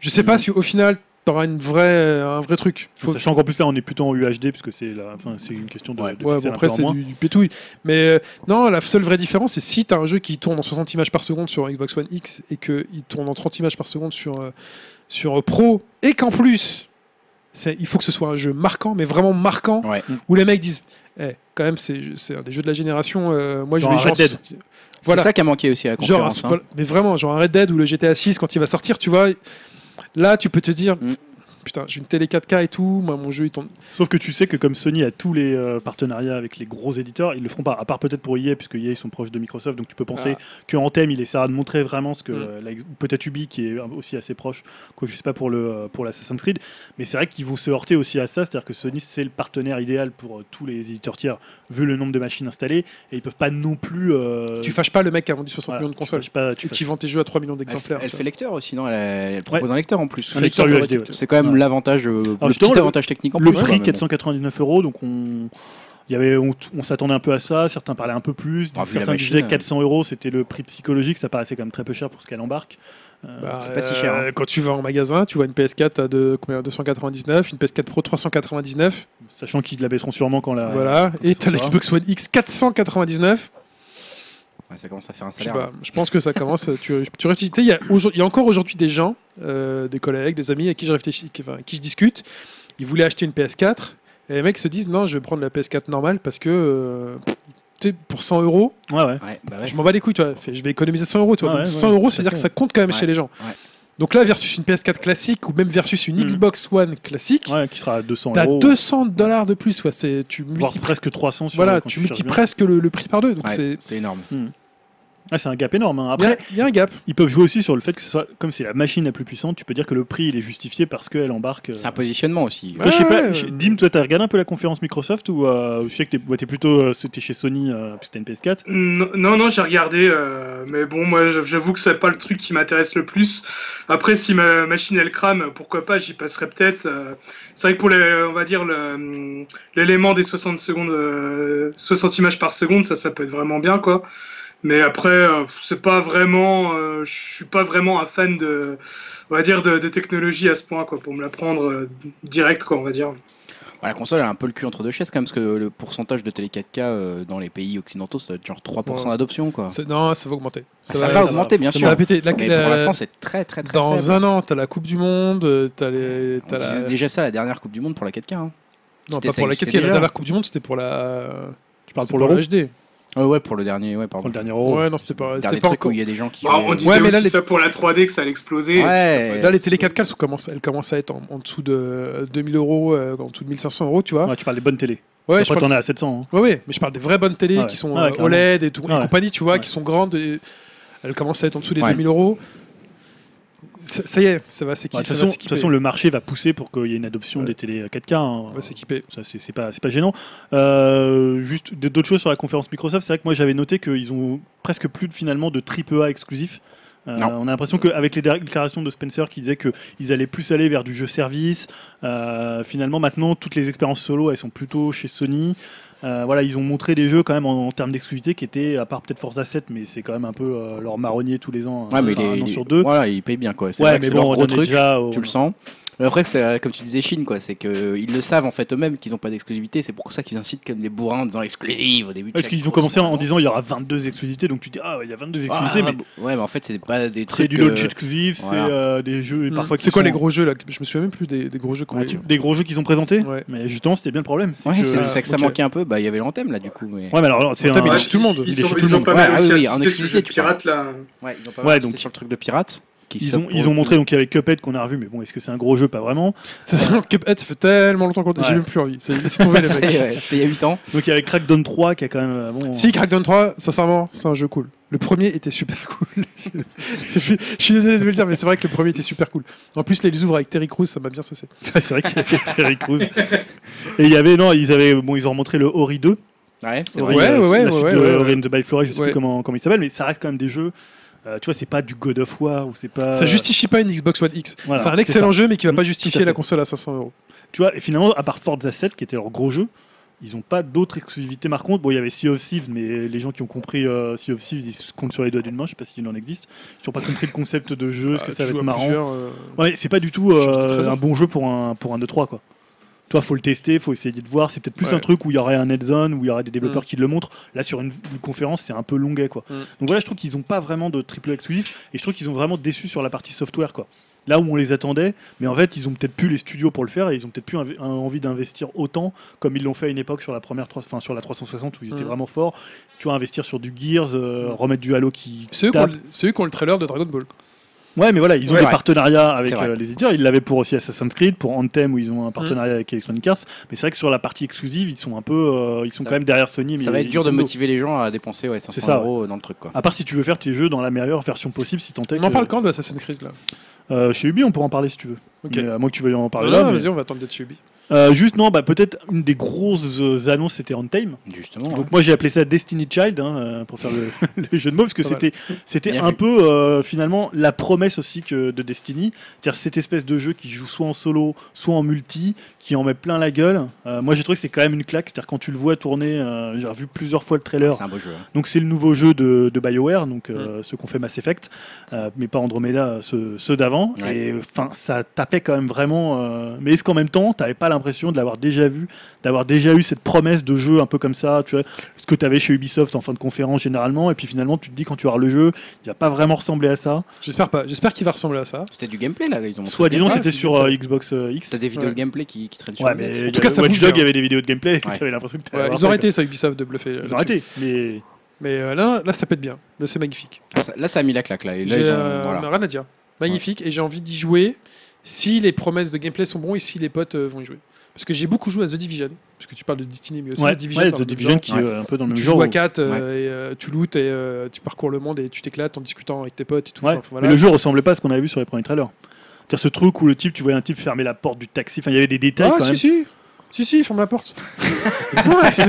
[SPEAKER 4] Je sais pas si au final, t'auras une vraie, un vrai truc. Faut-
[SPEAKER 2] Mm. Sachant qu'en plus là on est plutôt en UHD puisque c'est la... enfin, c'est une question de,
[SPEAKER 1] Ouais.
[SPEAKER 2] de
[SPEAKER 4] Ouais,
[SPEAKER 2] pixels
[SPEAKER 4] bon,
[SPEAKER 2] un
[SPEAKER 4] après,
[SPEAKER 2] peu en
[SPEAKER 4] c'est
[SPEAKER 2] moins.
[SPEAKER 4] du, du pétouille. Mais euh, non, la seule vraie différence, c'est si tu as un jeu qui tourne en 60 images par seconde sur Xbox One X et qu'il tourne en 30 images par seconde sur, euh, sur euh, Pro, et qu'en plus, c'est- il faut que ce soit un jeu marquant, mais vraiment marquant,
[SPEAKER 1] Ouais.
[SPEAKER 4] où les mecs disent Eh, quand même, c'est c'est un des jeux de la génération. euh, moi,
[SPEAKER 2] Genre
[SPEAKER 4] je
[SPEAKER 2] un
[SPEAKER 4] vais jouer en
[SPEAKER 2] Red Dead.
[SPEAKER 4] 60
[SPEAKER 1] C'est
[SPEAKER 4] Voilà.
[SPEAKER 1] ça qui a manqué aussi à la
[SPEAKER 4] Genre,
[SPEAKER 1] conférence.
[SPEAKER 4] un-
[SPEAKER 1] hein.
[SPEAKER 4] voilà, mais vraiment, genre un Red Dead ou le GTA 6 quand il va sortir, tu vois, là tu peux te dire,
[SPEAKER 1] Mm.
[SPEAKER 4] putain, j'ai une télé 4K et tout, moi mon jeu il tourne.
[SPEAKER 2] Sauf que tu sais que comme Sony a tous les euh, partenariats avec les gros éditeurs, ils le feront pas, à part peut-être pour EA, puisque EA ils sont proches de Microsoft, donc tu peux penser que Anthem il essaiera de montrer vraiment ce que
[SPEAKER 4] Ah. Mm.
[SPEAKER 2] euh, la- ou peut-être Ubi qui est aussi assez proche, quoi je sais pas pour le euh, pour l'Assassin's Creed, mais c'est vrai qu'ils vont se heurter aussi à ça, c'est-à-dire que Sony c'est le partenaire idéal pour euh, tous les éditeurs tiers vu le nombre de machines installées et ils peuvent pas non plus euh,
[SPEAKER 4] Tu fâches pas le mec qui a vendu 60
[SPEAKER 2] voilà,
[SPEAKER 4] millions de
[SPEAKER 2] tu
[SPEAKER 4] consoles.
[SPEAKER 2] fâches pas, tu
[SPEAKER 4] et
[SPEAKER 2] fâches
[SPEAKER 4] qui vend tes jeux à 3 millions
[SPEAKER 1] Elle,
[SPEAKER 4] d'exemplaires.
[SPEAKER 1] elle
[SPEAKER 4] tu
[SPEAKER 1] fait lecteur aussi, non elle, elle propose un lecteur en plus.
[SPEAKER 2] Un lecteur
[SPEAKER 4] lecteur
[SPEAKER 2] UHD. ouais.
[SPEAKER 1] C'est quand même
[SPEAKER 2] Ouais.
[SPEAKER 1] l'avantage, euh, le
[SPEAKER 2] justement,
[SPEAKER 1] petit
[SPEAKER 2] le-
[SPEAKER 1] avantage technique en
[SPEAKER 2] le
[SPEAKER 1] plus. quoi, mais
[SPEAKER 2] prix
[SPEAKER 1] bon.
[SPEAKER 2] 499 euros, donc on, il y avait, on, on s'attendait un peu à ça. Certains parlaient un peu plus,
[SPEAKER 1] Ah, vu la
[SPEAKER 2] certains
[SPEAKER 1] machine,
[SPEAKER 2] disaient
[SPEAKER 1] euh.
[SPEAKER 2] 400 euros, c'était le prix psychologique, ça paraissait quand même très peu cher pour ce qu'elle embarque. Euh,
[SPEAKER 4] Bah,
[SPEAKER 1] C'est pas si cher, hein.
[SPEAKER 4] euh, Quand tu vas en magasin, tu vois une PS4 à de, combien, 299, une PS4 Pro 399,
[SPEAKER 2] Sachant qu'ils la baisseront sûrement quand la.
[SPEAKER 4] voilà,
[SPEAKER 2] quand
[SPEAKER 4] et
[SPEAKER 2] ça
[SPEAKER 4] t'as
[SPEAKER 2] sera.
[SPEAKER 4] l'Xbox One X 499.
[SPEAKER 1] Ouais, ça commence à faire un
[SPEAKER 4] Je sais
[SPEAKER 1] salaire.
[SPEAKER 4] pas, je pense que ça commence. tu, tu réfléchis. Tu sais, il y, a aujourd'hui- il y a encore aujourd'hui des gens, euh, des collègues, des amis avec qui je réfléchis, qui- enfin, avec qui je discute. Ils voulaient acheter une PS4 et les mecs se disent non, je vais prendre la PS4 normale parce que euh, tu sais, pour 100 euros,
[SPEAKER 2] Ouais, ouais.
[SPEAKER 1] Ouais, bah ouais.
[SPEAKER 4] je m'en bats les couilles, tu vois. Fait, Je vais économiser 100 euros, tu vois.
[SPEAKER 2] Ah Ouais,
[SPEAKER 4] Donc,
[SPEAKER 2] ouais,
[SPEAKER 4] 100 euros,
[SPEAKER 2] tout à
[SPEAKER 4] ça veut dire
[SPEAKER 2] fait.
[SPEAKER 4] que ça compte quand même chez
[SPEAKER 1] Ouais,
[SPEAKER 4] les gens.
[SPEAKER 1] ouais.
[SPEAKER 4] Donc là, versus une PS4 classique ou même versus une
[SPEAKER 2] Mhm.
[SPEAKER 4] Xbox One classique,
[SPEAKER 2] Ouais, qui sera à 200
[SPEAKER 4] t'as
[SPEAKER 2] euros.
[SPEAKER 4] 200 dollars de plus, quoi. C'est tu
[SPEAKER 2] voire
[SPEAKER 4] multiplies,
[SPEAKER 2] presque 300 sur
[SPEAKER 4] voilà,
[SPEAKER 2] quand
[SPEAKER 4] tu
[SPEAKER 2] cherches
[SPEAKER 4] multiplies
[SPEAKER 2] bien.
[SPEAKER 4] presque le, le prix par deux. Donc
[SPEAKER 1] Ouais,
[SPEAKER 4] c'est
[SPEAKER 1] c'est- c'est énorme.
[SPEAKER 2] Ah, c'est un gap énorme. hein.
[SPEAKER 4] il y a-
[SPEAKER 2] Après,
[SPEAKER 4] il y, a un gap.
[SPEAKER 2] ils peuvent jouer aussi sur le fait que ce soit, comme c'est la machine la plus puissante, tu peux dire que le prix il est justifié parce qu'elle embarque. euh,
[SPEAKER 1] C'est un positionnement aussi.
[SPEAKER 2] Toi, je sais pas,
[SPEAKER 4] Ouais.
[SPEAKER 2] je- Dim, toi, t'as regardé un peu la conférence Microsoft ou euh, je sais que t'es ouais, t'es plutôt euh, c'était chez Sony euh, parce que t'as une PS4
[SPEAKER 3] Non, non, non, j'ai regardé, euh, mais bon, moi, j- j'avoue que c'est pas le truc qui m'intéresse le plus. Après, si ma machine elle crame, pourquoi pas, j'y passerai peut-être. euh. C'est vrai que pour les, on va dire le, hum, l'élément des 60 secondes, euh, 60 images par seconde, ça, ça peut être vraiment bien, quoi. Mais après, euh, c'est pas vraiment, euh, je suis pas vraiment un fan de, on va dire, de, de technologie à ce point, quoi, pour me la prendre euh, direct, quoi, on va dire.
[SPEAKER 1] Bah, la console elle a un peu le cul entre deux chaises quand même, parce que le pourcentage de télé 4K euh, dans les pays occidentaux, ça doit être genre 3%
[SPEAKER 4] Ouais.
[SPEAKER 1] d'adoption. quoi.
[SPEAKER 4] C'est- Non, ça va augmenter.
[SPEAKER 1] Ah, Ça, va augmenter, bien
[SPEAKER 4] Ça
[SPEAKER 1] sûr.
[SPEAKER 4] va péter. La-
[SPEAKER 1] Mais
[SPEAKER 4] la-
[SPEAKER 2] Euh,
[SPEAKER 1] pour l'instant, c'est très très très
[SPEAKER 4] dans
[SPEAKER 1] faible.
[SPEAKER 4] un an, t'as la Coupe du Monde, euh, t'as les.
[SPEAKER 1] On
[SPEAKER 4] t'as la...
[SPEAKER 1] disait
[SPEAKER 2] euh,
[SPEAKER 1] déjà ça la dernière Coupe du Monde pour la 4K. hein.
[SPEAKER 4] Non,
[SPEAKER 1] c'était-
[SPEAKER 4] pas
[SPEAKER 1] ça
[SPEAKER 4] pour la
[SPEAKER 1] existait
[SPEAKER 4] 4K. La
[SPEAKER 1] déjà.
[SPEAKER 4] dernière Coupe du Monde, c'était pour la.
[SPEAKER 2] Tu parles
[SPEAKER 4] c'était
[SPEAKER 2] pour Oh, l'euro
[SPEAKER 4] la HD.
[SPEAKER 1] Ouais, Euh, ouais, pour le dernier, ouais, pardon.
[SPEAKER 2] Pour le dernier euro.
[SPEAKER 4] Ouais, non, c'était pas,
[SPEAKER 1] Le
[SPEAKER 4] c'était
[SPEAKER 1] dernier
[SPEAKER 4] pas
[SPEAKER 1] truc où
[SPEAKER 4] encore.
[SPEAKER 1] il y a des gens qui.
[SPEAKER 3] Bon, Bah, on
[SPEAKER 1] Ouais,
[SPEAKER 3] disait
[SPEAKER 4] Ouais, mais
[SPEAKER 3] aussi
[SPEAKER 4] là, les-
[SPEAKER 3] ça pour la 3D que ça allait exploser.
[SPEAKER 1] Ouais.
[SPEAKER 4] Là, les télé 4K, elles, commencent, elles commencent à être en, en dessous de 2000 euros, euh, en dessous de 1500 euros, tu vois.
[SPEAKER 2] Ouais, tu parles des bonnes télés.
[SPEAKER 4] Hein Ouais, je
[SPEAKER 2] Après,
[SPEAKER 4] parle-
[SPEAKER 2] t'en es à 700. hein.
[SPEAKER 4] Ouais, ouais, mais je parle des vraies bonnes télé
[SPEAKER 2] Ah ouais.
[SPEAKER 4] qui sont
[SPEAKER 2] Ah ouais,
[SPEAKER 4] euh,
[SPEAKER 2] carrément.
[SPEAKER 4] OLED et, tout, et
[SPEAKER 2] Ah ouais.
[SPEAKER 4] compagnie, tu vois,
[SPEAKER 2] Ouais.
[SPEAKER 4] qui sont grandes. et- elles commencent à être en dessous des
[SPEAKER 1] Ouais.
[SPEAKER 4] 2000 euros. Ça, ça y est, ça va
[SPEAKER 2] Ouais,
[SPEAKER 4] s'équiper.
[SPEAKER 2] De toute
[SPEAKER 4] ça va
[SPEAKER 2] façon, de toute
[SPEAKER 4] s'équiper.
[SPEAKER 2] façon, le marché va pousser pour qu'il y ait une adoption
[SPEAKER 4] Ouais.
[SPEAKER 2] des télé 4K. hein.
[SPEAKER 4] On va s'équiper.
[SPEAKER 2] Ça, c'est c'est pas, c'est pas gênant. Euh, juste d- d'autres choses sur la conférence Microsoft. C'est vrai que moi, j'avais noté qu'ils ont presque plus de- finalement de triple A exclusifs. Euh,
[SPEAKER 1] Non.
[SPEAKER 2] on a l'impression qu'avec les déclarations de Spencer qui disait qu'ils allaient plus aller vers du jeu service, euh, finalement maintenant toutes les expériences solo elles sont plutôt chez Sony. Euh, voilà, ils ont montré des jeux quand même en, en termes d'exclusivité qui étaient, à part peut-être Forza 7, mais c'est quand même un peu euh, leur marronnier tous les ans,
[SPEAKER 1] Ouais, mais il
[SPEAKER 2] enfin,
[SPEAKER 1] est-
[SPEAKER 2] un an
[SPEAKER 1] il est-
[SPEAKER 2] sur deux.
[SPEAKER 1] Voilà, il paye bien quoi. C'est
[SPEAKER 2] Ouais,
[SPEAKER 1] vrai que
[SPEAKER 2] mais
[SPEAKER 1] c'est
[SPEAKER 2] bon,
[SPEAKER 1] leur
[SPEAKER 2] on
[SPEAKER 1] gros
[SPEAKER 2] en est
[SPEAKER 1] truc.
[SPEAKER 2] déjà au-
[SPEAKER 1] tu le sens. Mais Après, c'est euh, comme tu disais, Chine, quoi. C'est que ils le savent en fait eux-mêmes qu'ils n'ont pas d'exclusivité. C'est pour ça qu'ils incitent comme des bourrins en disant exclusive au début. de
[SPEAKER 2] Parce
[SPEAKER 1] chaque
[SPEAKER 2] qu'ils ont
[SPEAKER 1] grosse
[SPEAKER 2] commencé en, en
[SPEAKER 1] conférence.
[SPEAKER 2] disant il y aura 22 exclusivités, donc tu dis ah ouais, il y a 22
[SPEAKER 1] Ah,
[SPEAKER 2] exclusivités, mais
[SPEAKER 1] bon, Ouais, mais en fait, c'est pas des trucs.
[SPEAKER 2] c'est du launch
[SPEAKER 1] euh,
[SPEAKER 2] exclusif,
[SPEAKER 1] voilà.
[SPEAKER 2] c'est euh, des jeux et
[SPEAKER 4] Hmm.
[SPEAKER 2] parfois.
[SPEAKER 4] C'est
[SPEAKER 2] qui
[SPEAKER 4] quoi
[SPEAKER 2] sont-
[SPEAKER 4] les gros jeux là Je me souviens même plus des, des gros jeux qu'on
[SPEAKER 2] Ouais,
[SPEAKER 4] a
[SPEAKER 2] tu- Des gros jeux qu'ils ont présentés.
[SPEAKER 4] Ouais.
[SPEAKER 2] Mais justement, c'était bien le problème. c'est
[SPEAKER 1] Ouais,
[SPEAKER 2] que-
[SPEAKER 1] c'est
[SPEAKER 4] euh,
[SPEAKER 1] c'est que ça
[SPEAKER 4] ok.
[SPEAKER 1] manquait un peu. Bah, il y avait l'anthème là, du coup. Mais...
[SPEAKER 2] Ouais, mais alors, c'est
[SPEAKER 4] Attends,
[SPEAKER 2] un-
[SPEAKER 4] mais
[SPEAKER 3] Ouais,
[SPEAKER 4] chez tout le monde.
[SPEAKER 2] Il est
[SPEAKER 3] Ils, ont,
[SPEAKER 2] chez tout
[SPEAKER 3] ils
[SPEAKER 2] le
[SPEAKER 3] ont
[SPEAKER 2] monde.
[SPEAKER 3] pas mal
[SPEAKER 1] Ouais,
[SPEAKER 3] aussi
[SPEAKER 1] ah oui, oui, en
[SPEAKER 3] assisté
[SPEAKER 1] exclusivité,
[SPEAKER 3] sur le
[SPEAKER 1] tu
[SPEAKER 3] pirate là.
[SPEAKER 1] Ouais, ils ont pas
[SPEAKER 2] Ouais,
[SPEAKER 1] mal
[SPEAKER 2] donc-
[SPEAKER 1] insisté sur le truc de pirate. Qui
[SPEAKER 2] Ils
[SPEAKER 1] sort
[SPEAKER 2] ont,
[SPEAKER 1] pour
[SPEAKER 2] ils
[SPEAKER 1] le
[SPEAKER 2] ont
[SPEAKER 1] coup.
[SPEAKER 2] montré donc il y avait Cuphead qu'on a revu, mais bon, est-ce que c'est un gros jeu Pas vraiment.
[SPEAKER 4] Ça, Cuphead, ça fait tellement longtemps qu'on. J'ai
[SPEAKER 2] Ouais.
[SPEAKER 4] même plus envie. C'est laissez tomber les
[SPEAKER 1] C'est-
[SPEAKER 4] mecs.
[SPEAKER 1] ouais, C'était il y a 8 ans.
[SPEAKER 2] Donc il y avait Crackdown 3 qui a quand même. euh, Bon,
[SPEAKER 4] Si Crackdown 3, sincèrement, c'est un jeu cool. Le premier était super cool. je, suis, je suis désolé de vous le dire, mais c'est vrai que le premier était super cool. En plus, les ouvres avec Terry Crews, ça m'a bien saucé.
[SPEAKER 2] c'est vrai qu'il y avait Terry Crews. Et il y avait, non, ils avaient, bon, ils ont remontré le Ori 2.
[SPEAKER 1] Ouais, c'est
[SPEAKER 2] Ori,
[SPEAKER 1] vrai.
[SPEAKER 4] Ouais,
[SPEAKER 2] euh,
[SPEAKER 4] ouais,
[SPEAKER 2] la
[SPEAKER 4] ouais,
[SPEAKER 2] suite
[SPEAKER 4] ouais,
[SPEAKER 2] de
[SPEAKER 4] ouais,
[SPEAKER 2] Ori
[SPEAKER 4] ouais.
[SPEAKER 2] and the Blind Flora, je sais
[SPEAKER 4] Ouais.
[SPEAKER 2] plus comment, comment il s'appelle, mais ça reste quand même des jeux. euh, tu vois, c'est pas du God of War ou c'est pas.
[SPEAKER 4] Ça justifie pas une Xbox One X.
[SPEAKER 2] Euh, Voilà,
[SPEAKER 4] c'est un
[SPEAKER 2] c'est
[SPEAKER 4] excellent jeu, mais qui va
[SPEAKER 2] Mm,
[SPEAKER 4] pas
[SPEAKER 2] tout
[SPEAKER 4] justifier
[SPEAKER 2] à
[SPEAKER 4] la
[SPEAKER 2] fait.
[SPEAKER 4] console à 500 euros.
[SPEAKER 2] Tu vois, et finalement, à part Forza 7, qui était leur gros jeu, ils n'ont pas d'autres exclusivités marquantes. Bon, il y avait Sea of Thieves, mais les gens qui ont compris euh, Sea of Thieves, ils se comptent sur les doigts d'une main, je sais pas s'il en existe. Ils n'ont pas compris le concept de jeu, est-ce que
[SPEAKER 4] Ah,
[SPEAKER 2] ça va
[SPEAKER 4] tu joues
[SPEAKER 2] être
[SPEAKER 4] à
[SPEAKER 2] marrant.
[SPEAKER 4] plusieurs, euh,
[SPEAKER 2] Ouais, c'est pas du tout
[SPEAKER 4] Tu changes de
[SPEAKER 2] euh,
[SPEAKER 4] trésor.
[SPEAKER 2] un bon jeu pour un, pour un 2-3, quoi. Toi, faut le tester, faut essayer de voir. C'est peut-être plus
[SPEAKER 4] Ouais.
[SPEAKER 2] un truc où il y aurait un head-zone, où il y aurait des développeurs
[SPEAKER 4] Mm.
[SPEAKER 2] qui le montrent. Là, sur une, une conférence, c'est un peu longuet, quoi.
[SPEAKER 4] Mm.
[SPEAKER 2] Donc voilà, je trouve qu'ils n'ont pas vraiment de triple A exclusif, et je trouve qu'ils ont vraiment déçu sur la partie software, quoi. Là où on les attendait, mais en fait, ils ont peut-être plus les studios pour le faire, et ils ont peut-être plus inv- un- envie d'investir autant comme ils l'ont fait à une époque sur la première, trois- enfin sur la 360 où ils étaient
[SPEAKER 4] Mm.
[SPEAKER 2] vraiment forts. Tu vois, investir sur du Gears, euh, remettre du Halo qui
[SPEAKER 4] C'est eux, qui ont
[SPEAKER 2] tape.
[SPEAKER 4] le- c'est eux qui ont le trailer de Dragon Ball.
[SPEAKER 2] Ouais, mais voilà, ils ont
[SPEAKER 1] Ouais,
[SPEAKER 2] des
[SPEAKER 1] ouais.
[SPEAKER 2] partenariats avec
[SPEAKER 1] C'est vrai. Mm.
[SPEAKER 2] euh, les éditeurs. Ils l'avaient pour aussi Assassin's Creed, pour Anthem où ils ont un partenariat avec Electronic Arts. Mais c'est vrai que sur la partie exclusive, ils sont un peu, euh, ils sont
[SPEAKER 1] Ça-
[SPEAKER 2] quand même derrière Sony. Mais
[SPEAKER 1] Ça va être dur de
[SPEAKER 2] Nintendo.
[SPEAKER 1] motiver les gens à dépenser ouais, 500
[SPEAKER 2] ça, ouais.
[SPEAKER 1] euros dans le truc, quoi.
[SPEAKER 2] À part si tu veux faire tes jeux dans la meilleure version possible, si tant est.
[SPEAKER 4] On en
[SPEAKER 2] que-
[SPEAKER 4] parle quand de Assassin's Creed là
[SPEAKER 2] Euh, Chez Ubi, on pourra en parler si tu veux.
[SPEAKER 4] Ok.
[SPEAKER 2] Mais, euh, moi que tu veux en
[SPEAKER 4] Non,
[SPEAKER 2] parler
[SPEAKER 4] non,
[SPEAKER 2] là. mais-
[SPEAKER 4] vas-y, on va attendre d'être chez Ubi.
[SPEAKER 2] Euh, juste non, bah peut-être une des grosses euh, annonces, c'était Anthem.
[SPEAKER 1] Justement.
[SPEAKER 2] Donc moi j'ai appelé ça Destiny Child hein, euh, pour faire le, le jeu de mots parce que
[SPEAKER 4] Pas mal.
[SPEAKER 2] c'était c'était
[SPEAKER 1] Bien
[SPEAKER 2] un
[SPEAKER 1] vu.
[SPEAKER 2] peu euh, finalement la promesse aussi que de Destiny, c'est-à-dire cette espèce de jeu qui joue soit en solo, soit en multi, qui en met plein la gueule. Euh, moi j'ai trouvé que c'est quand même une claque, c'est-à-dire quand tu le vois tourner, euh, j'ai revu plusieurs fois le trailer.
[SPEAKER 1] C'est un beau jeu. hein.
[SPEAKER 2] Donc c'est le nouveau jeu de, de BioWare, donc
[SPEAKER 1] Mm.
[SPEAKER 2] euh, ceux qu'on fait Mass Effect, euh, mais pas Andromeda, euh, ceux, ceux d'avant.
[SPEAKER 1] Ouais.
[SPEAKER 2] Et enfin, ça tapait quand même vraiment. euh, mais est-ce qu'en même temps, t'avais pas l'impression de l'avoir déjà vu, d'avoir déjà eu cette promesse de jeu un peu comme ça, tu vois, ce que t'avais chez Ubisoft en fin de conférence généralement, et puis finalement tu te dis quand tu auras le jeu, il va pas vraiment ressemblé à ça.
[SPEAKER 4] J'espère pas. J'espère qu'il va ressembler à ça.
[SPEAKER 1] C'était du gameplay là, ils ont montré.
[SPEAKER 2] Soit
[SPEAKER 1] le
[SPEAKER 2] disons
[SPEAKER 1] gameplay.
[SPEAKER 2] c'était sur euh, Xbox euh, X.
[SPEAKER 1] T'as des vidéos
[SPEAKER 4] Ouais.
[SPEAKER 1] de gameplay qui, qui traînent sur
[SPEAKER 2] Ouais,
[SPEAKER 1] le net.
[SPEAKER 2] mais
[SPEAKER 4] En tout cas, ça
[SPEAKER 2] Watch
[SPEAKER 4] bouge
[SPEAKER 2] Dog,
[SPEAKER 4] bien.
[SPEAKER 2] il y avait des vidéos de gameplay, et t'avais l'impression que t'avais
[SPEAKER 4] Ouais, ils ont arrêté ça, Ubisoft, de bluffer. euh,
[SPEAKER 2] Ils
[SPEAKER 4] là-dessus.
[SPEAKER 2] ont arrêté, mais
[SPEAKER 4] Mais euh, là, là, ça pète bien. Là, c'est magnifique.
[SPEAKER 1] Ah, ça- Là, ça a mis la claque là. Et là,
[SPEAKER 4] J'ai,
[SPEAKER 1] ils ont-
[SPEAKER 4] euh,
[SPEAKER 1] voilà.
[SPEAKER 4] rien à dire. Magnifique. Et j'ai envie d'y jouer si les promesses de gameplay sont bons et si les potes euh, vont y jouer. Parce que j'ai beaucoup joué à The Division. Parce que tu parles de Destiny, mais aussi
[SPEAKER 2] ouais,
[SPEAKER 4] The Division.
[SPEAKER 2] ouais, The
[SPEAKER 4] par le même
[SPEAKER 2] Division
[SPEAKER 4] genre.
[SPEAKER 2] qui
[SPEAKER 1] Ouais.
[SPEAKER 2] est euh, un peu dans le
[SPEAKER 4] Tu
[SPEAKER 2] même genre.
[SPEAKER 4] joues à
[SPEAKER 2] où-
[SPEAKER 4] 4 et euh, tu lootes et euh, tu parcours le monde et tu t'éclates en discutant avec tes potes et tout.
[SPEAKER 2] Ouais,
[SPEAKER 4] Enfin, voilà.
[SPEAKER 2] Mais le jeu ressemblait pas à ce qu'on avait vu sur les premiers trailers. C'est-à-dire ce truc où le type, tu voyais un type fermer la porte du taxi. Enfin, il y avait des détails
[SPEAKER 4] Ah,
[SPEAKER 2] quand
[SPEAKER 4] si,
[SPEAKER 2] même.
[SPEAKER 4] si. Si, si, il ferme la porte.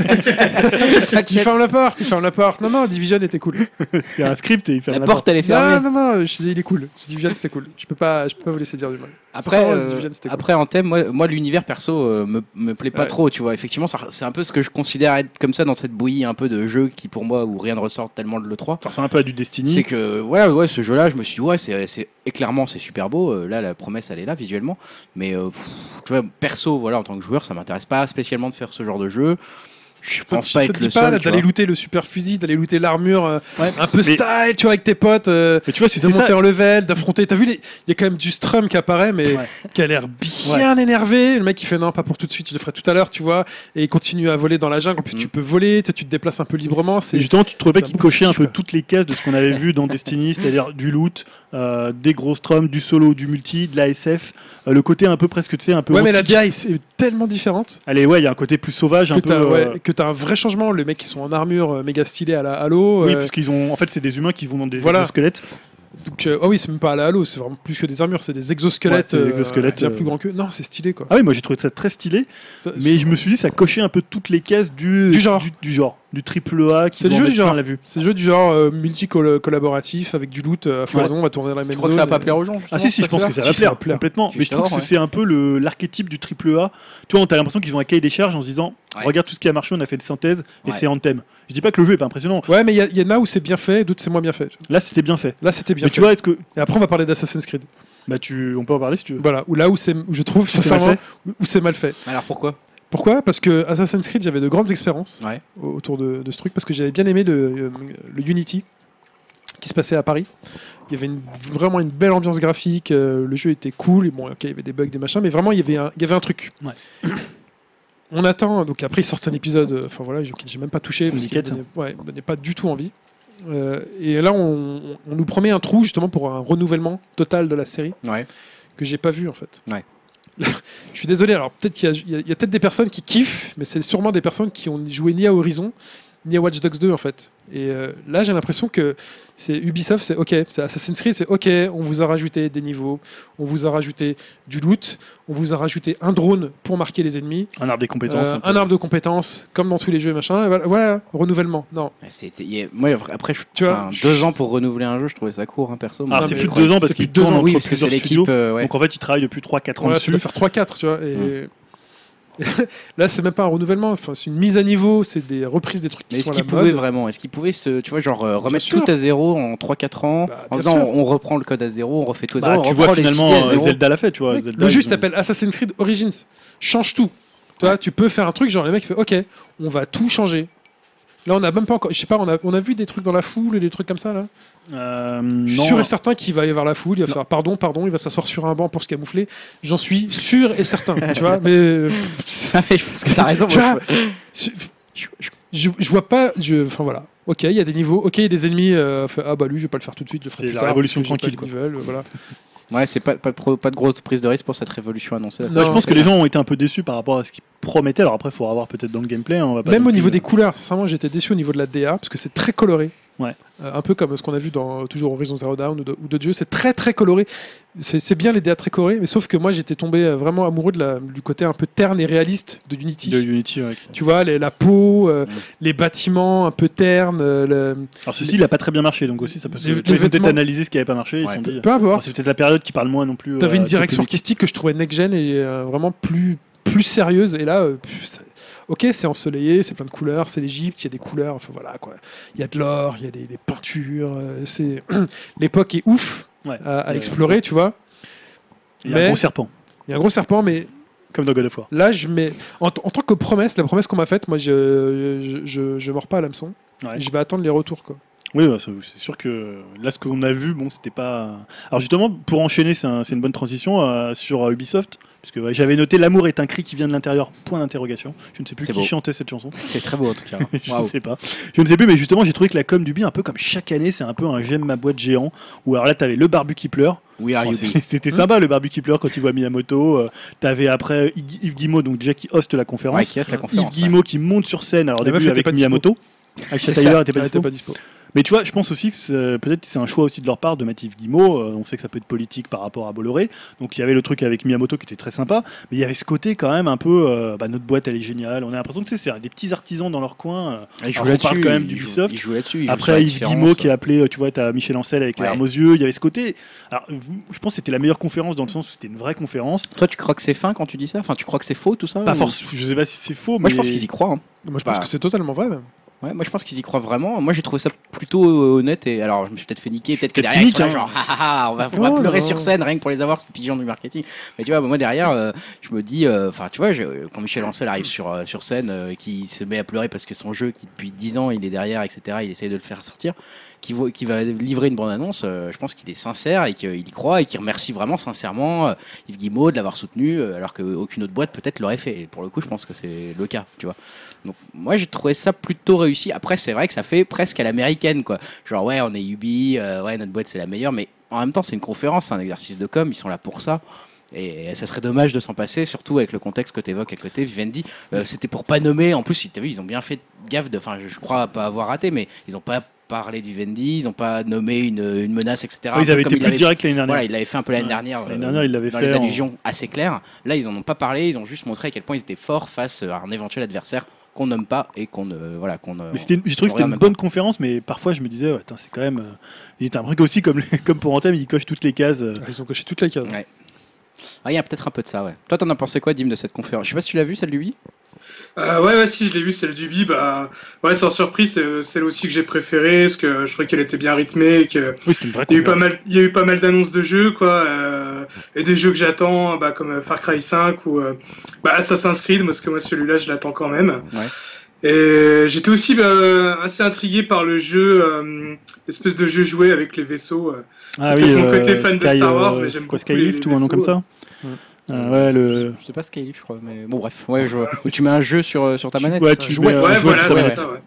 [SPEAKER 4] il
[SPEAKER 1] T'inquiète,
[SPEAKER 4] ferme la porte, il ferme la porte. Non, non, Division était cool.
[SPEAKER 2] Il y a un script et il ferme
[SPEAKER 1] La
[SPEAKER 2] la,
[SPEAKER 1] porte, elle est fermée.
[SPEAKER 4] Non, non, non, je dis, il est cool. Je dis, Division, c'était cool. Je peux pas, je peux pas vous laisser dire du mal.
[SPEAKER 1] Après,
[SPEAKER 4] Sans
[SPEAKER 1] euh,
[SPEAKER 4] Division, c'était cool.
[SPEAKER 1] après en thème, moi, moi, l'univers perso euh, me, me plaît pas
[SPEAKER 4] Ouais.
[SPEAKER 1] trop, tu vois. Effectivement, ça- c'est un peu ce que je considère être comme ça dans cette bouillie un peu de jeux qui, pour moi, où rien ne ressort tellement de l'E3.
[SPEAKER 2] Ça ressemble un peu à du Destiny.
[SPEAKER 1] C'est que, ouais, ouais, ce jeu-là, je me suis dit, ouais, c'est, c'est- et clairement, c'est super beau. euh, là, la promesse, elle est là, visuellement. Mais, euh, pff, tu vois, perso, voilà, en tant que joueur, ça m'intéresse pas spécialement de faire ce genre de jeu. Je
[SPEAKER 4] Ça,
[SPEAKER 1] pense
[SPEAKER 4] te-
[SPEAKER 1] pas
[SPEAKER 4] ça
[SPEAKER 1] être
[SPEAKER 4] te
[SPEAKER 1] le
[SPEAKER 4] dit pas
[SPEAKER 1] seul.
[SPEAKER 4] là,
[SPEAKER 1] tu
[SPEAKER 4] d'aller
[SPEAKER 1] vois.
[SPEAKER 4] looter le super fusil, d'aller looter l'armure euh,
[SPEAKER 1] Ouais.
[SPEAKER 4] un peu
[SPEAKER 2] Mais-
[SPEAKER 4] style, tu vois, avec tes potes, euh,
[SPEAKER 2] Mais tu vois, c'est
[SPEAKER 4] de
[SPEAKER 2] c'est ça.
[SPEAKER 4] monter en level, d'affronter. T'as vu, les- il y a quand même du strum qui apparaît, mais
[SPEAKER 2] Ouais.
[SPEAKER 4] qui a l'air bien énervé. Le mec, il fait non, pas pour tout de suite, je le ferai tout à l'heure, tu vois. Et il continue à voler dans la jungle. En plus,
[SPEAKER 1] Mm.
[SPEAKER 4] tu peux voler, tu tu te déplaces un peu librement.
[SPEAKER 2] Et
[SPEAKER 4] C'est
[SPEAKER 2] justement, tu trouvais
[SPEAKER 4] c'est un
[SPEAKER 2] qu'il
[SPEAKER 4] bon
[SPEAKER 2] cochait un
[SPEAKER 4] kiff,
[SPEAKER 2] peu
[SPEAKER 4] quoi.
[SPEAKER 2] toutes les cases de ce qu'on avait vu dans Destiny, c'est-à-dire du loot, euh, des gros strums, du solo, du multi, de la SF, euh, le côté un peu presque, tu sais, un peu.
[SPEAKER 4] Ouais, mais la
[SPEAKER 2] antique.
[SPEAKER 4] DI c'est tellement différente
[SPEAKER 2] Allez, ouais, il y a un côté plus sauvage, un
[SPEAKER 4] que
[SPEAKER 2] peu.
[SPEAKER 4] t'as ouais,
[SPEAKER 2] euh,
[SPEAKER 4] que t'as un vrai changement. Les mecs qui sont en armure euh, méga stylée à la Halo.
[SPEAKER 2] Oui,
[SPEAKER 4] euh,
[SPEAKER 2] parce qu'ils ont. En fait, c'est des humains qui vont dans des
[SPEAKER 4] Voilà.
[SPEAKER 2] exosquelettes.
[SPEAKER 4] donc, euh, ah oui, c'est même pas à la Halo, c'est vraiment plus que des armures, c'est des exosquelettes,
[SPEAKER 2] Ouais, c'est des
[SPEAKER 4] euh,
[SPEAKER 2] exosquelettes,
[SPEAKER 4] bien
[SPEAKER 2] euh,
[SPEAKER 4] plus grands que. Non, c'est stylé quoi.
[SPEAKER 2] Ah oui, moi j'ai trouvé ça très stylé,
[SPEAKER 4] Ça-
[SPEAKER 2] mais je me suis dit, ça cochait un peu toutes les cases du.
[SPEAKER 4] Du genre.
[SPEAKER 2] Du, du genre. Du triple A. qui
[SPEAKER 4] C'est le
[SPEAKER 2] doit
[SPEAKER 4] jeu
[SPEAKER 2] en
[SPEAKER 4] du
[SPEAKER 2] mettre
[SPEAKER 4] genre.
[SPEAKER 2] plein la vue.
[SPEAKER 4] C'est le jeu du genre euh, multi-collaboratif avec du loot euh, à foison, on va tourner dans la même
[SPEAKER 1] Je crois que
[SPEAKER 4] zone,
[SPEAKER 1] ça va pas
[SPEAKER 4] et-
[SPEAKER 1] plaire aux gens. justement,
[SPEAKER 2] Ah si si je pense que ça va plaire complètement
[SPEAKER 1] Tu
[SPEAKER 2] mais je trouve
[SPEAKER 1] sors,
[SPEAKER 2] que c'est un peu le l'archétype du triple A tu vois on a l'impression qu'ils ont un cahier des charges en se disant
[SPEAKER 1] Ouais.
[SPEAKER 2] regarde tout ce qui a marché on a fait des synthèses et
[SPEAKER 1] Ouais.
[SPEAKER 2] c'est Anthem je dis pas que le jeu est pas impressionnant
[SPEAKER 4] Ouais, mais il y a- il y, en a où c'est bien fait, d'autres c'est moins bien fait.
[SPEAKER 2] là c'était bien fait
[SPEAKER 4] Là, c'était bien
[SPEAKER 2] mais
[SPEAKER 4] fait.
[SPEAKER 2] tu vois est-ce que
[SPEAKER 4] et après, on va parler d'Assassin's Creed.
[SPEAKER 2] bah tu on peut en parler si tu veux
[SPEAKER 4] Voilà, où là où c'est, où je trouve
[SPEAKER 2] mal
[SPEAKER 4] sincèrement, où- où c'est mal fait.
[SPEAKER 1] Alors pourquoi
[SPEAKER 4] Pourquoi Parce que Assassin's Creed, j'avais de grandes expériences
[SPEAKER 1] Ouais.
[SPEAKER 4] au- autour de, de ce truc, parce que j'avais bien aimé le, euh, le Unity qui se passait à Paris. Il y avait une- vraiment une belle ambiance graphique, euh, le jeu était cool, et bon, ok, il y avait des bugs, des machins, mais vraiment, il y avait un, il y avait un truc.
[SPEAKER 2] Ouais.
[SPEAKER 4] On attend, donc après, ils sortent un épisode, euh, enfin voilà, je- j'ai même pas touché, parce qu'il
[SPEAKER 2] Syndicate.
[SPEAKER 4] donnait- ouais, il donnait pas du tout envie. Euh, et là, on, on nous promet un trou justement pour un renouvellement total de la série
[SPEAKER 1] Ouais.
[SPEAKER 4] que j'ai pas vu en fait.
[SPEAKER 1] Ouais.
[SPEAKER 4] Je suis désolé, alors peut-être qu'il y a, il y a- il y a peut-être des personnes qui kiffent, mais c'est sûrement des personnes qui ont joué ni à Horizon, ni à Watch Dogs 2 en fait. Et euh, là, j'ai l'impression que c'est Ubisoft, c'est ok, c'est Assassin's Creed, c'est ok, on vous a rajouté des niveaux, on vous a rajouté du loot, on vous a rajouté un drone pour marquer les ennemis,
[SPEAKER 2] un arbre des compétences
[SPEAKER 4] euh,
[SPEAKER 2] un peu.
[SPEAKER 4] un arbre de compétences, comme dans tous les jeux, machin, et voilà, voilà, renouvellement. Non,
[SPEAKER 1] Ouais, Bah, c'était- il y a- Moi, après, je-
[SPEAKER 4] Tu vois,
[SPEAKER 1] enfin,
[SPEAKER 4] je-
[SPEAKER 1] deux ans pour renouveler un jeu, je trouvais ça court, hein, perso.
[SPEAKER 2] Ah,
[SPEAKER 1] moi,
[SPEAKER 2] c'est
[SPEAKER 1] je
[SPEAKER 2] plus de
[SPEAKER 1] crois.
[SPEAKER 2] deux ans parce
[SPEAKER 4] c'est
[SPEAKER 2] qu'ils
[SPEAKER 4] plus de deux
[SPEAKER 2] tournent
[SPEAKER 4] ans,
[SPEAKER 1] Oui,
[SPEAKER 2] entre
[SPEAKER 1] parce que c'est
[SPEAKER 2] plusieurs
[SPEAKER 1] l'équipe.
[SPEAKER 2] studios
[SPEAKER 1] euh, ouais.
[SPEAKER 2] donc en fait ils travaillent depuis 3-4 ans
[SPEAKER 4] Voilà, tu
[SPEAKER 2] dessus
[SPEAKER 4] peux faire 3-4, tu vois. Et
[SPEAKER 1] Hmm.
[SPEAKER 4] euh, là, c'est même pas un renouvellement, enfin, c'est une mise à niveau, c'est des reprises des trucs qui
[SPEAKER 1] Mais est-ce
[SPEAKER 4] sont à la
[SPEAKER 1] qu'ils pouvaient
[SPEAKER 4] mode.
[SPEAKER 1] vraiment Est-ce qu'ils pouvaient se, tu vois, genre euh, remettre
[SPEAKER 4] sûr.
[SPEAKER 1] tout à zéro en 3-4 ans
[SPEAKER 4] Bah,
[SPEAKER 1] en
[SPEAKER 4] bien
[SPEAKER 1] disant
[SPEAKER 4] sûr.
[SPEAKER 1] on reprend le code à zéro, on refait tout à
[SPEAKER 2] Bah,
[SPEAKER 1] zéro,
[SPEAKER 2] tu
[SPEAKER 1] on
[SPEAKER 2] vois
[SPEAKER 1] reprend les cités
[SPEAKER 2] finalement
[SPEAKER 1] à
[SPEAKER 2] euh,
[SPEAKER 1] zéro.
[SPEAKER 2] Zelda l'a fait tu vois
[SPEAKER 4] Oui,
[SPEAKER 2] Zelda,
[SPEAKER 4] Le jeu
[SPEAKER 2] ils ont-
[SPEAKER 4] s'appelle Assassin's Creed Origins. Change tout. Tu vois, tu peux faire un truc genre le mec fait OK, on va tout changer. Là, on a même pas encore. Je sais pas, on a, on a vu des trucs dans la foule et des trucs comme ça là.
[SPEAKER 2] Euh,
[SPEAKER 4] Je suis
[SPEAKER 2] non.
[SPEAKER 4] sûr et certain qu'il va y avoir la foule, il va
[SPEAKER 2] Non.
[SPEAKER 4] faire pardon, pardon, il va s'asseoir sur un banc pour se camoufler. J'en suis sûr et certain, tu vois. Mais euh,
[SPEAKER 1] Ah, mais je pense que t'as raison.
[SPEAKER 4] Tu
[SPEAKER 1] moi,
[SPEAKER 4] vois, je, je- je vois pas. Je, enfin voilà. Ok, il y a des niveaux. Ok, il y a des ennemis. euh, fait, ah bah lui, je vais pas le faire tout de suite. Je le ferai
[SPEAKER 2] C'est
[SPEAKER 4] plus
[SPEAKER 2] la
[SPEAKER 4] tard,
[SPEAKER 2] révolution
[SPEAKER 4] parce que j'ai pas
[SPEAKER 2] tranquille,
[SPEAKER 4] le level, voilà.
[SPEAKER 1] je- Ouais, c'est pas, pas, de pro- pas de grosse prise de risque pour cette révolution annoncée. là, ça,
[SPEAKER 4] Non,
[SPEAKER 2] Ouais, je pense
[SPEAKER 1] c'est-
[SPEAKER 2] que les gens ont été un peu déçus par rapport à ce qu'ils promettaient. Alors après, il faut avoir peut-être dans le gameplay. hein, on va pas
[SPEAKER 4] Même
[SPEAKER 2] non
[SPEAKER 4] au niveau
[SPEAKER 2] plus-
[SPEAKER 4] des couleurs, sincèrement, j'étais déçu au niveau de la DA parce que c'est très coloré.
[SPEAKER 2] Ouais.
[SPEAKER 4] Euh, un peu comme ce qu'on a vu dans euh, toujours Horizon Zero Dawn ou de- ou d'autres jeux, c'est très très coloré. C'est c'est bien les DA très colorées, mais sauf que moi j'étais tombé euh, vraiment amoureux de la- du côté un peu terne et réaliste de Unity.
[SPEAKER 2] de Unity. ouais.
[SPEAKER 4] Tu vois, les- la peau, euh,
[SPEAKER 1] Mm.
[SPEAKER 4] les bâtiments un peu ternes, euh, le-
[SPEAKER 2] Alors ceci, il a pas très bien marché, donc aussi ça peut. Se...
[SPEAKER 4] Les-
[SPEAKER 2] ils
[SPEAKER 4] les
[SPEAKER 2] ont peut-être
[SPEAKER 4] vêtements-
[SPEAKER 2] analysé ce qui avait pas marché. Ils se
[SPEAKER 1] Ouais.
[SPEAKER 2] sont dit.
[SPEAKER 4] peu importe.
[SPEAKER 2] Alors, c'est peut-être la période qui parle moins non plus.
[SPEAKER 4] T'avais
[SPEAKER 2] euh,
[SPEAKER 4] une
[SPEAKER 2] au
[SPEAKER 4] direction
[SPEAKER 2] public.
[SPEAKER 4] artistique que je trouvais next-gen et euh, vraiment plus, plus sérieuse. Et là, euh, pff, ça- ok, c'est ensoleillé, c'est plein de couleurs, c'est l'Égypte, il y a des couleurs, enfin voilà quoi. Il y a de l'or, il y a des, des peintures. euh, c'est L'époque est ouf
[SPEAKER 2] Ouais.
[SPEAKER 4] à, à
[SPEAKER 2] Euh,
[SPEAKER 4] explorer, tu vois.
[SPEAKER 2] Il y a un
[SPEAKER 4] mais-
[SPEAKER 2] gros serpent,
[SPEAKER 4] Il y a un gros serpent, mais
[SPEAKER 2] comme dans God of War.
[SPEAKER 4] là, je mets. En, t- en tant que promesse, la promesse qu'on m'a faite, moi, je, je, je, je mords pas à l'hameçon.
[SPEAKER 2] Ouais.
[SPEAKER 4] Je vais attendre les retours, quoi.
[SPEAKER 2] Oui, bah, c'est c'est sûr que là, ce qu'on a vu, bon, c'était pas. Alors justement, pour enchaîner, c'est un- c'est une bonne transition euh, sur euh, Ubisoft, puisque ouais, j'avais noté "L'amour est un cri qui vient de l'intérieur." Point d'interrogation. Je ne sais plus
[SPEAKER 1] C'est
[SPEAKER 2] qui
[SPEAKER 1] beau.
[SPEAKER 2] chantait cette chanson.
[SPEAKER 1] C'est très beau en tout cas.
[SPEAKER 2] je ne
[SPEAKER 1] Waouh.
[SPEAKER 2] sais pas. Je ne sais plus, mais justement, j'ai trouvé que la com du bien, un peu comme chaque année, c'est un peu un j'aime ma boîte géant. Ou alors là, t'avais le barbu qui pleure.
[SPEAKER 1] We are
[SPEAKER 2] Bon,
[SPEAKER 1] you
[SPEAKER 2] c'est-
[SPEAKER 1] Hmm.
[SPEAKER 2] C'était sympa le barbu qui pleure quand il voit Miyamoto. Euh, t'avais après euh, Yves Yves Guillemot, donc déjà qui hoste la
[SPEAKER 1] Ouais,
[SPEAKER 2] conférence.
[SPEAKER 1] qui reste la
[SPEAKER 2] Yves
[SPEAKER 1] conférence. ouais.
[SPEAKER 2] Guillemot qui monte sur scène. Alors au
[SPEAKER 4] La meuf
[SPEAKER 2] début
[SPEAKER 4] était
[SPEAKER 2] avec
[SPEAKER 4] pas dispo.
[SPEAKER 2] Miyamoto. Aisha
[SPEAKER 1] C'est
[SPEAKER 2] Tyler
[SPEAKER 1] ça.
[SPEAKER 2] était pas
[SPEAKER 4] Elle était
[SPEAKER 2] dispo.
[SPEAKER 4] pas dispo.
[SPEAKER 2] Mais tu vois, je pense aussi que c'est- euh, peut-être c'est un choix aussi de leur part de mettre Yves Guillemot. Euh, on sait que ça peut être politique par rapport à Bolloré. Donc il y avait le truc avec Miyamoto qui était très sympa. Mais il y avait ce côté quand même un peu. euh, bah, notre boîte elle est géniale. On a l'impression que c'est- c'est des petits artisans dans leur coin. euh,
[SPEAKER 1] Ah, Il joue
[SPEAKER 2] Alors, on
[SPEAKER 1] là-dessus.
[SPEAKER 2] parle quand même
[SPEAKER 1] il joue-
[SPEAKER 2] d'Ubisoft.
[SPEAKER 1] Il joue là-dessus. il joue sur la
[SPEAKER 2] Après, Yves
[SPEAKER 1] différence.
[SPEAKER 2] Guillemot qui a appelé, euh, tu vois, t'as Michel Ancel avec les
[SPEAKER 1] Ouais.
[SPEAKER 2] larmes aux yeux, il y avait ce côté. Alors, vous- je pense que c'était la meilleure conférence dans le sens où c'était une vraie conférence.
[SPEAKER 1] Toi, tu crois que c'est fin quand tu dis ça Enfin, tu crois que c'est faux tout ça
[SPEAKER 2] Pas
[SPEAKER 1] ou-
[SPEAKER 2] forcément, je sais pas si c'est faux,
[SPEAKER 1] Moi,
[SPEAKER 2] mais.
[SPEAKER 1] je pense qu'ils y croient. hein.
[SPEAKER 4] Moi, je pense
[SPEAKER 1] Bah.
[SPEAKER 4] que c'est totalement vrai, même.
[SPEAKER 1] Ouais, moi je pense qu'ils y croient vraiment. Moi j'ai trouvé ça plutôt euh, honnête et alors je me suis peut-être fait niquer, peut-être que
[SPEAKER 2] peut-être
[SPEAKER 1] derrière ils sont là,
[SPEAKER 2] cynique,
[SPEAKER 1] genre Ah, ah, ah, on va, on va
[SPEAKER 4] Oh là
[SPEAKER 1] pleurer
[SPEAKER 4] là.
[SPEAKER 1] sur scène rien que pour les avoir, ces pigeons du marketing. Mais tu vois, bah, moi derrière, euh, je me dis, euh, enfin tu vois, je- quand Michel Ancel arrive sur, euh, sur scène, euh, qui se met à pleurer parce que son jeu, qui depuis 10 ans il est derrière, etc., il essaie de le faire sortir, qui, voit- qui va livrer une bonne annonce, euh, je pense qu'il est sincère et qu'il y croit et qu'il remercie vraiment sincèrement euh, Yves Guimau de l'avoir soutenu euh, alors qu'aucune autre boîte peut-être l'aurait fait. Et pour le coup, je pense que c'est le cas, tu vois. Donc moi j'ai trouvé ça plutôt réussi. Après c'est vrai que ça fait presque à l'américaine quoi. Genre ouais on est Ubi, euh, ouais notre boîte c'est la meilleure, mais en même temps c'est une conférence, c'est un exercice de com, ils sont là pour ça. Et ça serait dommage de s'en passer, surtout avec le contexte que tu évoques à côté. Vivendi, euh, c'était pour pas nommer. En plus, t'as vu, ils ont bien fait gaffe. De, enfin, je, je crois pas avoir raté, mais ils ont pas parlé de Vivendi, ils ont pas nommé une, une menace, etc. Un
[SPEAKER 2] Ils
[SPEAKER 1] peu
[SPEAKER 2] avaient
[SPEAKER 1] comme
[SPEAKER 2] été
[SPEAKER 1] il
[SPEAKER 2] plus
[SPEAKER 1] avait-
[SPEAKER 2] directs l'année dernière.
[SPEAKER 1] Voilà, ils l'avaient fait un peu l'année
[SPEAKER 2] Ouais.
[SPEAKER 1] dernière.
[SPEAKER 2] L'année
[SPEAKER 1] euh,
[SPEAKER 2] dernière, ils l'avaient
[SPEAKER 1] dans
[SPEAKER 2] fait.
[SPEAKER 1] les
[SPEAKER 2] en-
[SPEAKER 1] allusions assez claires. Là, ils n'en ont pas parlé, ils ont juste montré à quel point ils étaient forts face à un éventuel adversaire qu'on nomme pas et qu'on ne. Voilà, qu'on euh, ne-
[SPEAKER 2] Mais c'était une- j'ai trouvé que c'était
[SPEAKER 1] regarde
[SPEAKER 2] une bonne conférence, mais parfois je me disais, ouais, putain, c'est quand même. euh, Il est un truc aussi, comme, les- comme pour Anthem, il coche toutes les cases. euh.
[SPEAKER 4] Ah, Ils ont coché toute la case.
[SPEAKER 1] Ouais. Ah, il y a peut-être un peu de ça, ouais. Toi, t'en as pensé quoi, Dim, de cette conférence Je sais pas si tu l'as vu, celle de lui
[SPEAKER 3] Euh, ouais, ouais, si, je l'ai vu, celle du Bi, bah, ouais, sans surprise, c'est celle aussi que j'ai préférée, parce que je trouvais qu'elle était bien rythmée, et que
[SPEAKER 2] Oui, c'était une vraie
[SPEAKER 3] il y a eu pas
[SPEAKER 2] conférence.
[SPEAKER 3] mal, il y a eu pas mal d'annonces de jeux, quoi, euh, et des jeux que j'attends, bah, comme euh, Far Cry 5 ou euh, bah, Assassin's Creed, parce que moi, celui-là, je l'attends quand même. Et j'étais aussi bah, assez intrigué par le jeu, euh, espèce de jeu joué avec les vaisseaux. euh.
[SPEAKER 2] Ah
[SPEAKER 3] c'est
[SPEAKER 2] oui,
[SPEAKER 3] peut-être mon
[SPEAKER 2] euh,
[SPEAKER 3] côté fan de
[SPEAKER 2] Sky,
[SPEAKER 3] Star Wars,
[SPEAKER 2] euh,
[SPEAKER 3] mais j'aime
[SPEAKER 2] quoi,
[SPEAKER 3] beaucoup les-
[SPEAKER 2] Skylift ou un nom
[SPEAKER 3] les
[SPEAKER 2] comme ça
[SPEAKER 4] vaisseaux.
[SPEAKER 2] Ah Ouais, le.
[SPEAKER 1] Je sais pas Skylift, je crois, mais bon, bref. Ouais, je... vois. Ou tu mets un jeu sur, euh, sur ta
[SPEAKER 2] Tu-
[SPEAKER 1] manette
[SPEAKER 2] ouais, tu
[SPEAKER 1] Euh,
[SPEAKER 2] jouais à
[SPEAKER 1] ouais,
[SPEAKER 2] un
[SPEAKER 3] Ouais,
[SPEAKER 2] jeu
[SPEAKER 3] voilà,
[SPEAKER 2] sur ta
[SPEAKER 3] c'est
[SPEAKER 2] manette.
[SPEAKER 3] ça, ouais.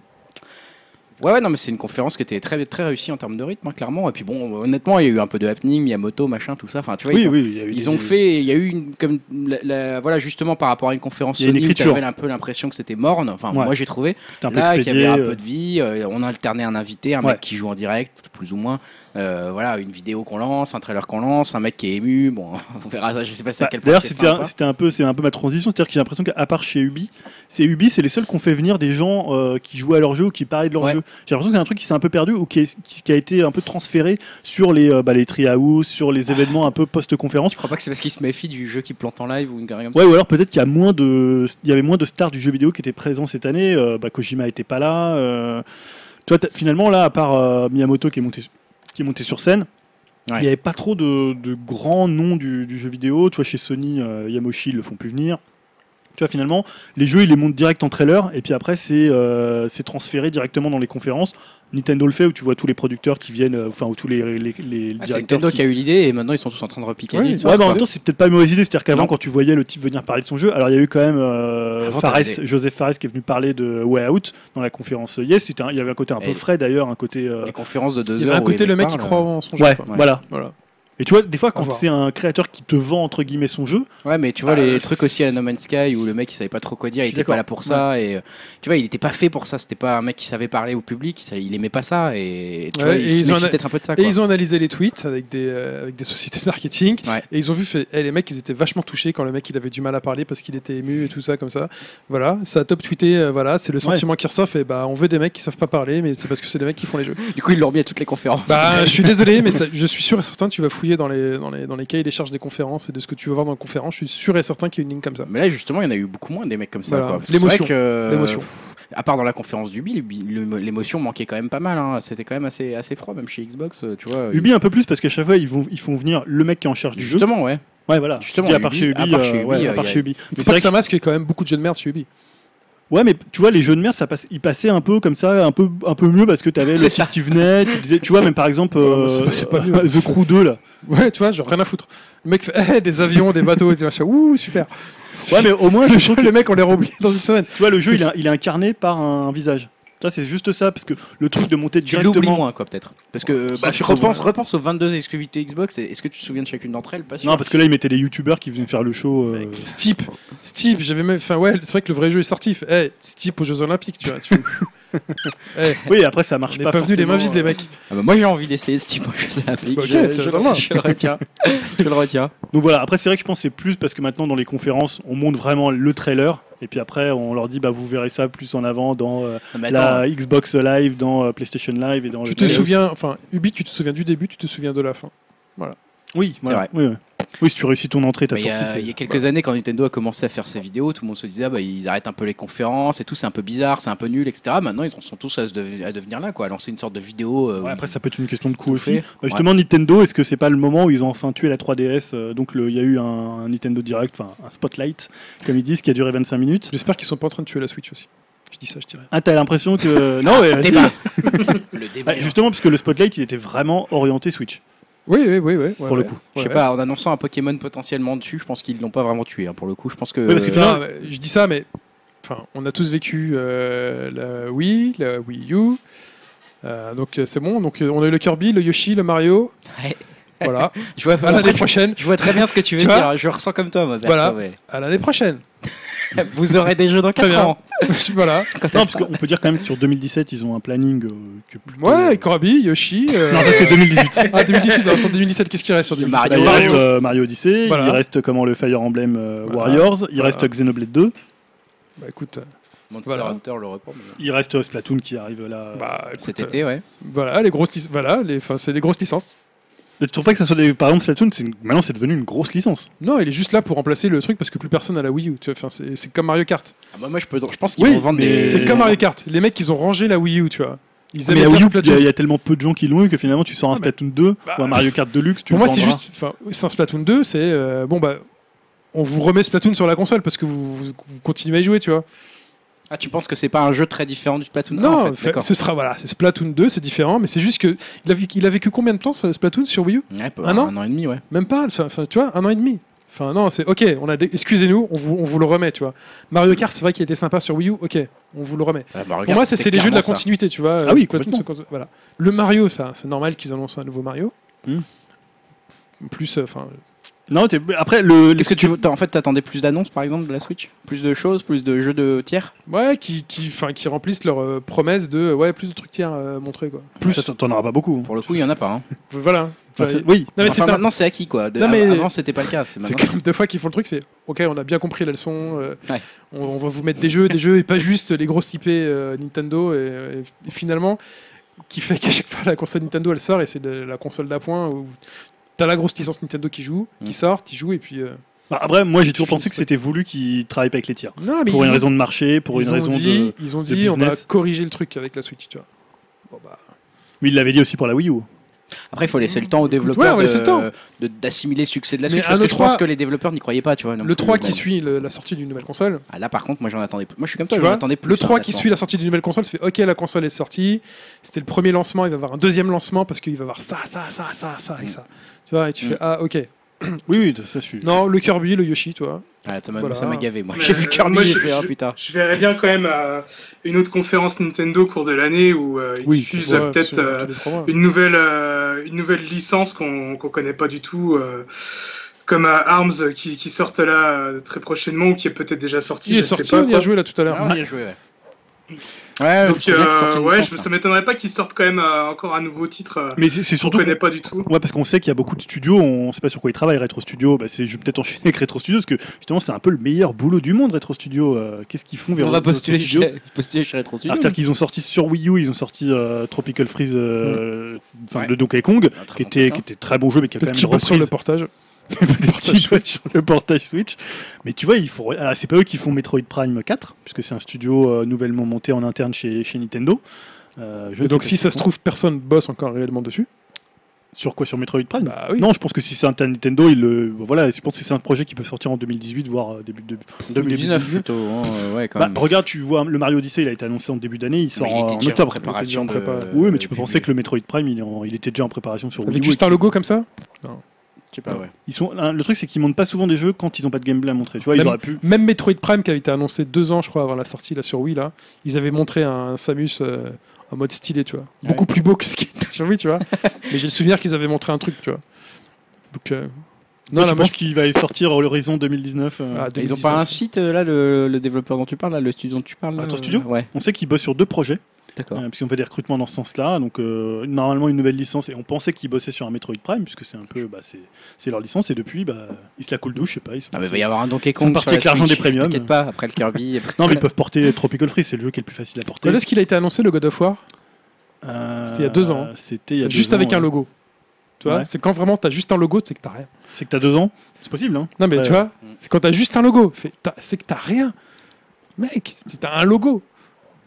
[SPEAKER 1] Ouais, ouais, non, mais c'est une conférence qui était très, très réussie en termes de rythme, hein, clairement. Et puis bon, honnêtement, il y a eu un peu de happening, Miyamoto, machin, tout ça. Enfin, tu vois,
[SPEAKER 2] Oui,
[SPEAKER 1] ils, ont,
[SPEAKER 2] oui, il y a eu
[SPEAKER 1] ils
[SPEAKER 2] des-
[SPEAKER 1] ont fait, il y a eu une, comme la, la- voilà, justement par rapport à une conférence
[SPEAKER 2] Il y a une
[SPEAKER 1] Sony,
[SPEAKER 2] écriture.
[SPEAKER 1] t'avais un peu l'impression que c'était morne. Enfin,
[SPEAKER 2] Ouais.
[SPEAKER 1] moi j'ai trouvé.
[SPEAKER 2] C'était un peu
[SPEAKER 1] Là, qu'il y
[SPEAKER 2] expédié.
[SPEAKER 1] avait un
[SPEAKER 2] euh,
[SPEAKER 1] peu de vie, euh, on a alterné un invité, un
[SPEAKER 2] Ouais.
[SPEAKER 1] mec qui joue en direct, plus ou moins. Euh, voilà, une vidéo qu'on lance, un trailer qu'on lance, un mec qui est ému. Bon, on verra ça. Je sais pas si à
[SPEAKER 2] Bah,
[SPEAKER 1] quel point
[SPEAKER 2] D'ailleurs,
[SPEAKER 1] c'est
[SPEAKER 2] c'était
[SPEAKER 1] fin ou
[SPEAKER 2] un,
[SPEAKER 1] pas.
[SPEAKER 2] c'était un peu, c'est un peu ma transition, c'est-à-dire que j'ai l'impression qu'à part chez Ubi, c'est Ubi, c'est les seuls qu'on fait venir des gens euh, qui jouent à leur jeu ou qui parlent de leur
[SPEAKER 1] Ouais.
[SPEAKER 2] jeu. J'ai l'impression que c'est un truc qui s'est un peu perdu ou qui, est- qui, qui a été un peu transféré sur les, euh, bah, les treehouse, sur les événements un peu post-conférence.
[SPEAKER 1] Je crois pas que c'est parce qu'il se méfie du jeu qui plante en live ou une connerie comme ça.
[SPEAKER 2] Ouais, ou alors peut-être qu'il y a moins de, il y avait moins de stars du jeu vidéo qui étaient présents cette année. euh, bah, Kojima était pas là. euh. Toi, t'as- finalement, là, à part euh, Miyamoto qui est monté, qui est monté sur scène.
[SPEAKER 1] Ouais.
[SPEAKER 2] Il n'y avait pas trop de, de grands noms du, du jeu vidéo. Tu vois, chez Sony, euh, Yamoshi, ils le font plus venir. Tu vois, finalement, les jeux, ils les montent direct en trailer, et puis après, c'est euh, c'est transféré directement dans les conférences. Nintendo le fait, où tu vois tous les producteurs qui viennent, euh, enfin, ou tous les, les, les- les
[SPEAKER 1] Ah, c'est
[SPEAKER 2] directeurs
[SPEAKER 1] Nintendo
[SPEAKER 2] qui-
[SPEAKER 1] qui a eu l'idée et maintenant ils sont tous en train de repiquer
[SPEAKER 4] Ouais,
[SPEAKER 1] l'histoire.
[SPEAKER 2] Ouais, mais en
[SPEAKER 1] quoi.
[SPEAKER 2] même temps, c'est peut-être pas une mauvaise idée. C'est-à-dire qu'avant,
[SPEAKER 1] Non.
[SPEAKER 2] quand tu voyais le type venir parler de son jeu, alors il y a eu quand même euh,
[SPEAKER 1] Avant,
[SPEAKER 2] Fares,
[SPEAKER 1] t'as des-
[SPEAKER 2] Joseph Fares qui est venu parler de Way Out dans la conférence Yes. C'était un- Il y avait un côté un
[SPEAKER 1] Et-
[SPEAKER 2] peu frais d'ailleurs, un côté. euh,
[SPEAKER 1] Les conférences de deux heures.
[SPEAKER 4] Il y avait un
[SPEAKER 1] où
[SPEAKER 4] côté
[SPEAKER 1] les
[SPEAKER 4] le mec qui
[SPEAKER 1] parlent,
[SPEAKER 4] croit hein.
[SPEAKER 1] euh,
[SPEAKER 4] en son jeu.
[SPEAKER 2] Ouais,
[SPEAKER 4] quoi.
[SPEAKER 1] ouais.
[SPEAKER 2] voilà.
[SPEAKER 4] Voilà.
[SPEAKER 2] Et tu vois, des fois, quand
[SPEAKER 4] revoir.
[SPEAKER 2] c'est un créateur qui te vend entre guillemets son jeu,
[SPEAKER 1] Ouais, mais tu vois,
[SPEAKER 2] Bah,
[SPEAKER 1] les trucs
[SPEAKER 2] c'est-
[SPEAKER 1] aussi à No Man's Sky où le mec il savait pas trop quoi dire,
[SPEAKER 2] Je
[SPEAKER 1] il
[SPEAKER 2] suis
[SPEAKER 1] était pas
[SPEAKER 2] d'accord.
[SPEAKER 1] là pour ça. Et euh, tu vois, il était pas fait pour ça. C'était pas un mec qui savait parler au public, il, sa- il aimait pas ça. Et tu
[SPEAKER 4] Ouais,
[SPEAKER 1] vois,
[SPEAKER 4] et
[SPEAKER 1] il
[SPEAKER 4] ils
[SPEAKER 1] se
[SPEAKER 4] ont
[SPEAKER 1] méfie
[SPEAKER 4] un-
[SPEAKER 1] peut-être un peu de ça.
[SPEAKER 4] Et
[SPEAKER 1] quoi.
[SPEAKER 4] ils ont analysé les tweets avec des, euh, avec des sociétés de marketing.
[SPEAKER 1] Ouais.
[SPEAKER 4] Et ils ont vu, fait, eh, les mecs, ils étaient vachement touchés quand le mec, il avait du mal à parler parce qu'il était ému et tout ça, comme ça. Voilà, ça a top tweeté, euh, voilà, c'est le sentiment qui ressort. Et bah, on veut des mecs qui savent pas parler, mais c'est parce que c'est des mecs qui font les jeux.
[SPEAKER 1] Du coup, ils l'ont mis à toutes les conférences.
[SPEAKER 4] Bah, je suis désolé, mais t'as- je suis sûr et certain, tu vas fouiller dans les, dans les, dans les cahiers des charges des conférences et de ce que tu vas voir dans les conférences. Je suis sûr et certain qu'il y a une ligne comme ça.
[SPEAKER 1] Mais là, justement, il y en a eu beaucoup moins des mecs comme ça.
[SPEAKER 4] Voilà.
[SPEAKER 1] quoi. Parce que c'est vrai
[SPEAKER 4] L'émotion.
[SPEAKER 1] que, euh,
[SPEAKER 4] L'émotion.
[SPEAKER 1] pff, À part dans la conférence du Bill, l'émotion manquait quand même pas mal. hein. C'était quand même assez, assez froid, même chez Xbox. euh, Tu vois,
[SPEAKER 2] Ubi un peu plus parce qu'à chaque fois, ils, vont, ils font venir le mec qui est en charge du jeu.
[SPEAKER 1] Justement, ouais.
[SPEAKER 2] Ouais, voilà.
[SPEAKER 1] Justement,
[SPEAKER 2] Puis à part
[SPEAKER 1] Ubi-
[SPEAKER 2] chez Ubi,
[SPEAKER 1] à part
[SPEAKER 2] euh,
[SPEAKER 1] chez Ubi,
[SPEAKER 2] ouais, à
[SPEAKER 1] euh,
[SPEAKER 2] part
[SPEAKER 1] y a-
[SPEAKER 2] chez Ubi.
[SPEAKER 4] Faut
[SPEAKER 2] Mais
[SPEAKER 4] pas
[SPEAKER 2] c'est
[SPEAKER 4] que
[SPEAKER 2] vrai
[SPEAKER 4] ça masque il y a quand même beaucoup de jeux de merde chez Ubi.
[SPEAKER 2] que- Ouais, mais tu vois, les jeux de merde, ça passe, ils passaient un peu comme ça, un peu, un peu mieux parce que t'avais
[SPEAKER 1] C'est
[SPEAKER 2] le
[SPEAKER 1] ça.
[SPEAKER 2] type qui venait, tu disais, tu vois, même par exemple,
[SPEAKER 4] Ouais, moi,
[SPEAKER 2] euh,
[SPEAKER 4] c'est pas- c'est pas mieux.
[SPEAKER 2] The Crew 2 là.
[SPEAKER 4] Ouais, tu vois, genre rien à foutre. Le mec fait eh, des avions, des bateaux, et des machins. Ouh, super.
[SPEAKER 2] Ouais, mais au moins,
[SPEAKER 4] le
[SPEAKER 2] je
[SPEAKER 4] jeu, les mecs, on les oublié dans une semaine.
[SPEAKER 2] Tu vois, le jeu, il, est- il est incarné par un visage. Ça, c'est juste ça, parce que le truc de monter
[SPEAKER 1] Tu l'oublies
[SPEAKER 2] directement.
[SPEAKER 1] moins, quoi, peut-être. Parce que euh, bah,
[SPEAKER 2] Ça, je
[SPEAKER 1] tu
[SPEAKER 2] trouve,
[SPEAKER 1] repenses,
[SPEAKER 2] ouais.
[SPEAKER 1] repense aux 22 exclusivités Xbox. et Est-ce que tu te souviens de chacune d'entre elles Pas sûr.
[SPEAKER 2] Non, parce que là, ils mettaient des youtubeurs qui venaient faire le show. euh,
[SPEAKER 4] Steep, Steep, j'avais même. Enfin, ouais, c'est vrai que le vrai jeu est sorti. Eh, Steep aux Jeux Olympiques, tu vois. Tu fais... Eh,
[SPEAKER 2] Oui, et après, ça marche
[SPEAKER 4] on n'est
[SPEAKER 2] pas.
[SPEAKER 4] pas venus les mains vides, les
[SPEAKER 2] forcément, euh,
[SPEAKER 4] mecs.
[SPEAKER 1] Ah bah, moi, j'ai envie d'essayer ce type de jeu à la Play.
[SPEAKER 4] Bah, ok,
[SPEAKER 1] Je-
[SPEAKER 4] t'as
[SPEAKER 1] je,
[SPEAKER 4] le
[SPEAKER 1] le-
[SPEAKER 4] droit.
[SPEAKER 1] je le retiens. je le retiens.
[SPEAKER 2] euh. Donc voilà, après, c'est vrai que je pense que c'est plus parce que maintenant, dans les conférences, on monte vraiment le trailer. Et puis après, on leur dit, bah, vous verrez ça plus en avant dans euh,
[SPEAKER 1] Non, mais Ah bah, attends,
[SPEAKER 2] la Xbox Live, dans euh, PlayStation Live et dans le.
[SPEAKER 4] Tu te
[SPEAKER 2] trailer.
[SPEAKER 4] souviens, enfin, Ubi, tu te souviens du début, tu te souviens de la fin.
[SPEAKER 2] Oui, voilà.
[SPEAKER 1] vrai.
[SPEAKER 2] Oui, oui. Oui, si tu réussis ton entrée, ta
[SPEAKER 1] Bah, Il y,
[SPEAKER 2] sortie,
[SPEAKER 1] a-
[SPEAKER 2] c'est.
[SPEAKER 1] il y a quelques années, quand Nintendo a commencé à faire ses vidéos, tout le monde se disait ah, bah, ils arrêtent un peu les conférences et tout, c'est un peu bizarre, c'est un peu nul, etc. Maintenant, ils en sont tous à, se de- à devenir là, quoi, à lancer une sorte de vidéo. euh,
[SPEAKER 2] Ouais,
[SPEAKER 1] où
[SPEAKER 2] après,
[SPEAKER 1] ils-
[SPEAKER 2] ça peut être une question de coût
[SPEAKER 1] Tout
[SPEAKER 2] aussi.
[SPEAKER 1] fait.
[SPEAKER 2] Bah, justement, Nintendo, est-ce que c'est pas le moment où ils ont enfin tué la 3DS euh, Donc, le- il y a eu un, un Nintendo Direct, enfin un Spotlight, comme ils disent, qui a duré 25 minutes.
[SPEAKER 4] J'espère qu'ils sont pas en train de tuer la Switch aussi. Je dis ça, je dirais.
[SPEAKER 2] Ah, t'as l'impression que. non,
[SPEAKER 4] Ah,
[SPEAKER 2] ouais, vas-y.
[SPEAKER 1] Débat. le débat.
[SPEAKER 2] Ah, justement, parce que le Spotlight, il était vraiment orienté Switch,
[SPEAKER 4] Oui, oui, oui, oui.
[SPEAKER 2] pour le coup.
[SPEAKER 1] Je sais pas, en annonçant un Pokémon potentiellement dessus, je pense qu'ils l'ont pas vraiment tué. hein, pour le coup, je pense que.
[SPEAKER 2] Oui, parce que
[SPEAKER 1] euh,
[SPEAKER 2] finalement,
[SPEAKER 4] Non, mais je dis ça, mais enfin, on a tous vécu euh, la Wii, la Wii U. Euh, donc euh, c'est bon. Donc euh, on a eu le Kirby, le Yoshi, le Mario.
[SPEAKER 1] Ouais.
[SPEAKER 4] Voilà.
[SPEAKER 1] je, vois,
[SPEAKER 4] À l'année
[SPEAKER 1] après,
[SPEAKER 4] prochaine.
[SPEAKER 1] je vois très bien ce que tu veux
[SPEAKER 4] Tu vois
[SPEAKER 1] dire. Je ressens comme toi, moi. perso,
[SPEAKER 4] Voilà.
[SPEAKER 1] ouais.
[SPEAKER 4] À l'année prochaine.
[SPEAKER 1] Vous aurez des jeux dans
[SPEAKER 4] Très
[SPEAKER 1] 4
[SPEAKER 4] bien.
[SPEAKER 1] ans.
[SPEAKER 4] voilà.
[SPEAKER 2] Non, parce qu'on peut dire quand même que sur 2017, ils ont un planning euh, qui est plutôt-
[SPEAKER 4] Ouais, Kirby, Yoshi. euh,
[SPEAKER 2] Non, ça c'est 2018.
[SPEAKER 4] Ah 2018. Alors sur 2017, qu'est-ce qui reste sur
[SPEAKER 1] Le
[SPEAKER 4] 2017
[SPEAKER 2] Bah, il
[SPEAKER 1] Mario.
[SPEAKER 2] reste euh, Mario Odyssey,
[SPEAKER 4] Ah, Voilà.
[SPEAKER 2] il reste comment le Fire Emblem euh,
[SPEAKER 4] Voilà.
[SPEAKER 2] Warriors, il
[SPEAKER 4] Voilà.
[SPEAKER 2] reste Xenoblade 2,
[SPEAKER 4] Bah écoute, euh,
[SPEAKER 1] Monster
[SPEAKER 4] Voilà.
[SPEAKER 1] Hunter le reprend. mais-
[SPEAKER 2] il reste euh, Splatoon qui arrive là.
[SPEAKER 4] bah, écoute,
[SPEAKER 1] Cet
[SPEAKER 4] euh,
[SPEAKER 1] été, ouais.
[SPEAKER 4] Voilà les grosses. lic- Voilà les. Enfin c'est des grosses licences.
[SPEAKER 2] Tu trouves pas que ça soit des... par exemple Splatoon, c'est une- maintenant c'est devenu une grosse licence.
[SPEAKER 4] Non, il est juste là pour remplacer le truc parce que plus personne à la Wii U. Tu vois, enfin, c'est c'est comme Mario Kart.
[SPEAKER 1] Ah, bah, moi, je, peux, je pense qu'ils
[SPEAKER 2] Oui,
[SPEAKER 1] vont vendre
[SPEAKER 2] mais-
[SPEAKER 1] des. Ah,
[SPEAKER 4] C'est comme Mario Kart. Les mecs, ils ont rangé la Wii U, tu vois. Ils
[SPEAKER 2] Ah, Mais
[SPEAKER 4] aimaient
[SPEAKER 2] la
[SPEAKER 4] bien
[SPEAKER 2] Wii U,
[SPEAKER 4] Splatoon.
[SPEAKER 2] il y a- il y, a tellement peu de gens qui l'ont eu que finalement tu sors un
[SPEAKER 4] Ah, mais-
[SPEAKER 2] Splatoon 2
[SPEAKER 4] Bah,
[SPEAKER 2] ou un Mario Kart Deluxe, tu
[SPEAKER 4] Pour
[SPEAKER 2] le
[SPEAKER 4] moi, c'est
[SPEAKER 2] vendras.
[SPEAKER 4] juste. Enfin, c'est un Splatoon 2, c'est. euh, bon, bah. On vous remet Splatoon sur la console parce que vous, vous- vous continuez à y jouer, tu vois.
[SPEAKER 1] Ah, tu penses que c'est pas un jeu très différent du Splatoon
[SPEAKER 4] Non,
[SPEAKER 1] Ah, en fait,
[SPEAKER 4] fa-
[SPEAKER 1] d'accord.
[SPEAKER 4] ce sera. Voilà, c'est Splatoon 2, c'est différent, mais c'est juste que. Il a, vécu, il a vécu combien de temps, ce Splatoon, sur Wii U
[SPEAKER 1] Ouais, pour
[SPEAKER 4] Un an
[SPEAKER 1] un an et demi, ouais.
[SPEAKER 4] Même pas, enfin, enfin, tu vois, un an et demi. Enfin, non, c'est. Ok, on a. des- Excusez-nous, on vous, on vous le remet, tu vois. Mario Kart, c'est vrai qu'il était sympa sur Wii U, ok, on vous le remet.
[SPEAKER 1] Ah, bah,
[SPEAKER 4] Pour
[SPEAKER 1] regarde,
[SPEAKER 4] moi, c'est
[SPEAKER 1] c'était
[SPEAKER 4] c'est les jeux de la
[SPEAKER 1] clairement ça.
[SPEAKER 4] continuité, tu vois.
[SPEAKER 2] Ah
[SPEAKER 4] euh,
[SPEAKER 2] oui,
[SPEAKER 4] Splatoon,
[SPEAKER 2] complètement.
[SPEAKER 4] c'est- voilà. Le Mario, enfin, c'est normal qu'ils annoncent un nouveau Mario.
[SPEAKER 2] Hmm.
[SPEAKER 4] Plus, euh, enfin,
[SPEAKER 2] Non, t'es- après le,
[SPEAKER 1] Est-ce que tu veux- t'as- en fait t'attendais plus d'annonces par exemple de la Switch Plus de choses, plus de jeux de tiers
[SPEAKER 4] ouais, qui, qui, enfin, qui remplissent leur euh, promesse de, euh, ouais, plus de trucs tiers euh, montrés, quoi.
[SPEAKER 2] plus t'en auras pas beaucoup.
[SPEAKER 1] Pour le coup, il y en a pas. hein.
[SPEAKER 4] Voilà.
[SPEAKER 2] Enfin,
[SPEAKER 4] Enfin,
[SPEAKER 2] c'est- oui,
[SPEAKER 4] non, mais
[SPEAKER 1] Enfin,
[SPEAKER 4] c'est un-
[SPEAKER 1] maintenant c'est acquis quoi. De-
[SPEAKER 4] Non, mais-
[SPEAKER 1] Avant c'était pas le cas. c'est
[SPEAKER 4] c'est
[SPEAKER 1] maintenant-
[SPEAKER 4] comme deux fois qu'ils font le truc, c'est ok, on a bien compris la leçon. euh,
[SPEAKER 1] Ouais.
[SPEAKER 4] on, on va vous mettre des jeux, des jeux et pas juste les grosses IP euh, Nintendo. Et, et finalement, qui fait qu'à chaque fois la console Nintendo elle sort et c'est de- la console d'appoint où t'as la grosse licence Nintendo qui joue,
[SPEAKER 1] Mm.
[SPEAKER 4] qui sort, qui joue et puis. euh,
[SPEAKER 2] Bah, après moi j'ai toujours
[SPEAKER 4] Tu
[SPEAKER 2] pensé
[SPEAKER 4] finis-
[SPEAKER 2] que c'était voulu qu'ils travaillent pas avec les tiers.
[SPEAKER 4] Non, mais
[SPEAKER 2] Pour
[SPEAKER 4] ils
[SPEAKER 2] une
[SPEAKER 4] ont-
[SPEAKER 2] raison de marché, pour
[SPEAKER 4] ils
[SPEAKER 2] une
[SPEAKER 4] ont
[SPEAKER 2] raison
[SPEAKER 4] dit,
[SPEAKER 2] de.
[SPEAKER 4] Ils ont
[SPEAKER 2] de
[SPEAKER 4] dit, on va
[SPEAKER 2] business.
[SPEAKER 4] corriger le truc avec la Switch, tu vois. Bon, bah,
[SPEAKER 2] Mais ils l'avaient dit aussi pour la Wii U.
[SPEAKER 1] Après il faut laisser le temps aux
[SPEAKER 4] ouais,
[SPEAKER 1] développeurs
[SPEAKER 4] on va laisser le temps.
[SPEAKER 1] de- de- d'assimiler le succès de la
[SPEAKER 4] Mais
[SPEAKER 1] Switch.
[SPEAKER 4] un
[SPEAKER 1] Parce que je
[SPEAKER 4] E3
[SPEAKER 1] pense que les développeurs n'y croyaient pas, tu vois. non
[SPEAKER 4] le
[SPEAKER 1] plus,
[SPEAKER 4] 3 qui
[SPEAKER 1] même.
[SPEAKER 4] suit le- la sortie d'une nouvelle console,
[SPEAKER 1] Ah, là par contre, moi j'en attendais. plus. Moi je suis comme toi,
[SPEAKER 4] tu
[SPEAKER 1] j'en
[SPEAKER 4] vois,
[SPEAKER 1] attendais plus. hein,
[SPEAKER 4] le 3 qui
[SPEAKER 1] honnêtement.
[SPEAKER 4] suit la sortie d'une nouvelle console, c'est ok, la console est sortie, c'était le premier lancement, il va y avoir un deuxième lancement parce qu'il va y avoir ça, ça, ça, ça, ça et
[SPEAKER 1] Mm.
[SPEAKER 4] ça. Tu vois, et tu
[SPEAKER 1] Mm.
[SPEAKER 4] fais, ah, ok.
[SPEAKER 2] Oui, oui, ça je suis.
[SPEAKER 4] Non, le Kirby, le Yoshi, tu vois.
[SPEAKER 1] Ah, ça m'a
[SPEAKER 4] Voilà.
[SPEAKER 1] ça m'a gavé. Moi
[SPEAKER 3] Mais,
[SPEAKER 1] j'ai vu
[SPEAKER 3] euh, moi,
[SPEAKER 1] Kirby,
[SPEAKER 3] je-
[SPEAKER 1] j'ai fait ah
[SPEAKER 3] je-
[SPEAKER 1] putain.
[SPEAKER 3] Je verrais bien quand même euh, une autre conférence Nintendo au cours de l'année où euh, ils diffusent
[SPEAKER 4] ouais,
[SPEAKER 3] euh, peut-être
[SPEAKER 4] sur-
[SPEAKER 3] euh,
[SPEAKER 4] tous les trois mois.
[SPEAKER 3] une nouvelle euh, une nouvelle licence qu'on qu'on connaît pas du tout euh, comme euh, Arms euh, qui, qui sortent là euh, très prochainement ou qui est peut-être déjà sorti
[SPEAKER 4] Il est
[SPEAKER 3] je sais
[SPEAKER 4] sorti,
[SPEAKER 3] pas
[SPEAKER 4] on y
[SPEAKER 3] quoi.
[SPEAKER 4] a joué là tout à l'heure.
[SPEAKER 1] Ah, on y a joué, ouais. Ouais,
[SPEAKER 3] donc
[SPEAKER 1] Ah, c'est bien qu'ils
[SPEAKER 3] euh,
[SPEAKER 1] sortent une
[SPEAKER 3] ouais
[SPEAKER 1] licence,
[SPEAKER 3] je,
[SPEAKER 1] là.
[SPEAKER 3] ça m'étonnerait pas qu'ils sortent quand même euh, encore un nouveau titre euh,
[SPEAKER 2] Mais c'est c'est
[SPEAKER 3] qu'on
[SPEAKER 2] surtout
[SPEAKER 3] connaît pas du tout
[SPEAKER 2] Ouais, parce qu'on sait qu'il y a beaucoup de studios, on sait pas sur quoi ils travaillent. Retro Studio, bah, c'est- je vais peut-être enchaîner avec Retro Studio, parce que justement, c'est un peu le meilleur boulot du monde, Retro Studio. Euh, Qu'est-ce qu'ils font vers
[SPEAKER 1] On va
[SPEAKER 2] Retro
[SPEAKER 1] postuler
[SPEAKER 2] Studio
[SPEAKER 1] chez Ah, postuler chez Retro Studio.
[SPEAKER 2] Alors, Ah, C'est-à-dire qu'ils ont sorti sur Wii U, ils ont sorti euh, Tropical Freeze, euh, enfin,
[SPEAKER 1] Ouais.
[SPEAKER 2] de Donkey Kong,
[SPEAKER 1] Un très
[SPEAKER 2] qui
[SPEAKER 1] bon
[SPEAKER 2] était,
[SPEAKER 1] bouquin.
[SPEAKER 2] qui était très bon jeu, mais qui a quand
[SPEAKER 4] Peut-être
[SPEAKER 2] même
[SPEAKER 4] qu'il
[SPEAKER 2] une
[SPEAKER 4] passe sur le
[SPEAKER 2] reprise
[SPEAKER 4] portage.
[SPEAKER 2] qui joue sur le portage Switch. Mais tu vois, il faut... alors, c'est pas eux qui font Metroid Prime 4, puisque c'est un studio euh, nouvellement monté en interne chez, chez Nintendo. Euh, je ne
[SPEAKER 4] Donc
[SPEAKER 2] sais
[SPEAKER 4] si
[SPEAKER 2] pas
[SPEAKER 4] ça se trouve, personne bosse encore réellement dessus.
[SPEAKER 2] Sur quoi Sur Metroid Prime
[SPEAKER 4] Bah oui.
[SPEAKER 2] Non, je pense que si c'est un tas Nintendo, il le... voilà, je pense que c'est un projet qui peut sortir en 2018, voire euh, début de.
[SPEAKER 1] 2019 plutôt. hein, euh, Ouais, quand
[SPEAKER 2] Bah,
[SPEAKER 1] même.
[SPEAKER 2] regarde, tu vois, le Mario Odyssey, il a été annoncé en début d'année, il sort
[SPEAKER 1] Mais il hein,
[SPEAKER 2] en,
[SPEAKER 1] était
[SPEAKER 2] en
[SPEAKER 1] déjà en
[SPEAKER 2] octobre.
[SPEAKER 1] préparation.
[SPEAKER 4] était déjà en
[SPEAKER 1] de-
[SPEAKER 4] prépa-
[SPEAKER 2] Oui, mais tu
[SPEAKER 1] depuis
[SPEAKER 2] peux
[SPEAKER 1] le
[SPEAKER 2] penser que le Metroid Prime, il, est en- il était déjà en préparation sur Wii
[SPEAKER 4] Avec
[SPEAKER 2] U.
[SPEAKER 4] juste
[SPEAKER 2] et
[SPEAKER 4] un
[SPEAKER 2] que-
[SPEAKER 4] logo comme ça
[SPEAKER 1] Je sais pas, ouais.
[SPEAKER 2] Ils sont, hein, le truc, c'est qu'ils montent pas souvent des jeux quand ils ont pas de gameplay à montrer. Tu vois,
[SPEAKER 4] Même-
[SPEAKER 2] ils auraient pu.
[SPEAKER 4] Même Metroid Prime qui avait été annoncé deux ans, je crois, avant la sortie là sur Wii, là, ils avaient montré un Samus euh, en mode stylé, tu vois.
[SPEAKER 1] Ouais.
[SPEAKER 4] Beaucoup plus beau que ce qui était sur Wii, tu vois. Mais j'ai le souvenir qu'ils avaient montré un truc, tu vois. Donc, euh,
[SPEAKER 2] Non,
[SPEAKER 4] non, là,
[SPEAKER 2] je
[SPEAKER 4] moi,
[SPEAKER 2] pense qu'il va sortir à l'horizon 2019. euh,
[SPEAKER 4] Ah,
[SPEAKER 1] Ils ont
[SPEAKER 4] 2019.
[SPEAKER 1] pas un site euh, là, le, le développeur dont tu parles, là, le studio dont tu parles là,
[SPEAKER 2] Ah, ton
[SPEAKER 1] euh,
[SPEAKER 2] studio
[SPEAKER 1] Ouais,
[SPEAKER 2] On sait qu'ils bossent sur deux projets,
[SPEAKER 4] Ah.
[SPEAKER 1] d'accord.
[SPEAKER 2] euh, puisqu'on fait des recrutements dans ce sens-là. Donc, euh, normalement, une nouvelle licence. Et on pensait qu'ils bossaient sur un Metroid Prime, puisque c'est un peu. Bah, c'est c'est leur licence. Et depuis, bah, ils se la coulent douce, je sais pas. Ils sont
[SPEAKER 1] Ah, mais il va y avoir un Donkey Kong.
[SPEAKER 2] partis
[SPEAKER 1] sur la
[SPEAKER 2] avec l'argent
[SPEAKER 1] Switch,
[SPEAKER 2] des premiums.
[SPEAKER 1] T'inquiète pas, après le Kirby. après-
[SPEAKER 2] Non, mais ils peuvent porter Tropical Freeze, c'est le jeu qui est le plus facile à porter.
[SPEAKER 4] Quand est-ce qu'il a été annoncé le God of War
[SPEAKER 2] Euh,
[SPEAKER 4] C'était il y a deux ans.
[SPEAKER 2] C'était il y a deux
[SPEAKER 4] Juste
[SPEAKER 2] ans,
[SPEAKER 4] avec un
[SPEAKER 2] ouais.
[SPEAKER 4] logo. Tu vois,
[SPEAKER 2] Ouais.
[SPEAKER 4] c'est quand vraiment t'as juste un logo, c'est que t'as rien.
[SPEAKER 2] C'est que t'as deux ans C'est possible, hein
[SPEAKER 4] Non mais
[SPEAKER 2] Ouais,
[SPEAKER 4] tu vois, c'est quand t'as juste un logo, fait, t'as- c'est que t'as rien. Mec, t'as un logo.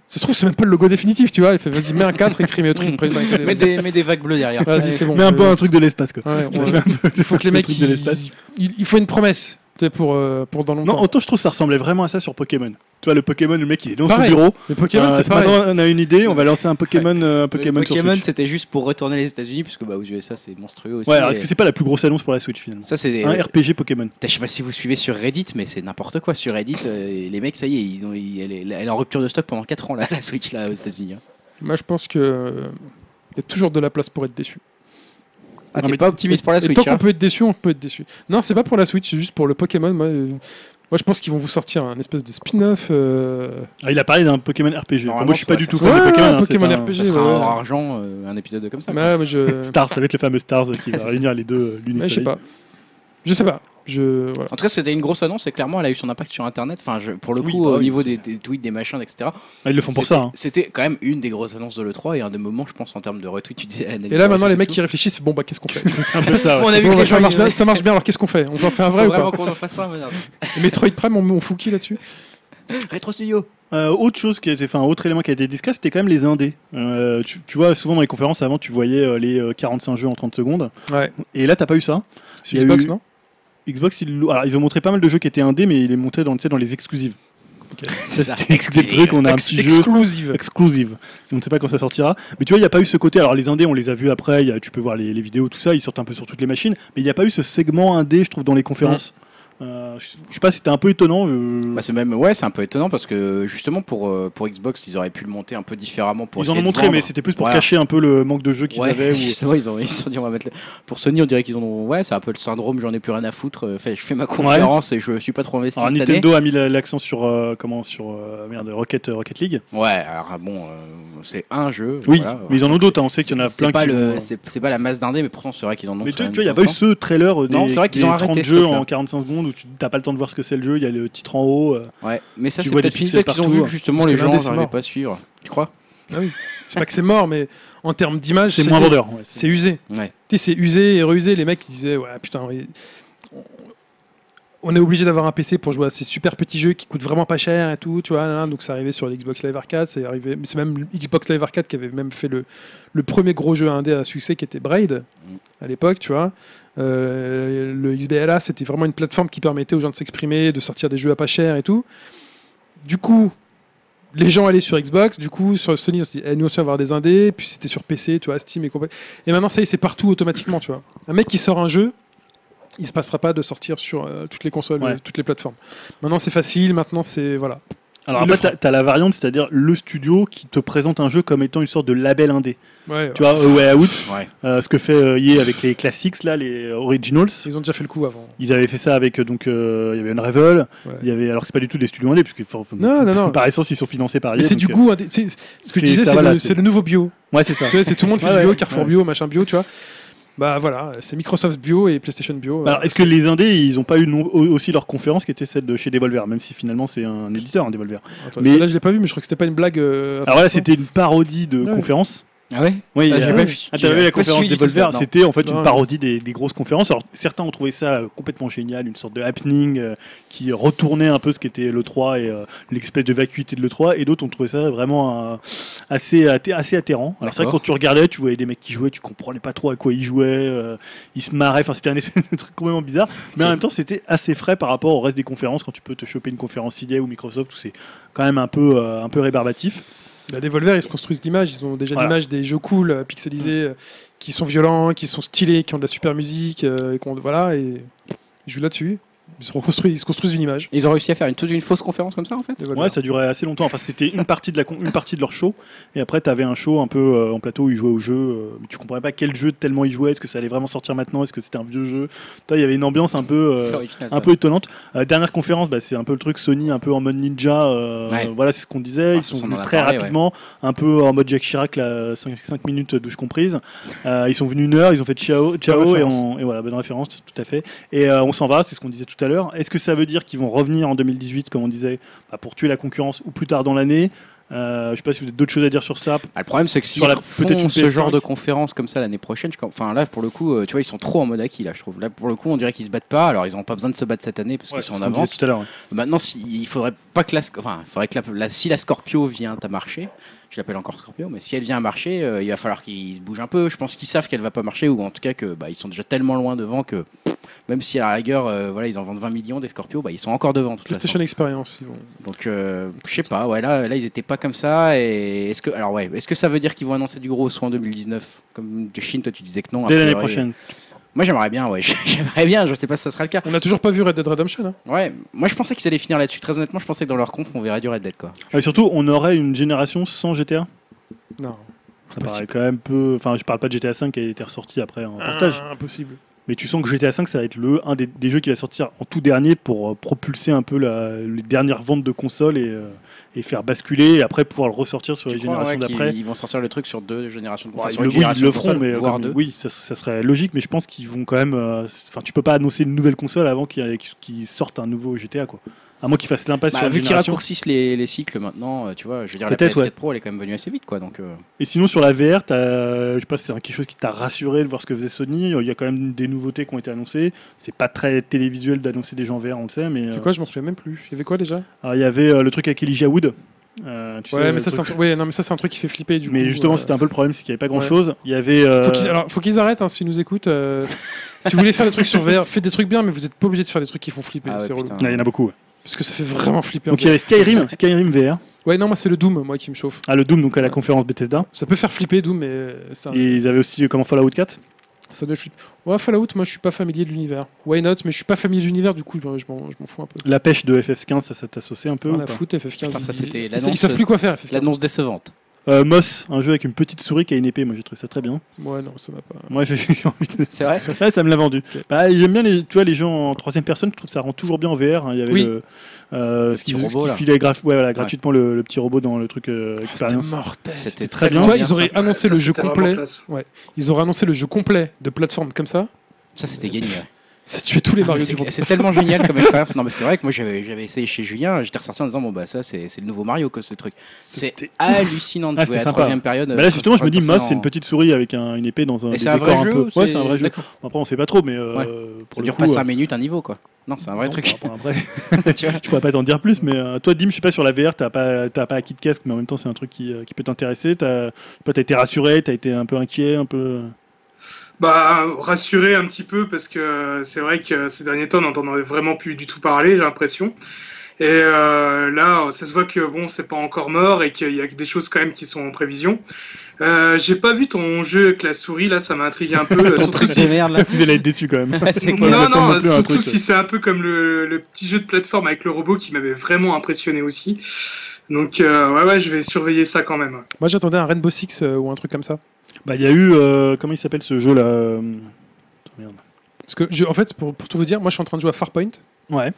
[SPEAKER 4] Ça se trouve, c'est même pas le logo définitif, tu vois. Il fait vas-y, mets un 4, écris-moi autre truc.
[SPEAKER 1] Mets des, mets des vagues bleues derrière.
[SPEAKER 4] Vas-y, c'est bon. euh,
[SPEAKER 2] Mais un peu un truc de l'espace, quoi.
[SPEAKER 4] Ouais, on-
[SPEAKER 2] Ça fait un peu
[SPEAKER 4] il faut que les
[SPEAKER 2] le
[SPEAKER 4] mecs.
[SPEAKER 2] truc de
[SPEAKER 4] ils-
[SPEAKER 2] l'espace.
[SPEAKER 4] Il, il faut une promesse tu sais, pour, euh, pour dans
[SPEAKER 2] Non,
[SPEAKER 4] longtemps.
[SPEAKER 2] autant je trouve ça ressemblait vraiment à ça sur Pokémon. Tu vois, le Pokémon, le mec, il est dans
[SPEAKER 4] Pareil.
[SPEAKER 2] son bureau.
[SPEAKER 4] Mais Pokémon,
[SPEAKER 2] Euh,
[SPEAKER 4] c'est
[SPEAKER 2] ce
[SPEAKER 4] pareil.
[SPEAKER 2] matin, on a une idée, on va lancer un Pokémon, euh, un Pokémon,
[SPEAKER 1] Pokémon,
[SPEAKER 2] sur Switch.
[SPEAKER 1] c'était juste pour retourner les États-Unis, parce que bah, aux USA, c'est monstrueux aussi.
[SPEAKER 2] Ouais, alors est-ce
[SPEAKER 1] et-
[SPEAKER 2] que c'est pas la plus grosse annonce pour la Switch finalement
[SPEAKER 1] ça, c'est des-
[SPEAKER 2] Un RPG Pokémon.
[SPEAKER 1] Je sais pas si vous suivez sur Reddit, mais c'est n'importe quoi. Sur Reddit, euh, les mecs, ça y est, ils ont, ils- elle, est, elle est en rupture de stock pendant 4 ans, là, la Switch, là, aux États-Unis. hein.
[SPEAKER 4] Moi, je pense que euh, y a toujours de la place pour être déçu.
[SPEAKER 1] Ah,
[SPEAKER 2] Non,
[SPEAKER 1] t'es
[SPEAKER 2] mais-
[SPEAKER 1] pas optimiste pour la
[SPEAKER 4] Et
[SPEAKER 1] Switch.
[SPEAKER 4] tant qu'on
[SPEAKER 1] hein.
[SPEAKER 4] peut être déçu, on peut être déçu. Non, c'est pas pour la Switch, c'est juste pour le Pokémon. Moi, euh, moi je pense qu'ils vont vous sortir un espèce de spin-off. euh,
[SPEAKER 2] Ah, il a parlé d'un Pokémon RPG. Enfin,
[SPEAKER 1] Normalement,
[SPEAKER 2] moi, je suis pas
[SPEAKER 1] ça
[SPEAKER 2] du
[SPEAKER 1] va
[SPEAKER 2] tout fan
[SPEAKER 4] sortir.
[SPEAKER 2] de
[SPEAKER 4] Ouais,
[SPEAKER 2] Pokémon.
[SPEAKER 4] un
[SPEAKER 2] hein, c'est
[SPEAKER 4] Pokémon
[SPEAKER 2] pas un-
[SPEAKER 4] RPG.
[SPEAKER 1] Ça sera
[SPEAKER 4] ouais.
[SPEAKER 1] hors argent, euh, un épisode
[SPEAKER 2] Ah.
[SPEAKER 1] comme ça. quoi.
[SPEAKER 4] Ouais, mais je...
[SPEAKER 2] Stars, ça va être le fameux Stars qui va
[SPEAKER 1] c'est
[SPEAKER 2] réunir les deux, euh, l'une
[SPEAKER 4] Ouais,
[SPEAKER 2] et
[SPEAKER 4] je sais
[SPEAKER 2] l'autre.
[SPEAKER 4] pas. Je sais pas. Je... Voilà.
[SPEAKER 1] En tout cas, c'était une grosse annonce et clairement, elle a eu son impact sur Internet. Enfin, je- pour le
[SPEAKER 2] Oui,
[SPEAKER 1] coup,
[SPEAKER 2] bah
[SPEAKER 1] au
[SPEAKER 2] oui,
[SPEAKER 1] niveau
[SPEAKER 2] c'est-
[SPEAKER 1] des, des tweets, des machins, etc.
[SPEAKER 2] Ah, ils le font pour ça. hein.
[SPEAKER 1] C'était quand même une des grosses annonces de l'E3 et un des moments, je pense, en termes de retweet, tu disais.
[SPEAKER 4] Et là, maintenant, les mecs qui réfléchissent, bon, bah, qu'est-ce qu'on fait
[SPEAKER 2] C'est un peu ça. ouais.
[SPEAKER 1] On a vu
[SPEAKER 4] Bon,
[SPEAKER 1] que
[SPEAKER 4] bah,
[SPEAKER 1] les
[SPEAKER 4] ça,
[SPEAKER 1] gens
[SPEAKER 4] marche
[SPEAKER 1] ils-
[SPEAKER 4] bien, ça marche bien, alors qu'est-ce qu'on fait On en fait un
[SPEAKER 1] Faut
[SPEAKER 4] vrai ou
[SPEAKER 1] vraiment
[SPEAKER 4] pas
[SPEAKER 1] qu'on en fasse un, merde.
[SPEAKER 4] Metroid Prime, on, on fout qui là-dessus
[SPEAKER 1] Retro Studio.
[SPEAKER 2] Euh, autre chose qui a été, enfin, autre élément qui a été discret, c'était quand même les indés. Euh, tu, tu vois, souvent dans les conférences avant, tu voyais euh, les euh, 45 jeux en 30 secondes.
[SPEAKER 4] Ouais.
[SPEAKER 2] Et là, t'as pas eu ça.
[SPEAKER 4] Sur
[SPEAKER 2] Il y a
[SPEAKER 4] Xbox,
[SPEAKER 2] eu-
[SPEAKER 4] non
[SPEAKER 2] Xbox, ils, l'ont- alors, ils ont montré pas mal de jeux qui étaient indés, mais ils les montraient dans, tu sais, dans les exclusives.
[SPEAKER 1] C'est ça.
[SPEAKER 2] C'était des trucs, on a un petit jeu
[SPEAKER 4] Exclusive.
[SPEAKER 2] exclusive. On ne sait pas quand ça sortira. Mais tu vois, il n'y a pas eu ce côté. Alors, les indés, on les a vus après. il y a- tu peux voir les, les vidéos, tout ça. Ils sortent un peu sur toutes les machines. Mais il n'y a pas eu ce segment indé, je trouve, dans les conférences. Euh, je je sais pas, c'était un peu étonnant. je-
[SPEAKER 1] Bah, c'est même Mm. ouais, c'est un peu étonnant parce que justement pour euh, pour Xbox, ils auraient pu le monter un peu différemment pour
[SPEAKER 2] ils en
[SPEAKER 1] essayer
[SPEAKER 2] ont
[SPEAKER 1] de
[SPEAKER 2] montré,
[SPEAKER 1] vendre.
[SPEAKER 2] mais c'était plus pour
[SPEAKER 1] Voilà.
[SPEAKER 2] cacher un peu le manque de jeux qu'ils
[SPEAKER 1] Ouais,
[SPEAKER 2] avaient. ou-
[SPEAKER 1] justement, ils ont ils se sont dit on va mettre le- pour Sony, on dirait qu'ils en ont ouais, c'est un peu le syndrome j'en ai plus rien à foutre, euh, fait, je fais ma conférence et je suis pas trop investi
[SPEAKER 2] Alors,
[SPEAKER 1] cette
[SPEAKER 2] Nintendo a mis la- l'accent sur euh, comment sur euh, merde Rocket euh, Rocket League.
[SPEAKER 1] année. Ouais, alors bon, euh, c'est un jeu
[SPEAKER 2] Oui,
[SPEAKER 1] voilà.
[SPEAKER 2] mais ils en ont d'autres. hein, on sait
[SPEAKER 1] C'est-
[SPEAKER 2] qu'il y en a
[SPEAKER 1] c'est
[SPEAKER 2] plein
[SPEAKER 1] pas
[SPEAKER 2] qui.
[SPEAKER 1] le-
[SPEAKER 2] ont- euh,
[SPEAKER 1] c'est c'est pas la masse d'indé mais pourtant c'est vrai qu'ils en ont
[SPEAKER 2] Mais
[SPEAKER 1] fait
[SPEAKER 2] tu,
[SPEAKER 1] un
[SPEAKER 2] tu vois, il n'y a
[SPEAKER 1] peu
[SPEAKER 2] pas eu
[SPEAKER 1] temps.
[SPEAKER 2] ce trailer des,
[SPEAKER 1] Non, c'est vrai qu'ils
[SPEAKER 2] des
[SPEAKER 1] ont arrêté
[SPEAKER 2] 30
[SPEAKER 1] ce
[SPEAKER 2] jeux en
[SPEAKER 1] truc-là.
[SPEAKER 2] 45 secondes où tu n'as pas le temps de voir ce que c'est le jeu, il y a le titre en haut. euh.
[SPEAKER 1] Ouais, mais ça
[SPEAKER 2] Tu
[SPEAKER 1] c'est
[SPEAKER 2] vois des
[SPEAKER 1] peut-être une
[SPEAKER 2] pixels
[SPEAKER 1] idée qu'ils ont
[SPEAKER 2] partout,
[SPEAKER 1] vu
[SPEAKER 2] hein.
[SPEAKER 1] que justement
[SPEAKER 4] Parce
[SPEAKER 1] les
[SPEAKER 4] que l'indé,
[SPEAKER 1] gens
[SPEAKER 4] c'est
[SPEAKER 1] n'arrivaient
[SPEAKER 4] mort.
[SPEAKER 1] pas à suivre. Tu crois
[SPEAKER 4] C'est pas que c'est mort, mais en termes d'image,
[SPEAKER 2] C'est moins vendeur. ouais, c'est-
[SPEAKER 4] Ah, C'est usé.
[SPEAKER 1] Ouais.
[SPEAKER 4] Tu sais, c'est usé et reusé. Les mecs ils disaient, ouais, putain, on- on est obligé d'avoir un PC pour jouer à ces super petits jeux qui coûtent vraiment pas cher et tout, tu vois. nan, nan. Donc c'est arrivé sur l'Xbox Live Arcade, c'est arrivé, mais c'est même Xbox Live Arcade qui avait même fait le, le premier gros jeu indé à succès qui était Braid à l'époque, tu vois. Euh, le XBLA, c'était vraiment une plateforme qui permettait aux gens de s'exprimer, de sortir des jeux à pas cher et tout. Du coup, les gens allaient sur Xbox, du coup, sur Sony, on se dit, eh, nous aussi, on va avoir des indés, puis c'était sur PC, tu vois, Steam et compagnie. Et maintenant, ça y est, c'est partout automatiquement, tu vois. Un mec qui sort un jeu, il se passera pas de sortir sur euh, toutes les consoles,
[SPEAKER 2] Ouais.
[SPEAKER 4] euh, toutes les plateformes. Maintenant, c'est facile, maintenant, c'est. Voilà.
[SPEAKER 2] Alors
[SPEAKER 4] Ils le
[SPEAKER 2] après, t'as- t'as la variante, c'est-à-dire le studio qui te présente un jeu comme étant une sorte de label indé.
[SPEAKER 4] Ouais,
[SPEAKER 2] Tu vois, A Way Out,
[SPEAKER 1] Ouais.
[SPEAKER 2] euh, ce que fait euh, EA avec les classics, là, les originals.
[SPEAKER 4] ils ont déjà fait le coup avant.
[SPEAKER 2] Ils avaient fait ça avec euh, donc euh, il y avait Unravel,
[SPEAKER 4] Ouais.
[SPEAKER 2] il y avait alors que c'est pas du tout des studios indés puisque faut-
[SPEAKER 4] Non, non, non.
[SPEAKER 2] par essence ils sont financés par
[SPEAKER 4] Mais
[SPEAKER 2] EA.
[SPEAKER 4] c'est
[SPEAKER 2] donc,
[SPEAKER 4] du
[SPEAKER 2] euh,
[SPEAKER 4] goût. hein, t'es- c'est- Ce
[SPEAKER 2] c'est-
[SPEAKER 4] que je disais,
[SPEAKER 2] ça,
[SPEAKER 4] c'est
[SPEAKER 2] voilà,
[SPEAKER 4] le-
[SPEAKER 2] c'est-
[SPEAKER 4] c'est le nouveau bio.
[SPEAKER 2] Ouais, c'est ça.
[SPEAKER 4] Tu sais, c'est tout le monde fait
[SPEAKER 2] Ouais,
[SPEAKER 4] du bio,
[SPEAKER 2] ouais,
[SPEAKER 4] Carrefour
[SPEAKER 2] ouais.
[SPEAKER 4] bio, machin bio, tu vois. Bah voilà, c'est Microsoft bio et PlayStation bio.
[SPEAKER 2] Alors, est-ce que les indés, ils ont pas eu non- au- aussi leur conférence qui était celle de chez Devolver, même si finalement c'est un éditeur, un Devolver.
[SPEAKER 4] Attends,
[SPEAKER 2] mais-
[SPEAKER 4] euh, celle-là, je l'ai pas vu, mais je crois que c'était pas une blague. euh, à
[SPEAKER 2] Alors là,
[SPEAKER 4] 100%.
[SPEAKER 2] c'était une parodie de
[SPEAKER 4] Ouais.
[SPEAKER 2] conférence.
[SPEAKER 1] Ah ouais
[SPEAKER 2] Oui,
[SPEAKER 1] Ah, j'ai
[SPEAKER 2] euh,
[SPEAKER 1] pas vu-
[SPEAKER 2] ah, t'avais
[SPEAKER 1] j'ai
[SPEAKER 2] la
[SPEAKER 1] pas
[SPEAKER 2] conférence
[SPEAKER 1] suivi du tout
[SPEAKER 2] Devolver,
[SPEAKER 1] ça, non.
[SPEAKER 2] c'était en fait
[SPEAKER 4] Ouais.
[SPEAKER 2] une parodie des, des grosses conférences. Alors, certains ont trouvé ça euh, complètement génial, une sorte de happening euh, qui retournait un peu ce qu'était l'E3 et euh, l'espèce de vacuité de l'E3, et d'autres ont trouvé ça vraiment euh, assez, athé- assez atterrant. Alors, c'est vrai que
[SPEAKER 1] D'accord.
[SPEAKER 2] quand tu regardais, tu voyais des mecs qui jouaient, tu comprenais pas trop à quoi ils jouaient, euh, ils se marraient, enfin, c'était un espèce de truc complètement bizarre, mais en même temps, c'était assez frais par rapport au reste des conférences quand tu peux te choper une conférence EA ou Microsoft où c'est quand même un peu, euh, un peu rébarbatif.
[SPEAKER 4] Bah, Devolver, ils se construisent l'image, ils ont déjà
[SPEAKER 2] Voilà. Mm.
[SPEAKER 4] l'image des jeux cool, euh, pixelisés, euh, qui sont violents, qui sont stylés, qui ont de la super musique, euh, et qu'on- voilà, et ils jouent là-dessus. Ils se, reconstruisent, ils se construisent une image.
[SPEAKER 1] Ils ont réussi à faire une toute une fausse conférence comme ça en fait
[SPEAKER 4] Devolver.
[SPEAKER 2] Ouais, ça durait assez longtemps. Enfin, c'était une partie de la con- une partie de leur show, et après t'avais un show un peu euh, en plateau où ils jouaient au jeu. euh, mais tu comprenais pas quel jeu tellement ils jouaient. Est-ce que ça allait vraiment sortir maintenant Est-ce que c'était un vieux jeu Toi, Il y avait une ambiance un peu. euh,
[SPEAKER 1] C'est original.
[SPEAKER 2] Un
[SPEAKER 1] ça.
[SPEAKER 2] peu étonnante. Euh, dernière conférence, bah, c'est un peu le truc Sony, un peu en mode ninja. euh,
[SPEAKER 1] Ouais.
[SPEAKER 2] Voilà, c'est ce qu'on disait.
[SPEAKER 1] Ah,
[SPEAKER 2] Ils sont
[SPEAKER 1] on en
[SPEAKER 2] venus
[SPEAKER 1] a
[SPEAKER 2] très
[SPEAKER 1] parlé, ouais.
[SPEAKER 2] rapidement, un peu en mode Jack Chirac, là, 5, minutes douche comprise. Euh, ils sont venus une heure, ils ont fait ciao, ciao et,
[SPEAKER 4] référence.
[SPEAKER 2] on- et voilà, bonne référence, tout à fait. Et euh, on s'en va, c'est ce qu'on disait tout à l'heure. Est-ce que ça veut dire qu'ils vont revenir en 2018, comme on disait, bah, pour tuer la concurrence ou plus tard dans l'année Euh, je sais pas si vous avez d'autres choses à dire sur ça.
[SPEAKER 1] Bah, le problème, c'est que si
[SPEAKER 2] Sur la- peut-être
[SPEAKER 1] font
[SPEAKER 2] une
[SPEAKER 1] ce
[SPEAKER 2] PS5.
[SPEAKER 1] genre de conférence comme ça l'année prochaine, je- enfin là pour le coup, euh, tu vois, ils sont trop en mode acquis là, je trouve. Là pour le coup, on dirait qu'ils se battent pas. Alors ils ont pas besoin de se battre cette année parce
[SPEAKER 2] Ouais,
[SPEAKER 1] qu'ils
[SPEAKER 2] c'est
[SPEAKER 1] sont
[SPEAKER 2] ce
[SPEAKER 1] en
[SPEAKER 2] qu'on disait
[SPEAKER 1] avance.
[SPEAKER 2] tout à l'heure. ouais.
[SPEAKER 1] Maintenant, si, il faudrait pas que la, Sc- enfin, il faudrait que la, la- si la Scorpio vient à marcher, je l'appelle encore Scorpio, mais si elle vient à marcher, euh, il va falloir qu'ils se bougent un peu. Je pense qu'ils savent qu'elle va pas marcher ou en tout cas que bah, ils sont déjà tellement loin devant que pff, même si à la rigueur, euh, voilà, ils en vendent 20 millions des Scorpios, bah, ils sont encore devant. de toute façon.
[SPEAKER 4] PlayStation Experience. Ils vont...
[SPEAKER 1] Donc euh, je sais pas, ouais, là, là ils étaient pas comme ça et est-ce que alors ouais, est-ce que ça veut dire qu'ils vont annoncer du gros soit en 2019 comme de Chine toi tu disais que non a
[SPEAKER 2] Dès l'année
[SPEAKER 1] priori.
[SPEAKER 2] prochaine.
[SPEAKER 1] Moi j'aimerais bien ouais, j'aimerais bien, je sais pas si ça sera le cas.
[SPEAKER 4] On n'a toujours pas vu Red Dead Redemption. hein.
[SPEAKER 1] Ouais, moi je pensais qu'ils allaient finir là-dessus très honnêtement, je pensais que dans leur conf on verrait du Red Dead quoi.
[SPEAKER 2] Et surtout, on aurait une génération sans GTA.
[SPEAKER 4] Non.
[SPEAKER 2] Ça paraît quand même peu. Enfin, je parle pas de GTA 5 qui a été ressorti après en portage.
[SPEAKER 4] Ah, impossible.
[SPEAKER 2] Mais tu sens que GTA 5 ça va être le un des, des jeux qui va sortir en tout dernier pour euh, propulser un peu la, les dernières ventes de consoles et, euh, et faire basculer et après pouvoir le ressortir sur les
[SPEAKER 1] Tu crois,
[SPEAKER 2] générations
[SPEAKER 1] ouais, qu'ils-
[SPEAKER 2] d'après.
[SPEAKER 1] ils vont sortir le truc sur deux générations de
[SPEAKER 2] Enfin,
[SPEAKER 1] consoles, sur
[SPEAKER 2] le,
[SPEAKER 1] une
[SPEAKER 2] oui, ils
[SPEAKER 1] génération
[SPEAKER 2] le
[SPEAKER 1] de
[SPEAKER 2] feront,
[SPEAKER 1] consoles,
[SPEAKER 2] mais euh,
[SPEAKER 1] voire
[SPEAKER 2] comme-
[SPEAKER 1] deux.
[SPEAKER 2] oui, ça, ça serait logique, mais je pense qu'ils vont quand même. euh, Enfin, tu peux pas annoncer une nouvelle console avant qu'ils qu'ils sortent un nouveau GTA, quoi. À moins qu'ils fassent l'impasse
[SPEAKER 1] Bah,
[SPEAKER 2] sur une
[SPEAKER 1] vu qu'ils
[SPEAKER 2] génération.
[SPEAKER 1] raccourcissent les, les cycles maintenant, euh, tu vois, je veux dire la
[SPEAKER 2] Peut-être,
[SPEAKER 1] PS4
[SPEAKER 2] ouais.
[SPEAKER 1] Pro elle est quand même venue assez vite quoi donc euh,
[SPEAKER 2] Et sinon, sur la VR, t'as, euh, je sais pas si c'est quelque chose qui t'a rassuré de voir ce que faisait Sony. Il y a quand même des nouveautés qui ont été annoncées. C'est pas très télévisuel d'annoncer des gens en VR, on le sait, mais. euh,
[SPEAKER 4] C'est quoi Je m'en souviens même plus. Il y avait quoi déjà
[SPEAKER 2] Alors, il y avait euh, le truc avec Elijah Wood. Euh, tu sais,
[SPEAKER 4] Ouais,
[SPEAKER 2] le
[SPEAKER 4] mais ça, c'est un
[SPEAKER 2] truc-
[SPEAKER 4] truc- ouais, non, mais ça, c'est un truc qui fait flipper du
[SPEAKER 2] Mais
[SPEAKER 4] coup,
[SPEAKER 2] justement,
[SPEAKER 4] euh,
[SPEAKER 2] c'était un peu le problème, c'est qu'il n'y avait pas grand chose. Il y avait. euh,
[SPEAKER 4] Faut qu'ils, alors, faut qu'ils arrêtent hein, s'ils nous écoutent. euh, si vous voulez faire des trucs sur VR, faites des trucs bien, mais vous n'êtes pas obligé de faire des trucs qui font flipper.
[SPEAKER 1] ah ouais,
[SPEAKER 4] c'est relou.
[SPEAKER 1] putain.
[SPEAKER 2] ouais, Il y en a beaucoup. ouais.
[SPEAKER 4] Parce que ça fait vraiment flipper. en
[SPEAKER 2] Donc, il y
[SPEAKER 4] fait.
[SPEAKER 2] avait Skyrim, Skyrim VR.
[SPEAKER 4] Ouais, non, moi, c'est le Doom, moi, qui me chauffe.
[SPEAKER 2] Ah, le Doom, donc à la conférence Bethesda.
[SPEAKER 4] Ça peut faire flipper, Doom, mais euh, ça,
[SPEAKER 2] Et ils avaient aussi euh, comment Fallout 4.
[SPEAKER 4] ça doit flipper. Ouais, Fallout, moi, je suis pas familier de l'univers. Why not Mais je suis pas familier de l'univers, du coup, je m'en, je m'en- je m'en fous un peu.
[SPEAKER 2] La pêche de FF15, ça, ça t'a saucé un peu
[SPEAKER 4] On
[SPEAKER 2] ou
[SPEAKER 4] a
[SPEAKER 2] pas
[SPEAKER 4] foutu FF15.
[SPEAKER 1] Putain, ça,
[SPEAKER 4] ils-
[SPEAKER 1] c'était
[SPEAKER 4] ils-
[SPEAKER 1] l'annonce-
[SPEAKER 4] Ils savent plus quoi faire, FF15.
[SPEAKER 1] L'annonce décevante.
[SPEAKER 2] Euh, Moss, un jeu avec une petite souris qui a une épée. Moi, j'ai trouvé ça très bien.
[SPEAKER 4] Ouais, non, ça m'a pas.
[SPEAKER 2] Moi, j'ai eu envie de.
[SPEAKER 1] C'est vrai
[SPEAKER 2] Ouais, ça me l'a vendu. Bah, J'aime bien les, tu vois, les gens en troisième personne, je trouve que ça rend toujours bien en VR. hein. Il y avait
[SPEAKER 4] Oui.
[SPEAKER 2] le, euh, ce
[SPEAKER 1] petit
[SPEAKER 2] qui, ce
[SPEAKER 1] robot,
[SPEAKER 2] qui
[SPEAKER 1] là.
[SPEAKER 2] filait graf- ouais, voilà, gratuitement le, le petit robot dans le truc euh,
[SPEAKER 4] C'était
[SPEAKER 2] expérience.
[SPEAKER 4] mortel.
[SPEAKER 1] C'était très
[SPEAKER 2] très bien.
[SPEAKER 1] bien.
[SPEAKER 4] Tu vois, ils
[SPEAKER 1] ça.
[SPEAKER 4] auraient annoncé
[SPEAKER 3] Ça,
[SPEAKER 4] le jeu
[SPEAKER 3] c'était vraiment
[SPEAKER 4] complet.
[SPEAKER 3] classe.
[SPEAKER 4] Ils auraient annoncé le jeu complet de plateforme comme ça.
[SPEAKER 1] Ça, c'était gagné. ouais.
[SPEAKER 4] Ça tuait tous les
[SPEAKER 1] Ah, mais
[SPEAKER 4] Mario
[SPEAKER 1] c'est
[SPEAKER 4] du monde.
[SPEAKER 1] c'est tellement génial comme expérience. Non, mais c'est vrai que moi j'avais j'avais essayé chez Julien, j'étais ressorti en disant bon bah ça c'est c'est le nouveau Mario que ce truc. C'est
[SPEAKER 4] C'était
[SPEAKER 1] hallucinant de
[SPEAKER 2] Ah,
[SPEAKER 1] jouer à
[SPEAKER 2] c'était
[SPEAKER 1] la
[SPEAKER 2] sympa.
[SPEAKER 1] troisième période.
[SPEAKER 2] Bah là
[SPEAKER 1] euh,
[SPEAKER 2] justement je me dis
[SPEAKER 1] quand- quand
[SPEAKER 2] Moss
[SPEAKER 1] en-
[SPEAKER 2] c'est une petite souris avec un- une épée dans un
[SPEAKER 1] Et
[SPEAKER 2] des
[SPEAKER 1] c'est un vrai
[SPEAKER 2] décors un
[SPEAKER 1] jeu
[SPEAKER 2] peu.
[SPEAKER 1] ou
[SPEAKER 2] Ouais c'est un vrai jeu.
[SPEAKER 1] D'accord.
[SPEAKER 2] Après on sait pas trop mais euh,
[SPEAKER 1] Ouais.
[SPEAKER 2] pour
[SPEAKER 1] Ça
[SPEAKER 2] le
[SPEAKER 1] dure
[SPEAKER 2] coup,
[SPEAKER 1] pas
[SPEAKER 2] euh,
[SPEAKER 1] 5 minutes un niveau quoi. Non, c'est un vrai
[SPEAKER 2] non,
[SPEAKER 1] truc.
[SPEAKER 2] par rapport à après,
[SPEAKER 1] tu vois.
[SPEAKER 2] je pourrais pas t'en dire plus mais euh, toi Dim je sais pas sur la VR t'as pas t'as pas acquis de casque mais en même temps c'est un truc qui, euh, qui peut t'intéresser. T'as je sais pas, t'as été rassuré, t'as été un peu inquiet, un peu.
[SPEAKER 3] Bah, rassurer un petit peu parce que c'est vrai que ces derniers temps, on n'entendait vraiment plus du tout parler, j'ai l'impression. Et euh, là, ça se voit que bon, c'est pas encore mort et qu'il y a des choses quand même qui sont en prévision. Euh, j'ai pas vu ton jeu avec la souris, là, ça m'a intrigué un peu.
[SPEAKER 1] Ton
[SPEAKER 3] surtout
[SPEAKER 1] truc
[SPEAKER 3] si...
[SPEAKER 1] de merde là. Ah,
[SPEAKER 2] Vous allez être déçu quand même.
[SPEAKER 1] C'est
[SPEAKER 2] quoi
[SPEAKER 3] non,
[SPEAKER 2] J'attends non
[SPEAKER 3] non,
[SPEAKER 2] plus un
[SPEAKER 3] surtout
[SPEAKER 2] truc.
[SPEAKER 3] si c'est un peu comme le, le petit jeu de plateforme avec le robot qui m'avait vraiment impressionné aussi. Donc, euh, ouais, ouais, je vais surveiller ça quand même.
[SPEAKER 4] Moi j'attendais un Rainbow Six euh, ou un truc comme ça.
[SPEAKER 2] Bah il y a eu euh, comment il s'appelle ce jeu là euh, merde.
[SPEAKER 4] Parce que je- en fait pour, pour tout vous dire, moi je suis en train de jouer à Farpoint
[SPEAKER 2] Ouais.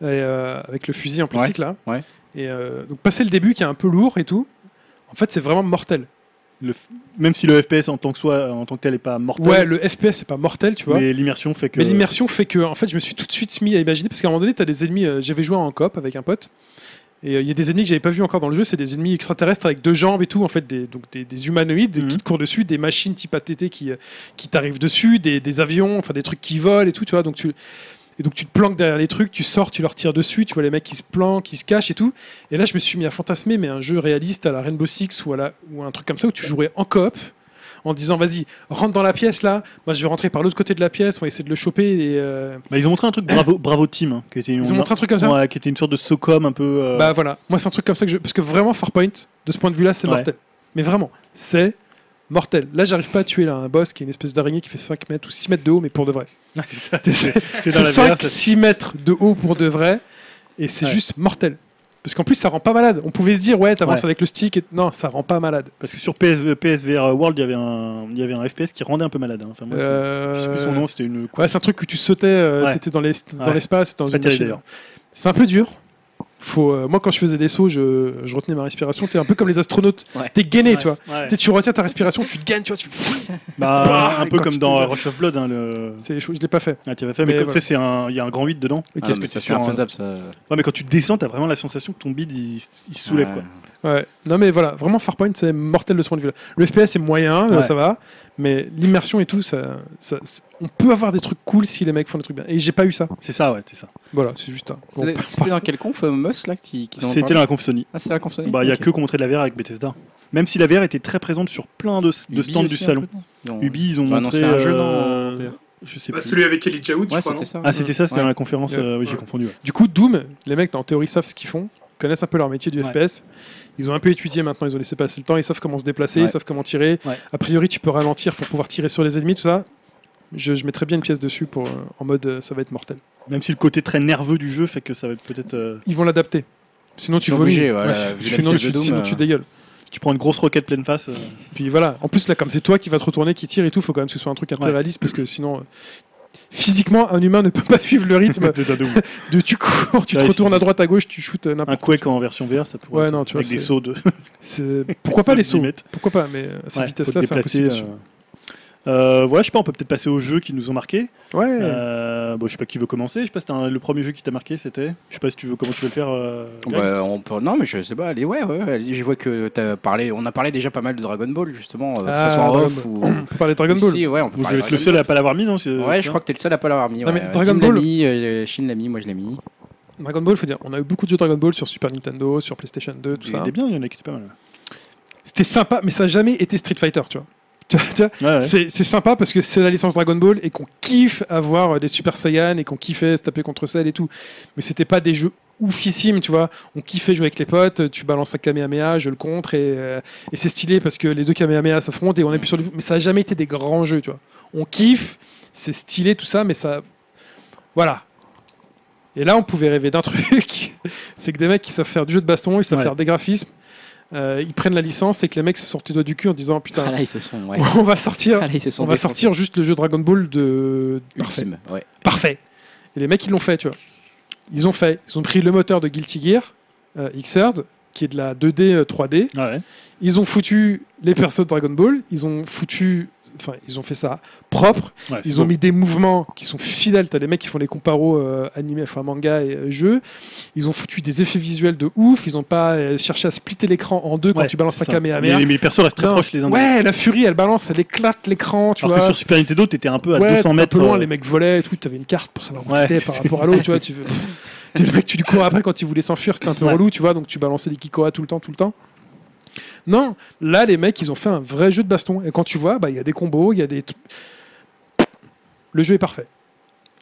[SPEAKER 4] et, euh, avec le fusil en plastique là.
[SPEAKER 1] ouais.
[SPEAKER 4] Et euh, donc passer le début qui est un peu lourd et tout. En fait c'est vraiment mortel.
[SPEAKER 2] Le f- Même si le FPS en tant que soi, en tant que tel, est pas mortel,
[SPEAKER 4] Ouais, le FPS c'est pas mortel tu vois. Mais,
[SPEAKER 2] mais l'immersion fait que.
[SPEAKER 4] l'immersion fait que en fait je me suis tout de suite mis à imaginer parce qu'à un moment donné t'as des ennemis. euh, j'avais joué en coop avec un pote. Et euh, il y a des ennemis que j'avais pas vu encore dans le jeu, c'est des ennemis extraterrestres avec deux jambes et tout, en fait des, donc des, des humanoïdes
[SPEAKER 2] Mhm.
[SPEAKER 4] qui te courent dessus, des machines type ATT qui, euh, qui t'arrivent dessus, des, des avions, enfin des trucs qui volent et tout, tu vois. Donc tu, et donc tu te planques derrière les trucs, tu sors, tu leur tires dessus, tu vois les mecs qui se planquent, qui se cachent et tout. Et là je me suis mis à fantasmer, mais un jeu réaliste à la Rainbow Six ou, à la, ou un truc comme ça où tu jouerais en coop en disant vas-y rentre dans la pièce là, moi je vais rentrer par l'autre côté de la pièce, on va essayer de le choper et euh,
[SPEAKER 2] Bah, ils ont montré un truc Bravo, Bravo Team, hein, qui était une,
[SPEAKER 4] ils ont montré un truc comme ça.
[SPEAKER 2] ouais, qui était une sorte de socom un peu. euh,
[SPEAKER 4] Bah voilà, moi c'est un truc comme ça que je. Parce que vraiment, Farpoint, de ce point de vue-là, c'est
[SPEAKER 2] Ouais.
[SPEAKER 4] mortel. Mais vraiment, c'est mortel. Là, j'arrive pas à tuer là, un boss qui est une espèce d'araignée qui fait 5 mètres ou 6 mètres de haut, mais pour de vrai.
[SPEAKER 2] c'est ça.
[SPEAKER 4] C'est
[SPEAKER 2] C'est dans la VR, ça-
[SPEAKER 4] 5-6 mètres de haut pour de vrai, et c'est
[SPEAKER 2] Ouais.
[SPEAKER 4] juste mortel. Parce qu'en plus, ça rend pas malade. On pouvait se dire, ouais, t'avances
[SPEAKER 2] Ouais.
[SPEAKER 4] avec le stick. Et... Non, ça rend pas malade.
[SPEAKER 2] Parce que sur PSV, PSVR World, il y avait un, il y avait un FPS qui rendait un peu malade. hein. Enfin, moi, c'est-
[SPEAKER 4] Euh,
[SPEAKER 2] Je sais plus son nom, c'était une.
[SPEAKER 4] Ouais, c'est un truc que tu sautais, euh,
[SPEAKER 2] Ouais.
[SPEAKER 4] t'étais dans les- dans
[SPEAKER 2] Ouais.
[SPEAKER 4] l'espace, dans,
[SPEAKER 2] pas
[SPEAKER 4] une
[SPEAKER 2] terrible,
[SPEAKER 4] machine.
[SPEAKER 2] d'ailleurs.
[SPEAKER 4] C'est un peu dur. Faut, euh, moi, quand je faisais des sauts, je, je retenais ma respiration. T'es un peu comme les astronautes.
[SPEAKER 1] Ouais.
[SPEAKER 4] T'es gainé,
[SPEAKER 2] Ouais,
[SPEAKER 4] tu vois.
[SPEAKER 2] ouais.
[SPEAKER 4] T'es- Tu retiens ta respiration, tu te gaines, tu vois. tu-
[SPEAKER 2] Bah, un peu
[SPEAKER 4] Quand
[SPEAKER 2] comme
[SPEAKER 4] tu
[SPEAKER 2] dans
[SPEAKER 4] te-
[SPEAKER 2] euh, Rush of Blood, hein, le.
[SPEAKER 4] C'est chaud, je l'ai pas fait.
[SPEAKER 2] Ah, tu vas faire, mais,
[SPEAKER 4] Mais
[SPEAKER 2] comme
[SPEAKER 4] voilà.
[SPEAKER 2] ça, c'est un- il y a un grand 8 dedans.
[SPEAKER 4] Mais
[SPEAKER 1] Ah,
[SPEAKER 4] qu'est-ce
[SPEAKER 1] mais
[SPEAKER 4] que
[SPEAKER 1] ça,
[SPEAKER 4] tu
[SPEAKER 1] c'est
[SPEAKER 4] sens, hein.
[SPEAKER 1] infaisable ça.
[SPEAKER 2] Ouais, mais quand tu descends, t'as vraiment la sensation que ton bide il, il se soulève. Quoi.
[SPEAKER 4] Ouais. Non mais voilà, vraiment Farpoint c'est mortel de ce point de vue-là. Le FPS est moyen, euh,
[SPEAKER 2] Ouais.
[SPEAKER 4] ça va, mais l'immersion et tout, ça, ça- c'est- on peut avoir des trucs cool si les mecs font des trucs bien. Et j'ai pas eu ça.
[SPEAKER 2] C'est ça, ouais, c'est ça.
[SPEAKER 4] Voilà, c'est juste un. bon,
[SPEAKER 1] C'était- C'était dans quel conf, euh, Moss, là qui- qu'ils en ont
[SPEAKER 2] C'était
[SPEAKER 1] parlé
[SPEAKER 2] dans la conf Sony.
[SPEAKER 1] Ah, c'est la conf Sony
[SPEAKER 2] Bah, il y a
[SPEAKER 1] Ok.
[SPEAKER 2] que qu'on montrait de la VR avec Bethesda. Même si la VR était très présente sur plein de, de
[SPEAKER 1] Ubi
[SPEAKER 2] stands
[SPEAKER 1] aussi,
[SPEAKER 2] du
[SPEAKER 1] un
[SPEAKER 2] salon.
[SPEAKER 1] peu, non Non.
[SPEAKER 2] Ubi, ils ont
[SPEAKER 1] Ils ont annoncé
[SPEAKER 2] montré.
[SPEAKER 1] un jeu,
[SPEAKER 2] euh,
[SPEAKER 1] non, en VR.
[SPEAKER 2] Je sais
[SPEAKER 3] Bah,
[SPEAKER 2] plus.
[SPEAKER 3] celui avec Ellie Jaoud, je
[SPEAKER 1] Ouais,
[SPEAKER 3] crois. non
[SPEAKER 1] c'était ça.
[SPEAKER 2] Ah, c'était ça, c'était
[SPEAKER 1] Ouais.
[SPEAKER 2] dans la conférence.
[SPEAKER 4] Ouais.
[SPEAKER 2] euh, oui, j'ai
[SPEAKER 4] Ouais.
[SPEAKER 2] confondu. ouais.
[SPEAKER 4] Du coup, Doom, les mecs en théorie savent ce qu'ils font, connaissent un peu leur métier du
[SPEAKER 2] Ouais.
[SPEAKER 4] FPS. Ils ont un peu étudié maintenant, ils ont laissé passer le temps, ils savent comment se déplacer,
[SPEAKER 1] Ouais.
[SPEAKER 4] ils savent comment tirer.
[SPEAKER 2] Ouais.
[SPEAKER 4] A priori, tu peux ralentir pour pouvoir tirer sur les ennemis, tout ça. Je, je mettrais bien une pièce dessus pour, euh, en mode euh, ça va être mortel.
[SPEAKER 2] Même si le côté très nerveux du jeu fait que ça va être peut-être. euh,
[SPEAKER 4] Ils vont l'adapter. Sinon
[SPEAKER 1] Ils
[SPEAKER 4] tu
[SPEAKER 1] sont
[SPEAKER 4] vomis.
[SPEAKER 1] obligés, voilà, vu la
[SPEAKER 4] sinon,
[SPEAKER 1] vitesse de
[SPEAKER 4] tu,
[SPEAKER 1] Doom,
[SPEAKER 4] sinon
[SPEAKER 1] euh.
[SPEAKER 4] tu dégueules.
[SPEAKER 2] tu prends une grosse roquette pleine face. euh,
[SPEAKER 4] Puis voilà, en plus là comme c'est toi qui vas te retourner, qui tire et tout, faut quand même que ce soit un truc un peu
[SPEAKER 2] Ouais.
[SPEAKER 4] réaliste parce que sinon euh, physiquement un humain ne peut pas suivre le rythme
[SPEAKER 2] de Dadoum.
[SPEAKER 4] de tu cours, tu te
[SPEAKER 2] Ouais,
[SPEAKER 4] retournes
[SPEAKER 2] c'est-
[SPEAKER 4] à droite à gauche, tu shootes euh,
[SPEAKER 2] Un
[SPEAKER 4] n'importe
[SPEAKER 2] Quake en version VR, ça pourrait
[SPEAKER 4] Ouais,
[SPEAKER 2] être-
[SPEAKER 4] non, tu vois,
[SPEAKER 2] avec des
[SPEAKER 4] c'est-
[SPEAKER 2] sauts de.
[SPEAKER 4] c'est- pourquoi pas les sauts
[SPEAKER 2] 10 mètres.
[SPEAKER 4] Pourquoi pas mais euh, à cette
[SPEAKER 2] Ouais, faut
[SPEAKER 4] vitesse-là
[SPEAKER 2] te
[SPEAKER 4] c'est
[SPEAKER 2] déplacer,
[SPEAKER 4] impossible.
[SPEAKER 2] euh. Euh, voilà, je sais pas, on peut peut-être passer aux jeux qui nous ont marqués.
[SPEAKER 4] Ouais.
[SPEAKER 2] Euh, bon, je sais pas qui veut commencer. Je sais pas si t'as un- le premier jeu qui t'a marqué, c'était. Je sais pas si tu veux comment tu veux le faire. euh, Greg.
[SPEAKER 1] Bah, on peut... Non, mais je sais pas, allez, ouais, ouais, allez, je vois que t'as parlé, on a parlé déjà pas mal de Dragon Ball, justement, euh, que ça
[SPEAKER 4] Ah,
[SPEAKER 1] soit en
[SPEAKER 4] Dragon
[SPEAKER 1] off
[SPEAKER 4] Ball.
[SPEAKER 1] ou.
[SPEAKER 4] on peut parler de Dragon Ball.
[SPEAKER 1] Si, ouais, on peut
[SPEAKER 2] Ou je
[SPEAKER 1] parler
[SPEAKER 2] vais être le
[SPEAKER 1] Dragon
[SPEAKER 2] seul à pas l'avoir mis, non c'est-
[SPEAKER 1] Ball.
[SPEAKER 2] c'est
[SPEAKER 1] Ouais, je
[SPEAKER 2] ça
[SPEAKER 1] crois que t'es le seul à pas l'avoir mis.
[SPEAKER 4] Non,
[SPEAKER 1] ouais.
[SPEAKER 4] mais Dragon
[SPEAKER 1] Tim
[SPEAKER 4] Ball-
[SPEAKER 1] l'a mis, euh, Shin l'a mis, moi je l'ai mis.
[SPEAKER 4] Dragon Ball, faut dire, on a eu beaucoup de jeux Dragon Ball sur Super Nintendo, sur PlayStation 2, tout
[SPEAKER 2] Il y en
[SPEAKER 4] ça.
[SPEAKER 2] a des biens, il y en a qui étaient pas mal.
[SPEAKER 4] C'était sympa mais ça a jamais été Street Fighter, tu vois. Tu vois- tu vois,
[SPEAKER 2] Ouais, ouais.
[SPEAKER 4] C'est c'est sympa parce que c'est la licence Dragon Ball et qu'on kiffe avoir euh, des Super Saiyan et qu'on kiffait se taper contre Cell et tout. Mais c'était pas des jeux oufissimes, tu vois. On kiffait jouer avec les potes, tu balances un Kamehameha, je le contre et, euh, et c'est stylé parce que les deux Kamehameha s'affrontent et on appuie sur le. Mais ça a jamais été des grands jeux, tu vois. On kiffe, c'est stylé tout ça, mais ça. Voilà. Et là, on pouvait rêver d'un truc c'est que des mecs qui savent faire du jeu de baston, ils savent
[SPEAKER 2] Ouais.
[SPEAKER 4] faire des graphismes. euh, ils prennent la licence et que les mecs se sortent les doigts du cul en disant
[SPEAKER 1] Ah,
[SPEAKER 4] putain
[SPEAKER 1] là, ils se sont. Ouais.
[SPEAKER 4] on va sortir
[SPEAKER 1] Ah, là, ils se sont
[SPEAKER 4] on va
[SPEAKER 1] défoncés.
[SPEAKER 4] sortir juste le jeu Dragon Ball de parfait.
[SPEAKER 1] Ultime, ouais.
[SPEAKER 4] Parfait. Et les mecs ils l'ont fait, tu vois. Ils ont fait, ils ont pris le moteur de Guilty Gear euh, Xrd qui est de la 2D euh, 3D.
[SPEAKER 2] Ouais, ouais.
[SPEAKER 4] Ils ont foutu les persos de Dragon Ball, ils ont foutu enfin ils ont fait ça propre,
[SPEAKER 2] Ouais, Ah, c'est
[SPEAKER 4] ils ont
[SPEAKER 2] beau.
[SPEAKER 4] mis des mouvements qui sont fidèles, t'as les mecs qui font les comparos euh, animés enfin manga et euh, jeux. Ils ont foutu des effets visuels de ouf, ils ont pas euh, cherché à splitter l'écran en deux quand
[SPEAKER 2] Ouais,
[SPEAKER 4] tu balances
[SPEAKER 2] c'est
[SPEAKER 4] un
[SPEAKER 2] ça.
[SPEAKER 4] Kamehameha.
[SPEAKER 2] Mais, mais les persos restent très
[SPEAKER 4] Non.
[SPEAKER 2] proches les uns des autres.
[SPEAKER 4] Ouais, la furie, elle balance, elle éclate l'écran, tu
[SPEAKER 2] Alors que
[SPEAKER 4] vois.
[SPEAKER 2] sur Super Nintendo, t'étais un peu à
[SPEAKER 4] Ouais,
[SPEAKER 2] 200
[SPEAKER 4] t'étais un
[SPEAKER 2] mètres.
[SPEAKER 4] peu loin,
[SPEAKER 2] euh,
[SPEAKER 4] les mecs volaient et tout, t'avais une carte pour savoir où
[SPEAKER 2] Ouais.
[SPEAKER 4] t'étais par rapport à l'autre, tu vois, tu veux- pff, t'es le mec, tu lui cours après quand il voulait s'enfuir, c'était un peu
[SPEAKER 2] Ouais.
[SPEAKER 4] relou, tu vois, donc tu balançais des kikoas tout le temps, tout le temps. Non, là, les mecs, ils ont fait un vrai jeu de baston, et quand tu vois, bah, il y a des combos, il y a des... trucs- Le jeu est parfait.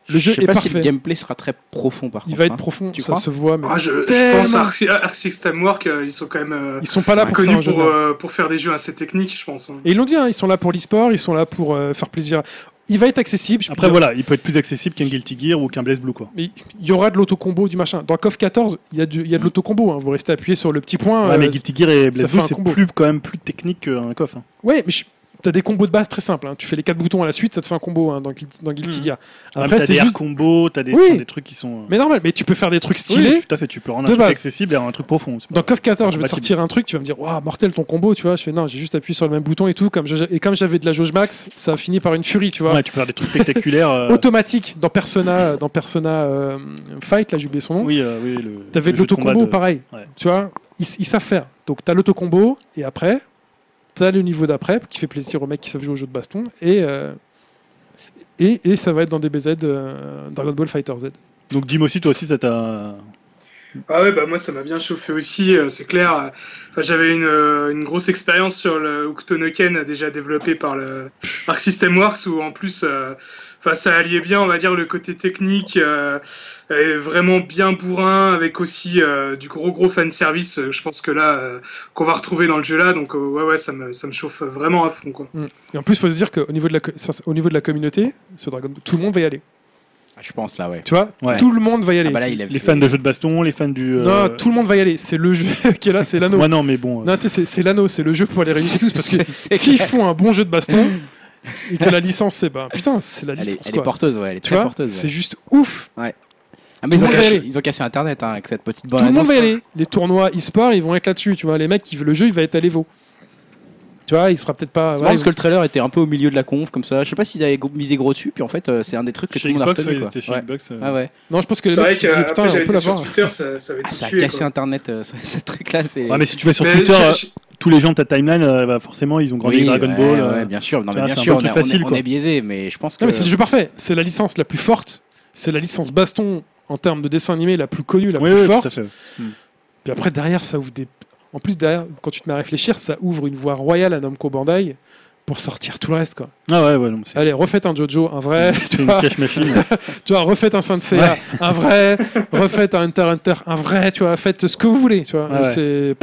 [SPEAKER 4] Le
[SPEAKER 1] je
[SPEAKER 4] jeu est
[SPEAKER 1] sais pas
[SPEAKER 4] parfait.
[SPEAKER 1] si le gameplay sera très profond par
[SPEAKER 4] il
[SPEAKER 1] contre.
[SPEAKER 4] va être
[SPEAKER 1] hein.
[SPEAKER 4] profond,
[SPEAKER 1] Tu
[SPEAKER 4] ça
[SPEAKER 1] crois
[SPEAKER 4] se voit, mais
[SPEAKER 3] Ah, je, je
[SPEAKER 4] Tellement.
[SPEAKER 3] pense à Arc Arc System Work, euh, ils sont quand même euh,
[SPEAKER 4] ils sont pas là pour faire
[SPEAKER 3] connus
[SPEAKER 4] un jeu de
[SPEAKER 3] pour,
[SPEAKER 4] merde.
[SPEAKER 3] euh, pour faire des jeux assez techniques, je pense. hein.
[SPEAKER 4] Et ils l'ont dit, hein, ils sont là pour l'e-sport, ils sont là pour euh, faire plaisir. Il va être accessible. je peux
[SPEAKER 2] Après,
[SPEAKER 4] dire-
[SPEAKER 2] voilà, il peut être plus accessible qu'un Guilty Gear ou qu'un Blaze Blue, quoi.
[SPEAKER 4] Mais il y aura de l'autocombo du machin. Dans KOF 14, il y a, du- il y a de l'autocombo. hein. Vous restez appuyé sur le petit point.
[SPEAKER 2] Mm. Ouais,
[SPEAKER 4] euh,
[SPEAKER 2] mais Guilty Gear et Blaze
[SPEAKER 4] fait
[SPEAKER 2] Blue,
[SPEAKER 4] un
[SPEAKER 2] c'est
[SPEAKER 4] combo.
[SPEAKER 2] plus, quand même plus technique qu'un coffre. hein.
[SPEAKER 4] ouais, mais je- t'as des combos de base très simples. hein. Tu fais les quatre boutons à la suite, ça te fait un combo hein, dans, Guil- dans Guilty
[SPEAKER 2] Mhm.
[SPEAKER 4] Gear.
[SPEAKER 2] Après,
[SPEAKER 4] Après,
[SPEAKER 2] t'as
[SPEAKER 4] c'est
[SPEAKER 2] des air
[SPEAKER 4] juste.
[SPEAKER 2] combos, t'as des,
[SPEAKER 4] Oui.
[SPEAKER 2] t'as des trucs qui sont. euh,
[SPEAKER 4] Mais normal, mais tu peux faire des trucs
[SPEAKER 2] oui,
[SPEAKER 4] stylés.
[SPEAKER 2] tout à fait, tu peux rendre un
[SPEAKER 4] De
[SPEAKER 2] truc
[SPEAKER 4] base.
[SPEAKER 2] accessible et un truc profond. c'est pas-
[SPEAKER 4] Dans KOF 14, je vais te
[SPEAKER 2] Compatible.
[SPEAKER 4] sortir un truc, tu vas me dire, waouh, mortel ton combo, tu vois. Je fais non, j'ai juste appuyé sur le même bouton et tout. Comme je- et comme j'avais de la jauge max, ça a fini par une furie, tu vois.
[SPEAKER 2] Ouais, tu peux faire des trucs spectaculaires. euh,
[SPEAKER 4] Automatique dans Persona, dans Persona euh, Fight, là j'ai oublié son nom.
[SPEAKER 2] Oui, euh, oui, le. le
[SPEAKER 4] T'avais de
[SPEAKER 2] jeu combat
[SPEAKER 4] l'autocombo,
[SPEAKER 2] de-
[SPEAKER 4] pareil.
[SPEAKER 2] Ouais.
[SPEAKER 4] Tu vois, ils, ils savent faire. Donc t'as l'autocombo, et après, t'as le niveau d'après, qui fait plaisir aux mecs qui savent jouer au jeu de baston, et, euh, et, et ça va être dans DBZ, euh, Dragon Ball Fighter Z.
[SPEAKER 2] Donc, dis-moi aussi, toi aussi, ça t'a.
[SPEAKER 3] Ah ouais, bah moi ça m'a bien chauffé aussi, euh, c'est clair. Enfin, j'avais une, euh, une grosse expérience sur le Octonoken déjà développé par le Arc System Works où en plus, euh, enfin ça alliait bien, on va dire le côté technique euh, et vraiment bien bourrin avec aussi euh, du gros gros fan service. Je pense que là euh, qu'on va retrouver dans le jeu là, donc euh, ouais ouais ça me ça me chauffe vraiment à fond quoi.
[SPEAKER 4] Et en plus, faut se dire qu'au niveau, de la co- ça, c'est- au niveau de la communauté, ce Dragon Ball, tout le monde va y aller.
[SPEAKER 1] Ah, Je pense là, ouais.
[SPEAKER 4] Tu vois
[SPEAKER 2] Ouais.
[SPEAKER 4] Tout le monde va y aller.
[SPEAKER 1] Ah, bah là, il a
[SPEAKER 2] Les fans de jeux de baston, les fans du. euh,
[SPEAKER 4] Non, tout le monde va y aller. C'est le jeu qui est là, c'est l'anneau.
[SPEAKER 2] Moi, non, mais bon. euh,
[SPEAKER 4] Non, tu sais, c'est- c'est l'anneau, c'est le jeu pour les réunir tous, parce que
[SPEAKER 1] C'est-
[SPEAKER 4] s'ils
[SPEAKER 1] c'est-
[SPEAKER 4] font un bon jeu de baston, et que la licence, c'est bah, putain, c'est la
[SPEAKER 1] Elle
[SPEAKER 4] licence.
[SPEAKER 1] est, elle est
[SPEAKER 4] quoi.
[SPEAKER 1] porteuse, ouais, elle est
[SPEAKER 4] Tu
[SPEAKER 1] très
[SPEAKER 4] vois,
[SPEAKER 1] porteuse. ouais.
[SPEAKER 4] c'est juste ouf.
[SPEAKER 1] Ouais. Ah, mais ils
[SPEAKER 4] Tout
[SPEAKER 1] ont,
[SPEAKER 4] le monde va y
[SPEAKER 1] cassé,
[SPEAKER 4] aller.
[SPEAKER 1] ils ont cassé Internet hein, avec cette petite bonne
[SPEAKER 4] Tout le monde
[SPEAKER 1] annonce.
[SPEAKER 4] va y aller. Les tournois e-sport, ils vont être là-dessus. Tu vois, les mecs, qui le jeu, il va être à l'Evo. Tu vois, il sera peut-être pas.
[SPEAKER 1] C'est
[SPEAKER 4] voilà,
[SPEAKER 1] marrant parce que le trailer était un peu au milieu de la conf comme ça. Je sais pas s'ils avaient gros- misé gros dessus, puis en fait euh, c'est un des trucs que tout
[SPEAKER 2] Chez
[SPEAKER 1] le monde a
[SPEAKER 2] Xbox, ouais,
[SPEAKER 1] retenu.
[SPEAKER 2] ils
[SPEAKER 1] quoi.
[SPEAKER 2] étaient chez
[SPEAKER 1] Ouais.
[SPEAKER 2] Xbox. euh,
[SPEAKER 1] Ah ouais.
[SPEAKER 4] Non, je pense que les
[SPEAKER 3] C'est
[SPEAKER 4] mecs,
[SPEAKER 3] vrai
[SPEAKER 4] ils se sont dit, putain,
[SPEAKER 3] qu'après, j'avais
[SPEAKER 4] on peut
[SPEAKER 3] été sur
[SPEAKER 4] l'avoir.
[SPEAKER 3] Twitter, ça, ça avait
[SPEAKER 1] Ah,
[SPEAKER 3] tout
[SPEAKER 1] ça a
[SPEAKER 3] tué,
[SPEAKER 1] cassé
[SPEAKER 3] quoi.
[SPEAKER 1] Internet euh, ce, ce truc-là. C'est...
[SPEAKER 2] Ah, mais si tu vas sur
[SPEAKER 3] Mais
[SPEAKER 2] Twitter,
[SPEAKER 3] je-
[SPEAKER 2] euh,
[SPEAKER 3] je-
[SPEAKER 2] tous les gens de ta timeline, euh, bah, forcément, ils ont grandi
[SPEAKER 1] Oui,
[SPEAKER 2] avec Dragon
[SPEAKER 1] ouais,
[SPEAKER 2] Ball.
[SPEAKER 1] ouais,
[SPEAKER 2] euh,
[SPEAKER 1] bien sûr, non,
[SPEAKER 2] tu
[SPEAKER 1] mais
[SPEAKER 2] vois,
[SPEAKER 1] bien
[SPEAKER 2] c'est un
[SPEAKER 1] sûr,
[SPEAKER 2] peu
[SPEAKER 1] on,
[SPEAKER 2] le
[SPEAKER 1] est-
[SPEAKER 2] truc
[SPEAKER 1] on est-
[SPEAKER 2] facile,
[SPEAKER 1] on
[SPEAKER 2] quoi.
[SPEAKER 1] est biaisé, mais je pense que.
[SPEAKER 4] Non, mais c'est le jeu parfait. C'est la licence la plus forte. C'est la licence baston en termes de dessin animé la plus connue, la
[SPEAKER 2] oui,
[SPEAKER 4] plus
[SPEAKER 2] oui, tout à
[SPEAKER 4] forte.
[SPEAKER 2] fait.
[SPEAKER 4] Puis après, derrière, ça ouvre des. En plus, derrière, quand tu te mets à réfléchir, ça ouvre une voie royale à Namco Bandai pour sortir tout le reste. Quoi.
[SPEAKER 2] Ah ouais, ouais, non, c'est
[SPEAKER 4] Allez, refaites un Jojo, un vrai.
[SPEAKER 2] c'est
[SPEAKER 4] Tu
[SPEAKER 2] une
[SPEAKER 4] vois,
[SPEAKER 2] cache machine.
[SPEAKER 4] tu vois, refaites un Saint Seiya,
[SPEAKER 2] Ouais.
[SPEAKER 4] un vrai. refaites un Hunter x Hunter, un vrai. Tu vois, faites ce que vous voulez. Tu vois,
[SPEAKER 2] Ouais, ouais.
[SPEAKER 4] C'est-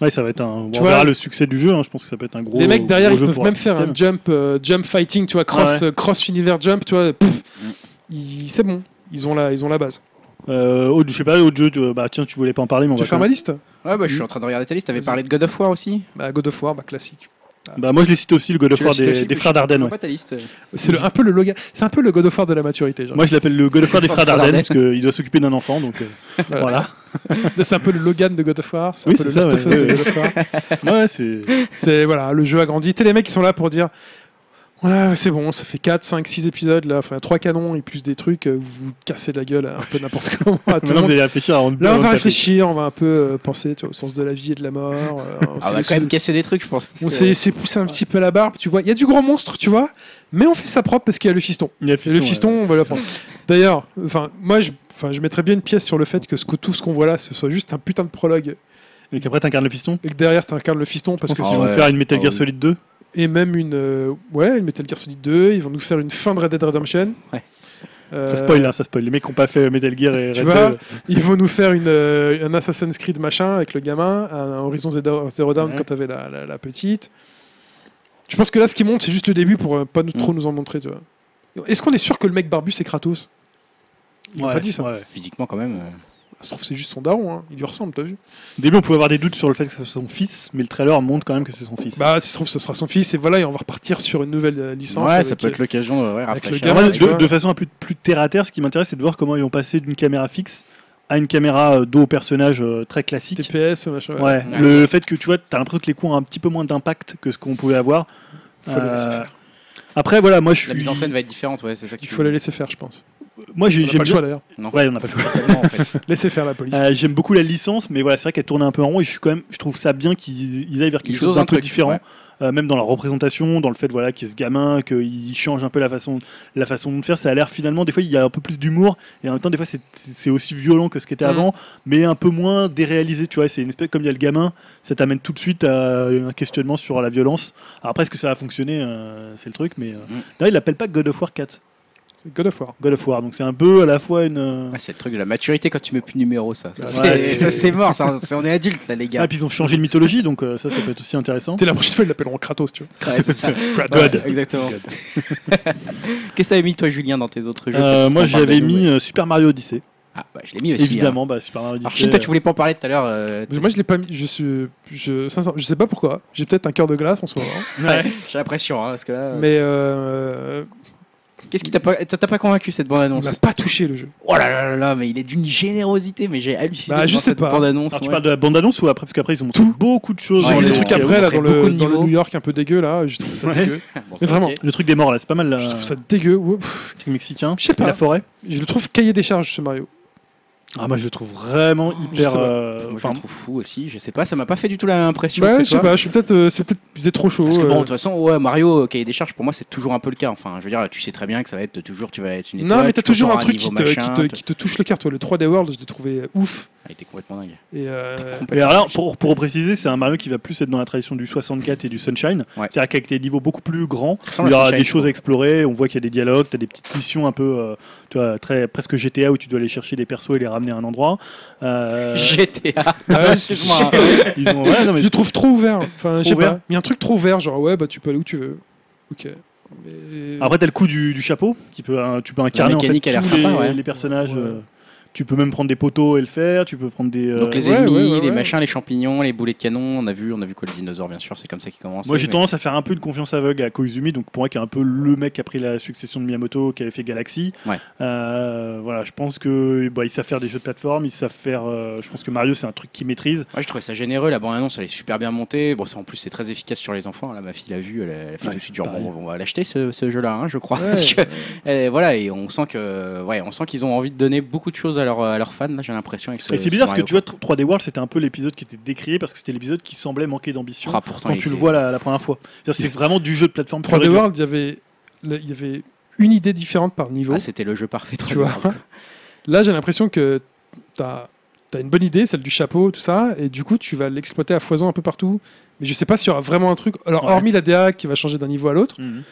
[SPEAKER 2] Ouais, ça va être un.
[SPEAKER 4] Tu
[SPEAKER 2] on
[SPEAKER 4] vois-
[SPEAKER 2] verra le succès du jeu. hein, Je pense que ça peut être un gros.
[SPEAKER 4] les mecs derrière,
[SPEAKER 2] gros
[SPEAKER 4] ils
[SPEAKER 2] jeu
[SPEAKER 4] peuvent
[SPEAKER 2] pour
[SPEAKER 4] même
[SPEAKER 2] leur
[SPEAKER 4] faire un
[SPEAKER 2] système.
[SPEAKER 4] jump, euh, jump fighting, tu vois, cross,
[SPEAKER 2] Ah ouais.
[SPEAKER 4] euh, cross univers jump, tu vois, pff, ils- c'est bon, ils ont la, ils ont la base.
[SPEAKER 2] Euh, autre- je sais pas, autre jeu. tu- Bah tiens, tu voulais pas en parler, mais on
[SPEAKER 4] Tu
[SPEAKER 2] va.
[SPEAKER 4] veux faire
[SPEAKER 2] quand
[SPEAKER 4] ma
[SPEAKER 2] même-
[SPEAKER 4] liste
[SPEAKER 1] Ouais, bah, je suis en train de regarder ta liste. T'avais
[SPEAKER 4] Vas-y.
[SPEAKER 1] parlé de God of War aussi.
[SPEAKER 4] bah, God of War, bah, classique.
[SPEAKER 2] Bah moi, je l'ai cité aussi, le God of
[SPEAKER 1] Tu l'as
[SPEAKER 2] War
[SPEAKER 1] cité aussi,
[SPEAKER 2] des des
[SPEAKER 1] mais
[SPEAKER 2] frères
[SPEAKER 1] je- je
[SPEAKER 2] Dardenne.
[SPEAKER 1] vois
[SPEAKER 2] ouais.
[SPEAKER 1] pas ta liste.
[SPEAKER 4] C'est le- un peu le Logan- c'est un peu le God of War de la maturité. genre.
[SPEAKER 2] Moi, je l'appelle le God of War des
[SPEAKER 1] Frères
[SPEAKER 2] frères Dardenne
[SPEAKER 1] Dardenne.
[SPEAKER 2] parce qu'il doit s'occuper d'un enfant, donc euh,
[SPEAKER 4] Voilà.
[SPEAKER 2] voilà.
[SPEAKER 4] C'est un peu le Logan de God of War, c'est un
[SPEAKER 2] Oui,
[SPEAKER 4] peu le
[SPEAKER 2] c'est ça,
[SPEAKER 4] Last of
[SPEAKER 2] ouais,
[SPEAKER 4] Us de
[SPEAKER 2] ouais,
[SPEAKER 4] God of War.
[SPEAKER 2] Ouais, c'est.
[SPEAKER 4] C'est voilà, le jeu a grandi. Tu sais, les mecs qui sont là pour dire Ouais, c'est bon, ça fait 4, 5, 6 épisodes là, enfin 3 canons et plus des trucs, euh, vous vous cassez la gueule à un peu n'importe comment à tout le
[SPEAKER 2] Maintenant, vous
[SPEAKER 4] monde.
[SPEAKER 2] allez réfléchir. à-
[SPEAKER 4] Là, on va
[SPEAKER 2] taper.
[SPEAKER 4] réfléchir, on va un peu euh, penser tu vois, au sens de la vie et de la mort. euh, on
[SPEAKER 1] Ah,
[SPEAKER 4] s'est
[SPEAKER 1] on
[SPEAKER 2] bah,
[SPEAKER 1] a quand même cassé des trucs, je pense. parce
[SPEAKER 4] on
[SPEAKER 1] que-
[SPEAKER 4] s'est s'est poussé un petit peu la barbe, tu vois. Il y a du gros monstre, tu vois, mais on fait ça propre parce qu'il y a le fiston.
[SPEAKER 2] Il y a
[SPEAKER 4] Et le fiston,
[SPEAKER 2] ouais.
[SPEAKER 4] on va le prendre. D'ailleurs, enfin, moi, je, enfin, je mettrais bien une pièce sur le fait que, ce que tout ce qu'on voit là, ce soit juste un putain de prologue
[SPEAKER 2] Et qu'après, t'incarnes le fiston.
[SPEAKER 4] et que derrière, t'incarnes le fiston
[SPEAKER 2] Parce
[SPEAKER 4] parce
[SPEAKER 2] que
[SPEAKER 4] que
[SPEAKER 1] Ah
[SPEAKER 2] si
[SPEAKER 4] c'est-
[SPEAKER 2] on
[SPEAKER 1] ouais.
[SPEAKER 2] faire une Metal
[SPEAKER 1] Ah
[SPEAKER 2] Gear
[SPEAKER 1] oui.
[SPEAKER 2] Solid 2,
[SPEAKER 4] et même une, euh, ouais, une Metal Gear Solid 2, ils vont nous faire une fin de Red Dead Redemption.
[SPEAKER 1] Ouais.
[SPEAKER 4] Euh,
[SPEAKER 2] ça spoil, hein, ça spoil. Les mecs qui ont pas fait Metal Gear et
[SPEAKER 4] Tu
[SPEAKER 2] Red
[SPEAKER 4] vois,
[SPEAKER 2] Dead,
[SPEAKER 4] Ils vont nous faire une, euh, un Assassin's Creed machin avec le gamin, un Horizon Zero Zero Dawn
[SPEAKER 1] Ouais.
[SPEAKER 4] quand t'avais la, la, la petite. Je pense que là, ce qui monte, c'est juste le début pour euh, pas nous-
[SPEAKER 1] Mm.
[SPEAKER 4] trop nous en montrer. Tu vois. Est-ce qu'on est sûr que le mec barbu c'est Kratos Il
[SPEAKER 2] Ouais,
[SPEAKER 4] a pas dit ça.
[SPEAKER 2] ouais.
[SPEAKER 1] Physiquement, quand même. euh,
[SPEAKER 4] Ah, Ça se trouve, c'est juste son daron, hein. il lui ressemble, t'as vu
[SPEAKER 2] Au début, on pouvait avoir des doutes sur le fait que ce soit son fils, mais le trailer montre quand même que c'est son fils.
[SPEAKER 4] Bah, si ça se trouve, ce sera son fils, et voilà, et on va repartir sur une nouvelle euh, licence.
[SPEAKER 1] Ouais,
[SPEAKER 4] avec-
[SPEAKER 1] ça peut être l'occasion de ouais, rafraîchir.
[SPEAKER 4] le
[SPEAKER 2] Alors moi,
[SPEAKER 4] gamin,
[SPEAKER 2] de,
[SPEAKER 4] tu vois.
[SPEAKER 2] de façon un peu plus terre à terre, ce qui m'intéresse, c'est de voir comment ils ont passé d'une caméra fixe à une caméra euh, dos au personnage euh, très classique.
[SPEAKER 4] TPS, machin.
[SPEAKER 2] Ouais.
[SPEAKER 4] ouais.
[SPEAKER 2] Le fait que tu vois, t'as l'impression que les coups ont un petit peu moins d'impact que ce qu'on pouvait avoir. Euh,
[SPEAKER 4] Faut le laisser faire.
[SPEAKER 2] Après, voilà, moi je suis.
[SPEAKER 1] La mise en scène va être différente, ouais, c'est ça que
[SPEAKER 4] Il
[SPEAKER 1] tu
[SPEAKER 4] faut les laisser faire, je pense.
[SPEAKER 2] Moi j'ai-
[SPEAKER 4] On n'a pas
[SPEAKER 2] j'aime
[SPEAKER 4] le
[SPEAKER 2] bien-
[SPEAKER 4] choix d'ailleurs.
[SPEAKER 2] Ouais, on n'a pas le choix.
[SPEAKER 1] Totalement, en fait.
[SPEAKER 4] Laissez faire la police.
[SPEAKER 2] Euh, J'aime beaucoup la licence, mais voilà, c'est vrai qu'elle tourne un peu en rond et je suis quand même, je trouve ça bien qu'ils ils aillent vers quelque
[SPEAKER 1] Ils
[SPEAKER 2] chose
[SPEAKER 1] osent
[SPEAKER 2] d'un
[SPEAKER 1] un
[SPEAKER 2] peu
[SPEAKER 1] truc,
[SPEAKER 2] différent,
[SPEAKER 1] ouais.
[SPEAKER 2] euh, même dans leur représentation, dans le fait voilà qu'il y ait ce gamin, qu'il change un peu la façon, la façon de faire. Ça a l'air finalement, des fois il y a un peu plus d'humour et en même temps des fois c'est- c'est aussi violent que ce qu'était
[SPEAKER 1] Mm.
[SPEAKER 4] Mhm.
[SPEAKER 2] avant, mais un peu moins déréalisé. Tu vois, c'est une espèce comme il y a le gamin, ça t'amène tout de suite à un questionnement sur la violence. Alors après, est-ce que ça va fonctionner euh, C'est le truc, mais euh,
[SPEAKER 1] Mhm.
[SPEAKER 2] là il l'appelle pas God of War 4,
[SPEAKER 4] C'est God of War.
[SPEAKER 2] God of War. Donc c'est un peu à la fois une. euh,
[SPEAKER 1] Ah, c'est le truc de la maturité quand tu mets plus de numéro, ça. Ça,
[SPEAKER 4] Ouais,
[SPEAKER 1] c'est-
[SPEAKER 2] c'est-
[SPEAKER 1] ça, c'est mort, ça, c'est- on est adulte là, les
[SPEAKER 2] Ah,
[SPEAKER 1] gars.
[SPEAKER 2] et puis ils ont changé de mythologie, donc euh, ça, ça peut être aussi intéressant.
[SPEAKER 4] T'es la prochaine fois, ils l'appelleront Kratos, tu vois.
[SPEAKER 1] Ouais, c'est ça. Ouais,
[SPEAKER 2] God.
[SPEAKER 1] exactement. Qu'est-ce que t'avais mis, toi, Julien, dans tes autres jeux
[SPEAKER 2] Euh,
[SPEAKER 1] Parce
[SPEAKER 2] moi,
[SPEAKER 1] qu'on parle
[SPEAKER 2] j'avais
[SPEAKER 1] de
[SPEAKER 2] mis
[SPEAKER 1] nous, mais-
[SPEAKER 2] euh, Super Mario Odyssey.
[SPEAKER 1] Ah, bah, je l'ai mis aussi.
[SPEAKER 2] Évidemment, bah, Super
[SPEAKER 1] hein.
[SPEAKER 2] Mario Odyssey.
[SPEAKER 1] Archie, toi, tu voulais pas en parler tout à l'heure. euh,
[SPEAKER 4] Mais Moi, je l'ai pas mis. Je suis. Je, sincère- je sais pas pourquoi. J'ai peut-être un cœur de glace en ce moment.
[SPEAKER 2] euh,
[SPEAKER 1] ouais,
[SPEAKER 2] ouais.
[SPEAKER 1] J'ai l'impression, hein, parce que là. euh,
[SPEAKER 4] mais euh,
[SPEAKER 1] Qu'est-ce qui t'a pas, ça t'a pas convaincu cette bande
[SPEAKER 4] on
[SPEAKER 1] annonce
[SPEAKER 4] n'a pas touché le jeu.
[SPEAKER 1] Oh là là là là, mais il est d'une générosité, mais j'ai halluciné.
[SPEAKER 4] Bah, je
[SPEAKER 1] devant
[SPEAKER 4] sais
[SPEAKER 1] cette
[SPEAKER 4] pas.
[SPEAKER 1] bande annonce.
[SPEAKER 2] Alors, tu
[SPEAKER 1] ouais.
[SPEAKER 2] parles de la bande-annonce ou après Parce qu'après, ils ont montré beaucoup de choses.
[SPEAKER 1] Ouais,
[SPEAKER 4] Genre
[SPEAKER 2] Ils
[SPEAKER 4] les
[SPEAKER 2] ont
[SPEAKER 4] trucs
[SPEAKER 2] montré-
[SPEAKER 4] après, là,
[SPEAKER 1] montré
[SPEAKER 4] dans le,
[SPEAKER 1] beaucoup de
[SPEAKER 4] dans le
[SPEAKER 1] niveaux.
[SPEAKER 4] New York un peu dégueu, là, je trouve ça
[SPEAKER 2] Ouais.
[SPEAKER 4] dégueu.
[SPEAKER 1] Bon,
[SPEAKER 4] Mais
[SPEAKER 1] ça,
[SPEAKER 4] vraiment,
[SPEAKER 1] ok.
[SPEAKER 2] Le truc des morts, là, c'est pas mal. Là,
[SPEAKER 4] Je trouve ça
[SPEAKER 1] Euh.
[SPEAKER 4] dégueu. ouais, pff,
[SPEAKER 2] Le truc mexicain.
[SPEAKER 4] Je sais pas.
[SPEAKER 2] La forêt.
[SPEAKER 4] Je le trouve cahier des charges, ce Mario.
[SPEAKER 2] Ah, moi, je le trouve vraiment
[SPEAKER 4] Je sais
[SPEAKER 2] hyper.
[SPEAKER 4] pas.
[SPEAKER 2] euh,
[SPEAKER 1] Moi, je
[SPEAKER 2] Enfin,
[SPEAKER 1] le trouve fou aussi. Je sais pas, ça m'a pas fait du tout la même impression.
[SPEAKER 4] Ouais,
[SPEAKER 1] que
[SPEAKER 4] Bah, je sais
[SPEAKER 1] toi.
[SPEAKER 4] pas, je suis peut-être. euh, c'est peut-être. Il faisait trop chaud.
[SPEAKER 1] Parce que bon,
[SPEAKER 4] euh.
[SPEAKER 1] de toute façon, ouais, Mario, euh, cahier des charges, pour moi, c'est toujours un peu le cas. Enfin, je veux dire, tu sais très bien que ça va être toujours, tu vas être une étoile.
[SPEAKER 4] non, mais t'as
[SPEAKER 1] tu
[SPEAKER 4] toujours un
[SPEAKER 1] comprends
[SPEAKER 4] truc qui
[SPEAKER 1] niveau
[SPEAKER 4] te,
[SPEAKER 1] machin,
[SPEAKER 4] qui, te,
[SPEAKER 1] te-
[SPEAKER 4] qui te touche le cœur. Toi, le 3D World, je l'ai trouvé euh, ouf.
[SPEAKER 1] Ah, il était complètement dingue.
[SPEAKER 4] Et euh,
[SPEAKER 2] mais alors, pour, pour préciser, c'est un Mario qui va plus être dans la tradition du 64 et du Sunshine.
[SPEAKER 1] Ouais.
[SPEAKER 2] C'est-à-dire qu'avec des niveaux beaucoup plus grands,
[SPEAKER 1] ressemble
[SPEAKER 2] il y
[SPEAKER 1] à
[SPEAKER 2] aura
[SPEAKER 1] Sunshine,
[SPEAKER 2] des
[SPEAKER 1] je
[SPEAKER 2] choses
[SPEAKER 1] trouve.
[SPEAKER 2] à explorer. On voit qu'il y a des dialogues, t'as des petites missions un peu, euh, tu vois, très, presque GTA où tu dois aller chercher des persos et les ramener à un endroit. Euh,
[SPEAKER 1] GTA.
[SPEAKER 4] Ah ouais,
[SPEAKER 1] Excuse-moi. hein.
[SPEAKER 2] ils ont- ouais, non, mais
[SPEAKER 4] je le trouve trop ouvert. Enfin, je sais
[SPEAKER 2] ouvert.
[SPEAKER 4] pas. Il y a un truc trop ouvert, genre ouais, bah tu peux aller où tu veux. Ok. Mais-
[SPEAKER 2] Après, t'as le coup du, du chapeau, qui peut, hein, tu peux incarner en fait,
[SPEAKER 1] mécanique a l'air
[SPEAKER 2] tous
[SPEAKER 1] sympa,
[SPEAKER 2] les,
[SPEAKER 1] ouais.
[SPEAKER 2] les personnages.
[SPEAKER 4] Ouais.
[SPEAKER 2] euh, Tu peux même prendre des poteaux et le faire, tu peux prendre des. euh,
[SPEAKER 1] Donc les
[SPEAKER 4] ouais,
[SPEAKER 1] ennemis,
[SPEAKER 4] ouais, ouais,
[SPEAKER 1] les
[SPEAKER 4] ouais.
[SPEAKER 1] machins, les champignons, les boulets de canon, on a vu, on a vu quoi le dinosaure bien sûr, c'est comme ça qu'il commence.
[SPEAKER 2] Moi j'ai tendance à faire un peu une confiance aveugle à Koizumi, donc pour moi qui est un peu le mec qui a pris la succession de Miyamoto, qui avait fait Galaxy.
[SPEAKER 1] Ouais.
[SPEAKER 2] Euh, voilà, je pense que bah, ils savent faire des jeux de plateforme, ils savent faire. euh, je pense que Mario c'est un truc qu'ils maîtrisent.
[SPEAKER 1] Moi, je trouvais ça généreux. La bande-annonce, elle est super bien montée. Bon, ça, en plus, c'est très efficace sur les enfants. Là, ma fille l'a vu. Elle, a- elle a fait
[SPEAKER 2] Ouais,
[SPEAKER 1] tout de suite genre,
[SPEAKER 2] pareil.
[SPEAKER 1] bon, on va l'acheter ce, ce jeu-là, hein, je crois.
[SPEAKER 4] Ouais.
[SPEAKER 1] Parce que, euh, voilà, et on sent que, ouais, on sent qu'ils ont envie de donner beaucoup de choses à leurs à leurs fans. Là, j'ai l'impression. avec ce-
[SPEAKER 2] et c'est bizarre
[SPEAKER 1] ce
[SPEAKER 2] parce que
[SPEAKER 1] Mario,
[SPEAKER 2] tu vois, 3D World c'était un peu l'épisode qui était décrié parce que c'était l'épisode qui semblait manquer d'ambition
[SPEAKER 1] quoi. Ah, pourtant,
[SPEAKER 2] quand
[SPEAKER 1] il
[SPEAKER 2] tu le
[SPEAKER 1] était-
[SPEAKER 2] vois la, la première fois. C'est-à-dire, C'est vraiment du jeu de plateforme. pur et
[SPEAKER 4] 3D
[SPEAKER 2] dur.
[SPEAKER 4] World, il y avait, le- il y avait une idée différente par niveau.
[SPEAKER 1] Ah, c'était le jeu parfait.
[SPEAKER 4] tu vois. Là, j'ai l'impression que tu as, une bonne idée, celle du chapeau, tout ça, et du coup, tu vas l'exploiter à foison un peu partout. Mais je sais pas s'il y aura vraiment un truc. Alors,
[SPEAKER 2] Ouais.
[SPEAKER 4] hormis la DA qui va changer d'un niveau à l'autre,
[SPEAKER 2] Mhm.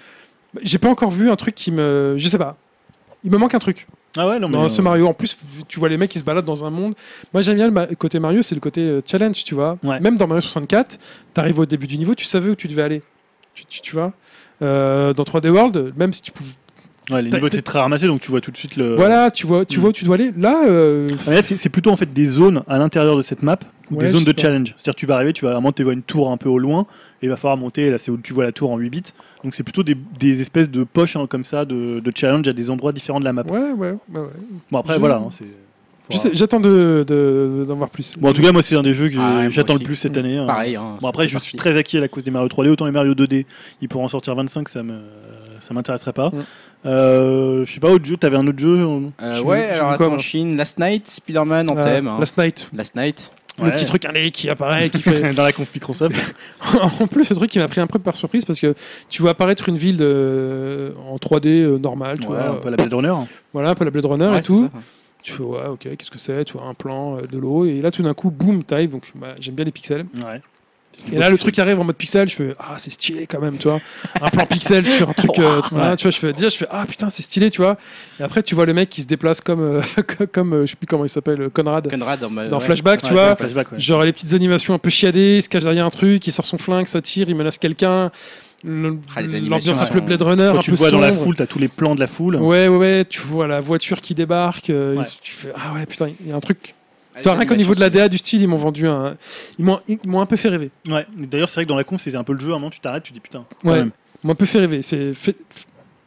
[SPEAKER 4] bah, j'ai pas encore vu un truc qui me. Je sais pas. Il me manque un truc
[SPEAKER 2] Ah ouais, non, mais,
[SPEAKER 4] dans
[SPEAKER 2] euh,
[SPEAKER 4] ce Mario. En plus, vu- tu vois les mecs qui se baladent dans un monde. Moi, j'aime bien le ma- côté Mario, c'est le côté euh, challenge, tu vois.
[SPEAKER 2] Ouais.
[SPEAKER 4] Même dans Mario 64, t'arrives au début du niveau, tu savais où tu devais aller. Tu, tu- tu vois Euh, Dans 3D World, même si tu pouvais.
[SPEAKER 2] ouais, les
[SPEAKER 4] t'as-
[SPEAKER 2] niveaux étaient
[SPEAKER 4] t'as-
[SPEAKER 2] très ramassés donc tu vois tout de suite le.
[SPEAKER 4] Voilà, tu vois, tu
[SPEAKER 2] Mhm.
[SPEAKER 4] vois où tu dois aller. Là, euh,
[SPEAKER 2] Ah, mais là, c'est c'est plutôt en fait des zones à l'intérieur de cette map,
[SPEAKER 4] Ouais,
[SPEAKER 2] des
[SPEAKER 4] je
[SPEAKER 2] zones
[SPEAKER 4] sais
[SPEAKER 2] de
[SPEAKER 4] pas.
[SPEAKER 2] challenge. C'est-à-dire tu vas arriver, tu vas vraiment tu vois une tour un peu au loin et il va falloir monter. Là c'est où tu vois la tour en 8 bits. Donc c'est plutôt des, des espèces de poches hein, comme ça de, de challenge à des endroits différents de la map.
[SPEAKER 4] ouais, ouais, ouais. ouais.
[SPEAKER 2] Bon après
[SPEAKER 4] Je-
[SPEAKER 2] voilà. hein, c'est-
[SPEAKER 4] Je sais- J'attends de, de- d'en voir plus.
[SPEAKER 2] Bon en tout cas moi c'est un des jeux que j'ai-
[SPEAKER 1] Ah ouais, moi
[SPEAKER 2] j'attends le
[SPEAKER 1] aussi.
[SPEAKER 2] plus cette année. hein.
[SPEAKER 1] Pareil. hein,
[SPEAKER 2] Bon
[SPEAKER 1] c'est-
[SPEAKER 2] après
[SPEAKER 1] c'est
[SPEAKER 2] je
[SPEAKER 1] parti.
[SPEAKER 2] suis très acquis à la cause des Mario 3D. Autant les Mario 2D, ils pourraient en sortir 25, ça me ça m'intéresserait pas.
[SPEAKER 4] Mm.
[SPEAKER 2] Euh, je sais pas autre jeu. T'avais un autre jeu. on-
[SPEAKER 1] Euh,
[SPEAKER 4] je me-
[SPEAKER 1] ouais,
[SPEAKER 4] je me
[SPEAKER 1] alors
[SPEAKER 4] dis quoi,
[SPEAKER 1] attends,
[SPEAKER 4] moi
[SPEAKER 1] Chine, Last Night, Spider-Man en
[SPEAKER 4] Euh,
[SPEAKER 1] thème. hein. Last...
[SPEAKER 4] Last Night.
[SPEAKER 1] Night.
[SPEAKER 2] Ouais.
[SPEAKER 4] Le petit truc allez, qui apparaît, qui
[SPEAKER 1] Euh,
[SPEAKER 4] fait.
[SPEAKER 2] dans la conf Microsoft.
[SPEAKER 4] en plus, le truc qui m'a pris un peu par surprise parce que tu vois apparaître une ville de- en 3D euh, normale, tu
[SPEAKER 2] Ouais,
[SPEAKER 4] vois.
[SPEAKER 2] un peu la Blade Runner.
[SPEAKER 4] Voilà, un peu la Blade Runner
[SPEAKER 1] Ouais,
[SPEAKER 4] et
[SPEAKER 1] c'est
[SPEAKER 4] tout.
[SPEAKER 1] ça.
[SPEAKER 4] Tu fais, ouais, ok, qu'est-ce que c'est Tu vois un plan, euh, de l'eau. Et là, tout d'un coup, boum, t'arrives. Donc, bah, j'aime bien les pixels.
[SPEAKER 2] Ouais.
[SPEAKER 4] Et là, le truc qui arrive en mode pixel, je fais ah c'est stylé quand même, tu vois. Un plan pixel sur un truc, euh, voilà, tu vois. Je fais déjà, je fais ah putain c'est stylé, tu vois. Et après tu vois le mec qui se déplace comme euh, comme euh, je sais plus comment il s'appelle, euh, Conrad.
[SPEAKER 1] Conrad en mode-
[SPEAKER 4] Dans
[SPEAKER 1] ouais.
[SPEAKER 4] Flashback, tu
[SPEAKER 2] Ouais,
[SPEAKER 4] vois,
[SPEAKER 2] un flashback, ouais.
[SPEAKER 4] genre les petites animations un peu chiadées, il se cache derrière un truc, il sort son flingue, ça tire, il menace quelqu'un. Le-
[SPEAKER 1] Ah, les animations,
[SPEAKER 4] L'ambiance un
[SPEAKER 1] elles
[SPEAKER 4] peu
[SPEAKER 1] sont-
[SPEAKER 4] Blade Runner,
[SPEAKER 2] Quand
[SPEAKER 4] un
[SPEAKER 2] tu
[SPEAKER 4] peu
[SPEAKER 2] le vois dans la
[SPEAKER 4] sombre.
[SPEAKER 2] foule, t'as tous les plans de la foule.
[SPEAKER 4] Ouais, ouais, ouais, tu vois la voiture qui débarque, euh,
[SPEAKER 2] Ouais.
[SPEAKER 4] tu fais ah ouais putain, il y a un truc.
[SPEAKER 1] Ah, les
[SPEAKER 4] Tu vois, rien qu'au niveau de la
[SPEAKER 1] animations,
[SPEAKER 4] DA du style, ils m'ont vendu un, ils m'ont, ils m'ont un peu fait rêver.
[SPEAKER 2] Ouais. D'ailleurs, c'est vrai que dans la con, c'était un peu le jeu. À un moment, tu t'arrêtes, tu dis putain. quand
[SPEAKER 4] Ouais,
[SPEAKER 2] même.
[SPEAKER 4] m'a un peu fait rêver. C'est fait- f-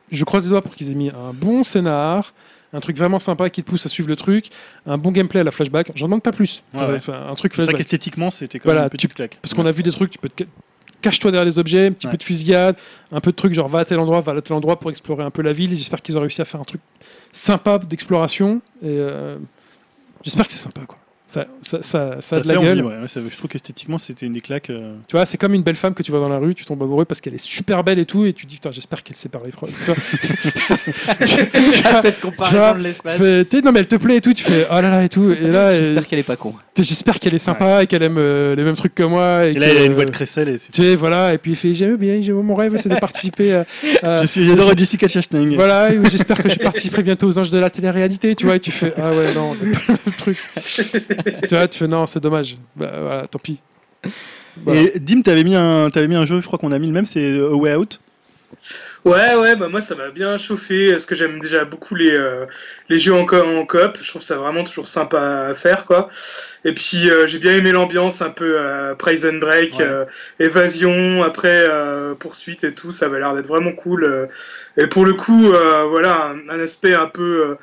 [SPEAKER 4] Je croise les doigts pour qu'ils aient mis un bon scénar, un truc vraiment sympa qui te pousse à suivre le truc, un bon gameplay à la flashback. J'en demande pas plus.
[SPEAKER 2] Ouais, ouais.
[SPEAKER 4] Enfin, un truc
[SPEAKER 2] C'est vrai
[SPEAKER 4] flashback.
[SPEAKER 2] qu'esthétiquement, c'était quand même
[SPEAKER 4] Voilà,
[SPEAKER 2] une petite claque.
[SPEAKER 4] Parce qu'on a vu des trucs, tu peux te ca- cache-toi derrière les objets, un petit
[SPEAKER 2] Ouais.
[SPEAKER 4] peu de fusillade, un peu de trucs genre va à tel endroit, va à tel endroit pour explorer un peu la ville. Et J'espère qu'ils ont réussi à faire un truc sympa d'exploration. Et euh, j'espère que c'est sympa quoi. Ça, ça, ça- ça a
[SPEAKER 2] Ça
[SPEAKER 4] de
[SPEAKER 2] fait
[SPEAKER 4] la
[SPEAKER 2] envie,
[SPEAKER 4] gueule.
[SPEAKER 2] ouais, ouais, ça- je trouve qu'esthétiquement, c'était une des claques. euh,
[SPEAKER 4] Tu vois, c'est comme une belle femme que tu vois dans la rue, tu tombes amoureux parce qu'elle est super belle et tout, et tu dis putain, j'espère qu'elle sait parler. fran- tu vois.
[SPEAKER 1] Ah, cette
[SPEAKER 4] Tu
[SPEAKER 1] comparaison
[SPEAKER 4] vois,
[SPEAKER 1] de
[SPEAKER 4] Tu
[SPEAKER 1] l'espace.
[SPEAKER 4] fais, t'es- non mais elle te plaît et tout, tu fais oh là là et tout, et là euh,
[SPEAKER 1] J'espère qu'elle est pas con.
[SPEAKER 4] t'es- j'espère qu'elle est sympa et qu'elle aime euh, les mêmes trucs que moi. Et,
[SPEAKER 2] Et là,
[SPEAKER 4] que,
[SPEAKER 2] il a une
[SPEAKER 4] euh,
[SPEAKER 2] voix de Cressel. Et c'est-
[SPEAKER 4] Tu sais, voilà, et puis il fait j'aime bien, j'aime- mon rêve c'est de participer à. à-
[SPEAKER 2] Je suis- J'adore Jessica Chastain.
[SPEAKER 4] voilà, et où j'espère que je participerai bientôt aux anges de la télé-réalité, tu vois, et tu fais ah ouais, non, on a pas le même truc. tu vois, tu fais non, c'est dommage, Bah, voilà, tant pis. Voilà.
[SPEAKER 2] Et Dim, t'avais mis, un- t'avais mis un jeu, je crois qu'on a mis le même, c'est euh, A Way Out.
[SPEAKER 3] Ouais, ouais, bah moi ça m'a bien chauffé parce que j'aime déjà beaucoup les, euh, les jeux en, co en coop. Je trouve ça vraiment toujours sympa à faire, quoi. Et puis euh, j'ai bien aimé l'ambiance un peu euh, Prison Break,
[SPEAKER 2] Ouais.
[SPEAKER 3] euh, évasion, après euh, poursuite et tout. Ça avait l'air d'être vraiment cool. euh. et pour le coup, euh, voilà, un, un aspect un peu euh,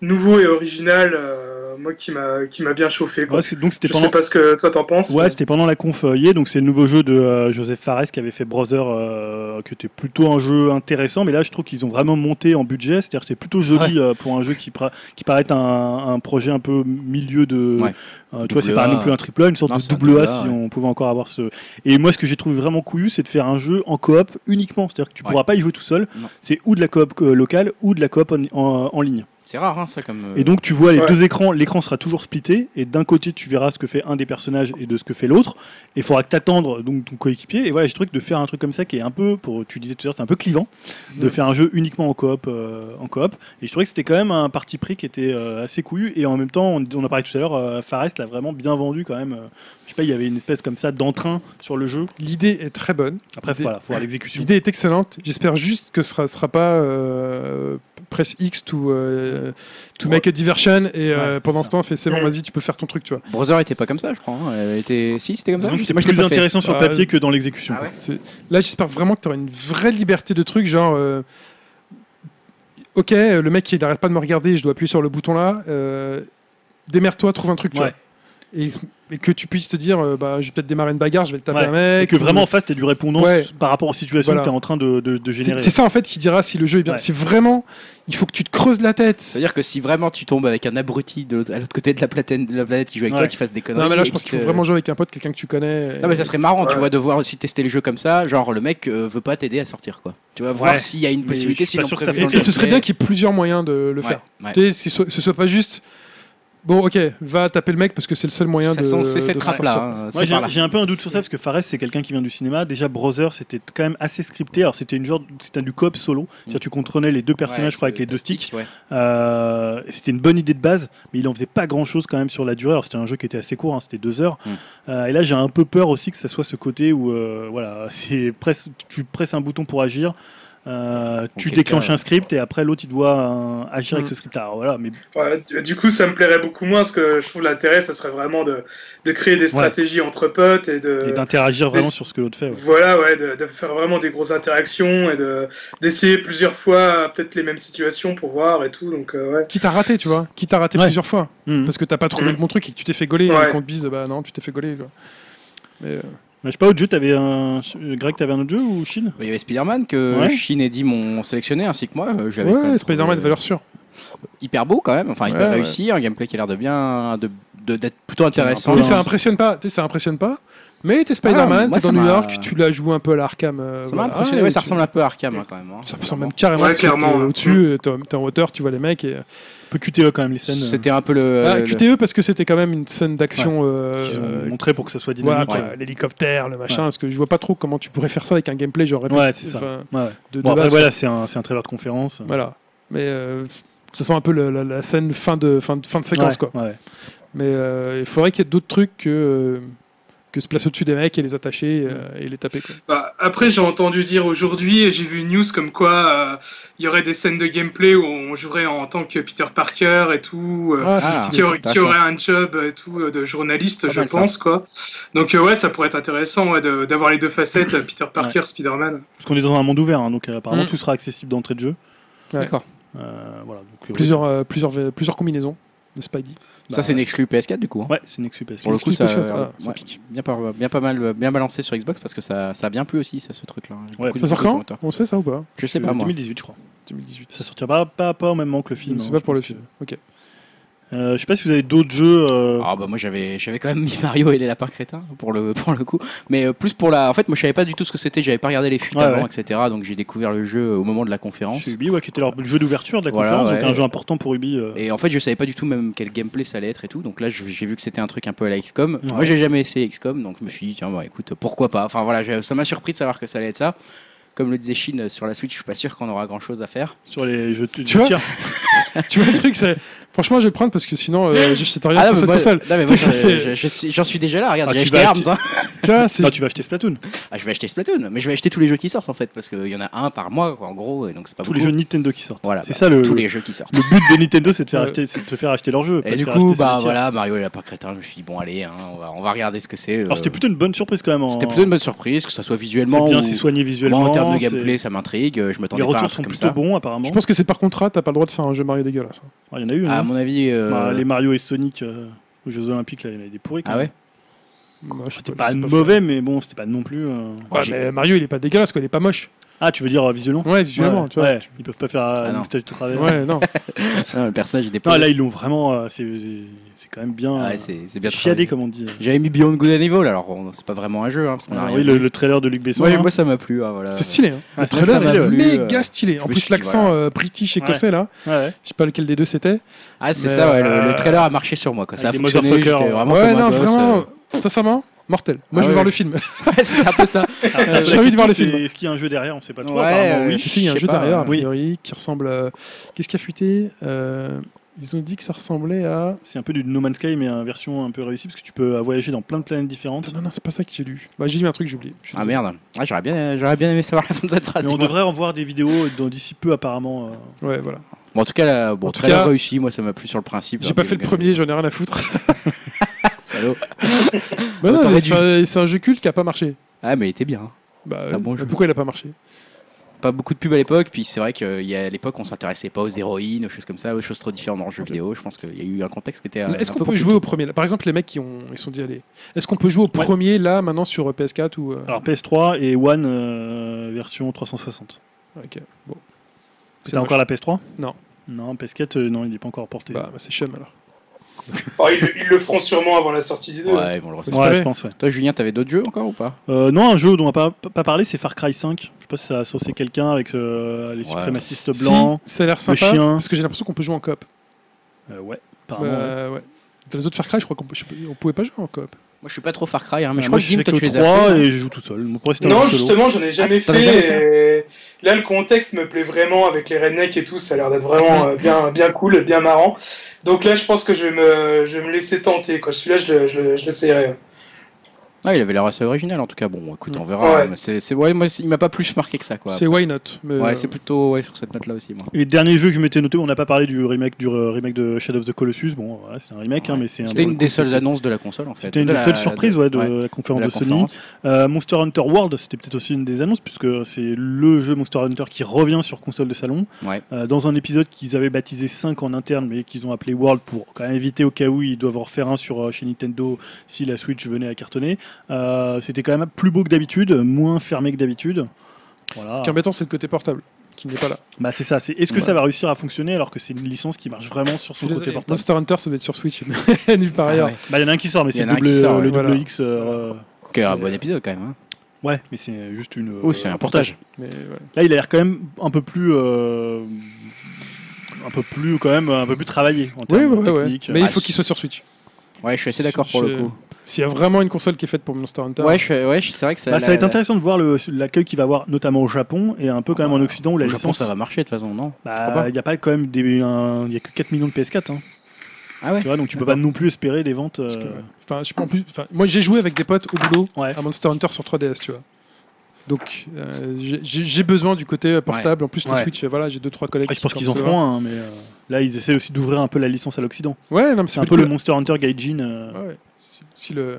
[SPEAKER 3] nouveau et original, euh, moi qui m'a qui m'a bien chauffé, quoi.
[SPEAKER 2] Ouais, c'est- donc, c'était
[SPEAKER 3] Je
[SPEAKER 2] pendant.
[SPEAKER 3] sais pas ce que toi t'en penses.
[SPEAKER 2] Ouais,
[SPEAKER 3] mais-
[SPEAKER 2] c'était pendant la conf euh, EA, donc c'est le nouveau jeu de euh, Joseph Fares qui avait fait Brother, euh, qui était plutôt un jeu intéressant, mais là je trouve qu'ils ont vraiment monté en budget, c'est-à-dire que c'est plutôt joli euh, pour un jeu qui, pra- qui paraît être un, un projet un peu milieu de.
[SPEAKER 1] Ouais.
[SPEAKER 2] euh, tu vois, c'est
[SPEAKER 1] Double
[SPEAKER 2] pas
[SPEAKER 1] A.
[SPEAKER 2] non plus un triple A, une sorte
[SPEAKER 1] Non,
[SPEAKER 2] de
[SPEAKER 1] c'est un
[SPEAKER 2] double A
[SPEAKER 1] double A,
[SPEAKER 2] si
[SPEAKER 1] ouais.
[SPEAKER 2] on pouvait encore avoir ce. Et moi ce que j'ai trouvé vraiment couillu, c'est de faire un jeu en coop uniquement, c'est-à-dire que tu
[SPEAKER 1] Ouais.
[SPEAKER 2] pourras pas y jouer tout seul,
[SPEAKER 1] Non.
[SPEAKER 2] c'est ou de la coop euh, locale ou de la coop en- en- en ligne.
[SPEAKER 1] C'est rare, hein, ça, comme. euh,
[SPEAKER 2] Et donc tu vois les
[SPEAKER 3] Ouais.
[SPEAKER 2] deux écrans, l'écran sera toujours splitté et d'un côté tu verras ce que fait un des personnages et de ce que fait l'autre et il faudra que t'attendre donc ton coéquipier et voilà je trouve que de faire un truc comme ça qui est un peu pour tu disais tout à l'heure c'est un peu clivant de faire un jeu uniquement en coop euh, en coop et je trouvais que c'était quand même un parti pris qui était euh, assez couillu et en même temps on, on en parlait tout à l'heure euh, Fares l'a vraiment bien vendu quand même euh, je sais pas il y avait une espèce comme ça d'entrain sur le jeu
[SPEAKER 4] L'idée est très bonne.
[SPEAKER 2] après
[SPEAKER 4] L'idée-
[SPEAKER 2] voilà faut voir l'exécution
[SPEAKER 4] L'idée est excellente. J'espère juste que ce sera, sera pas euh, Press X ou euh, euh, To Make a Diversion, et euh, pendant ce temps, fait c'est bon, vas-y, tu peux faire ton truc, tu vois.
[SPEAKER 1] Brother était pas comme ça, je crois. hein. Euh, était... Si, c'était comme ça.
[SPEAKER 2] Disons que c'était
[SPEAKER 1] Moi, je l'ai
[SPEAKER 2] plus
[SPEAKER 1] pas fait.
[SPEAKER 2] intéressant sur le
[SPEAKER 4] Ah,
[SPEAKER 2] papier que dans l'exécution.
[SPEAKER 1] Ah
[SPEAKER 2] quoi.
[SPEAKER 1] ouais
[SPEAKER 4] C'est- Là, j'espère vraiment que tu auras une vraie liberté de truc, genre. euh, Ok, euh, le mec il n'arrête pas de me regarder, je dois appuyer sur le bouton là. euh, Démerde-toi, trouve un truc, tu
[SPEAKER 2] Ouais.
[SPEAKER 4] vois. Et, et que tu puisses te dire, euh, bah, je vais peut-être démarrer une bagarre, je vais le taper
[SPEAKER 2] Ouais.
[SPEAKER 4] un mec.
[SPEAKER 2] Et que
[SPEAKER 4] ou-
[SPEAKER 2] vraiment en face, t'as du répondance
[SPEAKER 4] Ouais.
[SPEAKER 2] par rapport aux situations
[SPEAKER 4] Voilà.
[SPEAKER 2] que t'es en train de, de- de
[SPEAKER 4] C'est
[SPEAKER 2] générer.
[SPEAKER 4] c'est ça en fait qui dira si le jeu est bien.
[SPEAKER 2] Ouais.
[SPEAKER 4] Si vraiment, il faut que tu te creuses la tête.
[SPEAKER 1] C'est-à-dire que si vraiment tu tombes avec un abruti de l'autre- à l'autre côté de la, platane- de la planète qui joue avec toi,
[SPEAKER 2] Ouais.
[SPEAKER 1] qui fasse des conneries.
[SPEAKER 4] Non mais là je
[SPEAKER 1] et
[SPEAKER 4] pense
[SPEAKER 1] qui
[SPEAKER 4] qu'il faut
[SPEAKER 1] te-
[SPEAKER 4] vraiment jouer avec un pote, quelqu'un que tu connais.
[SPEAKER 1] euh, Non mais ça serait marrant, tu
[SPEAKER 3] Ouais.
[SPEAKER 1] vois, de voir aussi tester les jeux comme ça. Genre le mec euh, veut pas t'aider à sortir, quoi. Tu vois, voir
[SPEAKER 2] Ouais.
[SPEAKER 1] s'il y a une
[SPEAKER 2] Mais
[SPEAKER 1] possibilité.
[SPEAKER 2] je suis pas
[SPEAKER 1] sinon
[SPEAKER 2] sûr que
[SPEAKER 1] prévu
[SPEAKER 2] ça
[SPEAKER 1] dans
[SPEAKER 4] Et
[SPEAKER 1] le
[SPEAKER 4] ce serait
[SPEAKER 1] gameplay.
[SPEAKER 4] bien qu'il y ait plusieurs moyens de le
[SPEAKER 1] Ouais,
[SPEAKER 4] faire.
[SPEAKER 1] ouais.
[SPEAKER 4] Tu sais, ce soit, ce soit pas juste. Bon, ok, va taper le mec parce que c'est le seul moyen
[SPEAKER 1] De toute façon,
[SPEAKER 4] de.
[SPEAKER 1] c'est
[SPEAKER 4] de
[SPEAKER 1] cette
[SPEAKER 4] s'en
[SPEAKER 1] trappe-là.
[SPEAKER 4] sortir.
[SPEAKER 1] hein,
[SPEAKER 2] Moi
[SPEAKER 1] c'est
[SPEAKER 2] j'ai
[SPEAKER 1] par
[SPEAKER 2] un-
[SPEAKER 1] là.
[SPEAKER 2] j'ai un peu un doute sur ça parce que Fares c'est quelqu'un qui vient du cinéma. Déjà Brother c'était quand même assez scripté. Alors c'était une genre c'était du coop solo. C'est-à-dire tu contrôlais les deux personnages je crois avec les deux sticks.
[SPEAKER 1] ouais.
[SPEAKER 2] Euh, c'était une bonne idée de base, mais il en faisait pas grand chose quand même sur la durée. Alors c'était un jeu qui était assez court, hein, c'était deux heures.
[SPEAKER 1] Mm.
[SPEAKER 2] Euh, et là j'ai un peu peur aussi que ça soit ce côté où euh, voilà, c'est presse, tu presses un bouton pour agir. euh, tu
[SPEAKER 1] quel
[SPEAKER 2] déclenches
[SPEAKER 1] cas,
[SPEAKER 2] un script et après l'autre il doit euh, agir avec
[SPEAKER 4] Mm.
[SPEAKER 2] ce script. Alors voilà, mais
[SPEAKER 3] Ouais, du- du coup, ça me plairait beaucoup moins parce que je trouve l'intérêt, ça serait vraiment de, de créer des stratégies entre potes et
[SPEAKER 4] Euh,
[SPEAKER 3] de.
[SPEAKER 2] et d'interagir vraiment
[SPEAKER 3] mais-
[SPEAKER 2] sur ce que l'autre fait. ouais.
[SPEAKER 3] Voilà, ouais, de, de faire vraiment des grosses interactions et de d'essayer plusieurs fois euh, peut-être les mêmes situations pour voir et tout. Donc, euh, ouais.
[SPEAKER 4] Quitte à rater, tu vois. Quitte à rater
[SPEAKER 2] Ouais.
[SPEAKER 4] plusieurs fois.
[SPEAKER 1] Mmh.
[SPEAKER 2] Mm.
[SPEAKER 4] Parce que t'as pas trouvé le bon truc et que tu t'es fait gauler
[SPEAKER 3] Ouais.
[SPEAKER 4] et qu'on te dise, bah non, tu t'es fait gauler. quoi. Mais, euh,
[SPEAKER 2] Je sais pas, autre jeu, t'avais un. Greg, t'avais un autre jeu ou Shin
[SPEAKER 1] Il y avait Spider-Man que
[SPEAKER 2] Ouais.
[SPEAKER 1] Shin et Dim ont sélectionné ainsi que moi. Euh, je l'avais quand même
[SPEAKER 4] ouais,
[SPEAKER 1] trouvé,
[SPEAKER 4] Spider-Man,
[SPEAKER 1] euh,
[SPEAKER 4] valeur sûre.
[SPEAKER 1] Hyper beau quand même, enfin hyper
[SPEAKER 4] Ouais, ouais.
[SPEAKER 1] réussi, un gameplay qui a l'air de bien, de- de- d'être plutôt intéressant.
[SPEAKER 4] Tu
[SPEAKER 2] Ouais.
[SPEAKER 4] sais, ça impressionne pas, tu sais, ça impressionne pas. Mais t'es
[SPEAKER 1] Ah,
[SPEAKER 4] Spider-Man,
[SPEAKER 1] moi,
[SPEAKER 4] t'es
[SPEAKER 1] ça
[SPEAKER 4] dans New
[SPEAKER 1] m'a-
[SPEAKER 4] York, tu l'as joué un peu à l'Arkham. euh,
[SPEAKER 1] Ça m'a
[SPEAKER 4] voilà.
[SPEAKER 1] impressionné,
[SPEAKER 4] Ah,
[SPEAKER 1] ouais,
[SPEAKER 4] et
[SPEAKER 1] ça
[SPEAKER 4] tu-
[SPEAKER 1] ressemble un peu à Arkham hein, quand même. hein.
[SPEAKER 4] Ça ressemble même carrément
[SPEAKER 3] Ouais,
[SPEAKER 4] que t'es,
[SPEAKER 3] clairement,
[SPEAKER 4] euh,
[SPEAKER 3] ouais. Mmh.
[SPEAKER 4] au-dessus, euh, t'es en- t'es en hauteur, tu vois les mecs. Et...
[SPEAKER 2] Un peu QTE quand même, les scènes. euh,
[SPEAKER 1] C'était un peu le.
[SPEAKER 4] Ah,
[SPEAKER 1] le-
[SPEAKER 4] QTE parce que c'était quand même une scène d'action euh,
[SPEAKER 2] qu'ils ont
[SPEAKER 4] euh,
[SPEAKER 2] montré pour que ça soit
[SPEAKER 4] Voilà,
[SPEAKER 2] dynamique.
[SPEAKER 4] quoi,
[SPEAKER 1] ouais.
[SPEAKER 4] l'hélicoptère, le machin, parce que je vois pas trop comment tu pourrais faire ça avec un gameplay genre
[SPEAKER 2] Ouais,
[SPEAKER 4] répétitif,
[SPEAKER 2] c'est ça.
[SPEAKER 4] enfin,
[SPEAKER 2] Ouais, ouais.
[SPEAKER 4] de, de
[SPEAKER 2] Bon, après,
[SPEAKER 4] base,
[SPEAKER 2] voilà, c'est un, c'est un trailer de conférence.
[SPEAKER 4] quoi. voilà. Mais euh, ça sent un peu le- la, la scène fin de fin de, fin de séquence
[SPEAKER 2] Ouais,
[SPEAKER 4] quoi.
[SPEAKER 2] ouais.
[SPEAKER 4] Mais euh, il faudrait qu'il y ait d'autres trucs que euh, que se placer au-dessus des mecs et les attacher euh, et les taper quoi.
[SPEAKER 3] Bah, après, j'ai entendu dire aujourd'hui et j'ai vu une news comme quoi euh, il y aurait des scènes de gameplay où on jouerait en tant que Peter Parker et tout. euh,
[SPEAKER 4] Ah, c'est
[SPEAKER 1] ah,
[SPEAKER 4] stylé,
[SPEAKER 3] qui,
[SPEAKER 1] c'est
[SPEAKER 3] aurait- qui
[SPEAKER 1] intéressant.
[SPEAKER 3] aurait un job et tout euh, de journaliste,
[SPEAKER 1] Pas
[SPEAKER 3] je
[SPEAKER 1] mal, ça.
[SPEAKER 3] pense quoi. Donc euh, ouais, ça pourrait être intéressant ouais, de- d'avoir les deux facettes, euh, Peter Parker, Spider-Man.
[SPEAKER 2] Parce qu'on est dans un monde ouvert, hein, donc euh, apparemment
[SPEAKER 4] Mm.
[SPEAKER 2] tout sera accessible d'entrée de jeu.
[SPEAKER 1] D'accord.
[SPEAKER 2] Euh, voilà, donc, euh,
[SPEAKER 4] plusieurs euh, plusieurs plusieurs combinaisons de Spidey.
[SPEAKER 1] Ça, c'est une exclu PS4 du coup. hein.
[SPEAKER 2] Ouais, c'est une excupation.
[SPEAKER 1] Pour le coup, ça,
[SPEAKER 4] exclu PS4,
[SPEAKER 1] euh,
[SPEAKER 4] ah, ça
[SPEAKER 1] ouais, bien, par- bien pas mal, euh, bien balancé sur Xbox parce que ça, ça a bien plu aussi, ça, ce truc-là. hein. Beaucoup
[SPEAKER 2] Ouais.
[SPEAKER 1] de
[SPEAKER 4] Ça sort
[SPEAKER 1] nouveaux
[SPEAKER 4] quand
[SPEAKER 1] moteurs.
[SPEAKER 4] On sait ça ou pas
[SPEAKER 1] Je
[SPEAKER 2] Euh,
[SPEAKER 1] sais pas moi.
[SPEAKER 2] 2018, je crois.
[SPEAKER 4] 2018.
[SPEAKER 2] Ça sortira pas, pas, pas au même moment que le film.
[SPEAKER 4] c'est
[SPEAKER 2] hein,
[SPEAKER 4] pas
[SPEAKER 2] je
[SPEAKER 4] pour le
[SPEAKER 2] pense
[SPEAKER 4] film. Ok.
[SPEAKER 2] que- Euh, je sais pas si vous avez d'autres jeux. euh,
[SPEAKER 1] Ah bah moi j'avais j'avais quand même mis Mario et les lapins crétins pour le pour le coup mais euh, plus pour la en fait moi je savais pas du tout ce que c'était j'avais pas regardé les fuites
[SPEAKER 2] Ouais,
[SPEAKER 1] avant
[SPEAKER 2] ouais.
[SPEAKER 1] etc donc j'ai découvert le jeu au moment de la conférence
[SPEAKER 2] chez Ubi, ouais, qui était leur jeu d'ouverture de la
[SPEAKER 1] Voilà,
[SPEAKER 2] conférence,
[SPEAKER 1] ouais.
[SPEAKER 2] donc un jeu important pour Ubi. euh,
[SPEAKER 1] Et en fait, je savais pas du tout même quel gameplay ça allait être et tout. Donc là, je- j'ai vu que c'était un truc un peu à la XCOM. Moi, j'ai jamais essayé XCOM, donc je me suis dit tiens, bah écoute, pourquoi pas. Enfin voilà, je- ça m'a surpris de savoir que ça allait être ça. Comme le disait Shin sur la Switch, je suis pas sûr qu'on aura grand chose à faire.
[SPEAKER 2] Sur les jeux de de
[SPEAKER 4] Tu vois
[SPEAKER 2] tir.
[SPEAKER 4] tu vois le truc, c'est franchement je vais le prendre parce que sinon euh, j'achète rien
[SPEAKER 1] non,
[SPEAKER 4] sur
[SPEAKER 1] mais
[SPEAKER 4] cette
[SPEAKER 1] moi-
[SPEAKER 4] console.
[SPEAKER 1] non, mais moi,
[SPEAKER 4] Ça
[SPEAKER 1] je-
[SPEAKER 4] fait-
[SPEAKER 1] je- je- j'en suis déjà là. Regarde,
[SPEAKER 2] Ah,
[SPEAKER 1] j'ai
[SPEAKER 2] tu
[SPEAKER 1] acheté
[SPEAKER 2] vas
[SPEAKER 1] Arms.
[SPEAKER 2] acheter-
[SPEAKER 1] hein.
[SPEAKER 4] Tu vois, c'est-
[SPEAKER 2] Non, Bah, tu vas acheter Splatoon.
[SPEAKER 1] Ah, je vais acheter Splatoon, mais je vais acheter tous les jeux qui sortent en fait, parce qu'il y en a un par mois quoi, en gros, et donc c'est pas
[SPEAKER 2] Tous les
[SPEAKER 1] beaucoup.
[SPEAKER 2] jeux Nintendo qui sortent.
[SPEAKER 1] Voilà,
[SPEAKER 2] c'est
[SPEAKER 1] bah,
[SPEAKER 2] ça le.
[SPEAKER 1] tous les jeux qui sortent.
[SPEAKER 2] Le but de Nintendo, c'est de, faire
[SPEAKER 4] Ouais.
[SPEAKER 2] acheter, c'est de te faire acheter leurs jeux. pas
[SPEAKER 1] Et
[SPEAKER 2] de
[SPEAKER 1] du
[SPEAKER 2] faire
[SPEAKER 1] coup,
[SPEAKER 2] acheter ceux
[SPEAKER 1] bah
[SPEAKER 2] des tiers.
[SPEAKER 1] voilà, Mario et Lapin Crétin, je me suis dit, bon, allez, hein, on, va, on va regarder ce que c'est. euh,
[SPEAKER 2] Alors, c'était plutôt une bonne surprise quand même. en-
[SPEAKER 1] c'était plutôt une bonne surprise, que ça soit
[SPEAKER 2] C'est
[SPEAKER 1] visuellement.
[SPEAKER 2] bien,
[SPEAKER 1] ou-
[SPEAKER 2] c'est soigné visuellement.
[SPEAKER 1] Moi, en termes de
[SPEAKER 2] c'est-
[SPEAKER 1] gameplay, ça m'intrigue. euh, Je m'attendais
[SPEAKER 2] Les
[SPEAKER 1] pas à un
[SPEAKER 2] retours
[SPEAKER 1] truc
[SPEAKER 2] sont
[SPEAKER 1] comme
[SPEAKER 2] plutôt
[SPEAKER 1] ça.
[SPEAKER 2] bons, apparemment.
[SPEAKER 4] Je pense que c'est par contrat, t'as pas le droit de faire un jeu Mario dégueulasse.
[SPEAKER 2] Ah, Il y en a eu.
[SPEAKER 1] À
[SPEAKER 2] hein.
[SPEAKER 1] mon avis, euh,
[SPEAKER 2] Bah, Les Mario et Sonic euh, aux Jeux Olympiques, là, il y en a des pourris. quand
[SPEAKER 1] ah
[SPEAKER 2] même.
[SPEAKER 1] ouais.
[SPEAKER 4] Moi, je sais
[SPEAKER 2] C'était
[SPEAKER 4] je
[SPEAKER 2] pas
[SPEAKER 4] sais
[SPEAKER 2] mauvais, mais bon, c'était pas non plus. euh,
[SPEAKER 4] Ouais,
[SPEAKER 1] J'ai-
[SPEAKER 4] mais Mario, il est pas dégueulasse, quoi. Il est pas moche.
[SPEAKER 2] Ah, tu veux dire euh, visuellement
[SPEAKER 4] Ouais, visuellement,
[SPEAKER 2] ouais,
[SPEAKER 4] tu vois.
[SPEAKER 2] ouais, ils peuvent pas faire euh,
[SPEAKER 1] Ah,
[SPEAKER 2] une
[SPEAKER 1] non.
[SPEAKER 2] moustache de travers.
[SPEAKER 4] Ouais, non.
[SPEAKER 1] Ah, le personnage il est
[SPEAKER 2] hein. Non,
[SPEAKER 1] pas.
[SPEAKER 2] là, ils l'ont vraiment. euh, c'est, c'est- c'est quand même bien.
[SPEAKER 1] Ah
[SPEAKER 2] euh,
[SPEAKER 1] ouais, c'est c'est bien travaillé.
[SPEAKER 2] chiadé, comme on dit.
[SPEAKER 1] J'avais mis Beyond Good and Evil, alors on- c'est pas vraiment un jeu. Hein, parce qu'on a
[SPEAKER 2] Ah
[SPEAKER 1] rien
[SPEAKER 2] oui,
[SPEAKER 1] vu.
[SPEAKER 2] le, le trailer de Luc Besson.
[SPEAKER 1] moi,
[SPEAKER 2] hein.
[SPEAKER 1] moi, ça m'a plu. hein, voilà.
[SPEAKER 4] C'est stylé. Hein.
[SPEAKER 2] Ah,
[SPEAKER 4] le
[SPEAKER 2] ça,
[SPEAKER 4] trailer,
[SPEAKER 1] ça
[SPEAKER 4] il est
[SPEAKER 1] m'a plu,
[SPEAKER 4] méga
[SPEAKER 1] euh,
[SPEAKER 4] stylé. En
[SPEAKER 1] je me suis
[SPEAKER 4] plus,
[SPEAKER 1] dit,
[SPEAKER 4] l'accent euh, british écossais, là,
[SPEAKER 2] Ouais, ouais.
[SPEAKER 4] je sais pas lequel des deux c'était.
[SPEAKER 1] Ah, c'est
[SPEAKER 4] Mais,
[SPEAKER 1] ça, ouais, le,
[SPEAKER 4] euh,
[SPEAKER 1] le trailer a marché sur moi. Quoi. Ça a
[SPEAKER 2] avec des
[SPEAKER 1] fonctionné. j'étais
[SPEAKER 2] motherfuckers, hein.
[SPEAKER 1] Vraiment
[SPEAKER 4] Ouais,
[SPEAKER 1] comme un
[SPEAKER 4] non,
[SPEAKER 1] gosse, euh,
[SPEAKER 4] vraiment, sincèrement, mortel.
[SPEAKER 1] Ah
[SPEAKER 4] Moi, je veux
[SPEAKER 1] ouais.
[SPEAKER 4] voir le film.
[SPEAKER 1] euh. Ouais, C'était un peu ça.
[SPEAKER 2] Ah, c'est un peu
[SPEAKER 4] j'ai
[SPEAKER 2] la
[SPEAKER 4] envie de voir le
[SPEAKER 2] question,
[SPEAKER 4] film.
[SPEAKER 2] c'est- Est-ce qu'il y a un jeu derrière On sait pas trop.
[SPEAKER 1] Ouais,
[SPEAKER 2] apparemment,
[SPEAKER 1] euh,
[SPEAKER 2] oui.
[SPEAKER 4] Si, si, il y a un
[SPEAKER 1] Je sais
[SPEAKER 4] jeu
[SPEAKER 1] pas,
[SPEAKER 4] derrière, a
[SPEAKER 1] hein.
[SPEAKER 4] priori, qui ressemble. euh, Qu'est-ce qui a fuité Euh, Ils ont dit que ça ressemblait à.
[SPEAKER 2] C'est un peu du No Man's Sky, mais une version un peu réussie, parce que tu peux euh, voyager dans plein de planètes différentes.
[SPEAKER 4] Attends, non, non, c'est pas ça que j'ai lu. Bah, j'ai lu un truc, j'ai oublié. Je suis
[SPEAKER 1] Ah
[SPEAKER 4] désolé.
[SPEAKER 1] merde. Ah, J'aurais bien j'aurais bien aimé savoir la fin de cette phrase.
[SPEAKER 2] Mais on
[SPEAKER 1] dis-moi.
[SPEAKER 2] devrait en voir des vidéos dans- d'ici peu, apparemment. euh.
[SPEAKER 4] Ouais, voilà.
[SPEAKER 1] Bon, en tout cas, là, bon,
[SPEAKER 4] En tout
[SPEAKER 1] très bien
[SPEAKER 4] cas,
[SPEAKER 1] réussi. Moi, ça m'a plu sur le principe. hein,
[SPEAKER 4] J'ai pas fait le premier, j'en ai rien à foutre.
[SPEAKER 1] Salaud.
[SPEAKER 4] Bah non,
[SPEAKER 1] T'aurais
[SPEAKER 4] mais
[SPEAKER 1] dû.
[SPEAKER 4] c'est un- c'est un jeu culte qui a pas marché.
[SPEAKER 1] Ah, mais il était bien.
[SPEAKER 4] Bah,
[SPEAKER 1] C'est un bon
[SPEAKER 4] euh,
[SPEAKER 1] jeu.
[SPEAKER 4] Pourquoi il a pas marché
[SPEAKER 1] Pas beaucoup de pubs à l'époque, puis c'est vrai qu'à l'époque, on s'intéressait pas aux héroïnes, aux choses comme ça, aux choses trop différentes dans le jeu vidéo. Je pense qu'il y a eu un contexte qui était. un-
[SPEAKER 4] Est-ce
[SPEAKER 1] un
[SPEAKER 4] qu'on
[SPEAKER 1] peu
[SPEAKER 4] peut jouer au premier là Par exemple, les mecs qui ont, ils sont dit allez. Est-ce qu'on peut jouer au premier là maintenant sur euh, PS4 ou euh,
[SPEAKER 2] Alors PS3 et One euh, version 360.
[SPEAKER 4] ok, bon. C'est
[SPEAKER 2] C'était encore la PS3
[SPEAKER 4] Non.
[SPEAKER 2] Non, PS4, euh, non, il n'est pas encore porté.
[SPEAKER 4] Bah, bah, c'est chum alors.
[SPEAKER 3] Oh, ils, le- ils le feront sûrement avant la sortie du 2.
[SPEAKER 1] compliqué. Ouais, ils vont le
[SPEAKER 4] c'est
[SPEAKER 1] ressortir.
[SPEAKER 2] ouais,
[SPEAKER 4] vrai.
[SPEAKER 2] je pense, ouais.
[SPEAKER 1] Toi, Julien, t'avais d'autres jeux encore ou pas
[SPEAKER 2] Euh, non, un jeu dont on n'a pas, pas parlé, c'est Far Cry 5. Je sais pas si ça a saucé quelqu'un avec euh,
[SPEAKER 1] Ouais.
[SPEAKER 2] les suprémacistes blancs.
[SPEAKER 4] Si, ça a l'air sympa.
[SPEAKER 2] chien.
[SPEAKER 4] Parce que j'ai l'impression qu'on peut jouer en coop.
[SPEAKER 2] Euh, ouais,
[SPEAKER 1] Ah
[SPEAKER 2] apparemment.
[SPEAKER 1] Bah,
[SPEAKER 2] ouais.
[SPEAKER 4] Euh, ouais. Dans les autres Far Cry, je crois qu'on peut- je peux- on pouvait pas jouer en coop.
[SPEAKER 1] Moi, je suis pas trop Far Cry, hein, mais
[SPEAKER 2] Euh,
[SPEAKER 1] je crois
[SPEAKER 2] moi,
[SPEAKER 1] que Jim,
[SPEAKER 2] fais
[SPEAKER 1] toi, tu
[SPEAKER 2] le
[SPEAKER 1] les as
[SPEAKER 2] 3
[SPEAKER 1] fait.
[SPEAKER 2] et je joue tout seul. Mon premier, c'était un
[SPEAKER 3] Non,
[SPEAKER 2] jeu solo.
[SPEAKER 3] justement, j'en ai jamais
[SPEAKER 1] t'en as
[SPEAKER 3] fait.
[SPEAKER 1] jamais
[SPEAKER 3] et Là, le contexte me plaît vraiment avec les rednecks et tout. Ça a l'air d'être vraiment euh, bien, bien cool, bien marrant. Donc là, je pense que je vais me, je vais me laisser tenter. Quoi. Celui-là, je, le- je, le- je l'essayerai. hein.
[SPEAKER 1] Ah, il avait l'air assez original en tout cas. Bon, écoute, on verra.
[SPEAKER 3] Ouais.
[SPEAKER 1] Mais C'est, c'est, ouais, moi, c'est- il m'a pas plus marqué que ça, quoi.
[SPEAKER 4] C'est why not. mais,
[SPEAKER 1] Ouais,
[SPEAKER 4] euh,
[SPEAKER 1] c'est plutôt ouais, sur cette note-là aussi, moi.
[SPEAKER 2] Et dernier jeu que je m'étais noté, on n'a pas parlé du remake du euh, remake de Shadow of the Colossus. Bon, voilà, c'est un remake, hein,
[SPEAKER 1] Ouais.
[SPEAKER 2] mais c'est un
[SPEAKER 1] C'était
[SPEAKER 2] bon
[SPEAKER 1] une des
[SPEAKER 2] concept.
[SPEAKER 1] seules annonces de la console, en fait.
[SPEAKER 2] C'était une
[SPEAKER 1] De
[SPEAKER 2] des
[SPEAKER 1] la-
[SPEAKER 2] seules surprises ouais, de
[SPEAKER 1] ouais,
[SPEAKER 2] la conférence
[SPEAKER 1] de
[SPEAKER 2] de,
[SPEAKER 1] la
[SPEAKER 2] Sony.
[SPEAKER 1] conférence.
[SPEAKER 2] Euh, Monster Hunter World, c'était peut-être aussi une des annonces, puisque c'est le jeu Monster Hunter qui revient sur console de salon.
[SPEAKER 1] Ouais.
[SPEAKER 2] Euh, dans un épisode qu'ils avaient baptisé 5 en interne, mais qu'ils ont appelé World pour quand même éviter au cas où ils doivent en refaire un sur, euh, chez Nintendo si la Switch venait à cartonner. Euh, c'était quand même plus beau que d'habitude, moins fermé que d'habitude. Voilà.
[SPEAKER 1] Ah.
[SPEAKER 4] Ce qui est embêtant, c'est le côté portable qui n'est pas là.
[SPEAKER 2] Bah c'est ça. C'est est-ce que ça va réussir à fonctionner alors que c'est une licence qui marche vraiment sur son côté portable
[SPEAKER 4] Monster Hunter, ça doit être sur Switch. Nulle part
[SPEAKER 1] Ah,
[SPEAKER 4] ailleurs.
[SPEAKER 1] ouais.
[SPEAKER 2] Bah il y en a un qui sort, mais
[SPEAKER 1] y
[SPEAKER 2] c'est
[SPEAKER 1] en
[SPEAKER 2] le
[SPEAKER 1] a un
[SPEAKER 2] double,
[SPEAKER 1] qui sort,
[SPEAKER 2] euh,
[SPEAKER 1] ouais,
[SPEAKER 2] le double
[SPEAKER 4] voilà.
[SPEAKER 2] X. euh,
[SPEAKER 1] Ok, un bon épisode quand même. hein.
[SPEAKER 2] ouais, mais c'est juste une. euh,
[SPEAKER 1] Oh, c'est un portage.
[SPEAKER 4] Mais voilà.
[SPEAKER 2] Là, il a l'air quand même un peu plus, euh, un peu plus quand même un peu plus travaillé en
[SPEAKER 4] Oui,
[SPEAKER 2] termes
[SPEAKER 4] ouais, ouais.
[SPEAKER 2] techniques.
[SPEAKER 4] Mais
[SPEAKER 1] Ah,
[SPEAKER 4] il faut
[SPEAKER 1] si-
[SPEAKER 4] qu'il soit sur Switch.
[SPEAKER 1] Ouais, je suis assez d'accord
[SPEAKER 4] Je-
[SPEAKER 1] pour le
[SPEAKER 4] je-
[SPEAKER 1] coup.
[SPEAKER 4] S'il y a vraiment une console qui est faite pour Monster Hunter,
[SPEAKER 1] Ouais, je- ouais, je- c'est vrai que ça.
[SPEAKER 2] Bah, ça va
[SPEAKER 1] la-
[SPEAKER 2] être intéressant de voir le- l'accueil qu'il va avoir, notamment au Japon et un peu quand même en Occident où la
[SPEAKER 1] Ah. Au Japon,
[SPEAKER 2] licence.
[SPEAKER 1] ça va marcher de toute façon, non
[SPEAKER 2] bah,
[SPEAKER 1] Pourquoi pas
[SPEAKER 2] il n'y a pas quand même des, un- il y a que 4 millions de PS4, hein,
[SPEAKER 1] Ah ouais.
[SPEAKER 2] tu vois, donc tu peux pas non plus espérer des ventes. euh,
[SPEAKER 4] Parce que, ouais. Enfin, je sais pas, en plus, enfin, moi j'ai joué avec des potes au boulot
[SPEAKER 2] Ouais.
[SPEAKER 4] à Monster Hunter sur 3DS, tu vois. Donc euh, j'ai- j'ai j'ai besoin du côté euh, portable. En plus, le
[SPEAKER 2] Ouais.
[SPEAKER 4] Switch, euh, voilà, j'ai deux trois collègues.
[SPEAKER 2] Ah, je pense
[SPEAKER 4] qui
[SPEAKER 2] qu'ils en feront un, hein, mais euh, là ils essaient aussi d'ouvrir un peu la licence à l'Occident.
[SPEAKER 4] Ouais, non, mais
[SPEAKER 2] C'est un peu le Monster Hunter Gaijin. euh,
[SPEAKER 4] Ouais, ouais. Si, si le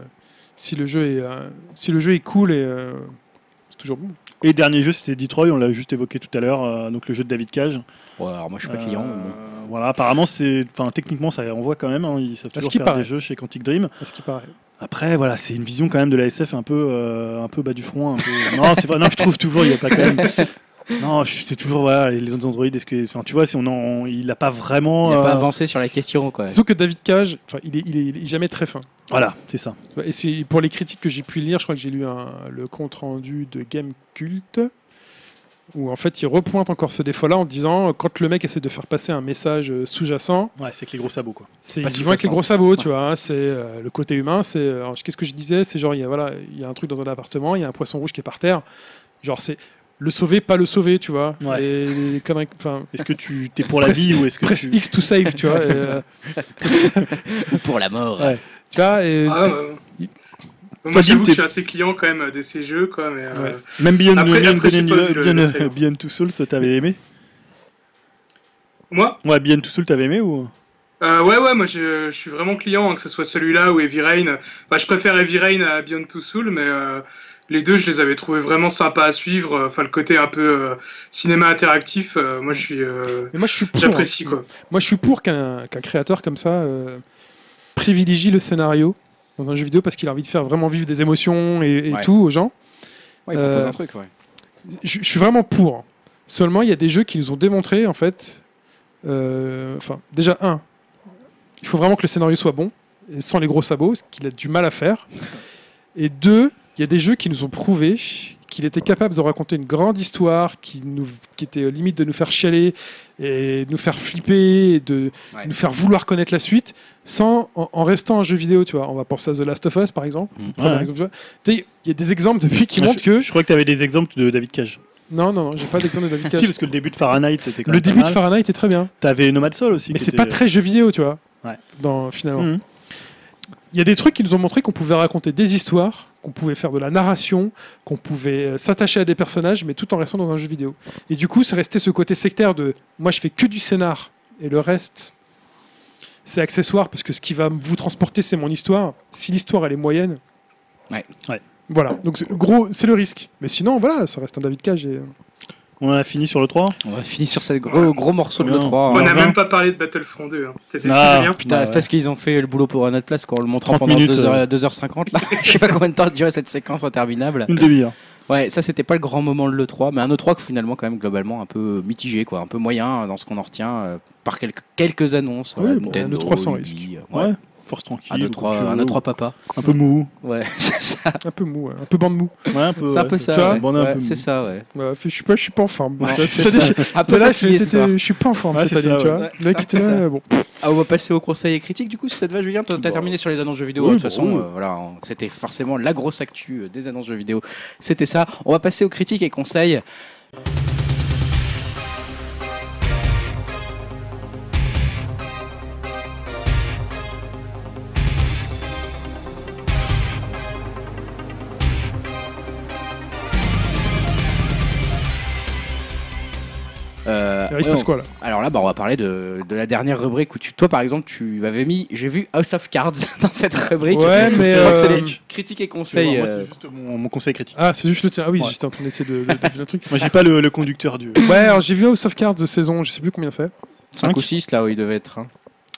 [SPEAKER 4] si le jeu est euh, si le jeu est cool et euh, c'est toujours bon.
[SPEAKER 2] Et dernier jeu, c'était Detroit, on l'a juste évoqué tout à l'heure, euh, donc le jeu de David Cage.
[SPEAKER 1] Ouais, alors moi, je suis pas client.
[SPEAKER 2] Euh,
[SPEAKER 1] mais bon. Ah,
[SPEAKER 2] Voilà, apparemment, c'est, enfin, techniquement, ça envoie quand même. hein, ils savent toujours
[SPEAKER 4] qu'il
[SPEAKER 2] faire
[SPEAKER 4] paraît.
[SPEAKER 2] des jeux chez Quantic Dream.
[SPEAKER 4] À ce qui paraît.
[SPEAKER 2] Après, voilà, c'est une vision quand même de la SF un peu, euh, un peu bas du front. un peu- non, c'est vrai, non, je trouve toujours, il n'y a pas quand même. Non, je- c'est toujours voilà, les autres androïdes. Est-ce que, enfin, tu vois, si on en, on- il n'a pas vraiment.
[SPEAKER 1] Il a pas
[SPEAKER 2] euh,
[SPEAKER 1] avancé sur la question, quoi.
[SPEAKER 4] Sauf que David Cage, enfin, il est, il, est, il est jamais très fin.
[SPEAKER 2] Voilà, c'est ça.
[SPEAKER 4] Bah, Et c'est pour les critiques que j'ai pu lire, je crois que j'ai lu un- le compte rendu de Game Cult, où en fait il repointe encore ce défaut-là en disant euh, quand le mec essaie de faire passer un message euh, sous-jacent, bah,
[SPEAKER 2] Ouais, c'est que les gros sabots quoi.
[SPEAKER 4] c'est
[SPEAKER 1] pas
[SPEAKER 4] ils y vont avec les
[SPEAKER 1] sous-jacent.
[SPEAKER 4] gros sabots, tu vois. hein, c'est euh, le côté humain. C'est alors, qu'est-ce que je disais C'est genre il y a voilà, il y a un truc dans un appartement, il y a un poisson rouge qui est par terre. Genre c'est le sauver, pas le sauver, tu vois.
[SPEAKER 2] Ouais.
[SPEAKER 4] Et les conneries- enfin.
[SPEAKER 2] Est-ce que tu t'es pour la
[SPEAKER 4] Presse-
[SPEAKER 2] vie ou est-ce que
[SPEAKER 4] Press
[SPEAKER 2] tu...
[SPEAKER 4] X to save, tu vois.
[SPEAKER 2] Ouais, c'est
[SPEAKER 4] et,
[SPEAKER 2] ça.
[SPEAKER 4] euh,
[SPEAKER 1] Ou pour la mort.
[SPEAKER 2] Ouais.
[SPEAKER 4] tu vois, et,
[SPEAKER 3] Ah, euh,
[SPEAKER 4] Il-
[SPEAKER 2] Jim,
[SPEAKER 3] Moi, j'avoue que je
[SPEAKER 2] t'es-
[SPEAKER 3] suis assez client quand même de ces jeux. Quoi, mais, euh,
[SPEAKER 4] Ouais.
[SPEAKER 2] Même Beyond,
[SPEAKER 3] Après-
[SPEAKER 2] Beyond,
[SPEAKER 3] après, j'ai
[SPEAKER 2] Beyond-
[SPEAKER 3] pas vu le-
[SPEAKER 2] Beyond-
[SPEAKER 3] le trailer.
[SPEAKER 2] Beyond Two Souls, t'avais aimé
[SPEAKER 3] Moi,
[SPEAKER 2] Ouais, Beyond Two Souls, t'avais aimé ou
[SPEAKER 3] Euh, ouais, ouais, moi je, je suis vraiment client, hein, que ce soit celui-là ou Heavy Rain. Bah, je préfère Heavy Rain à Beyond Two Soul, mais euh, les deux, je les avais trouvés vraiment sympas à suivre. Enfin, le côté un peu euh, cinéma interactif, euh, moi je suis. euh,
[SPEAKER 4] mais moi je suis pour,
[SPEAKER 3] J'apprécie
[SPEAKER 4] hein.
[SPEAKER 3] quoi.
[SPEAKER 4] Moi, je suis pour qu'un qu'un créateur comme ça euh, privilégie le scénario dans un jeu vidéo parce qu'il a envie de faire vraiment vivre des émotions et, et
[SPEAKER 1] Ouais.
[SPEAKER 4] tout aux gens.
[SPEAKER 1] Ouais, il propose
[SPEAKER 4] Euh,
[SPEAKER 1] un truc, ouais.
[SPEAKER 4] Je, je suis vraiment pour. Seulement, il y a des jeux qui nous ont démontré, en fait, euh, enfin, déjà, un, il faut vraiment que le scénario soit bon, et sans les gros sabots, ce qu'il a du mal à faire. Et deux, il y a des jeux qui nous ont prouvé qu'il était capable de raconter une grande histoire qui, nous, qui était euh, limite de nous faire chialer et de nous faire flipper, et de
[SPEAKER 1] Ouais.
[SPEAKER 4] nous faire vouloir connaître la suite, sans en, en restant un jeu vidéo, tu vois. On va penser à The Last of Us, par exemple.
[SPEAKER 1] Mhm.
[SPEAKER 4] Premier
[SPEAKER 2] Ouais.
[SPEAKER 4] exemple, tu vois. Tu sais, Il y a des exemples depuis qui
[SPEAKER 2] Ah,
[SPEAKER 4] montrent que...
[SPEAKER 2] Je crois que t'avais des exemples de David Cage.
[SPEAKER 4] Non, non, non, j'ai pas d'exemple de David Cage.
[SPEAKER 2] Si, parce que le début de Fahrenheit, c'était quand
[SPEAKER 4] Le
[SPEAKER 2] même pas
[SPEAKER 4] début de
[SPEAKER 2] mal.
[SPEAKER 4] Fahrenheit est très bien,
[SPEAKER 2] T'avais Nomad Soul aussi.
[SPEAKER 4] mais
[SPEAKER 2] qui
[SPEAKER 4] c'est
[SPEAKER 2] était- euh,
[SPEAKER 4] pas très jeu vidéo, tu vois.
[SPEAKER 2] Ouais.
[SPEAKER 4] Dans, finalement.
[SPEAKER 2] Mhm.
[SPEAKER 4] il y a des trucs qui nous ont montré qu'on pouvait raconter des histoires, qu'on pouvait faire de la narration, qu'on pouvait euh, s'attacher à des personnages, mais tout en restant dans un jeu vidéo. Et du coup, c'est resté ce côté sectaire de moi, je fais que du scénar et le reste, c'est accessoire parce que ce qui va vous transporter, c'est mon histoire. Si l'histoire elle est moyenne,
[SPEAKER 1] Ouais.
[SPEAKER 2] Ouais.
[SPEAKER 4] Voilà. Donc c'est- gros, c'est le risque. Mais sinon, voilà, ça reste un David Cage. Et... euh,
[SPEAKER 2] On en a fini sur le 3
[SPEAKER 1] On va finir sur ce gros, gros morceau de
[SPEAKER 2] Non.
[SPEAKER 1] l'E3.
[SPEAKER 3] On
[SPEAKER 1] hein.
[SPEAKER 3] n'a
[SPEAKER 2] vingt.
[SPEAKER 3] même pas parlé de Battlefront 2. Hein. C'était
[SPEAKER 2] Ah,
[SPEAKER 3] bien.
[SPEAKER 1] Putain,
[SPEAKER 2] bah
[SPEAKER 1] c'est
[SPEAKER 2] ouais.
[SPEAKER 1] parce qu'ils ont fait le boulot pour à notre place quoi, en le montrant
[SPEAKER 2] 30
[SPEAKER 1] pendant
[SPEAKER 2] minutes,
[SPEAKER 1] 2 heures-
[SPEAKER 2] euh.
[SPEAKER 1] 2h50 là. Je sais pas combien de temps durait cette séquence interminable.
[SPEAKER 2] Une demi-heure.
[SPEAKER 1] Ouais, ça c'était pas le grand moment de l'E3, mais un E3 que finalement quand même globalement un peu mitigé quoi, un peu moyen dans ce qu'on en retient euh, par quelques, quelques annonces.
[SPEAKER 4] Oui,
[SPEAKER 1] voilà,
[SPEAKER 4] bon,
[SPEAKER 1] Nintendo,
[SPEAKER 4] un E3 sans
[SPEAKER 1] Ubi,
[SPEAKER 4] risque.
[SPEAKER 1] euh,
[SPEAKER 2] Ouais.
[SPEAKER 1] Ouais.
[SPEAKER 2] Force tranquille.
[SPEAKER 1] Un
[SPEAKER 2] comme tu
[SPEAKER 1] E3, un
[SPEAKER 2] veux,
[SPEAKER 1] E3 papa.
[SPEAKER 2] Un peu mou.
[SPEAKER 1] Ouais, c'est ça.
[SPEAKER 4] Un peu mou, ouais, un peu bande mou.
[SPEAKER 2] Ouais, un peu.
[SPEAKER 1] C'est un
[SPEAKER 2] ouais,
[SPEAKER 1] peu
[SPEAKER 2] tu vois,
[SPEAKER 1] ça. ouais.
[SPEAKER 2] on est un
[SPEAKER 1] Ouais,
[SPEAKER 2] peu
[SPEAKER 1] c'est
[SPEAKER 2] mou.
[SPEAKER 1] ça, ouais.
[SPEAKER 4] Ouais, fait, Bah, je suis pas, je suis pas en forme.
[SPEAKER 1] Ouais,
[SPEAKER 4] Ça,
[SPEAKER 1] c'est
[SPEAKER 4] ça,
[SPEAKER 1] ça.
[SPEAKER 4] je-
[SPEAKER 1] Un
[SPEAKER 4] Mais
[SPEAKER 1] peu
[SPEAKER 4] là, je,
[SPEAKER 1] fatigué ce
[SPEAKER 4] j'étais-
[SPEAKER 1] soir.
[SPEAKER 4] je suis pas en forme
[SPEAKER 2] Ouais,
[SPEAKER 4] cette
[SPEAKER 2] c'est
[SPEAKER 4] année,
[SPEAKER 2] ça,
[SPEAKER 4] tu
[SPEAKER 2] ouais.
[SPEAKER 4] vois.
[SPEAKER 1] Ouais,
[SPEAKER 4] Le mec,
[SPEAKER 1] ça,
[SPEAKER 4] était
[SPEAKER 1] c'est
[SPEAKER 4] là,
[SPEAKER 1] ça.
[SPEAKER 4] bon.
[SPEAKER 1] Ah, on va passer au conseil et critique du coup, si ça te va Julien, t'as t'as
[SPEAKER 2] Bah,
[SPEAKER 1] terminé sur les annonces jeux vidéo,
[SPEAKER 2] oui,
[SPEAKER 1] de toute
[SPEAKER 2] bah,
[SPEAKER 1] façon,
[SPEAKER 2] oui.
[SPEAKER 1] euh, voilà, on- c'était forcément la grosse actu euh, des annonces jeux vidéo, c'était ça. On va passer aux critiques et conseils. Euh,
[SPEAKER 4] Il se passe
[SPEAKER 1] on-
[SPEAKER 4] quoi là
[SPEAKER 1] alors là, bah, on va parler de, de la dernière rubrique où tu, toi, par exemple, tu avais mis, j'ai vu House of Cards dans cette rubrique.
[SPEAKER 4] Ouais, mais.
[SPEAKER 1] Je crois que
[SPEAKER 4] euh,
[SPEAKER 1] c'est des critiques et
[SPEAKER 2] Tu vois,
[SPEAKER 1] conseils.
[SPEAKER 2] Moi,
[SPEAKER 1] euh,
[SPEAKER 2] c'est juste mon mon conseil critique.
[SPEAKER 4] Ah, c'est juste le tien. Ah oui,
[SPEAKER 2] Ouais.
[SPEAKER 4] j'étais en train d'essayer de, de, de- de- le truc.
[SPEAKER 2] Moi, j'ai pas le le conducteur du.
[SPEAKER 4] Ouais, alors j'ai vu au Safeguard de saison, je sais plus combien c'est.
[SPEAKER 1] cinq ou 6 là où il devait être. hein.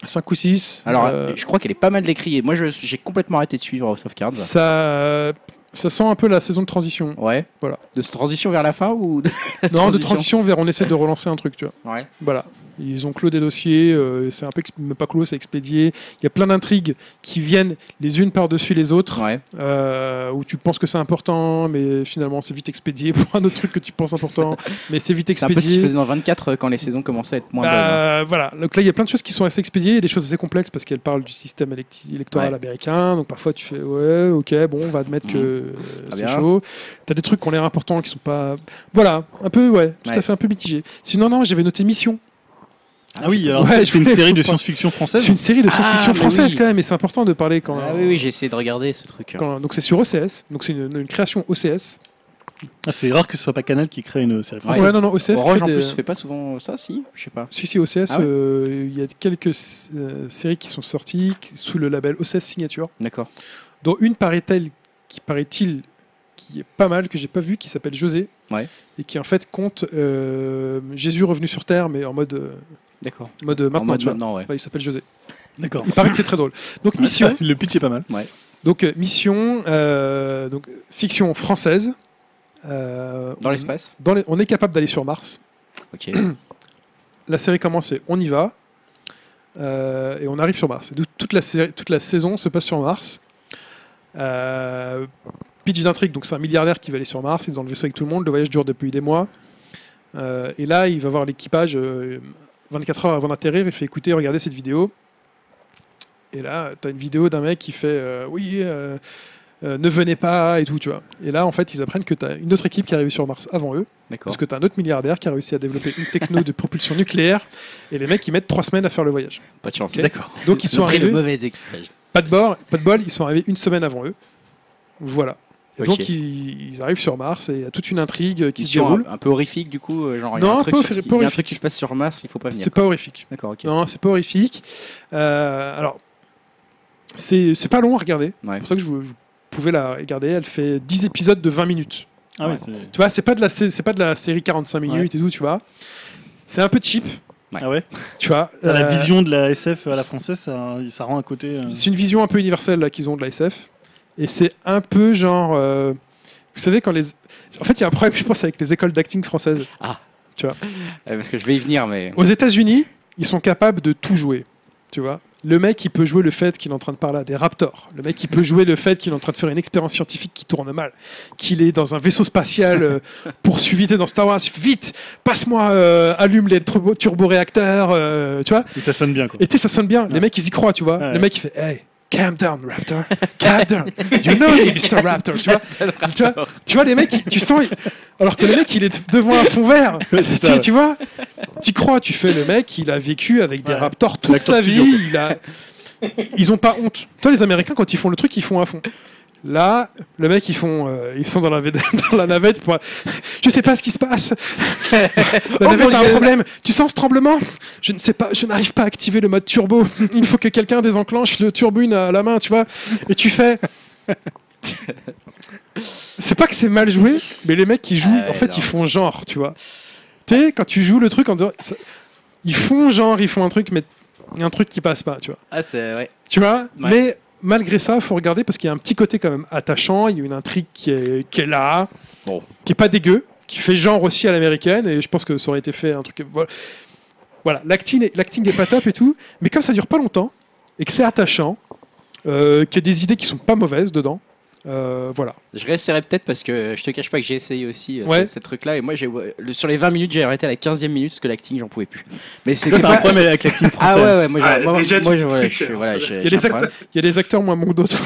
[SPEAKER 4] Euh, 5 ou Euh, 6.
[SPEAKER 1] Alors, euh, je crois qu'elle est pas mal décriée. Moi, je- j'ai complètement arrêté de suivre House of Cards.
[SPEAKER 4] ça, ça sent un peu la saison de transition.
[SPEAKER 1] Ouais.
[SPEAKER 4] Voilà.
[SPEAKER 1] De cette transition vers la fin ou de-
[SPEAKER 4] non, de
[SPEAKER 1] transition.
[SPEAKER 4] transition vers on essaie de relancer un truc, tu vois.
[SPEAKER 1] Ouais.
[SPEAKER 4] Voilà. Ils ont clos des dossiers, euh, c'est un peu exp- mais pas clos, c'est expédié. Il y a plein d'intrigues qui viennent les unes par-dessus les autres,
[SPEAKER 1] Ouais.
[SPEAKER 4] euh, où tu penses que c'est important, mais finalement c'est vite expédié pour un autre truc que tu penses important, mais c'est vite
[SPEAKER 1] C'est un peu ce qu'ils
[SPEAKER 4] expédié.
[SPEAKER 1] faisaient dans 24 euh, quand les saisons commençaient à être moins bonnes. hein.
[SPEAKER 4] Euh, voilà, donc là il y a plein de choses qui sont assez expédiées, et des choses assez complexes parce qu'elle parle du système électi- électoral
[SPEAKER 1] Ouais.
[SPEAKER 4] américain, donc parfois tu fais ouais, ok, bon, on va admettre que
[SPEAKER 1] Mhm.
[SPEAKER 4] euh,
[SPEAKER 1] Très
[SPEAKER 4] c'est
[SPEAKER 1] bien.
[SPEAKER 4] chaud. T'as des trucs qui ont l'air importants qui sont pas. Voilà, un peu, ouais, tout
[SPEAKER 1] Ouais.
[SPEAKER 4] à fait un peu mitigé. Sinon, non, j'avais noté Mission.
[SPEAKER 2] Ah oui, alors
[SPEAKER 4] Ouais, je
[SPEAKER 2] c'est une
[SPEAKER 4] voulais
[SPEAKER 2] série de
[SPEAKER 4] vous parler.
[SPEAKER 2] science-fiction française.
[SPEAKER 4] C'est une série de science-fiction
[SPEAKER 1] Ah, mais
[SPEAKER 4] française
[SPEAKER 1] oui.
[SPEAKER 4] quand même, et c'est important de parler quand.
[SPEAKER 1] Ah oui, oui, j'ai essayé de regarder ce truc. hein.
[SPEAKER 4] quand- donc c'est sur OCS, donc c'est une, une création OCS.
[SPEAKER 2] Ah, c'est rare que ce soit pas Canal qui crée une euh, série
[SPEAKER 1] Ouais.
[SPEAKER 4] Ouais,
[SPEAKER 2] française.
[SPEAKER 4] non, non, OCS.
[SPEAKER 1] Orange
[SPEAKER 4] crée
[SPEAKER 1] en
[SPEAKER 4] des-
[SPEAKER 1] plus fait pas souvent ça, si Je sais pas.
[SPEAKER 4] Si, si, OCS,
[SPEAKER 1] Ah ouais
[SPEAKER 4] euh, il y a quelques euh, séries qui sont sorties qui- sous le label OCS Signature,
[SPEAKER 1] D'accord.
[SPEAKER 4] dont une paraît-elle, qui paraît-il, qui est pas mal, que j'ai pas vu, qui s'appelle José.
[SPEAKER 1] Ouais.
[SPEAKER 4] Et qui en fait compte euh, Jésus revenu sur Terre, mais en mode, euh,
[SPEAKER 1] D'accord.
[SPEAKER 4] mode maintenant.
[SPEAKER 1] En mode
[SPEAKER 4] tu vois.
[SPEAKER 1] maintenant, ouais.
[SPEAKER 4] Ouais, il s'appelle José.
[SPEAKER 2] D'accord.
[SPEAKER 4] Il paraît que c'est très drôle. Donc, Mission.
[SPEAKER 2] Le pitch est pas mal.
[SPEAKER 4] Donc euh, Mission, euh, donc fiction française. Euh,
[SPEAKER 1] Dans
[SPEAKER 4] on-
[SPEAKER 1] l'espace
[SPEAKER 4] dans les- on est capable d'aller sur Mars.
[SPEAKER 1] Ok.
[SPEAKER 4] La série commence et on y va. Euh, et on arrive sur Mars. Et donc, toute, la série- toute la saison se passe sur Mars. Euh, pitch d'intrigue, donc c'est un milliardaire qui va aller sur Mars, il est dans le vaisseau avec tout le monde, le voyage dure depuis des mois. Euh, et là, il va voir l'équipage euh, 24 heures avant d'atterrir, il fait écouter, regardez cette vidéo. Et là, tu as une vidéo d'un mec qui fait euh, oui, euh, euh, ne venez pas et tout, tu vois. Et là, en fait, ils apprennent que tu as une autre équipe qui est arrivée sur Mars avant eux,
[SPEAKER 1] D'accord.
[SPEAKER 4] parce que tu as un autre milliardaire qui a réussi à développer une techno de propulsion nucléaire, et les mecs, ils mettent trois semaines à faire le voyage.
[SPEAKER 1] Pas de chance.
[SPEAKER 2] D'accord.
[SPEAKER 4] Donc, ils
[SPEAKER 1] Ils
[SPEAKER 4] sont
[SPEAKER 1] ont pris le
[SPEAKER 4] arrivés
[SPEAKER 1] mauvais équipage.
[SPEAKER 4] pas de bord, pas de bol, ils sont arrivés une semaine avant eux. Voilà. Et
[SPEAKER 1] Ok.
[SPEAKER 4] donc ils, ils arrivent sur Mars et il y a toute une intrigue qui se
[SPEAKER 1] Question
[SPEAKER 4] déroule.
[SPEAKER 1] un, un peu horrifique du coup, euh, genre il y a
[SPEAKER 4] Non,
[SPEAKER 1] un
[SPEAKER 4] un
[SPEAKER 1] truc,
[SPEAKER 4] peu
[SPEAKER 1] sur-
[SPEAKER 4] horri-
[SPEAKER 1] il y a un
[SPEAKER 4] horrifique.
[SPEAKER 1] truc qui se passe sur Mars, il faut pas venir.
[SPEAKER 4] C'est pas horrifique.
[SPEAKER 1] D'accord, ok.
[SPEAKER 4] Non, c'est pas horrifique. Euh, alors, c'est c'est pas long à regarder.
[SPEAKER 1] Ouais.
[SPEAKER 4] C'est pour ça que je, vous- je vous pouvais la regarder. Elle fait 10 épisodes de 20 minutes.
[SPEAKER 2] Ah
[SPEAKER 1] Ouais.
[SPEAKER 2] oui, c'est-
[SPEAKER 4] Tu vois, c'est pas de la sé- c'est pas de la série 45 minutes et tout, tu vois. C'est un peu cheap,
[SPEAKER 2] Ah ouais.
[SPEAKER 4] tu vois.
[SPEAKER 2] T'as La
[SPEAKER 4] Euh,
[SPEAKER 2] vision de la SF à la française, ça, ça rend un côté. euh,
[SPEAKER 4] C'est une vision un peu universelle là qu'ils ont de la SF. Et c'est un peu genre. euh, vous savez, quand les. En fait, il y a un problème, je pense, avec les écoles d'acting françaises.
[SPEAKER 1] Euh, parce que je vais y venir, mais.
[SPEAKER 4] Aux États-Unis, ils sont capables de tout jouer. Tu vois Le mec, il peut jouer le fait qu'il est en train de parler à des raptors. Le mec, il peut jouer le fait qu'il est en train de faire une expérience scientifique qui tourne mal. Qu'il est dans un vaisseau spatial euh, poursuivi t'es dans Star Wars. Vite Passe-moi, euh, allume les turbo- turboréacteurs. euh, tu vois
[SPEAKER 2] Et ça sonne bien quoi.
[SPEAKER 4] Et tu sais, ça sonne bien. Les
[SPEAKER 2] Ouais.
[SPEAKER 4] mecs, ils y croient, tu vois.
[SPEAKER 2] Ouais.
[SPEAKER 4] Le mec, il fait Hey, calm down, Raptor. Calm down. You know me, Mr. Raptor. Tu vois, tu vois, tu vois les mecs, ils- tu sens. ils- Alors que le mec, il est devant un fond vert.
[SPEAKER 2] Ouais,
[SPEAKER 4] tu,
[SPEAKER 2] c'est ça, ouais.
[SPEAKER 4] tu vois, tu crois, tu fais le mec, il a vécu avec des
[SPEAKER 2] Ouais.
[SPEAKER 4] raptors
[SPEAKER 2] C'est
[SPEAKER 4] toute
[SPEAKER 2] l'acteur
[SPEAKER 4] sa
[SPEAKER 2] studio,
[SPEAKER 4] vie. Il a. Ils ont pas honte. Toi, les Américains, quand ils font le truc, ils font à fond. Là, le mec, ils font, euh, ils sont dans la, vé- dans la navette. Pour... Je sais pas ce qui se passe. La
[SPEAKER 1] Oh mon
[SPEAKER 4] navette a un
[SPEAKER 1] Dieu.
[SPEAKER 4] problème. Tu sens ce tremblement Je ne sais pas. Je n'arrive pas à activer le mode turbo. Il faut que quelqu'un désenclenche le turbine à la main, tu vois. Et tu fais. C'est pas que c'est mal joué, mais les mecs qui jouent,
[SPEAKER 1] Ah ouais,
[SPEAKER 4] en fait,
[SPEAKER 1] non.
[SPEAKER 4] ils font genre, tu vois. Tu sais, quand tu joues le truc en disant, ça- ils font genre, ils font un truc, mais un truc qui passe pas, tu vois.
[SPEAKER 1] Ah, c'est ouais.
[SPEAKER 4] Tu vois
[SPEAKER 1] Ouais.
[SPEAKER 4] Mais malgré ça, faut regarder parce qu'il y a un petit côté quand même attachant. Il y a une intrigue qui est, qui est là,
[SPEAKER 1] Bon.
[SPEAKER 4] qui est pas dégueu, qui fait genre aussi à l'américaine. Et je pense que ça aurait été fait un truc. Voilà, Voilà, l'acting est- l'acting n'est pas top et tout, mais comme ça dure pas longtemps et que c'est attachant, euh, qu'il y a des idées qui sont pas mauvaises dedans. euh, voilà.
[SPEAKER 1] Je réessayerai peut-être parce que euh, je te cache pas que j'ai essayé aussi euh,
[SPEAKER 4] Ouais.
[SPEAKER 1] ce- ces trucs-là. Et moi, j'ai le- sur les 20 minutes, j'ai arrêté à la 15e minute parce que l'acting, j'en pouvais plus. Mais
[SPEAKER 2] Toi,
[SPEAKER 1] c'était
[SPEAKER 2] t'as un
[SPEAKER 1] pas.
[SPEAKER 2] problème avec l'acting
[SPEAKER 1] Ah ouais,
[SPEAKER 2] français.
[SPEAKER 1] ouais, moi, j'ai-
[SPEAKER 3] Ah,
[SPEAKER 1] moi,
[SPEAKER 3] déjà,
[SPEAKER 1] moi,
[SPEAKER 3] tu
[SPEAKER 1] je-
[SPEAKER 3] dis
[SPEAKER 1] ouais,
[SPEAKER 3] truc,
[SPEAKER 1] je suis-
[SPEAKER 3] euh,
[SPEAKER 1] voilà,
[SPEAKER 3] ça-
[SPEAKER 1] j'ai-
[SPEAKER 4] Il y
[SPEAKER 1] j'ai
[SPEAKER 4] a des
[SPEAKER 1] un problème.
[SPEAKER 4] acteurs, il y a des acteurs moins bons que d'autres.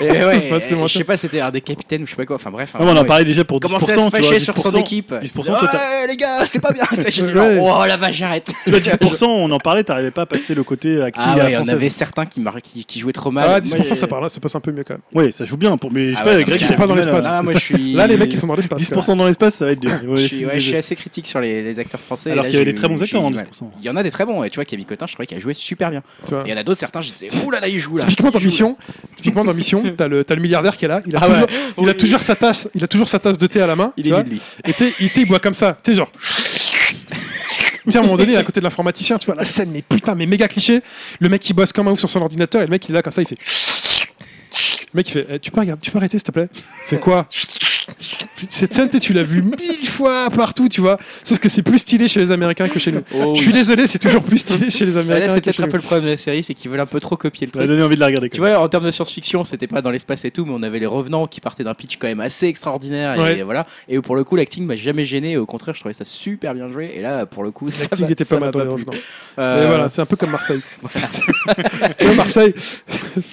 [SPEAKER 1] Et ouais,
[SPEAKER 4] Faut pas se
[SPEAKER 1] et
[SPEAKER 4] mentir.
[SPEAKER 1] je sais pas, c'était un des capitaines ou je sais pas quoi. Enfin bref. hein.
[SPEAKER 2] Ah, mais on en parlait déjà pour 10%.
[SPEAKER 1] Commencer à se
[SPEAKER 2] tu vois,
[SPEAKER 1] fâcher sur son
[SPEAKER 2] 10%.
[SPEAKER 1] équipe.
[SPEAKER 2] 10%,
[SPEAKER 1] Ouais,
[SPEAKER 2] toi,
[SPEAKER 1] les gars, c'est pas bien. Tu sais, J'ai dit,
[SPEAKER 4] Ouais.
[SPEAKER 1] oh la vache, j'arrête.
[SPEAKER 2] Tu vois, 10%, on en parlait, t'arrivais pas à passer le côté acting
[SPEAKER 1] Ah
[SPEAKER 2] à la
[SPEAKER 1] ouais, on
[SPEAKER 2] française.
[SPEAKER 1] avait certains qui, mar- qui, qui jouaient trop mal.
[SPEAKER 4] Ah,
[SPEAKER 1] Moi,
[SPEAKER 4] 10% ça
[SPEAKER 1] j'ai-
[SPEAKER 4] parle, ça passe un peu mieux quand même.
[SPEAKER 2] Oui, ça joue bien. Pour... Mais je sais
[SPEAKER 1] Ah
[SPEAKER 2] pas,
[SPEAKER 1] ouais,
[SPEAKER 2] avec
[SPEAKER 1] non,
[SPEAKER 2] Greg,
[SPEAKER 1] mais
[SPEAKER 4] c'est
[SPEAKER 2] j'ai
[SPEAKER 4] pas dans
[SPEAKER 2] du mal à-
[SPEAKER 4] l'espace.
[SPEAKER 1] Ah, moi, je suis...
[SPEAKER 4] Là, les mecs ils sont dans l'espace. quoi.
[SPEAKER 2] 10% dans l'espace, ça va être dur. Ouais,
[SPEAKER 1] je suis,
[SPEAKER 2] c'est
[SPEAKER 1] ouais, je suis
[SPEAKER 2] désolé.
[SPEAKER 1] assez critique sur les, les acteurs français. et
[SPEAKER 2] Alors
[SPEAKER 1] là,
[SPEAKER 2] qu'il y avait
[SPEAKER 1] j'ai
[SPEAKER 2] des
[SPEAKER 1] eu-
[SPEAKER 2] très bons
[SPEAKER 1] j'ai
[SPEAKER 2] acteurs
[SPEAKER 1] eu
[SPEAKER 4] hein,
[SPEAKER 2] en
[SPEAKER 1] du mal.
[SPEAKER 2] 10%.
[SPEAKER 1] Il y en a des très bons, et tu vois, Camille Cotin, je trouvais qu'il a joué super bien.
[SPEAKER 4] Tu vois.
[SPEAKER 1] Et il y en a d'autres, certains, je disais, ouh là là, il joue là.
[SPEAKER 4] Typiquement dans
[SPEAKER 1] Il joue, là.
[SPEAKER 4] Mission, typiquement dans Mission, t'as le, t'as le milliardaire qui est là, il a,
[SPEAKER 1] Ah ouais.
[SPEAKER 4] toujours, il a
[SPEAKER 1] Oui.
[SPEAKER 4] toujours sa tasse, il a toujours sa tasse de thé à la main,
[SPEAKER 1] Il
[SPEAKER 4] tu
[SPEAKER 1] est
[SPEAKER 4] vois,
[SPEAKER 1] nul, lui.
[SPEAKER 4] et t'es- il, t'es, il boit comme ça, t'es genre. Tu sais, à un moment donné, il est à côté de l'informaticien, tu vois, la scène, mais putain, mais méga cliché. Le mec qui bosse comme un ouf sur son ordinateur, et le mec il est là comme ça, il fait. Le mec il fait, Eh, tu peux, regarder- tu peux arrêter s'il te plaît Fais quoi Cette scène, t'es- tu l'as vue mille fois partout, tu vois. Sauf que c'est plus stylé chez les Américains que chez nous.
[SPEAKER 1] Oh,
[SPEAKER 4] Je
[SPEAKER 1] oui.
[SPEAKER 4] suis désolé, c'est toujours plus stylé chez les
[SPEAKER 1] Ah,
[SPEAKER 4] Américains.
[SPEAKER 1] Là, c'est
[SPEAKER 4] que
[SPEAKER 1] peut-être
[SPEAKER 4] chez
[SPEAKER 1] un
[SPEAKER 4] nous.
[SPEAKER 1] peu le problème de la série, c'est qu'ils veulent un peu trop copier le
[SPEAKER 2] Ça m'a
[SPEAKER 1] truc.
[SPEAKER 2] donné envie de la regarder.
[SPEAKER 1] Tu
[SPEAKER 2] quand même.
[SPEAKER 1] vois, en termes de science-fiction, c'était pas dans l'espace et tout, mais on avait les revenants qui partaient d'un pitch quand même assez extraordinaire. Et
[SPEAKER 4] Ouais.
[SPEAKER 1] voilà. Et pour le coup, l'acting m'a jamais gêné. Au contraire, je trouvais ça super bien joué. Et là, pour le coup, ça
[SPEAKER 4] L'acting
[SPEAKER 1] m'a-
[SPEAKER 4] était
[SPEAKER 1] ça
[SPEAKER 4] pas mal
[SPEAKER 1] m'a
[SPEAKER 4] dans les
[SPEAKER 1] plu.
[SPEAKER 4] revenants.
[SPEAKER 1] Euh,
[SPEAKER 4] Et voilà, c'est un peu comme Marseille. Tu vois, Marseille.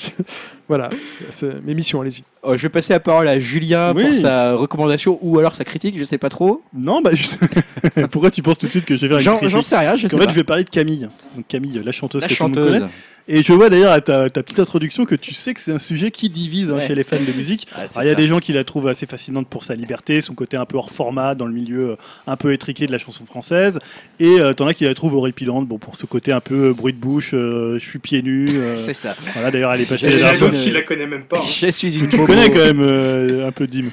[SPEAKER 4] voilà, c'est mes missions, allez-y.
[SPEAKER 1] oh, je vais passer la parole à Julien pour
[SPEAKER 2] Oui.
[SPEAKER 1] sa recommandation ou alors sa critique, je sais pas trop.
[SPEAKER 2] Non, bah, je- pourquoi tu penses tout de suite que je vais faire une
[SPEAKER 1] J'en
[SPEAKER 2] critique
[SPEAKER 1] j'en sais rien, je sais
[SPEAKER 2] En fait,
[SPEAKER 1] pas.
[SPEAKER 2] je vais parler de Camille. Donc Camille, la chanteuse
[SPEAKER 1] La
[SPEAKER 2] que tout le monde
[SPEAKER 1] chanteuse.
[SPEAKER 2] connaît. Et je vois d'ailleurs à ta, ta petite introduction que tu sais que c'est un sujet qui divise hein,
[SPEAKER 1] Ouais.
[SPEAKER 2] chez les fans de musique.
[SPEAKER 1] Ah, c'est
[SPEAKER 2] Alors, Il y a
[SPEAKER 1] ça.
[SPEAKER 2] des gens qui la trouvent assez fascinante pour sa liberté, son côté un peu hors format dans le milieu euh, un peu étriqué de la chanson française, et euh, t'en as qui la trouvent horripilante bon, pour ce côté un peu euh, bruit de bouche, euh, je suis pieds nus. euh,
[SPEAKER 1] C'est ça.
[SPEAKER 2] voilà, d'ailleurs, elle est passée
[SPEAKER 1] Et
[SPEAKER 3] Il y en a
[SPEAKER 1] Dardenne,
[SPEAKER 2] l'album.
[SPEAKER 1] euh,
[SPEAKER 3] d'autres qui la connaît même pas. hein.
[SPEAKER 1] Je suis une
[SPEAKER 2] Tu
[SPEAKER 1] bobo.
[SPEAKER 2] connais quand même euh, un peu Dim.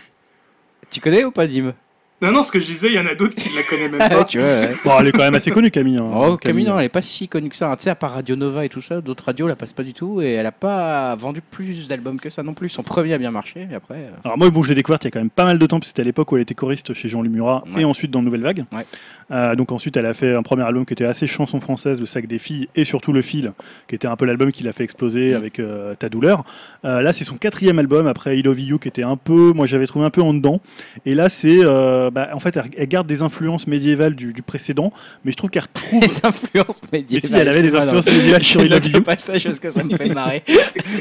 [SPEAKER 1] Tu connais ou pas, Dim
[SPEAKER 3] Non, non, ce que je disais, il y en a d'autres qui la connaît même
[SPEAKER 1] Ah,
[SPEAKER 3] pas.
[SPEAKER 1] tu vois, ouais.
[SPEAKER 2] Bon, elle est quand même assez connue, Camille. hein.
[SPEAKER 1] Oh, Camille, non, elle est pas si connue que ça. hein. Tu sais, à part Radio Nova et tout ça, d'autres radios la passent pas du tout. Et elle a pas vendu plus d'albums que ça non plus. Son premier a bien marché. Et après. euh,
[SPEAKER 2] Alors moi, bon, je l'ai découverte il y a quand même pas mal de temps, puisque c'était à l'époque où elle était choriste chez Jean Lumurat
[SPEAKER 1] Ouais.
[SPEAKER 2] et ensuite dans Nouvelle Vague.
[SPEAKER 1] Ouais.
[SPEAKER 2] Euh, donc ensuite, elle a fait un premier album qui était assez chanson française, Le sac des filles, et surtout Le fil, qui était un peu l'album qui l'a fait exploser
[SPEAKER 1] Mhm.
[SPEAKER 2] avec euh, Ta douleur. Euh, là, c'est son quatrième album après I Love You, qui était un peu, moi j'avais trouvé un peu en dedans. Et là, c'est, euh, bah, en fait, elle, elle garde des influences médiévales du, du précédent, mais je trouve qu'elle retrouve.
[SPEAKER 1] Les influences
[SPEAKER 2] Mais
[SPEAKER 1] médiévales.
[SPEAKER 2] si, elle avait des
[SPEAKER 1] excuse-moi, non,
[SPEAKER 2] influences médiévales
[SPEAKER 1] Je
[SPEAKER 2] sur I Love
[SPEAKER 1] note le
[SPEAKER 2] You.
[SPEAKER 1] passage parce que ça me fait marrer.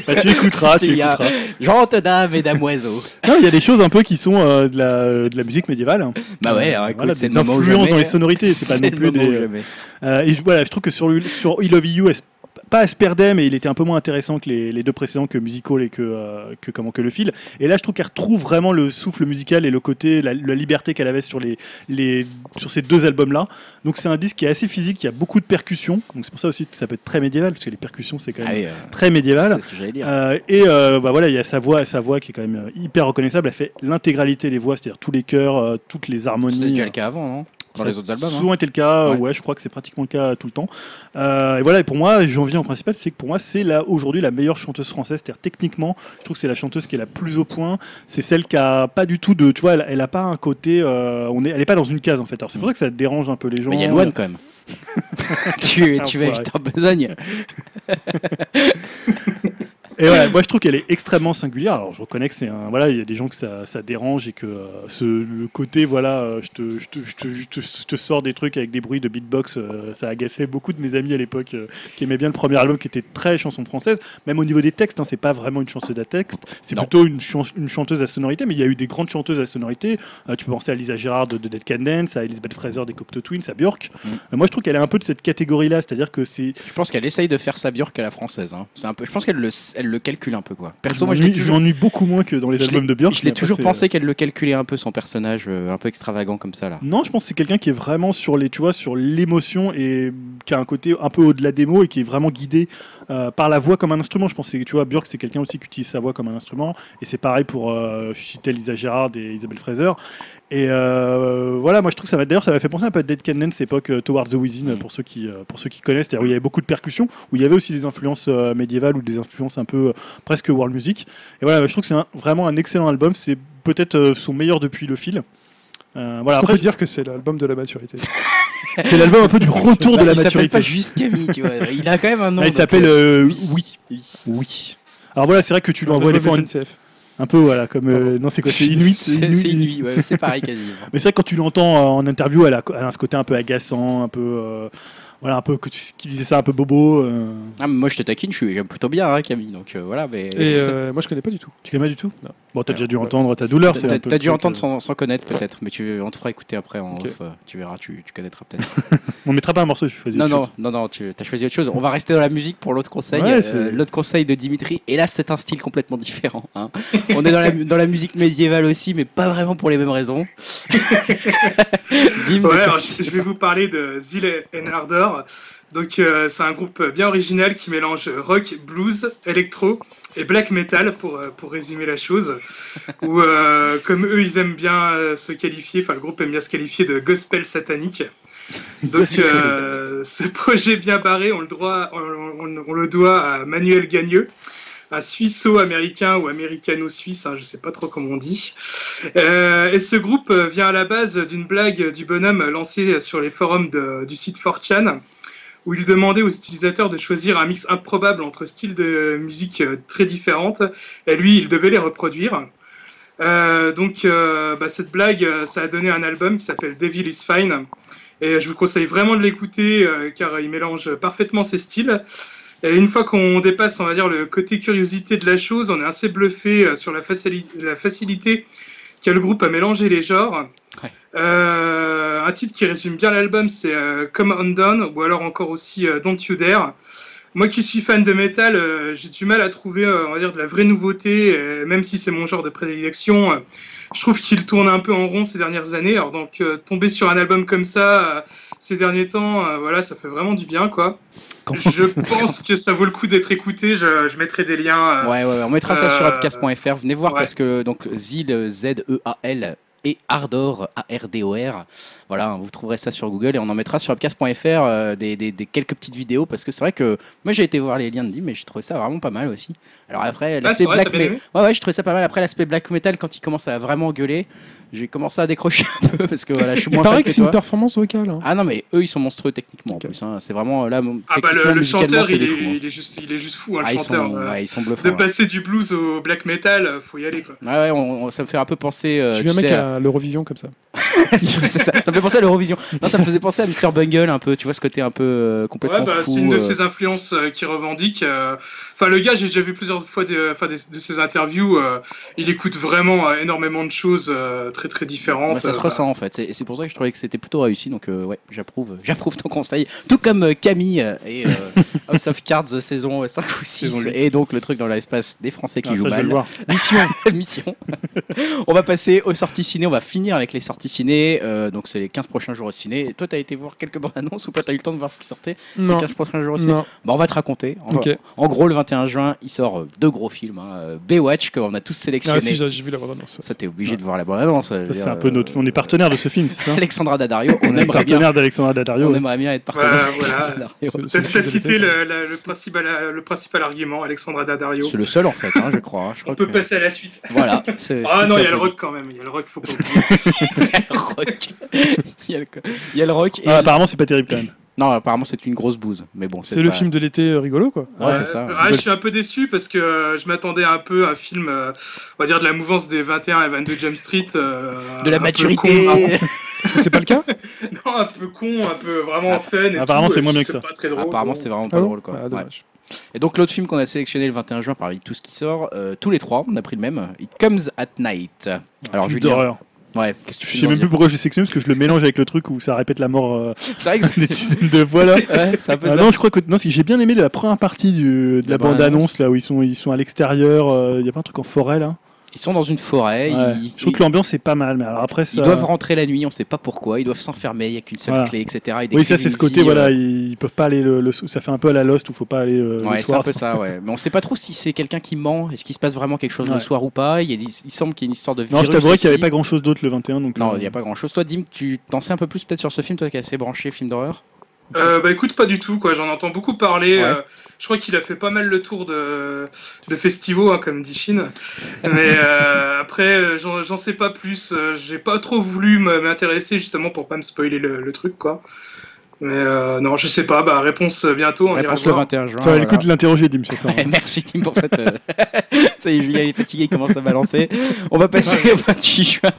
[SPEAKER 2] Bah, tu écouteras, tu
[SPEAKER 1] Il y a-
[SPEAKER 2] écouteras.
[SPEAKER 1] Jean Tenam et Damoiseau.
[SPEAKER 2] Non, il y a des choses un peu qui sont euh, de, la, de la musique médiévale.
[SPEAKER 1] Bah ouais, alors
[SPEAKER 2] Euh,
[SPEAKER 1] écoute,
[SPEAKER 2] voilà,
[SPEAKER 1] c'est
[SPEAKER 2] des
[SPEAKER 1] le moment ou
[SPEAKER 2] influences
[SPEAKER 1] jamais,
[SPEAKER 2] dans les
[SPEAKER 1] hein.
[SPEAKER 2] sonorités. C'est pas non
[SPEAKER 1] le
[SPEAKER 2] plus
[SPEAKER 1] moment
[SPEAKER 2] des.
[SPEAKER 1] ou jamais.
[SPEAKER 2] Euh, et je- voilà, je trouve que sur, le- sur I Love You, elle se- pas elle se perdait, mais il était un peu moins intéressant que les, les deux précédents, que Musical et que, euh, que, comment, que le fil. Et là, je trouve qu'elle retrouve vraiment le souffle musical et le côté, la, la liberté qu'elle avait sur, les, les, sur ces deux albums-là. Donc, c'est un disque qui est assez physique, qui a beaucoup de percussions. Donc, c'est pour ça aussi que ça peut être très médiéval, parce que les percussions, c'est quand
[SPEAKER 1] Ah
[SPEAKER 2] même
[SPEAKER 1] oui, euh,
[SPEAKER 2] très médiéval.
[SPEAKER 1] c'est ce que j'allais dire.
[SPEAKER 2] Euh, et euh, bah voilà, il y a sa voix, sa voix qui est quand même euh, hyper reconnaissable. Elle fait l'intégralité des voix, c'est-à-dire tous les chœurs, euh, toutes les harmonies.
[SPEAKER 1] C'était déjà le
[SPEAKER 2] euh,
[SPEAKER 1] cas avant, non Dans
[SPEAKER 2] ça
[SPEAKER 1] les autres albums.
[SPEAKER 2] a
[SPEAKER 1] hein.
[SPEAKER 2] Souvent été le cas. euh,
[SPEAKER 1] Ouais.
[SPEAKER 2] Ouais. je crois que c'est pratiquement le cas tout le temps. Euh, et voilà. Et pour moi, j'en viens en principal, c'est que pour moi, c'est là aujourd'hui la meilleure chanteuse française. C'est-à-dire techniquement, je trouve que c'est la chanteuse qui est la plus au point. C'est celle qui a pas du tout de, tu vois, elle, elle a pas un côté. euh, on est, elle est pas dans une case en fait. Alors c'est pour ça que ça dérange un peu les gens.
[SPEAKER 1] Mm. Mais
[SPEAKER 2] euh,
[SPEAKER 1] il y a Loane quand même. tu tu vas
[SPEAKER 2] Enfoiré.
[SPEAKER 1] vite en besogne.
[SPEAKER 2] Et ouais, moi je trouve qu'elle est extrêmement singulière. Alors je reconnais que c'est un voilà, il y a des gens que ça, ça dérange et que euh, ce le côté voilà, euh, je te je te, je te, je te- je te sors des trucs avec des bruits de beatbox, euh, ça agaçait beaucoup de mes amis à l'époque euh, qui aimaient bien le premier album qui était très chanson française. Même au niveau des textes, hein, c'est pas vraiment une chanteuse à texte, c'est
[SPEAKER 1] Non.
[SPEAKER 2] plutôt une, chan- une chanteuse à sonorité. Mais il y a eu des grandes chanteuses à sonorité. Euh, tu peux penser à Lisa Gérard de, de Dead Can Dance, à Elizabeth Fraser des Cocteau Twins, à Björk.
[SPEAKER 1] Mm.
[SPEAKER 2] Euh, moi je trouve qu'elle est un peu de cette catégorie là, c'est-à-dire que c'est
[SPEAKER 1] Je pense qu'elle essaye de faire sa Björk à la française. hein. C'est un peu. Je pense qu'elle le, elle le calcule un peu quoi. Perso, moi je l'ai
[SPEAKER 2] m'ennuie- je
[SPEAKER 1] toujours.
[SPEAKER 2] m'ennuie beaucoup moins que dans les
[SPEAKER 1] Je l'ai-
[SPEAKER 2] albums de Björk.
[SPEAKER 1] Je l'ai
[SPEAKER 2] mais après,
[SPEAKER 1] toujours
[SPEAKER 2] c'est-
[SPEAKER 1] pensé qu'elle le calculait un peu son personnage, euh, un peu extravagant comme ça là.
[SPEAKER 2] Non, je pense que c'est quelqu'un qui est vraiment sur les, tu vois, sur l'émotion et qui a un côté un peu au-delà des mots et qui est vraiment guidé euh, par la voix comme un instrument. Je pense que tu vois, Björk, c'est quelqu'un aussi qui utilise sa voix comme un instrument et c'est pareil pour euh, je citais Lisa Gérard et Isabelle Fraser. Et euh, voilà, moi je trouve que ça m'a d'ailleurs ça m'a fait penser un peu à Dead Can Dance, époque euh, Towards the Within
[SPEAKER 1] Mm.
[SPEAKER 2] pour ceux qui euh, pour ceux qui connaissent, c'est-à-dire où il y avait beaucoup de percussions, où il y avait aussi des influences euh, médiévales ou des influences un peu euh, presque world music. Et voilà, je trouve que c'est un- vraiment un excellent album. C'est peut-être euh, son meilleur depuis le fil. Euh, voilà,
[SPEAKER 4] On
[SPEAKER 2] après,
[SPEAKER 4] peut dire que c'est l'album de la maturité.
[SPEAKER 2] c'est l'album un peu du retour
[SPEAKER 1] Bah,
[SPEAKER 2] de la
[SPEAKER 1] il s'appelle
[SPEAKER 2] maturité.
[SPEAKER 1] pas juste Camille, tu vois. Il a quand même un nom.
[SPEAKER 2] Ah, il
[SPEAKER 1] donc,
[SPEAKER 2] s'appelle
[SPEAKER 1] euh,
[SPEAKER 2] euh,
[SPEAKER 1] oui.
[SPEAKER 2] Oui.
[SPEAKER 1] oui.
[SPEAKER 2] Oui. Alors voilà, c'est vrai que tu lui
[SPEAKER 4] L'album
[SPEAKER 2] envoies les fois
[SPEAKER 4] SNCF.
[SPEAKER 2] un peu voilà comme euh, non c'est quoi c'est Inuit.
[SPEAKER 1] C'est c'est Inuit, ouais, c'est pareil quasiment.
[SPEAKER 2] Mais c'est vrai que quand tu l'entends euh, en interview, elle a, elle a ce côté un peu agaçant, un peu euh, voilà un peu que tu- qui disait ça un peu bobo. euh.
[SPEAKER 1] Ah, mais moi je te taquine, je suis- j'aime plutôt bien hein, Camille, donc euh, voilà. Mais
[SPEAKER 4] Et euh, moi, je connais pas du tout.
[SPEAKER 2] Tu connais pas du tout
[SPEAKER 4] Non.
[SPEAKER 2] Bon, t'as
[SPEAKER 1] Alors,
[SPEAKER 2] déjà dû
[SPEAKER 1] ouais.
[SPEAKER 2] entendre ta douleur. c'est un
[SPEAKER 1] T'as
[SPEAKER 2] peu
[SPEAKER 1] t'as
[SPEAKER 2] le
[SPEAKER 1] dû
[SPEAKER 2] truc,
[SPEAKER 1] entendre
[SPEAKER 2] euh.
[SPEAKER 1] sans, sans connaître peut-être, mais tu, on te fera écouter après en
[SPEAKER 4] Ok.
[SPEAKER 1] off, euh, tu verras, tu, tu connaîtras peut-être.
[SPEAKER 2] euh. On mettra pas un morceau. Je fais
[SPEAKER 1] non,
[SPEAKER 2] autre
[SPEAKER 1] non,
[SPEAKER 2] chose.
[SPEAKER 1] non, non, tu as choisi autre chose. On va rester dans la musique pour l'autre conseil.
[SPEAKER 2] Ouais,
[SPEAKER 1] euh,
[SPEAKER 2] c'est-
[SPEAKER 1] l'autre conseil de Dimitri, et là c'est un style complètement différent. hein. on est dans la, dans la musique médiévale aussi, mais pas vraiment pour les mêmes raisons. Dim,
[SPEAKER 3] Ouais,
[SPEAKER 1] quand-
[SPEAKER 3] alors, je, je vais vous parler de Zil and Ardor. Donc, euh, c'est un groupe bien original qui mélange rock, blues, électro et black metal pour, euh, pour résumer la chose. Ou euh, comme eux, ils aiment bien euh, se qualifier, enfin, le groupe aime bien se qualifier de gospel satanique. Donc, euh, ce projet bien barré, on le, droit, on, on- on le doit à Manuel Gagneux. Un suisseau-américain ou américano-suisse, hein, je sais pas trop comment on dit. Euh, et ce groupe euh, vient à la base d'une blague du bonhomme lancée sur les forums de- du site 4chan, où il demandait aux utilisateurs de choisir un mix improbable entre styles de musique euh, très différentes, et lui, il devait les reproduire. Euh, donc, euh, bah, cette blague, euh, ça a donné un album qui s'appelle Devil is Fine, et je vous conseille vraiment de l'écouter, euh, car il mélange parfaitement ses styles. Et une fois qu'on dépasse, on va dire, le côté curiosité de la chose, on est assez bluffé euh, sur la, facili- la facilité qu'a le groupe à mélanger les genres.
[SPEAKER 1] Ouais.
[SPEAKER 3] Euh, un titre qui résume bien l'album, c'est euh, Come Undone, ou alors encore aussi euh, Don't You Dare. Moi qui suis fan de métal, euh, j'ai du mal à trouver, euh, on va dire, de la vraie nouveauté, euh, même si c'est mon genre de prédilection. euh, je trouve qu'il tourne un peu en rond ces dernières années. Alors donc euh, tomber sur un album comme ça euh, ces derniers temps, euh, voilà, ça fait vraiment du bien, quoi.
[SPEAKER 2] Comment
[SPEAKER 3] Je pense que ça vaut le coup d'être écouté. Je, je mettrai des liens. euh,
[SPEAKER 1] Ouais, ouais, ouais, on mettra ça sur
[SPEAKER 3] Euh,
[SPEAKER 1] upcast.fr. Venez voir
[SPEAKER 3] ouais.
[SPEAKER 1] parce que donc Zil Z E A L et Ardor A R D O R. Voilà, hein, vous trouverez ça sur Google et on en mettra sur upcast.fr euh, des, des- des quelques petites vidéos parce que c'est vrai que moi j'ai été voir les liens de Dim mais j'ai trouvé ça vraiment pas mal aussi. Alors après
[SPEAKER 3] Ah,
[SPEAKER 1] l'aspect
[SPEAKER 3] c'est vrai, t'as
[SPEAKER 1] black
[SPEAKER 3] bien
[SPEAKER 1] metal.
[SPEAKER 3] aimé
[SPEAKER 1] Ouais ouais, je trouvais ça pas mal après l'aspect black metal quand il commence à vraiment gueuler, j'ai commencé à décrocher un peu parce que voilà, je suis
[SPEAKER 4] Il
[SPEAKER 1] moins
[SPEAKER 4] paraît
[SPEAKER 1] fan
[SPEAKER 4] que
[SPEAKER 1] que
[SPEAKER 4] c'est une
[SPEAKER 1] toi.
[SPEAKER 4] performance vocale. hein.
[SPEAKER 1] Ah non mais eux ils sont monstrueux techniquement en
[SPEAKER 4] Ok.
[SPEAKER 1] plus hein. c'est vraiment euh, là
[SPEAKER 3] Ah bah le,
[SPEAKER 1] techniquement,
[SPEAKER 3] le chanteur,
[SPEAKER 1] musicalement, c'est
[SPEAKER 3] il est,
[SPEAKER 1] des fous, hein.
[SPEAKER 3] il est juste, il est juste fou, hein,
[SPEAKER 1] Ah,
[SPEAKER 3] le
[SPEAKER 1] ils sont
[SPEAKER 3] chanteur. euh,
[SPEAKER 1] ouais, ils sont
[SPEAKER 3] de
[SPEAKER 1] bluffants. hein. ouais.
[SPEAKER 3] passer du blues au black metal, euh, faut y aller, quoi.
[SPEAKER 1] Ouais, ouais, on- on- ça me fait un peu penser. euh,
[SPEAKER 4] J'ai vu un
[SPEAKER 1] tu
[SPEAKER 4] mec
[SPEAKER 1] sais,
[SPEAKER 4] à l'Eurovision comme ça.
[SPEAKER 1] à- c'est ça, ça me fait penser à l'Eurovision. Non, ça me faisait penser à Mr. Bungle un peu, tu vois, ce côté un peu euh, complètement
[SPEAKER 3] Ouais, bah,
[SPEAKER 1] fou.
[SPEAKER 3] c'est une de
[SPEAKER 1] euh.
[SPEAKER 3] ses influences euh, qui revendique. euh. Enfin, le gars, j'ai déjà vu plusieurs fois des, enfin, des- de ses interviews. euh, il écoute vraiment euh, énormément de choses euh, très très différentes.
[SPEAKER 1] Ouais, ça se
[SPEAKER 3] Euh,
[SPEAKER 1] ressent en fait. C'est- C'est pour ça que je trouvais que c'était plutôt réussi. Donc, euh, ouais, j'approuve j'approuve ton conseil. Tout comme euh, Camille euh, et euh, House of Cards euh, saison euh, 5 ou 6.
[SPEAKER 2] Saison huit.
[SPEAKER 1] Et donc, le truc dans l'espace des Français qui
[SPEAKER 2] Ah, ça,
[SPEAKER 1] jouent
[SPEAKER 2] je vais
[SPEAKER 1] mal.
[SPEAKER 2] le voir.
[SPEAKER 1] Mission. on va passer aux sorties ciné. On va finir avec les sorties ciné. Euh, donc, c'est les 15 prochains jours au ciné. Et toi, t'as été voir quelques bonnes annonces ou pas T'as eu le temps de voir ce qui sortait
[SPEAKER 4] Non.
[SPEAKER 1] ces 15 prochains jours au ciné
[SPEAKER 4] Non.
[SPEAKER 1] Bah, on va te raconter. On va-
[SPEAKER 4] Ok.
[SPEAKER 1] En gros, le 21 juin, il sort euh, deux gros films. hein. Euh, Baywatch, qu'on a tous sélectionné.
[SPEAKER 4] Ah si, j'ai j'ai vu la bande-annonce.
[SPEAKER 1] Ça, t'es obligé de voir la bonne annonce. euh,
[SPEAKER 2] Ça, C'est un peu notre. On est partenaire de ce film,
[SPEAKER 4] hein.
[SPEAKER 2] c'est ça
[SPEAKER 1] Alexandra Daddario, on
[SPEAKER 2] On est
[SPEAKER 1] aimerait bien.
[SPEAKER 2] partenaire d'Alexandre Daddario.
[SPEAKER 1] On aimerait bien être partenaire.
[SPEAKER 3] Voilà,
[SPEAKER 1] d'Alexandra
[SPEAKER 3] voilà.
[SPEAKER 1] Daddario.
[SPEAKER 4] C'est le
[SPEAKER 3] T'as
[SPEAKER 4] seul
[SPEAKER 3] t'as
[SPEAKER 4] film de
[SPEAKER 3] cité
[SPEAKER 4] l'été.
[SPEAKER 3] le, la- le principal, euh, le principal argument, Alexandra Daddario.
[SPEAKER 1] C'est le seul en fait, hein, je crois. hein. Je
[SPEAKER 3] On
[SPEAKER 1] crois
[SPEAKER 3] peut
[SPEAKER 1] que-
[SPEAKER 3] passer à la suite.
[SPEAKER 1] Voilà. c'est-
[SPEAKER 3] Ah
[SPEAKER 1] c'est
[SPEAKER 3] non,
[SPEAKER 1] tout
[SPEAKER 3] il y a le
[SPEAKER 1] applaudi.
[SPEAKER 3] rock quand même. Il y a le rock, faut pas oublier.
[SPEAKER 1] Il y a le rock. Il y a le- il y a le rock. et
[SPEAKER 4] Ah,
[SPEAKER 2] Ah, apparemment, c'est pas terrible quand même.
[SPEAKER 1] Non, apparemment, c'est une grosse bouse. Mais bon,
[SPEAKER 4] bah. C'est le
[SPEAKER 1] pas-
[SPEAKER 4] film de l'été euh, rigolo, quoi.
[SPEAKER 1] Ouais, c'est ça.
[SPEAKER 3] Euh, ouais, je suis un peu déçu parce que euh, je m'attendais à un peu à un film, euh, on va dire, de la mouvance des 21 et 22 Jump Street. euh,
[SPEAKER 1] De la
[SPEAKER 3] un peu
[SPEAKER 1] maturité.
[SPEAKER 3] con, hein. vraiment.
[SPEAKER 4] Est-ce que c'est pas le cas
[SPEAKER 3] non, un peu con, un peu vraiment fun. et
[SPEAKER 2] Apparemment,
[SPEAKER 3] tout,
[SPEAKER 2] c'est
[SPEAKER 3] euh,
[SPEAKER 2] moins bien que
[SPEAKER 3] c'est
[SPEAKER 2] ça.
[SPEAKER 3] pas très drôle.
[SPEAKER 1] Ah, Apparemment,
[SPEAKER 3] donc.
[SPEAKER 1] c'est vraiment
[SPEAKER 4] Ah
[SPEAKER 1] pas
[SPEAKER 4] bon
[SPEAKER 1] drôle, quoi.
[SPEAKER 4] Ah,
[SPEAKER 1] Ouais.
[SPEAKER 4] dommage.
[SPEAKER 1] Et donc l'autre film qu'on a sélectionné le 21 juin parmi tout ce qui sort, euh, tous les trois, on a pris le même, It Comes at Night. Alors
[SPEAKER 2] Film
[SPEAKER 1] Julien,
[SPEAKER 2] d'horreur.
[SPEAKER 1] ouais, qu'est-ce que tu
[SPEAKER 2] Je
[SPEAKER 1] peux
[SPEAKER 2] sais
[SPEAKER 1] nous en
[SPEAKER 2] même plus
[SPEAKER 1] dire
[SPEAKER 2] pourquoi j'ai sélectionné parce que je le mélange avec le truc où ça répète la mort euh,
[SPEAKER 1] C'est vrai que c'est
[SPEAKER 2] des dizaines de fois là.
[SPEAKER 1] ouais, c'est un peu
[SPEAKER 2] Ah
[SPEAKER 1] ça.
[SPEAKER 2] non, je crois que non, si j'ai bien aimé la première partie du- de la,
[SPEAKER 1] La
[SPEAKER 2] bande
[SPEAKER 1] bande-annonce.
[SPEAKER 2] annonce là où ils sont ils sont à l'extérieur, euh, il y a pas un truc en forêt là.
[SPEAKER 1] Ils sont dans une forêt,
[SPEAKER 2] Ouais.
[SPEAKER 1] ils,
[SPEAKER 2] Je trouve que l'ambiance est pas mal, mais alors après
[SPEAKER 1] ils
[SPEAKER 2] ça.
[SPEAKER 1] doivent rentrer la nuit, on sait pas pourquoi, ils doivent s'enfermer, il y a qu'une seule
[SPEAKER 2] Voilà.
[SPEAKER 1] clé, etc. Ils
[SPEAKER 2] Oui, ça
[SPEAKER 1] décrivent
[SPEAKER 2] c'est ce
[SPEAKER 1] une
[SPEAKER 2] côté
[SPEAKER 1] vie,
[SPEAKER 2] voilà,
[SPEAKER 1] euh,
[SPEAKER 2] ils ils peuvent pas aller le, le- ça fait un peu à la Lost où faut pas aller euh,
[SPEAKER 1] Ouais,
[SPEAKER 2] le
[SPEAKER 1] c'est un
[SPEAKER 2] soir.
[SPEAKER 1] peu ça, ouais. Mais on sait pas trop si c'est quelqu'un qui ment, est-ce qu'il se passe vraiment quelque chose le
[SPEAKER 2] Ouais.
[SPEAKER 1] soir ou pas. Il, y a des- il semble qu'il y ait une histoire de virus.
[SPEAKER 2] Non, je t'avouerais qu'il y avait
[SPEAKER 1] aussi.
[SPEAKER 2] pas grand chose d'autre le 21 donc.
[SPEAKER 1] Non,
[SPEAKER 2] euh,
[SPEAKER 1] il n'y a pas grand chose. Toi, Dim, tu t'en sais un peu plus peut-être sur ce film, toi qui es assez branché film d'horreur
[SPEAKER 3] Euh, bah écoute, pas du tout, quoi. J'en entends beaucoup parler.
[SPEAKER 1] Ouais.
[SPEAKER 3] euh, je crois qu'il a fait pas mal le tour de, de festivals, hein, comme dit Chine. Mais euh, après, euh, j'en j'en sais pas plus. Euh, J'ai pas trop voulu m- m'intéresser justement pour pas me spoiler le, le truc, quoi. Mais euh, non, je sais pas. Bah, réponse euh, bientôt. On
[SPEAKER 1] Réponse
[SPEAKER 3] ira
[SPEAKER 1] le
[SPEAKER 3] voir.
[SPEAKER 1] 21 juin.
[SPEAKER 2] Ça valait le coup
[SPEAKER 1] voilà.
[SPEAKER 2] de l'interroger, Dim, sur ça. hein.
[SPEAKER 1] Eh, Merci Tim pour cette. euh, ça y est, Julien il est fatigué, il commence à balancer. On va passer au 28 juin.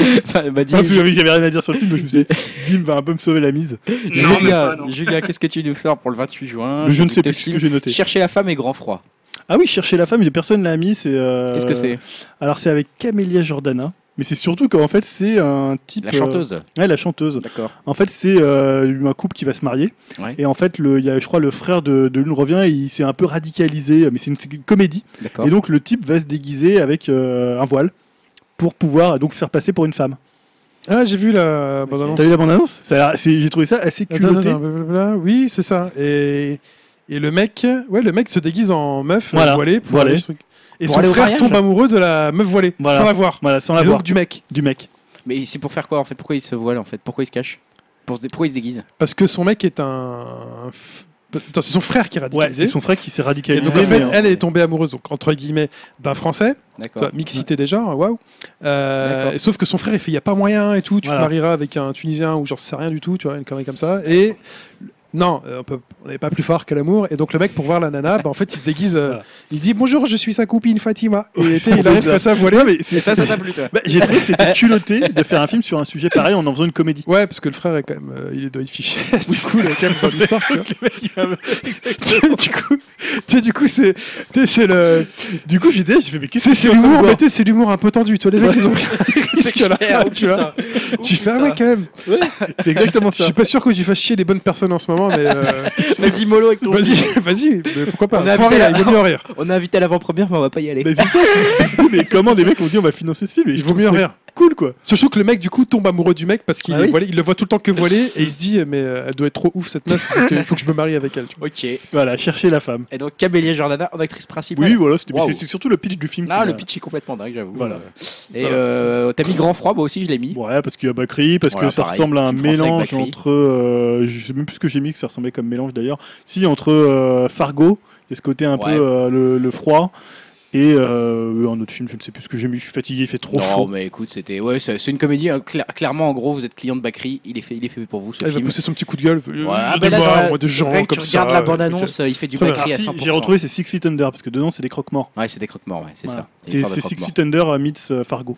[SPEAKER 1] Enfin, bah, dis-
[SPEAKER 2] Enfin, puis, J'avais rien à dire sur le film, donc je me disais, Dim va un peu me sauver la mise.
[SPEAKER 3] Non, mais
[SPEAKER 1] Julien,
[SPEAKER 3] pas, non.
[SPEAKER 1] Julien, qu'est-ce que tu nous sors pour le 28 juin
[SPEAKER 2] Mais je ne
[SPEAKER 1] Tu
[SPEAKER 2] sais
[SPEAKER 1] te
[SPEAKER 2] plus ce que
[SPEAKER 1] filmes
[SPEAKER 2] j'ai noté.
[SPEAKER 1] Chercher la femme et grand froid.
[SPEAKER 2] Ah oui, chercher la femme, mais personne l'a mis. C'est. euh,
[SPEAKER 1] Qu'est-ce que c'est
[SPEAKER 2] Alors c'est avec Camélia Jordana, mais c'est surtout qu'en fait c'est un type.
[SPEAKER 1] La
[SPEAKER 2] euh,
[SPEAKER 1] chanteuse.
[SPEAKER 2] Ouais, la chanteuse.
[SPEAKER 1] D'accord.
[SPEAKER 2] En fait, c'est euh, un couple qui va se marier.
[SPEAKER 1] Ouais.
[SPEAKER 2] Et en fait, le, il y a, je crois le frère de, de l'une revient et il s'est un peu radicalisé, mais c'est une, c'est une comédie.
[SPEAKER 1] D'accord.
[SPEAKER 2] Et donc, le type va se déguiser avec euh, un voile pour pouvoir euh, donc se faire passer pour une femme.
[SPEAKER 4] Ah, j'ai vu la bande annonce.
[SPEAKER 2] T'as vu la bande-annonce Ça a l'air- c'est- J'ai trouvé ça assez
[SPEAKER 4] Attends,
[SPEAKER 2] culotté.
[SPEAKER 4] attends, blablabla. Oui, c'est ça. Et, et le mec, ouais, le mec se déguise en meuf euh,
[SPEAKER 2] Voilà.
[SPEAKER 4] voilée pour
[SPEAKER 2] Voilée.
[SPEAKER 4] aller sur ce truc. Et
[SPEAKER 1] Pour
[SPEAKER 4] son
[SPEAKER 1] aller au
[SPEAKER 4] frère
[SPEAKER 1] mariage.
[SPEAKER 4] tombe amoureux de la meuf voilée
[SPEAKER 2] Voilà.
[SPEAKER 4] sans la voir.
[SPEAKER 2] Voilà, sans
[SPEAKER 4] Et
[SPEAKER 2] la
[SPEAKER 4] donc,
[SPEAKER 2] voir.
[SPEAKER 4] du mec.
[SPEAKER 2] Du mec.
[SPEAKER 1] Mais c'est pour faire quoi en fait Pourquoi il se voile en fait Pourquoi il se cache pour se dé- Pourquoi il se déguise
[SPEAKER 4] Parce que son mec est un. f- Attends, c'est son frère qui est
[SPEAKER 2] Ouais,
[SPEAKER 4] radicalisé.
[SPEAKER 2] c'est son frère qui s'est
[SPEAKER 4] Et
[SPEAKER 2] radicalisé.
[SPEAKER 4] donc en fait,
[SPEAKER 2] mais, euh,
[SPEAKER 4] elle est tombée amoureuse, donc entre guillemets, d'un Français,
[SPEAKER 1] D'accord.
[SPEAKER 4] Toi, mixité des genres, waouh. Euh,
[SPEAKER 1] D'accord.
[SPEAKER 4] Sauf que son frère, il fait, il y a pas moyen et tout, tu
[SPEAKER 2] Voilà.
[SPEAKER 4] te marieras avec un Tunisien ou j'en sais rien du tout, tu vois, une connerie comme ça. Et non, euh, on peut- on n'est pas plus fort que l'amour. Et donc le mec, pour voir la nana, bah, en fait, il se déguise, euh,
[SPEAKER 2] Voilà.
[SPEAKER 4] il dit bonjour, je suis sa copine Fatima. Et tu sais,
[SPEAKER 2] c'est
[SPEAKER 4] il arrive
[SPEAKER 2] ça.
[SPEAKER 4] comme ça, voilà. Mais
[SPEAKER 1] Et ça, ça t'a plu toi
[SPEAKER 2] bah, J'ai trouvé que c'était culotté de faire un film sur un sujet pareil en en faisant une comédie.
[SPEAKER 4] Ouais, parce que le frère est quand même, euh, il doit être fiché. du coup, il est quand même dans l'histoire, tu vois. du coup, tu sais, du coup, c'est, tu sais, c'est le,
[SPEAKER 2] Du coup, j'ai dit, j'ai fait, mais qu'est-ce
[SPEAKER 4] c'est,
[SPEAKER 2] que
[SPEAKER 4] c'est
[SPEAKER 2] en train de
[SPEAKER 4] l'humour,
[SPEAKER 2] voir
[SPEAKER 4] mais tu sais, c'est l'humour un peu tendu, tu vois, les mecs, ils ont risque là,
[SPEAKER 1] clair, oh,
[SPEAKER 4] tu vois.
[SPEAKER 1] putain. Oh,
[SPEAKER 4] Tu fais, ah
[SPEAKER 1] putain.
[SPEAKER 4] ouais, quand même.
[SPEAKER 2] C'est exactement
[SPEAKER 4] Je
[SPEAKER 2] ça.
[SPEAKER 4] suis pas sûr que tu fasses chier les bonnes personnes en ce moment, mais euh,
[SPEAKER 1] Vas-y, mollo avec ton.
[SPEAKER 4] vas-y, vas-y, mais pourquoi pas
[SPEAKER 1] On a
[SPEAKER 4] Faut en
[SPEAKER 1] appelé
[SPEAKER 4] rire,
[SPEAKER 1] la-
[SPEAKER 4] Il vaut mieux en rire.
[SPEAKER 1] On a invité à l'avant-première, mais on va pas y aller.
[SPEAKER 2] Mais c'est ça, tu te dis, mais comment des mecs ont dit on va financer ce film et
[SPEAKER 4] Il
[SPEAKER 2] je
[SPEAKER 4] vaut
[SPEAKER 2] trouve
[SPEAKER 4] mieux en
[SPEAKER 2] ça
[SPEAKER 4] rire.
[SPEAKER 2] Cool quoi.
[SPEAKER 4] Surtout que le mec, du coup, tombe amoureux du mec parce qu'il
[SPEAKER 2] Ah
[SPEAKER 4] est
[SPEAKER 2] oui.
[SPEAKER 4] voilé. Il le voit tout le temps que voilé et il se dit, mais euh, elle doit être trop ouf cette meuf, donc, euh, il faut que je me marie avec elle. tu vois.
[SPEAKER 1] Ok. Et
[SPEAKER 2] Voilà, chercher la femme.
[SPEAKER 1] donc Camélia Jordana en actrice principale.
[SPEAKER 2] Oui, voilà, c'était mais
[SPEAKER 1] Waouh.
[SPEAKER 2] c'était surtout le pitch du film.
[SPEAKER 1] Ah,
[SPEAKER 2] qui
[SPEAKER 1] le
[SPEAKER 2] m'a-
[SPEAKER 1] pitch est complètement dingue, j'avoue.
[SPEAKER 2] Voilà.
[SPEAKER 1] Et euh, t'as mis Grand Froid, moi aussi je l'ai mis.
[SPEAKER 2] Ouais, parce qu'il y a Bakri, parce
[SPEAKER 1] Voilà,
[SPEAKER 2] que ça
[SPEAKER 1] pareil,
[SPEAKER 2] ressemble à un
[SPEAKER 1] film français avec
[SPEAKER 2] mélange
[SPEAKER 1] Bakri.
[SPEAKER 2] entre. euh, je sais même plus ce que j'ai mis, que ça ressemblait comme mélange d'ailleurs. Si, entre euh, Fargo, il y a ce côté un
[SPEAKER 1] Ouais.
[SPEAKER 2] peu euh, le, le froid, et euh, un autre film, je ne sais plus ce que j'ai mis, je suis fatigué, il fait trop
[SPEAKER 1] non,
[SPEAKER 2] chaud.
[SPEAKER 1] mais écoute, c'était. Ouais, c'est c'est une comédie. hein, cla- clairement, en gros, vous êtes client de Bakri, il est fait, il est fait pour vous ce
[SPEAKER 4] Elle va
[SPEAKER 1] film.
[SPEAKER 4] pousser son petit coup de gueule. euh,
[SPEAKER 1] Ouais, ah,
[SPEAKER 4] de
[SPEAKER 1] ben là,
[SPEAKER 4] moi,
[SPEAKER 1] dans la-
[SPEAKER 4] moi, des gens
[SPEAKER 1] rien que
[SPEAKER 4] comme
[SPEAKER 1] tu
[SPEAKER 4] ça.
[SPEAKER 1] regardes la bande-annonce, il fait du
[SPEAKER 4] Très bien.
[SPEAKER 1] Bakri à
[SPEAKER 2] Ah, si,
[SPEAKER 1] 100%.
[SPEAKER 2] j'ai retrouvé, c'est Six Feet Under, parce que dedans c'est des croque-morts.
[SPEAKER 1] Ouais, c'est des croque-morts, ouais, c'est
[SPEAKER 2] Voilà.
[SPEAKER 1] ça. Une
[SPEAKER 2] C'est
[SPEAKER 1] histoire de
[SPEAKER 2] c'est Six
[SPEAKER 1] croque-morts.
[SPEAKER 2] Feet Under euh, meets euh, Fargo.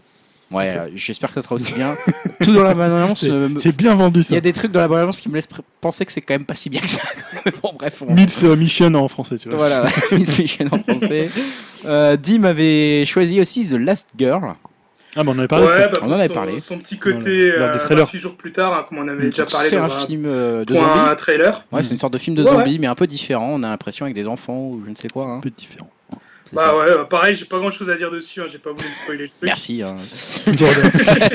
[SPEAKER 1] Ouais, euh, j'espère que ça sera aussi bien. Tout dans la bande-annonce. euh, me-
[SPEAKER 2] C'est bien vendu
[SPEAKER 1] Il y
[SPEAKER 2] ça.
[SPEAKER 1] a des trucs dans la bande-annonce qui me laissent pr- penser que c'est quand même pas si bien que ça. bon, bref, on.
[SPEAKER 2] Meets euh, Mission en français, tu vois.
[SPEAKER 1] Voilà, Miss Michel en français. Euh, Dim avait choisi aussi The Last Girl.
[SPEAKER 2] Ah, mais on en avait parlé de ça.
[SPEAKER 1] ça. On en
[SPEAKER 3] bon,
[SPEAKER 1] avait
[SPEAKER 3] bah, son,
[SPEAKER 1] parlé.
[SPEAKER 3] Son petit côté
[SPEAKER 2] Dans le- dans le
[SPEAKER 3] euh,
[SPEAKER 2] trailer.
[SPEAKER 3] 28 jours plus tard, hein, comme on avait déjà parlé
[SPEAKER 1] C'est
[SPEAKER 3] dans
[SPEAKER 1] un
[SPEAKER 3] un,
[SPEAKER 1] film euh, de
[SPEAKER 3] point-
[SPEAKER 1] zombie.
[SPEAKER 3] un trailer.
[SPEAKER 1] Ouais, c'est une sorte de film de
[SPEAKER 3] Ouais,
[SPEAKER 1] zombie, mais un peu différent. On a l'impression avec des enfants ou je ne sais quoi. hein.
[SPEAKER 2] Un peu différent.
[SPEAKER 1] C'est ça.
[SPEAKER 3] Bah ouais, bah, pareil, j'ai pas grand chose à dire dessus, hein, j'ai pas voulu me spoiler le truc.
[SPEAKER 1] Merci. hein.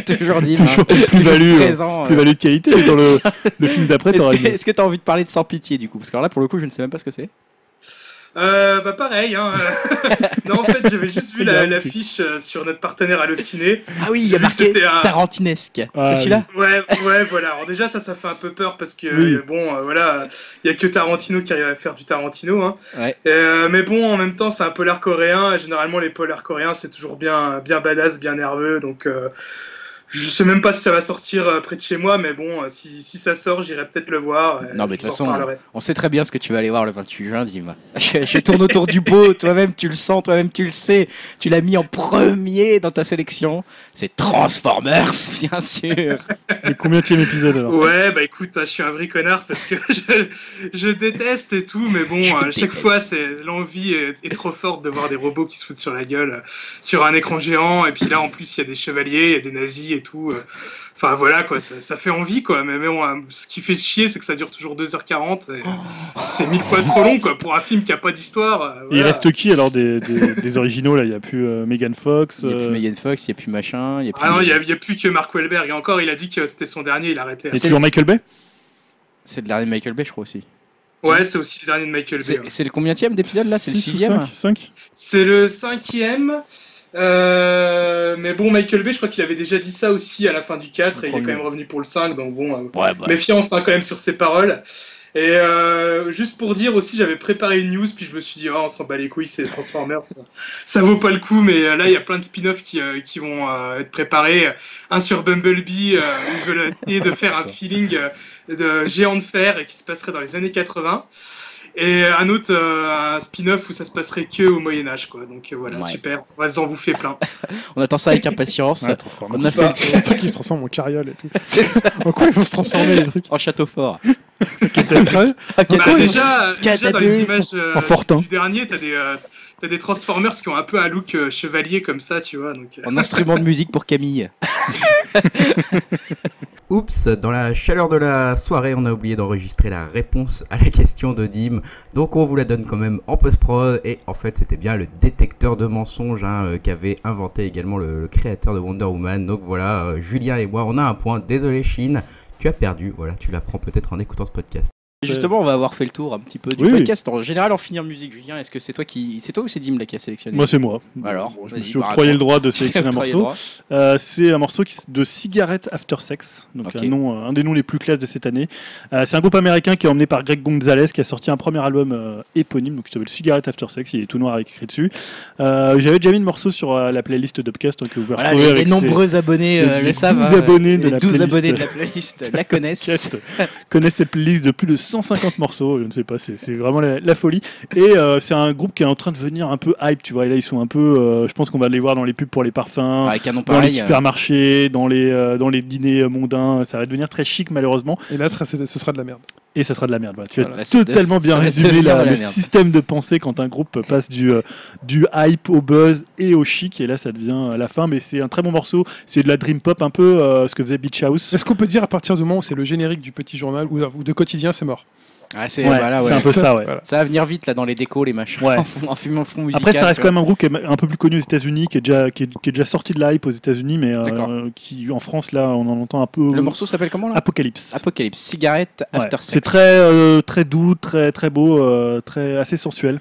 [SPEAKER 1] Toujours dit. hein,
[SPEAKER 2] Toujours une plus-value,
[SPEAKER 1] présent. euh.
[SPEAKER 2] Plus-value de qualité, et dans le, le film d'après,
[SPEAKER 1] Est-ce
[SPEAKER 2] t'auras
[SPEAKER 1] que-
[SPEAKER 2] dit.
[SPEAKER 1] est-ce que tu as envie de parler de Sans Pitié du coup Parce que alors là, pour le coup, je ne sais même pas ce que c'est.
[SPEAKER 3] Euh, bah pareil, hein. non, en fait, j'avais juste vu la-
[SPEAKER 2] Regarde, tu-
[SPEAKER 3] l'affiche euh, sur notre partenaire Allociné.
[SPEAKER 1] Ah oui, il
[SPEAKER 3] y a marqué C'était un-
[SPEAKER 1] Tarantinesque.
[SPEAKER 2] Ah,
[SPEAKER 1] c'est celui-là
[SPEAKER 3] Ouais, ouais, voilà. Alors déjà, ça, ça fait un peu peur parce que,
[SPEAKER 2] Oui.
[SPEAKER 3] euh, bon, euh, voilà, il y a que Tarantino qui arrive à faire du Tarantino. Hein.
[SPEAKER 1] Ouais.
[SPEAKER 3] Euh, mais bon, en même temps, c'est un polar coréen. Et généralement, les polars coréens, c'est toujours bien, bien badass, bien nerveux. Donc, euh, Je sais même pas si ça va sortir euh, près de chez moi, mais bon, euh, si, si ça sort, j'irai peut-être le voir. euh,
[SPEAKER 1] Non, mais de
[SPEAKER 3] je
[SPEAKER 1] toute
[SPEAKER 3] vous en
[SPEAKER 1] façon,
[SPEAKER 3] reparlerai.
[SPEAKER 1] On sait très bien ce que tu vas aller voir le 28 juin, dis-moi. Je, je tourne autour du pot, toi-même tu le sens, toi-même tu le sais. Tu l'as mis en premier dans ta sélection. C'est Transformers, bien sûr.
[SPEAKER 2] Le combien épisode alors
[SPEAKER 3] Ouais, bah écoute, hein, je suis un vrai connard parce que je, je déteste et tout, mais bon,
[SPEAKER 1] Je
[SPEAKER 3] à chaque
[SPEAKER 1] déteste.
[SPEAKER 3] fois, c'est l'envie est, est trop forte de voir des robots qui se foutent sur la gueule euh, sur un écran géant. Et puis là, en plus, il y a des chevaliers, il y a des nazis et tout. euh. Enfin voilà, quoi, ça, ça fait envie, quoi. Mais, mais bon, hein, ce qui fait chier, c'est que ça dure toujours 2h40. et C'est mille fois trop long, quoi, pour un film qui a pas d'histoire. euh,
[SPEAKER 2] Et Il
[SPEAKER 3] voilà.
[SPEAKER 2] reste qui alors des, des- des originaux là Il n'y a plus euh, Megan Fox.
[SPEAKER 1] Il n'y a
[SPEAKER 2] euh,
[SPEAKER 1] plus Megan Fox, il n'y a plus machin. il Y a plus...
[SPEAKER 3] Ah non, il n'y a, il y a plus que Mark Wahlberg. Et encore, il a dit que c'était son dernier, il a arrêté.
[SPEAKER 2] et
[SPEAKER 1] c'est-
[SPEAKER 2] toujours Michael Bay
[SPEAKER 1] C'est le dernier de Michael Bay, je crois aussi.
[SPEAKER 3] Ouais, c'est aussi le dernier de Michael Bay. hein. ouais.
[SPEAKER 1] C'est c'est le combien d'épisode là C'est le
[SPEAKER 2] Six ou
[SPEAKER 1] sixième
[SPEAKER 2] cinq- cinq
[SPEAKER 3] C'est le cinquième. Euh, mais bon, Michael Bay, je crois qu'il avait déjà dit ça aussi à la fin du 4
[SPEAKER 1] Le
[SPEAKER 3] et il est quand
[SPEAKER 1] premier.
[SPEAKER 3] même revenu pour le 5, donc bon, euh,
[SPEAKER 1] Ouais, bah.
[SPEAKER 3] méfiance hein, quand même sur ses paroles. Et euh, juste pour dire aussi, j'avais préparé une news, puis je me suis dit, Ah, on s'en bat les couilles, c'est Transformers, ça, ça vaut pas le coup, mais euh, là, il y a plein de spin-offs qui, euh, qui vont euh, être préparés. Un sur Bumblebee, euh, où ils veulent essayer de faire un feeling euh, de géant de fer et qui se passerait dans les années 80. Et un autre, euh, un spin-off où ça se passerait que au Moyen-Âge, quoi. Donc euh, voilà,
[SPEAKER 1] Ouais.
[SPEAKER 3] super, on va s'en bouffer plein.
[SPEAKER 1] On attend ça avec impatience.
[SPEAKER 2] Ouais, Transformers.
[SPEAKER 1] On a fait le-
[SPEAKER 4] Les trucs qui se transforment en carriole et tout.
[SPEAKER 1] C'est ça,
[SPEAKER 4] En quoi ils vont se transformer les trucs
[SPEAKER 1] en château fort.
[SPEAKER 4] Sérieux
[SPEAKER 3] Bah,
[SPEAKER 4] quoi,
[SPEAKER 3] déjà,
[SPEAKER 1] Quatre
[SPEAKER 3] déjà, dans
[SPEAKER 1] abeilles.
[SPEAKER 3] les images euh,
[SPEAKER 2] En fortin.
[SPEAKER 3] du dernier, t'as des, euh, t'as des Transformers qui ont un peu un look euh, chevalier comme ça, tu vois. Donc, euh,
[SPEAKER 1] En instrument de musique pour Camille.
[SPEAKER 5] Oups, dans la chaleur de la soirée, on a oublié d'enregistrer la réponse à la question de Dim. Donc on vous la donne quand même en post-prod. Et en fait, c'était bien le détecteur de mensonges hein, euh, qu'avait inventé également le, le créateur de Wonder Woman. Donc voilà, euh, Julien et moi, on a un point. Désolé, Chine, tu as perdu. Voilà, tu l'apprends peut-être en écoutant ce podcast.
[SPEAKER 1] Justement, on va avoir fait le tour un petit peu du
[SPEAKER 2] Oui.
[SPEAKER 1] podcast. En général, on finit en musique. Julien, est-ce que c'est toi qui, c'est toi ou c'est Dim là qui a sélectionné
[SPEAKER 2] Moi c'est moi.
[SPEAKER 1] Alors,
[SPEAKER 2] Bon, je me
[SPEAKER 1] vas-y,
[SPEAKER 2] suis octroyé
[SPEAKER 1] raconte.
[SPEAKER 2] le droit de
[SPEAKER 1] Qui s'est
[SPEAKER 2] sélectionner un
[SPEAKER 1] octroyé
[SPEAKER 2] morceau.
[SPEAKER 1] droit
[SPEAKER 2] Euh, c'est un morceau qui s- de Cigarette After Sex, donc
[SPEAKER 1] Ok.
[SPEAKER 2] un, nom, euh, un des noms les plus classes de cette année. Euh, c'est un groupe américain qui est emmené par Greg Gonzalez qui a sorti un premier album euh, éponyme, donc qui s'appelle Cigarette After Sex, il est tout noir avec écrit dessus. Euh, J'avais déjà mis le morceau sur euh, la playlist d'Upcast hein, que vous pouvez
[SPEAKER 1] Voilà,
[SPEAKER 2] retrouver
[SPEAKER 1] les,
[SPEAKER 2] avec
[SPEAKER 1] les
[SPEAKER 2] ses
[SPEAKER 1] nombreux abonnés
[SPEAKER 2] les-
[SPEAKER 1] euh,
[SPEAKER 2] les
[SPEAKER 1] le savent.
[SPEAKER 2] 12
[SPEAKER 1] hein,
[SPEAKER 2] abonnés de
[SPEAKER 1] les
[SPEAKER 2] la
[SPEAKER 1] 12
[SPEAKER 2] playlist.
[SPEAKER 1] abonnés de la playlist la connaissent.
[SPEAKER 2] podcasts connaissent cette playlist de plus de 150 morceaux, je ne sais pas, c'est c'est vraiment la, la folie. Et euh, c'est un groupe qui est en train de venir un peu hype, tu vois, et là ils sont un peu, euh, je pense qu'on va les voir dans les pubs pour les parfums,
[SPEAKER 1] Avec un nom
[SPEAKER 2] dans les
[SPEAKER 1] pareil. euh,
[SPEAKER 2] supermarchés, dans les, euh, dans les dîners euh, mondains. Ça va devenir très chic malheureusement
[SPEAKER 4] Et là, tra- c'est- ce sera de la merde.
[SPEAKER 2] et ça sera de la merde. voilà. Tu
[SPEAKER 1] Voilà,
[SPEAKER 2] as
[SPEAKER 1] c'est de-
[SPEAKER 2] totalement
[SPEAKER 1] ça
[SPEAKER 2] bien
[SPEAKER 1] va
[SPEAKER 2] résumé
[SPEAKER 1] devenir
[SPEAKER 2] la-
[SPEAKER 1] de la
[SPEAKER 2] le
[SPEAKER 1] merde.
[SPEAKER 2] système de pensée quand un groupe passe du, euh, du hype au buzz et au chic et là ça devient euh, la fin. Mais c'est un très bon morceau. C'est de la dream pop un peu euh, ce que faisait Beach House.
[SPEAKER 4] Est-ce qu'on peut dire à partir du moment où c'est le générique du petit journal ou ou de quotidien, c'est mort
[SPEAKER 1] ah, c'est
[SPEAKER 2] Ouais,
[SPEAKER 1] voilà, ouais.
[SPEAKER 2] c'est un peu ça, ouais.
[SPEAKER 4] Voilà.
[SPEAKER 1] Ça va venir vite là dans les décos, les machins.
[SPEAKER 2] Ouais.
[SPEAKER 1] En, fond- en fumant le fond musical.
[SPEAKER 2] Après, ça reste
[SPEAKER 1] tu vois.
[SPEAKER 2] quand même un groupe qui est un peu plus connu aux États-Unis, qui, est déjà- qui, est- qui est déjà sorti de la hype aux États-Unis, mais euh,
[SPEAKER 1] D'accord.
[SPEAKER 2] qui en France, là, on en entend un peu.
[SPEAKER 1] Le morceau s'appelle comment là
[SPEAKER 2] Apocalypse.
[SPEAKER 1] Apocalypse. Cigarette
[SPEAKER 2] Ouais.
[SPEAKER 1] After Sex.
[SPEAKER 2] C'est très, euh, très doux, très, très beau, euh, très, assez sensuel.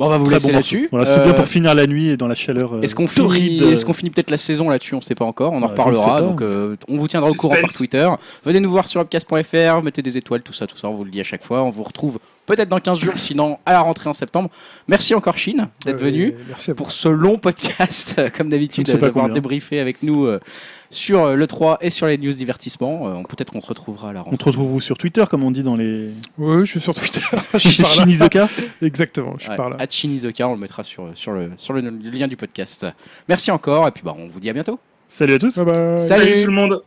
[SPEAKER 1] Bon, on va vous
[SPEAKER 2] Très
[SPEAKER 1] laisser
[SPEAKER 2] bon morceau.
[SPEAKER 1] là-dessus.
[SPEAKER 2] Voilà, c'est bien
[SPEAKER 1] Euh,
[SPEAKER 2] pour finir la nuit et dans la chaleur. euh,
[SPEAKER 1] Est-ce qu'on
[SPEAKER 2] torride,
[SPEAKER 1] finit,
[SPEAKER 2] euh,
[SPEAKER 1] est-ce qu'on finit peut-être la saison là-dessus On ne sait pas encore. On en
[SPEAKER 2] Ouais, je ne sais
[SPEAKER 1] reparlera.
[SPEAKER 2] pas.
[SPEAKER 1] Donc, euh, on vous tiendra au
[SPEAKER 3] Suspense.
[SPEAKER 1] courant par Twitter. Venez nous voir sur upcast.fr. Mettez des étoiles, tout ça, tout ça. On vous le dit à chaque fois. On vous retrouve peut-être dans 15 jours, sinon à la rentrée en septembre. Merci encore Chine d'être
[SPEAKER 4] Euh,
[SPEAKER 1] venu
[SPEAKER 4] et Merci à vous.
[SPEAKER 1] pour ce long podcast, euh, comme d'habitude,
[SPEAKER 2] Je ne sais pas
[SPEAKER 1] d'avoir
[SPEAKER 2] combien.
[SPEAKER 1] débriefé avec nous euh, sur le 3 et sur les news divertissement. Euh, peut-être qu'on se retrouvera à la
[SPEAKER 2] On
[SPEAKER 1] rentrée.
[SPEAKER 2] te retrouve sur Twitter, comme on dit dans les.
[SPEAKER 4] Oui, je suis sur Twitter. je suis par là.
[SPEAKER 2] Shinizoka.
[SPEAKER 4] Exactement, je suis
[SPEAKER 1] Ouais,
[SPEAKER 4] par là.
[SPEAKER 1] à Chinizoka, on le mettra sur, sur, le, sur le lien du podcast. Merci encore, et puis bah, on vous dit à bientôt.
[SPEAKER 2] Salut à tous.
[SPEAKER 4] Bye bye.
[SPEAKER 1] Salut
[SPEAKER 3] tout le monde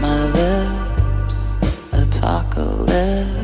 [SPEAKER 6] my lips, apocalypse.